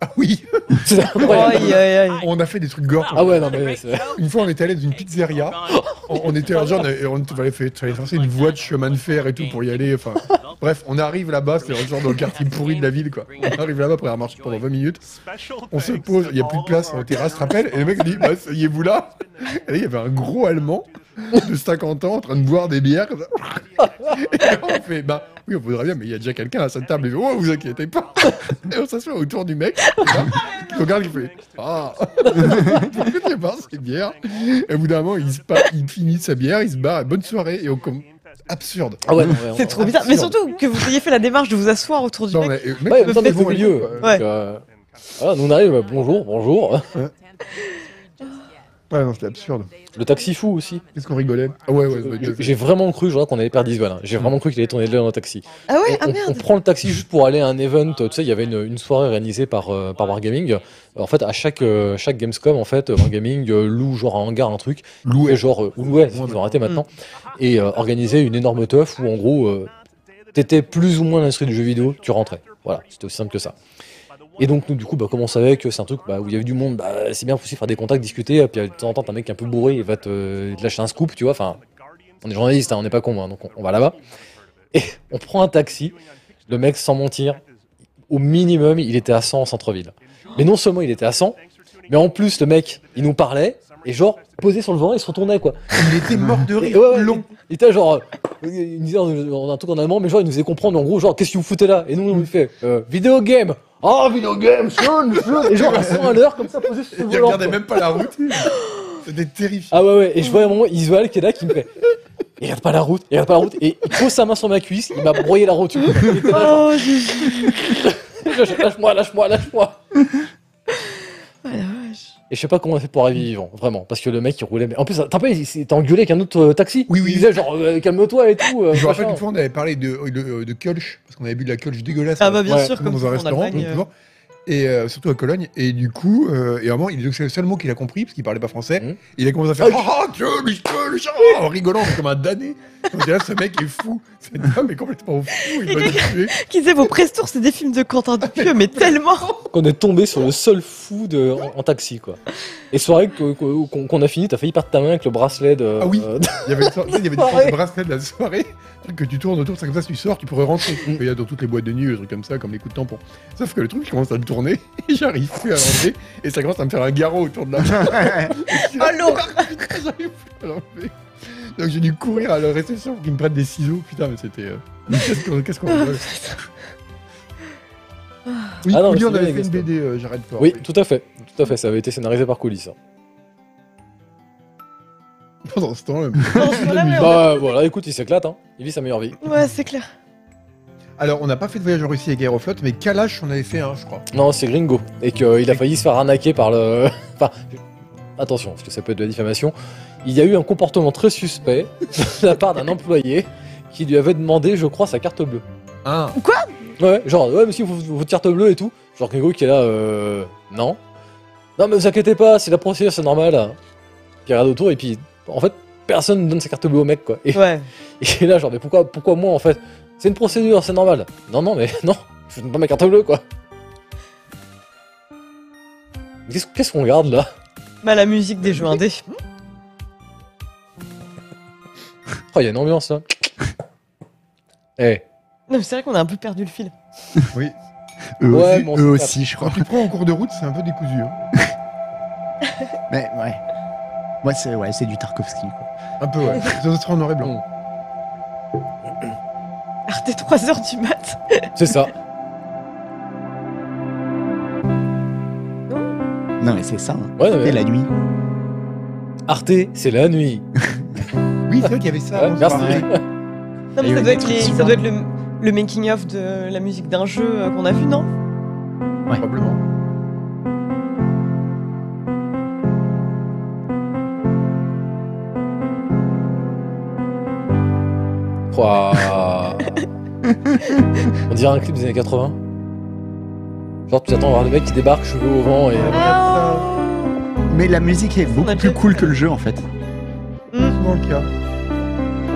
[SPEAKER 1] Ah oui C'est
[SPEAKER 2] Oh,
[SPEAKER 1] incroyable
[SPEAKER 2] Aïe, aïe, aïe.
[SPEAKER 4] On a fait des trucs gore.
[SPEAKER 1] Ah ouais, non, mais c'est-
[SPEAKER 4] Une fois, on était allé dans une pizzeria.
[SPEAKER 7] Ah,
[SPEAKER 4] On, on était genre, on, on fallait faire- fallait traverser une voie de chemin de fer et tout pour y aller. Enfin, bref, on arrive là-bas, c'est genre dans le quartier pourri de la ville, quoi. On arrive là-bas après avoir marché pendant 20 minutes. On se pose, il y a plus de place en terrasse, tu te rappelles Et le mec dit, bah, soyez-vous là Et là, il y avait un gros Allemand de 50 ans en train de boire des bières. comme ça. Et on fait, bah, oui, on voudrait bien, mais il y a déjà quelqu'un à cette table. Il fait, oh, vous inquiétez pas. Et on s'assoit autour du mec. Il regarde, il fait, ah, pourquoi tu pas ces bières Et au bout d'un moment, il, se pa- il finit sa bière, il se bat, bonne soirée, et on comme Absurde.
[SPEAKER 1] Ah ouais, non, ouais,
[SPEAKER 2] C'est trop bizarre. Mais surtout que vous ayez fait la démarche de vous asseoir autour du
[SPEAKER 4] Non,
[SPEAKER 2] mec.
[SPEAKER 4] mais, euh,
[SPEAKER 1] Ouais,
[SPEAKER 4] mec,
[SPEAKER 1] mais ça,
[SPEAKER 4] me
[SPEAKER 1] mais
[SPEAKER 4] fait
[SPEAKER 1] au milieu.
[SPEAKER 4] rire, quoi.
[SPEAKER 1] Donc, euh, voilà, nous on arrive, bonjour, bonjour.
[SPEAKER 4] Ouais, non, c'était absurde.
[SPEAKER 1] Le taxi fou aussi.
[SPEAKER 4] Qu'est-ce qu'on rigolait Ah ouais, ouais, ouais,
[SPEAKER 1] J'ai- J'ai vraiment cru, je crois, qu'on allait perdre 10 balles. hein. J'ai vraiment cru qu'il allait tourner de l'œil dans le taxi.
[SPEAKER 2] Ah ouais,
[SPEAKER 1] on,
[SPEAKER 2] ah
[SPEAKER 1] on-
[SPEAKER 2] merde.
[SPEAKER 1] on prend le taxi juste pour aller à un event. Tu sais, il y avait une, une soirée organisée par, euh, par Wargaming. En fait, à chaque, euh, chaque Gamescom, en fait, Wargaming euh, loue genre un hangar, un truc. Louait. Genre, euh, ou louait, ils ont arrêté maintenant. Et euh, organisait une énorme teuf où, en gros, euh, t'étais plus ou moins dans l'industrie du jeu vidéo, tu rentrais. Voilà, c'était aussi simple que ça. Et donc, nous, du coup, bah, comme on savait que c'est un truc bah, où il y avait du monde, bah, c'est bien possible de faire des contacts, discuter. Et puis, euh, de temps en temps, t'as un mec un peu bourré, il va te, il te lâcher un scoop, tu vois. Enfin, on est journaliste, hein, on n'est pas con, hein, donc on, on va là-bas. Et on prend un taxi. Le mec, sans mentir, au minimum, il était à 100 en centre-ville. Mais non seulement il était à 100, mais en plus, le mec, il nous parlait. Et genre, posé sur le volant, il se retournait, quoi.
[SPEAKER 4] Il était mort de
[SPEAKER 1] rire, long. Il était genre, euh, il disait en- en- un truc en allemand, mais genre, il nous faisait comprendre, en gros, genre, qu'est-ce que vous foutez là Et nous, on lui fait, euh, vidéo game
[SPEAKER 4] Ah,
[SPEAKER 1] Oh, vidéo game, schön, schön Et genre, à 100 à l'heure, comme ça, posé sur le
[SPEAKER 4] Il
[SPEAKER 1] volant.
[SPEAKER 4] regardait
[SPEAKER 1] quoi.
[SPEAKER 4] même pas la route. C'était terrifiant.
[SPEAKER 1] Ah ouais, ouais, et je vois à un moment Isual qui est là, qui me fait. Il regarde pas la route, il regarde pas la route, et il pose sa main sur ma cuisse, il m'a broyé la rotule. Il était là, genre,
[SPEAKER 2] Oh,
[SPEAKER 1] Lâche-moi, lâche-moi, lâche-moi. Et je sais pas comment on a fait pour arriver vivant, vraiment. Parce que le mec, il roulait. Mais en plus, t'as pas, il s'est engueulé avec un autre euh, taxi. Oui, oui. Il disait genre, euh, calme-toi et
[SPEAKER 2] Ah,
[SPEAKER 1] tout. euh,
[SPEAKER 4] Je me rappelle
[SPEAKER 1] machin.
[SPEAKER 4] une fois, on avait parlé de, de, de Kölsch, parce qu'on avait bu de la Kölsch dégueulasse.
[SPEAKER 2] Ah bah, bien
[SPEAKER 4] Ouais.
[SPEAKER 2] sûr, comme
[SPEAKER 4] dans
[SPEAKER 2] tout
[SPEAKER 4] un
[SPEAKER 2] en
[SPEAKER 4] restaurant,
[SPEAKER 2] Allemagne, euh.
[SPEAKER 4] comme toujours. Et euh, surtout à Cologne. Et du coup, euh, et vraiment, il c'est le seul mot qu'il a compris, parce qu'il parlait pas français.
[SPEAKER 2] Mmh.
[SPEAKER 4] Il a commencé à faire Ah, ah, Kölsch, Kölsch, ah, en rigolant comme un damné. On dirait, ce mec est fou. Cet homme est complètement fou. Il va nous tuer.
[SPEAKER 2] Qui disait vos prestours, c'est des films de Quentin Dupieux, mais tellement.
[SPEAKER 1] Qu'on est tombé sur le seul fou de, en, en taxi, quoi. Et soirée que- que- qu'on qu'on a fini, t'as failli perdre ta main avec le bracelet de.
[SPEAKER 4] Ah oui,
[SPEAKER 1] euh,
[SPEAKER 4] il y avait une sorte, tu sais, il y avait une sorte
[SPEAKER 1] Pareil.
[SPEAKER 4] de bracelet de la soirée un truc que tu tournes autour, c'est comme ça, si tu sors, tu pourrais rentrer.
[SPEAKER 1] Mm.
[SPEAKER 4] Il y a dans toutes les boîtes de nuit, des trucs comme ça, comme les coups de tampon. Sauf que le truc, il commence à me tourner, et j'arrive plus à l'enlever, et ça commence à me faire un garrot autour de la main.
[SPEAKER 2] oh l'horreur
[SPEAKER 4] J'arrive plus à l'enlever. Donc j'ai dû courir à la réception pour qu'ils me prennent des ciseaux. Putain, mais c'était. euh, Qu'est-ce qu'on qu'est-ce qu'on rigole. Oui,
[SPEAKER 1] Ah non,
[SPEAKER 4] Coolio,
[SPEAKER 1] mais c'est
[SPEAKER 4] on avait
[SPEAKER 1] bien,
[SPEAKER 4] fait une
[SPEAKER 1] Gaston.
[SPEAKER 4] BD, euh, j'arrête pas.
[SPEAKER 1] Oui, tout à fait. Tout à fait, ça avait été scénarisé par coulisses. hein.
[SPEAKER 4] Pendant ce temps,
[SPEAKER 1] Bah voilà, écoute, il s'éclate, hein. Il vit sa meilleure vie.
[SPEAKER 2] Ouais, c'est clair.
[SPEAKER 4] Alors, on n'a pas fait de voyage en Russie avec Aeroflot, mais Kalash, on avait fait un, je crois.
[SPEAKER 1] Non, c'est Gringo. Et qu'il a failli se faire arnaquer par le. Enfin, attention, parce que ça peut être de la diffamation. Il y a eu un comportement très suspect de la part d'un employé qui lui avait demandé, je crois, sa carte bleue.
[SPEAKER 4] Ah
[SPEAKER 2] Quoi
[SPEAKER 1] Ouais, genre, ouais, monsieur, vous- vous- votre carte bleue et tout. Genre Gringo qui est là, euh. Non. Non, mais vous inquiétez pas, c'est la procédure, c'est normal. Puis il regarde autour et puis, en fait, personne ne donne sa carte bleue au mec, quoi. Et,
[SPEAKER 2] ouais.
[SPEAKER 1] et là, genre, mais pourquoi, pourquoi moi, en fait C'est une procédure, c'est normal. Non, non, mais non, je donne pas ma carte bleue, quoi. Mais Qu'est-ce qu'est-ce qu'on garde là
[SPEAKER 2] Bah, la musique des jeux indés.
[SPEAKER 1] Oh, il y a une ambiance là. Eh.
[SPEAKER 2] Non, mais c'est vrai qu'on a un peu perdu le fil.
[SPEAKER 4] Oui.
[SPEAKER 3] Eux
[SPEAKER 1] Ouais,
[SPEAKER 3] aussi,
[SPEAKER 1] bon,
[SPEAKER 3] eux
[SPEAKER 1] c'est
[SPEAKER 3] aussi, je crois.
[SPEAKER 4] Quand tu prends en cours de route, c'est un peu décousu. hein.
[SPEAKER 3] Mais ouais. Ouais, c'est ouais, c'est du Tarkovsky. Quoi.
[SPEAKER 4] Un peu, ouais. Ça sera en noir et blanc.
[SPEAKER 2] Arte 3h du mat.
[SPEAKER 1] C'est ça.
[SPEAKER 3] Non, mais c'est ça. hein.
[SPEAKER 1] Ouais, non,
[SPEAKER 3] C'était
[SPEAKER 4] Euh.
[SPEAKER 1] mais-
[SPEAKER 3] la hein. nuit.
[SPEAKER 1] Arte, c'est la nuit.
[SPEAKER 4] Oui, Oui, c'est vrai qu'il y avait ça.
[SPEAKER 1] Ouais, merci.
[SPEAKER 4] avant, c'est pareil.
[SPEAKER 2] Non,
[SPEAKER 1] Il y
[SPEAKER 2] mais
[SPEAKER 1] a
[SPEAKER 2] ça doit
[SPEAKER 1] eu des
[SPEAKER 2] être, les-
[SPEAKER 1] trucs
[SPEAKER 2] ça doit être le, le making-of de la musique d'un jeu euh, qu'on a vu, non
[SPEAKER 4] Probablement.
[SPEAKER 1] Ouah. On dirait un clip des années 80. Genre, tu t'attends à voir le mec qui débarque, cheveux au vent et.
[SPEAKER 2] Ah.
[SPEAKER 3] Oh. Mais la musique est beaucoup plus cool que le jeu en fait.
[SPEAKER 4] C'est
[SPEAKER 1] Mm.
[SPEAKER 4] souvent le cas.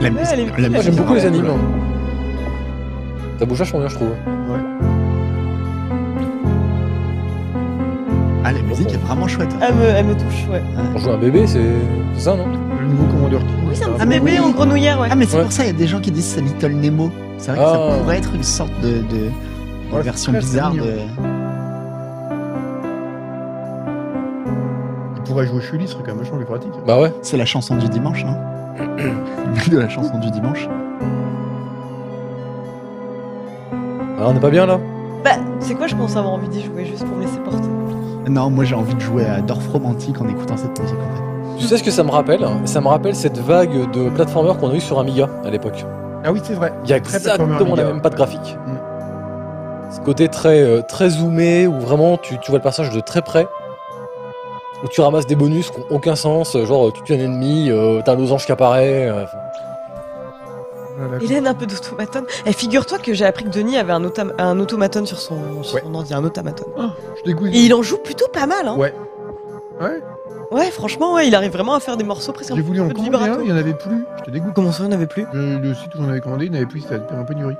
[SPEAKER 3] La musique,
[SPEAKER 1] elle est-
[SPEAKER 3] la
[SPEAKER 1] Moi,
[SPEAKER 3] musique
[SPEAKER 1] j'aime
[SPEAKER 3] est
[SPEAKER 1] beaucoup les
[SPEAKER 3] vraiment
[SPEAKER 1] animes.
[SPEAKER 3] cool.
[SPEAKER 1] hein. Ça bouge vachement bien, je trouve.
[SPEAKER 3] Ah, la musique est vraiment chouette.
[SPEAKER 2] Ah,
[SPEAKER 3] hein.
[SPEAKER 2] elle me, elle me touche, ouais.
[SPEAKER 1] On joue un bébé, c'est c'est ça, non
[SPEAKER 4] Le nouveau Commandeur
[SPEAKER 2] Ah, Oui, c'est un petit bébé en grenouillère, ouais.
[SPEAKER 3] Ah, mais c'est pour ça, il y a des gens qui disent c'est Little Nemo. C'est vrai que
[SPEAKER 1] Ah.
[SPEAKER 3] ça pourrait être une sorte de, de- de
[SPEAKER 4] Ouais,
[SPEAKER 3] version
[SPEAKER 4] c'est très
[SPEAKER 3] bizarre
[SPEAKER 4] mignon.
[SPEAKER 3] de.
[SPEAKER 4] Il pourrait jouer Chuli, ce serait quand même vachement plus pratique.
[SPEAKER 1] Bah ouais.
[SPEAKER 3] C'est la chanson du dimanche, hein. de la chanson du dimanche.
[SPEAKER 1] Ah, on est pas bien là
[SPEAKER 2] Bah, c'est quoi, je pense avoir envie d'y jouer juste pour me laisser porter.
[SPEAKER 3] Non, moi j'ai envie de jouer à Dorf Romantique en écoutant cette musique. en fait.
[SPEAKER 1] Tu sais ce que ça me rappelle Ça me rappelle cette vague de platformers qu'on a eu sur Amiga à l'époque.
[SPEAKER 4] Ah oui, c'est vrai.
[SPEAKER 1] Il y a
[SPEAKER 4] Très platformer
[SPEAKER 1] exactement la
[SPEAKER 4] Amiga. Mm.
[SPEAKER 1] même patte graphique. Ce côté très, euh, très zoomé où vraiment tu, tu vois le personnage de très près. Où tu ramasses des bonus qui n'ont aucun sens, euh, genre tu tues un ennemi, euh, t'as un losange qui apparaît. euh, enfin,
[SPEAKER 2] Hélène, un peu d'automaton. Eh, figure-toi que j'ai appris que Denis avait un, autom- un automaton sur son, sur son ordi, un automaton.
[SPEAKER 1] oh.
[SPEAKER 4] Je dégoûte.
[SPEAKER 2] Et il en joue plutôt pas mal, hein.
[SPEAKER 4] Ouais. Ouais.
[SPEAKER 2] Ouais, franchement, ouais, il arrive vraiment à faire des morceaux presque un
[SPEAKER 4] J'ai voulu
[SPEAKER 2] peu
[SPEAKER 4] en
[SPEAKER 2] de
[SPEAKER 4] commander
[SPEAKER 2] vibrato.
[SPEAKER 4] un, il n'y en avait plus. Je te dégoûte.
[SPEAKER 2] Comment ça, il n'y en avait plus
[SPEAKER 4] le, le site où j'en avais commandé, il n'y en avait plus, c'était un peu nuri.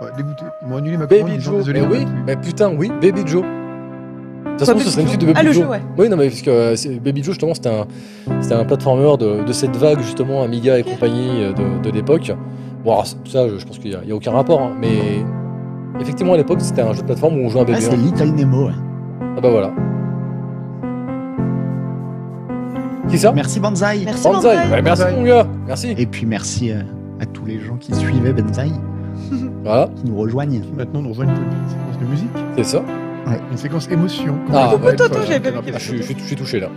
[SPEAKER 4] Ouais, dégoûté. Ils m'ont annulé ma commande.
[SPEAKER 1] Baby
[SPEAKER 4] ils ont
[SPEAKER 1] Joe,
[SPEAKER 4] désolé,
[SPEAKER 1] mais
[SPEAKER 4] on
[SPEAKER 1] oui,
[SPEAKER 4] peut plus.
[SPEAKER 1] mais putain, oui, Baby Joe. De toute façon,
[SPEAKER 2] Baby
[SPEAKER 1] ce serait une
[SPEAKER 2] Joe.
[SPEAKER 1] suite de Baby
[SPEAKER 2] Ah, le
[SPEAKER 1] Joe.
[SPEAKER 2] jeu, ouais.
[SPEAKER 1] Oui, non, mais parce que euh, c'est- Baby Joe, justement, c'était un, c'était un platformer de, de cette vague, justement, Amiga et compagnie euh, de, de l'époque. Bon, alors, ça, je, je pense qu'il n'y a, il y a aucun rapport, hein, mais effectivement, à l'époque, c'était un jeu de plateforme où on jouait un
[SPEAKER 3] Ah,
[SPEAKER 1] bébé.
[SPEAKER 3] c'est
[SPEAKER 1] hein.
[SPEAKER 3] Little Nemo, ouais.
[SPEAKER 1] Ah bah voilà. Qui
[SPEAKER 4] Ah.
[SPEAKER 1] ça
[SPEAKER 3] Merci Banzai.
[SPEAKER 2] Merci
[SPEAKER 1] Banzai. Ouais, merci mon gars. Merci.
[SPEAKER 3] Et puis merci euh, à tous les gens qui suivaient Banzai,
[SPEAKER 1] Voilà,
[SPEAKER 3] qui nous rejoignent.
[SPEAKER 4] Maintenant, on rejoint une petite séquence de musique.
[SPEAKER 1] c'est ça.
[SPEAKER 4] Une séquence émotion.
[SPEAKER 1] Ah, ouais,
[SPEAKER 4] Comment ça va être,
[SPEAKER 2] Toto,
[SPEAKER 4] euh,
[SPEAKER 2] j'avais pas
[SPEAKER 4] Canard
[SPEAKER 2] vu
[SPEAKER 1] Je
[SPEAKER 4] PC
[SPEAKER 3] bah,
[SPEAKER 1] suis- je suis je suis touché là.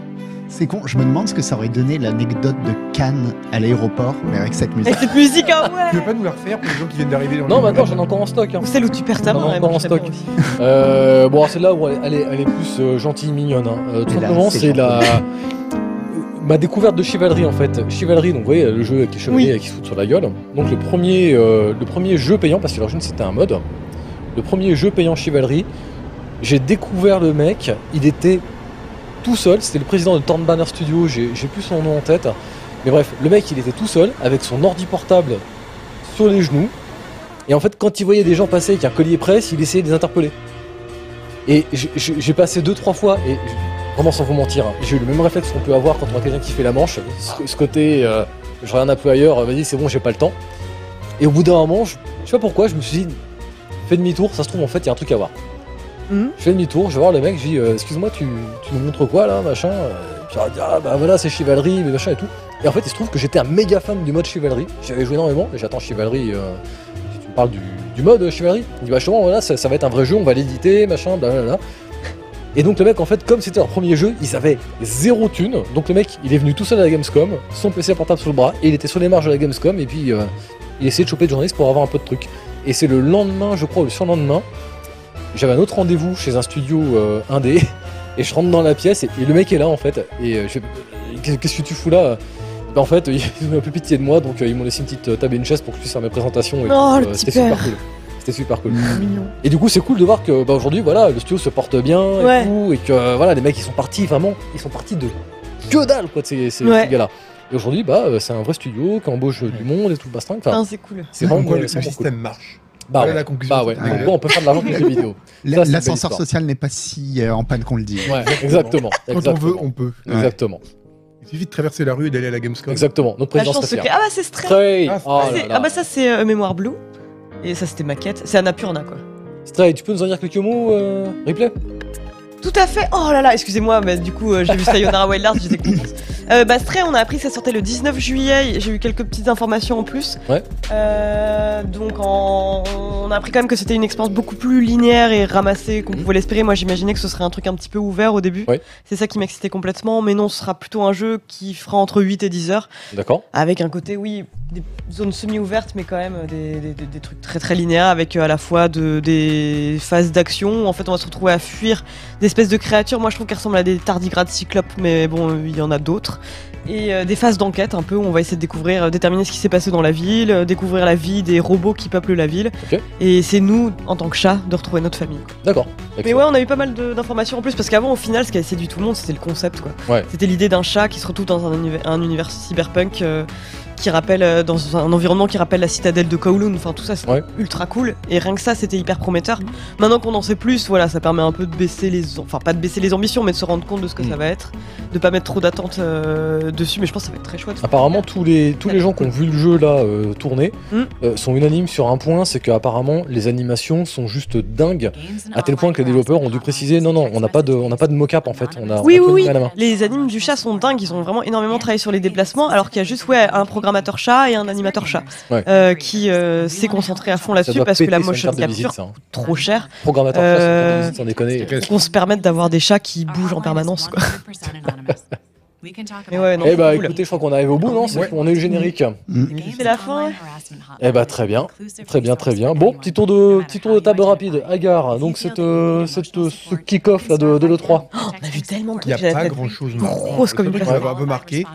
[SPEAKER 3] C'est con, je me demande ce que ça aurait donné l'anecdote de Cannes à l'aéroport, mais avec cette musique.
[SPEAKER 2] Avec cette musique, ah
[SPEAKER 4] Tu
[SPEAKER 2] ouais
[SPEAKER 4] veux pas nous la refaire pour les gens qui viennent d'arriver dans
[SPEAKER 1] Non,
[SPEAKER 4] le-
[SPEAKER 1] maintenant, j'en ai encore en stock. hein.
[SPEAKER 2] Ou celle où tu perds ta
[SPEAKER 1] Non,
[SPEAKER 2] main, elle
[SPEAKER 1] encore en
[SPEAKER 2] marche
[SPEAKER 1] stock.
[SPEAKER 2] tellement aussi.
[SPEAKER 1] Euh, bon, alors, celle-là, ouais, elle, est, elle est plus euh, gentille, mignonne. hein. Euh, tout
[SPEAKER 3] Et là,
[SPEAKER 1] simplement,
[SPEAKER 3] c'est
[SPEAKER 1] c'est la. Ma découverte de Chivalry en fait. Chivalry, donc vous voyez le jeu avec les chevaliers qui se foutent sur la gueule. Donc le premier, euh, le premier jeu payant, parce que l'origine c'était un mode, le premier jeu payant Chivalry, j'ai découvert le mec, il était tout seul, c'était le président de Torn Banner Studio, j'ai j'ai plus son nom en tête. Mais bref, le mec il était tout seul avec son ordi portable sur les genoux. Et en fait, quand il voyait des gens passer avec un collier presse, il essayait de les interpeller. Et j'ai- j'ai j'ai passé deux, trois fois, et je- vraiment sans vous mentir, hein, j'ai eu le même réflexe qu'on peut avoir quand on a quelqu'un qui fait la manche, ce, ce côté, euh, je regarde un peu ailleurs, euh, vas-y, c'est bon, j'ai pas le temps. Et au bout d'un moment, je, je sais pas pourquoi, je me suis dit, fais demi-tour, ça se trouve, en fait, il y a un truc à voir.
[SPEAKER 2] Mhm.
[SPEAKER 1] Je fais demi-tour, je vais voir le mec, je dis, euh, excuse-moi, tu, tu nous montres quoi là, machin Euh, Puis il dit, ah bah voilà, c'est Chivalry, mais machin et tout. Et en fait, il se trouve que j'étais un méga fan du mode Chivalry, j'avais joué énormément, et j'attends Chivalry. euh, si tu me parles du, du mode euh, Chivalry. Il dit bah justement voilà ça, ça va être un vrai jeu, on va l'éditer, machin, blablabla. Et donc le mec en fait comme c'était leur premier jeu, ils avaient zéro thune. Donc le mec il est venu tout seul à la Gamescom, son PC portable sur le bras, et il était sur les marges de la Gamescom et puis euh, il essayait de choper des journalistes pour avoir un peu de trucs. Et c'est le lendemain, je crois, ou le surlendemain, j'avais un autre rendez-vous chez un studio euh, indé, et je rentre dans la pièce et, et le mec est là en fait. Et euh, je fais, qu'est-ce que tu fous là Bah, en fait, ils ont eu un peu pitié de moi, donc euh, ils m'ont laissé une petite euh, table et une chaise pour que je puisse faire mes présentations. Et
[SPEAKER 2] Oh,
[SPEAKER 1] tout.
[SPEAKER 2] le
[SPEAKER 1] Euh,
[SPEAKER 2] petit
[SPEAKER 1] C'était super
[SPEAKER 2] père.
[SPEAKER 1] cool. C'était super cool.
[SPEAKER 4] Mignon.
[SPEAKER 1] Et du coup, c'est cool de voir que bah, aujourd'hui, voilà, le studio se porte bien
[SPEAKER 2] Ouais.
[SPEAKER 1] et tout, et que euh, voilà, les mecs, ils sont partis vraiment, ils sont partis de que dalle, quoi, de ces, ces-
[SPEAKER 2] Ouais.
[SPEAKER 1] ces gars-là. Et aujourd'hui, bah, euh, c'est un vrai studio qui embauche euh, du monde et tout le bastin. Enfin,
[SPEAKER 2] Putain, c'est cool.
[SPEAKER 1] c'est
[SPEAKER 4] Comme
[SPEAKER 1] vraiment
[SPEAKER 4] quoi,
[SPEAKER 1] cool,
[SPEAKER 4] le
[SPEAKER 1] c'est vraiment cool.
[SPEAKER 4] système marche.
[SPEAKER 1] Bah
[SPEAKER 4] Voilà
[SPEAKER 1] ouais.
[SPEAKER 4] la conclusion.
[SPEAKER 1] Bah ouais.
[SPEAKER 4] Ah,
[SPEAKER 1] Donc, bon, on peut faire de l'argent avec les jeux vidéo. Ça,
[SPEAKER 3] La-
[SPEAKER 1] c'est une
[SPEAKER 3] L'ascenseur
[SPEAKER 1] belle
[SPEAKER 3] social n'est pas si euh, en panne qu'on le dit.
[SPEAKER 1] histoire. Ouais, exactement.
[SPEAKER 4] Quand
[SPEAKER 1] exactement.
[SPEAKER 4] on veut, on peut.
[SPEAKER 3] Ouais.
[SPEAKER 1] Exactement.
[SPEAKER 4] Il suffit de traverser la rue et d'aller à la Gamescom.
[SPEAKER 1] Exactement. Notre
[SPEAKER 2] La
[SPEAKER 1] président
[SPEAKER 2] chance
[SPEAKER 1] serait
[SPEAKER 2] secrète.
[SPEAKER 1] fier.
[SPEAKER 2] Ah bah c'est Stray.
[SPEAKER 1] Stray.
[SPEAKER 4] Ah,
[SPEAKER 1] Oh
[SPEAKER 2] Ah,
[SPEAKER 1] là
[SPEAKER 2] c'est-
[SPEAKER 1] là.
[SPEAKER 2] ah bah ça c'est euh, Mémoire Blue. Et ça c'était maquette. C'est Annapurna quoi.
[SPEAKER 1] Stray, tu peux nous en dire quelques mots, euh, replay
[SPEAKER 2] Tout à fait. Oh là là, excusez-moi, mais du coup euh, j'ai vu Sayonara Wild Hearts, j'étais contente. Euh, Bastray, on a appris que ça sortait le 19 juillet. J'ai eu quelques petites informations en plus.
[SPEAKER 1] Ouais.
[SPEAKER 2] Euh, donc en- on a appris quand même que c'était une expérience beaucoup plus linéaire et ramassée
[SPEAKER 1] Mhm.
[SPEAKER 2] qu'on pouvait l'espérer. Moi j'imaginais que ce serait un truc un petit peu ouvert au début. C'est ça qui m'excitait complètement. Mais non, ce sera plutôt un jeu qui fera entre 8 et 10 heures.
[SPEAKER 1] D'accord.
[SPEAKER 2] Avec un côté, oui, des zones semi-ouvertes, mais quand même euh, des, des- des- des trucs très très linéaires avec euh, à la fois de, des phases d'action. En fait, on va se retrouver à fuir d'espèces de créatures. Moi, je trouve qu'elles ressemblent à des tardigrades cyclopes, mais bon, euh, il y en a d'autres. Et euh, des phases d'enquête un peu où on va essayer de découvrir, euh, déterminer ce qui s'est passé dans la ville, euh, découvrir la vie des robots qui peuplent la ville.
[SPEAKER 1] Ok.
[SPEAKER 2] Et c'est nous, en tant que chats, de retrouver notre famille. quoi.
[SPEAKER 1] D'accord.
[SPEAKER 2] Mais ouais, on a eu pas mal de- d'informations en plus parce qu'avant, au final, ce qui a séduit tout le monde, c'était le concept quoi.
[SPEAKER 1] Ouais.
[SPEAKER 2] C'était l'idée d'un chat qui se retrouve dans un, univers- un univers cyberpunk euh, qui rappelle euh, dans un environnement qui rappelle la citadelle de Kowloon. Enfin, tout ça, c'était
[SPEAKER 1] Ouais.
[SPEAKER 2] ultra cool. Et rien que ça, c'était hyper prometteur. Maintenant qu'on en sait plus, voilà, ça permet un peu de baisser les, enfin pas de baisser les ambitions, mais de se rendre compte de ce que
[SPEAKER 1] Mhm.
[SPEAKER 2] ça va être, de pas mettre trop d'attentes euh, dessus. Mais je pense que ça va être très chouette.
[SPEAKER 1] Apparemment, tous les, tous les gens qui ont vu le jeu là euh, tourner
[SPEAKER 2] Mm.
[SPEAKER 1] euh, sont unanimes sur un point, c'est qu'apparemment les animations sont juste dingues, à tel point que les développeurs ont dû préciser non non, on n'a pas de, on n'a pas de mocap en fait, on a, on a
[SPEAKER 2] Oui,
[SPEAKER 1] tout
[SPEAKER 2] oui,
[SPEAKER 1] animé
[SPEAKER 2] oui.
[SPEAKER 1] à la main.
[SPEAKER 2] Les animes du chat sont dingues. Ils ont vraiment énormément travaillé sur les déplacements, alors qu'il y a juste ouais, un programmateur chat et un animateur chat
[SPEAKER 1] Ouais.
[SPEAKER 2] euh, qui euh, s'est concentré à fond là-dessus
[SPEAKER 1] doit
[SPEAKER 2] parce que la
[SPEAKER 1] péter sur une
[SPEAKER 2] motion
[SPEAKER 1] carte de
[SPEAKER 2] capture
[SPEAKER 1] visite, ça, hein.
[SPEAKER 2] coûte trop cher.
[SPEAKER 1] Programmateur chat, c'est une
[SPEAKER 2] Euh,
[SPEAKER 1] carte de visite, sans déconner.
[SPEAKER 2] faut Qu'on se permette d'avoir des chats qui bougent en permanence. Quoi.
[SPEAKER 9] We can talk
[SPEAKER 2] Mais ouais, non,
[SPEAKER 1] eh bah
[SPEAKER 2] c'est cool.
[SPEAKER 1] écoutez, je crois qu'on arrive au bout, non C'est-
[SPEAKER 2] Ouais.
[SPEAKER 1] On a eu le générique.
[SPEAKER 2] C'est la fin.
[SPEAKER 1] Eh bah très bien, très bien, très bien. Bon, petit tour de, petit tour de table rapide. Agar, donc cette, euh, cette, euh, ce kick-off là de, de l'E3.
[SPEAKER 2] Oh, On a vu tellement de
[SPEAKER 4] Il
[SPEAKER 2] trucs.
[SPEAKER 4] n'y a
[SPEAKER 2] j'ai la
[SPEAKER 4] pas
[SPEAKER 2] tête
[SPEAKER 4] grand chose
[SPEAKER 2] grosse
[SPEAKER 4] marquant. Le seul
[SPEAKER 2] comme une
[SPEAKER 4] truc qui
[SPEAKER 2] place.
[SPEAKER 4] m'avait un peu marqué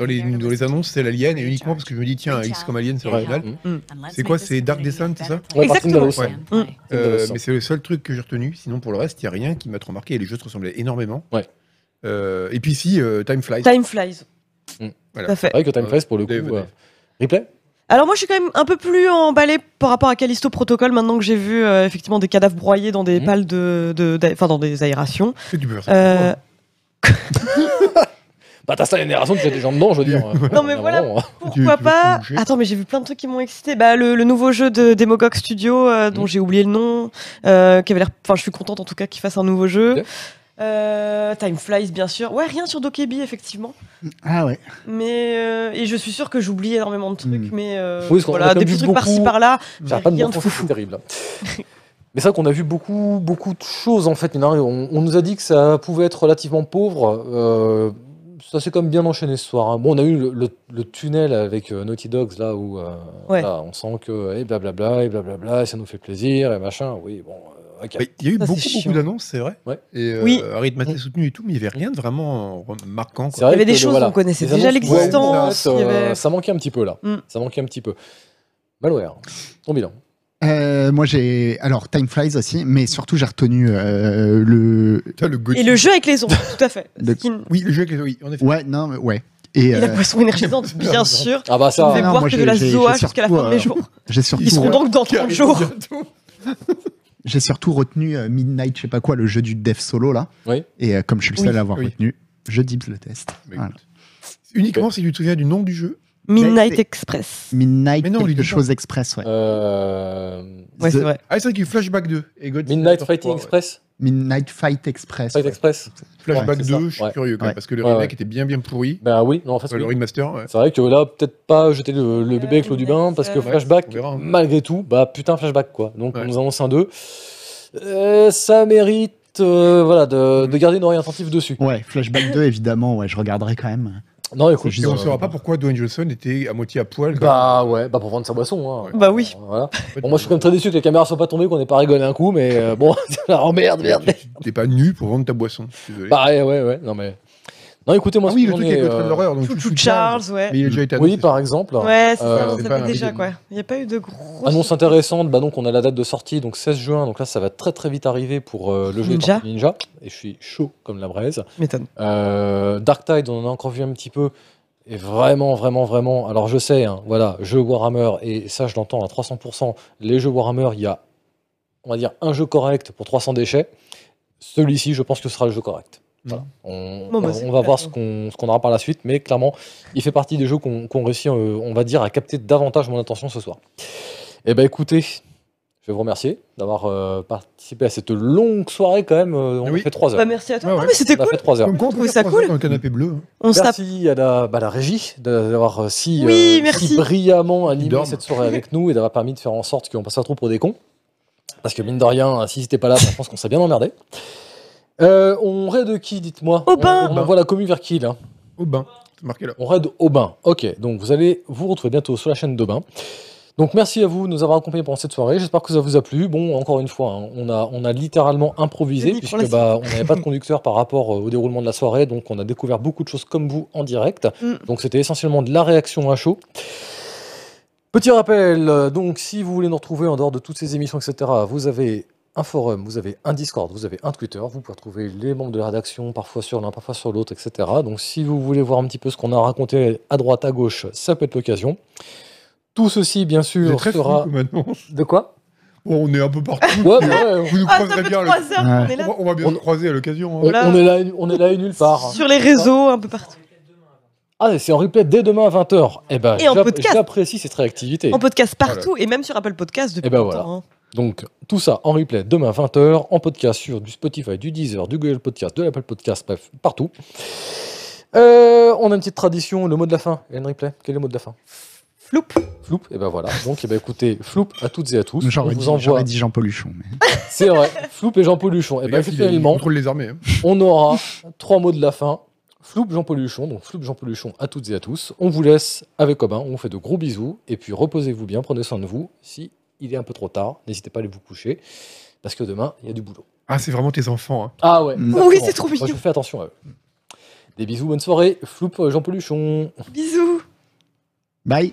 [SPEAKER 4] dans les, dans les annonces, c'est l'Alien, et uniquement parce que je me dis, tiens, X comme Alien, c'est original.
[SPEAKER 1] Mmh.
[SPEAKER 4] C'est quoi C'est Dark Descent, c'est ça
[SPEAKER 1] Ouais, Martin Exactement. Dallos.
[SPEAKER 4] Ouais.
[SPEAKER 1] Mm.
[SPEAKER 4] Euh,
[SPEAKER 1] Dallos.
[SPEAKER 4] Mais c'est le seul truc que j'ai retenu. Sinon, pour le reste, il n'y a rien qui m'a trop marqué. Et les jeux se ressemblaient énormément. Euh, et puis, si, euh, Time Flies.
[SPEAKER 2] Time flies.
[SPEAKER 1] Mm.
[SPEAKER 4] Voilà.
[SPEAKER 2] Tout à fait.
[SPEAKER 1] C'est vrai que Time Flies, pour le coup. euh, Replay
[SPEAKER 2] Alors moi je suis quand même un peu plus emballée par rapport à Callisto Protocol maintenant que j'ai vu euh, effectivement des cadavres broyés dans
[SPEAKER 1] Mm.
[SPEAKER 2] des pales de, de- d'a- enfin dans des aérations.
[SPEAKER 1] Oh.
[SPEAKER 2] Euh,
[SPEAKER 1] Bah t'as ça génération, tu as des gens dedans, je veux dire. hein.
[SPEAKER 2] Non, mais voilà, pourquoi pas Attends, mais j'ai vu plein de trucs qui m'ont excité. Bah, le, le nouveau jeu de Demogog Studio, euh, dont j'ai oublié le nom, euh, qui avait l'air. Enfin, je suis contente en tout cas qu'il fasse un nouveau jeu. Euh, Time Flies, bien sûr. Ouais, rien sur Dokebi, effectivement.
[SPEAKER 3] Ah ouais.
[SPEAKER 2] Mais euh, et je suis sûre que j'oublie énormément de trucs, mais euh,
[SPEAKER 1] Oui, parce qu'on
[SPEAKER 2] voilà,
[SPEAKER 1] a quand
[SPEAKER 2] des
[SPEAKER 1] même
[SPEAKER 2] petits
[SPEAKER 1] vu
[SPEAKER 2] trucs par-ci
[SPEAKER 1] beaucoup.
[SPEAKER 2] par-là.
[SPEAKER 1] Ça a
[SPEAKER 2] mais
[SPEAKER 1] pas de
[SPEAKER 2] rien
[SPEAKER 1] bon sens, c'est terrible. Mais c'est vrai qu'on a vu beaucoup, beaucoup de choses en fait. Il y en a- On, on nous a dit que ça pouvait être relativement pauvre. euh, ça s'est quand même bien enchaîné ce soir. hein. Bon, on a eu le, le- le tunnel avec euh, Naughty Dogs là où euh,
[SPEAKER 2] Ouais.
[SPEAKER 1] là, on sent que et blablabla et blablabla, ça nous fait plaisir et machin. Oui, bon. euh, ok.
[SPEAKER 4] Ouais, Bah, Il y a eu
[SPEAKER 1] Ça, c'est
[SPEAKER 4] beaucoup,
[SPEAKER 1] chiant.
[SPEAKER 4] beaucoup d'annonces, c'est vrai. Et euh,
[SPEAKER 1] Oui. Mm.
[SPEAKER 4] un rythme assez soutenu et tout, mais il n'y avait rien de vraiment euh, marquant.
[SPEAKER 1] C'est vrai
[SPEAKER 2] Il y avait
[SPEAKER 1] que
[SPEAKER 2] des
[SPEAKER 1] le-
[SPEAKER 2] choses,
[SPEAKER 1] voilà,
[SPEAKER 2] on connaissait
[SPEAKER 1] les
[SPEAKER 2] déjà
[SPEAKER 1] annonces, ouais,
[SPEAKER 2] l'existence,
[SPEAKER 1] en
[SPEAKER 2] il
[SPEAKER 1] fait,
[SPEAKER 2] y
[SPEAKER 1] euh,
[SPEAKER 2] avait- Mm.
[SPEAKER 1] Ça manquait un petit peu là. Ça manquait un petit peu. Malware, ton bilan.
[SPEAKER 3] Euh, moi j'ai alors Time Flies aussi, mais surtout j'ai retenu euh, le.
[SPEAKER 2] Et le jeu avec les ondes, tout à fait.
[SPEAKER 3] De-
[SPEAKER 4] Oui, le jeu avec les oui, en effet.
[SPEAKER 3] Ouais, non, mais ouais. Et,
[SPEAKER 2] Et la
[SPEAKER 3] euh,
[SPEAKER 2] boisson énergisante, bien sûr.
[SPEAKER 1] Ah bah ça,
[SPEAKER 2] Je ne vais
[SPEAKER 3] non,
[SPEAKER 2] boire
[SPEAKER 3] moi,
[SPEAKER 2] que de
[SPEAKER 3] j'ai-
[SPEAKER 2] la
[SPEAKER 3] j'ai-
[SPEAKER 2] Zoa
[SPEAKER 3] j'ai
[SPEAKER 2] jusqu'à la
[SPEAKER 3] surtout,
[SPEAKER 2] fin de mes
[SPEAKER 3] euh,
[SPEAKER 2] jours.
[SPEAKER 3] J'ai surtout.
[SPEAKER 2] Ils seront
[SPEAKER 3] euh,
[SPEAKER 2] donc dans 30 jours.
[SPEAKER 3] J'ai surtout retenu euh, Midnight, je sais pas quoi, le jeu du Dev Solo là.
[SPEAKER 1] Oui.
[SPEAKER 3] Et euh, comme je suis le
[SPEAKER 2] Oui.
[SPEAKER 3] seul à avoir
[SPEAKER 4] Oui.
[SPEAKER 3] retenu, je dips le test. Voilà.
[SPEAKER 4] Uniquement si tu te souviens du nom du jeu.
[SPEAKER 2] Midnight
[SPEAKER 3] c'est-
[SPEAKER 2] Express.
[SPEAKER 3] Midnight
[SPEAKER 4] Mais non, lui,
[SPEAKER 3] quelque
[SPEAKER 4] dis pas.
[SPEAKER 3] chose express,
[SPEAKER 1] Euh.
[SPEAKER 3] ouais.
[SPEAKER 1] Ouais,
[SPEAKER 3] The-
[SPEAKER 1] c'est vrai.
[SPEAKER 4] Ah, c'est vrai qu'il y a eu Flashback 2. Et God
[SPEAKER 1] Midnight
[SPEAKER 4] Simulator
[SPEAKER 1] Euh, Fighting
[SPEAKER 4] 3, ouais.
[SPEAKER 1] Express.
[SPEAKER 3] Midnight Fight Express.
[SPEAKER 1] Fight Express.
[SPEAKER 4] Flashback
[SPEAKER 1] Ouais, c'est
[SPEAKER 4] 2,
[SPEAKER 1] ça.
[SPEAKER 4] je suis
[SPEAKER 1] Ouais.
[SPEAKER 4] curieux quand même,
[SPEAKER 1] Ouais.
[SPEAKER 4] parce que le
[SPEAKER 1] Ouais,
[SPEAKER 4] remake
[SPEAKER 1] ouais.
[SPEAKER 4] était bien bien pourri.
[SPEAKER 1] Bah oui, non, en fait,
[SPEAKER 4] Ouais, le
[SPEAKER 1] oui.
[SPEAKER 4] remaster, ouais.
[SPEAKER 1] C'est vrai que là, peut-être pas jeter le, le bébé avec l'eau du bain, parce que
[SPEAKER 4] Ouais,
[SPEAKER 1] flashback,
[SPEAKER 4] on verra, hein.
[SPEAKER 1] malgré tout, bah putain, flashback quoi. Donc on nous annonce un 2. Euh, ça mérite euh, voilà, de,
[SPEAKER 4] Mm.
[SPEAKER 1] de garder une oreille attentive dessus.
[SPEAKER 3] Ouais, Flashback 2, évidemment, ouais, je regarderai quand même.
[SPEAKER 1] Non,
[SPEAKER 4] Et
[SPEAKER 1] écoute,
[SPEAKER 4] on
[SPEAKER 1] euh,
[SPEAKER 4] ne saura pas pourquoi Dwayne Johnson était à moitié à poil. quoi.
[SPEAKER 1] Bah ouais, bah pour vendre sa boisson. hein.
[SPEAKER 2] Bah oui.
[SPEAKER 1] Voilà. Bon, moi je suis quand même très déçu que les caméras soient pas tombées, qu'on ait pas rigolé un coup, mais euh, bon, oh merde, merde. merde.
[SPEAKER 4] T'es pas nu pour vendre ta boisson. je suis Désolé.
[SPEAKER 1] Pareil, ouais, ouais, non mais. Non, écoutez, moi,
[SPEAKER 4] Ah
[SPEAKER 1] ce
[SPEAKER 4] oui,
[SPEAKER 1] que
[SPEAKER 4] le
[SPEAKER 1] j'en
[SPEAKER 4] truc
[SPEAKER 1] ai,
[SPEAKER 4] avec le train de
[SPEAKER 1] euh,
[SPEAKER 4] l'horreur. donc
[SPEAKER 2] Chouchou
[SPEAKER 4] Chouchou
[SPEAKER 2] Charles, ouais.
[SPEAKER 4] Mais il a déjà été
[SPEAKER 1] Oui,
[SPEAKER 4] annoncé.
[SPEAKER 1] par exemple.
[SPEAKER 2] Ouais, c'est ça,
[SPEAKER 1] Euh, Ah
[SPEAKER 2] on
[SPEAKER 4] c'est
[SPEAKER 2] savait
[SPEAKER 4] pas un
[SPEAKER 2] déjà
[SPEAKER 4] big
[SPEAKER 2] quoi. Il n'y a pas eu de gros.
[SPEAKER 1] Annonce intéressante, bah donc on a la date de sortie, donc 16 juin, donc là ça va très très vite arriver pour euh, le jeu
[SPEAKER 2] Ninja.
[SPEAKER 1] des Ninja, et je suis chaud comme la braise.
[SPEAKER 2] M'étonne.
[SPEAKER 1] Euh, Dark Tide, on en a encore vu un petit peu, et vraiment, vraiment, vraiment, alors je sais, hein, voilà, jeu Warhammer, et ça je l'entends à 300%, les jeux Warhammer, il y a, on va dire, un jeu correct pour 300 déchets, celui-ci je pense que ce sera le jeu correct. Voilà. On,
[SPEAKER 2] Bon, bah,
[SPEAKER 1] on-
[SPEAKER 2] c'est
[SPEAKER 1] on va
[SPEAKER 2] clair.
[SPEAKER 1] voir ce qu'on ce qu'on aura par la suite, mais clairement, il fait partie des jeux qu'on qu'on réussit, euh, on va dire, à capter davantage mon attention ce soir. Eh ben écoutez, Je vais vous remercier d'avoir euh, participé à cette longue soirée quand même. euh, on a fait trois heures.
[SPEAKER 2] Bah, merci à toi. Ouais, Non, ouais. mais c'était
[SPEAKER 1] On a fait
[SPEAKER 2] cool.
[SPEAKER 1] trois heures.
[SPEAKER 2] Comme quoi, on peut Trouvez faire ça trois cool heures dans
[SPEAKER 4] un canapé bleu. hein,
[SPEAKER 2] On se tape.
[SPEAKER 1] merci à la, bah, la régie d'avoir euh, si,
[SPEAKER 2] Oui,
[SPEAKER 1] euh,
[SPEAKER 2] merci.
[SPEAKER 1] si brillamment animé cette soirée avec nous et d'avoir permis de faire en sorte qu'on passe pas trop pour des cons. Parce que mine de rien, si c'était pas là, bah, je pense qu'on serait bien emmerdé. Euh, on raid de qui, dites-moi
[SPEAKER 4] Aubin.
[SPEAKER 1] On, on envoie la commune vers qui là
[SPEAKER 4] Aubin. C'est marqué là.
[SPEAKER 1] On raid Aubin. Ok, donc vous allez vous retrouver bientôt sur la chaîne d'Aubin. Donc merci à vous de nous avoir accompagnés pendant cette soirée. J'espère que ça vous a plu. Bon, encore une fois, hein, on, a, on a littéralement improvisé
[SPEAKER 12] Denis, pour
[SPEAKER 1] puisque
[SPEAKER 12] la
[SPEAKER 1] bah, on
[SPEAKER 12] suite.
[SPEAKER 1] n'avait pas de conducteur par rapport euh, au déroulement de la soirée, donc on a découvert beaucoup de choses comme vous en direct.
[SPEAKER 12] Mm.
[SPEAKER 1] Donc c'était essentiellement de la réaction à chaud. Petit rappel, euh, donc si vous voulez nous retrouver en dehors de toutes ces émissions, etc., vous avez un forum, vous avez un Discord, vous avez un Twitter, vous pouvez retrouver les membres de la rédaction, parfois sur l'un, parfois sur l'autre, etc. Donc si vous voulez voir un petit peu ce qu'on a raconté à droite, à gauche, ça peut être l'occasion. Tout ceci, bien
[SPEAKER 4] Vous
[SPEAKER 1] sûr,
[SPEAKER 4] êtes très
[SPEAKER 1] sera...
[SPEAKER 4] flou, maintenant.
[SPEAKER 1] De quoi
[SPEAKER 4] Oh, On est un peu partout.
[SPEAKER 1] Ouais, bah ouais,
[SPEAKER 4] Vous nous
[SPEAKER 1] Ah, ça
[SPEAKER 4] croiserez
[SPEAKER 1] fait
[SPEAKER 4] bien. à
[SPEAKER 1] trois
[SPEAKER 4] l'occasion.
[SPEAKER 1] heures qu'on est
[SPEAKER 4] On
[SPEAKER 1] là.
[SPEAKER 4] va- On va bien se croiser à l'occasion. hein.
[SPEAKER 1] on, on est là, on est là et nulle part.
[SPEAKER 2] Sur les réseaux, un peu partout.
[SPEAKER 1] Ah, c'est en replay dès demain à 20h. Eh ben,
[SPEAKER 2] Et en
[SPEAKER 1] j'app-
[SPEAKER 2] podcast.
[SPEAKER 1] j'apprécie cette réactivité.
[SPEAKER 2] En podcast
[SPEAKER 1] Voilà.
[SPEAKER 2] partout et même sur Apple Podcast depuis
[SPEAKER 1] Et ben
[SPEAKER 2] longtemps,
[SPEAKER 1] voilà.
[SPEAKER 2] hein.
[SPEAKER 1] Donc tout ça en replay demain 20h, en podcast sur du Spotify, du Deezer, du Google Podcast, de l'Apple Podcast, bref, partout. Euh, on a une petite tradition, le mot de la fin, Hélène Ripley, quel est le mot de la fin Floup. Floup, et ben voilà. Donc et ben écoutez, floup à toutes et à tous. on
[SPEAKER 3] J'aurais
[SPEAKER 1] vous
[SPEAKER 3] dit, j'aurais
[SPEAKER 1] envoie.
[SPEAKER 3] dit Jean Poluchon. mais-
[SPEAKER 1] C'est vrai, Floup et Jean-Paul Luchon. Et ben
[SPEAKER 4] gaffe, il est- il
[SPEAKER 1] finalement,
[SPEAKER 4] contrôle les armées. hein.
[SPEAKER 1] on aura trois mots de la fin. Floup Jean-Paul Luchon, donc Floup Jean-Paul Luchon à toutes et à tous. On vous laisse avec Aubin, on vous fait de gros bisous, et puis reposez-vous bien, prenez soin de vous. Si il est un peu trop tard, n'hésitez pas à aller vous coucher, parce que demain, il y a du boulot.
[SPEAKER 4] Ah, c'est vraiment tes enfants. hein.
[SPEAKER 1] Ah ouais.
[SPEAKER 4] Mm.
[SPEAKER 1] exactement.
[SPEAKER 4] Oui, c'est trop
[SPEAKER 1] Moi, Je
[SPEAKER 4] mignon.
[SPEAKER 1] fais attention à eux. Des bisous, bonne soirée. Floup Jean-Paul Luchon.
[SPEAKER 2] Bisous.
[SPEAKER 3] Bye.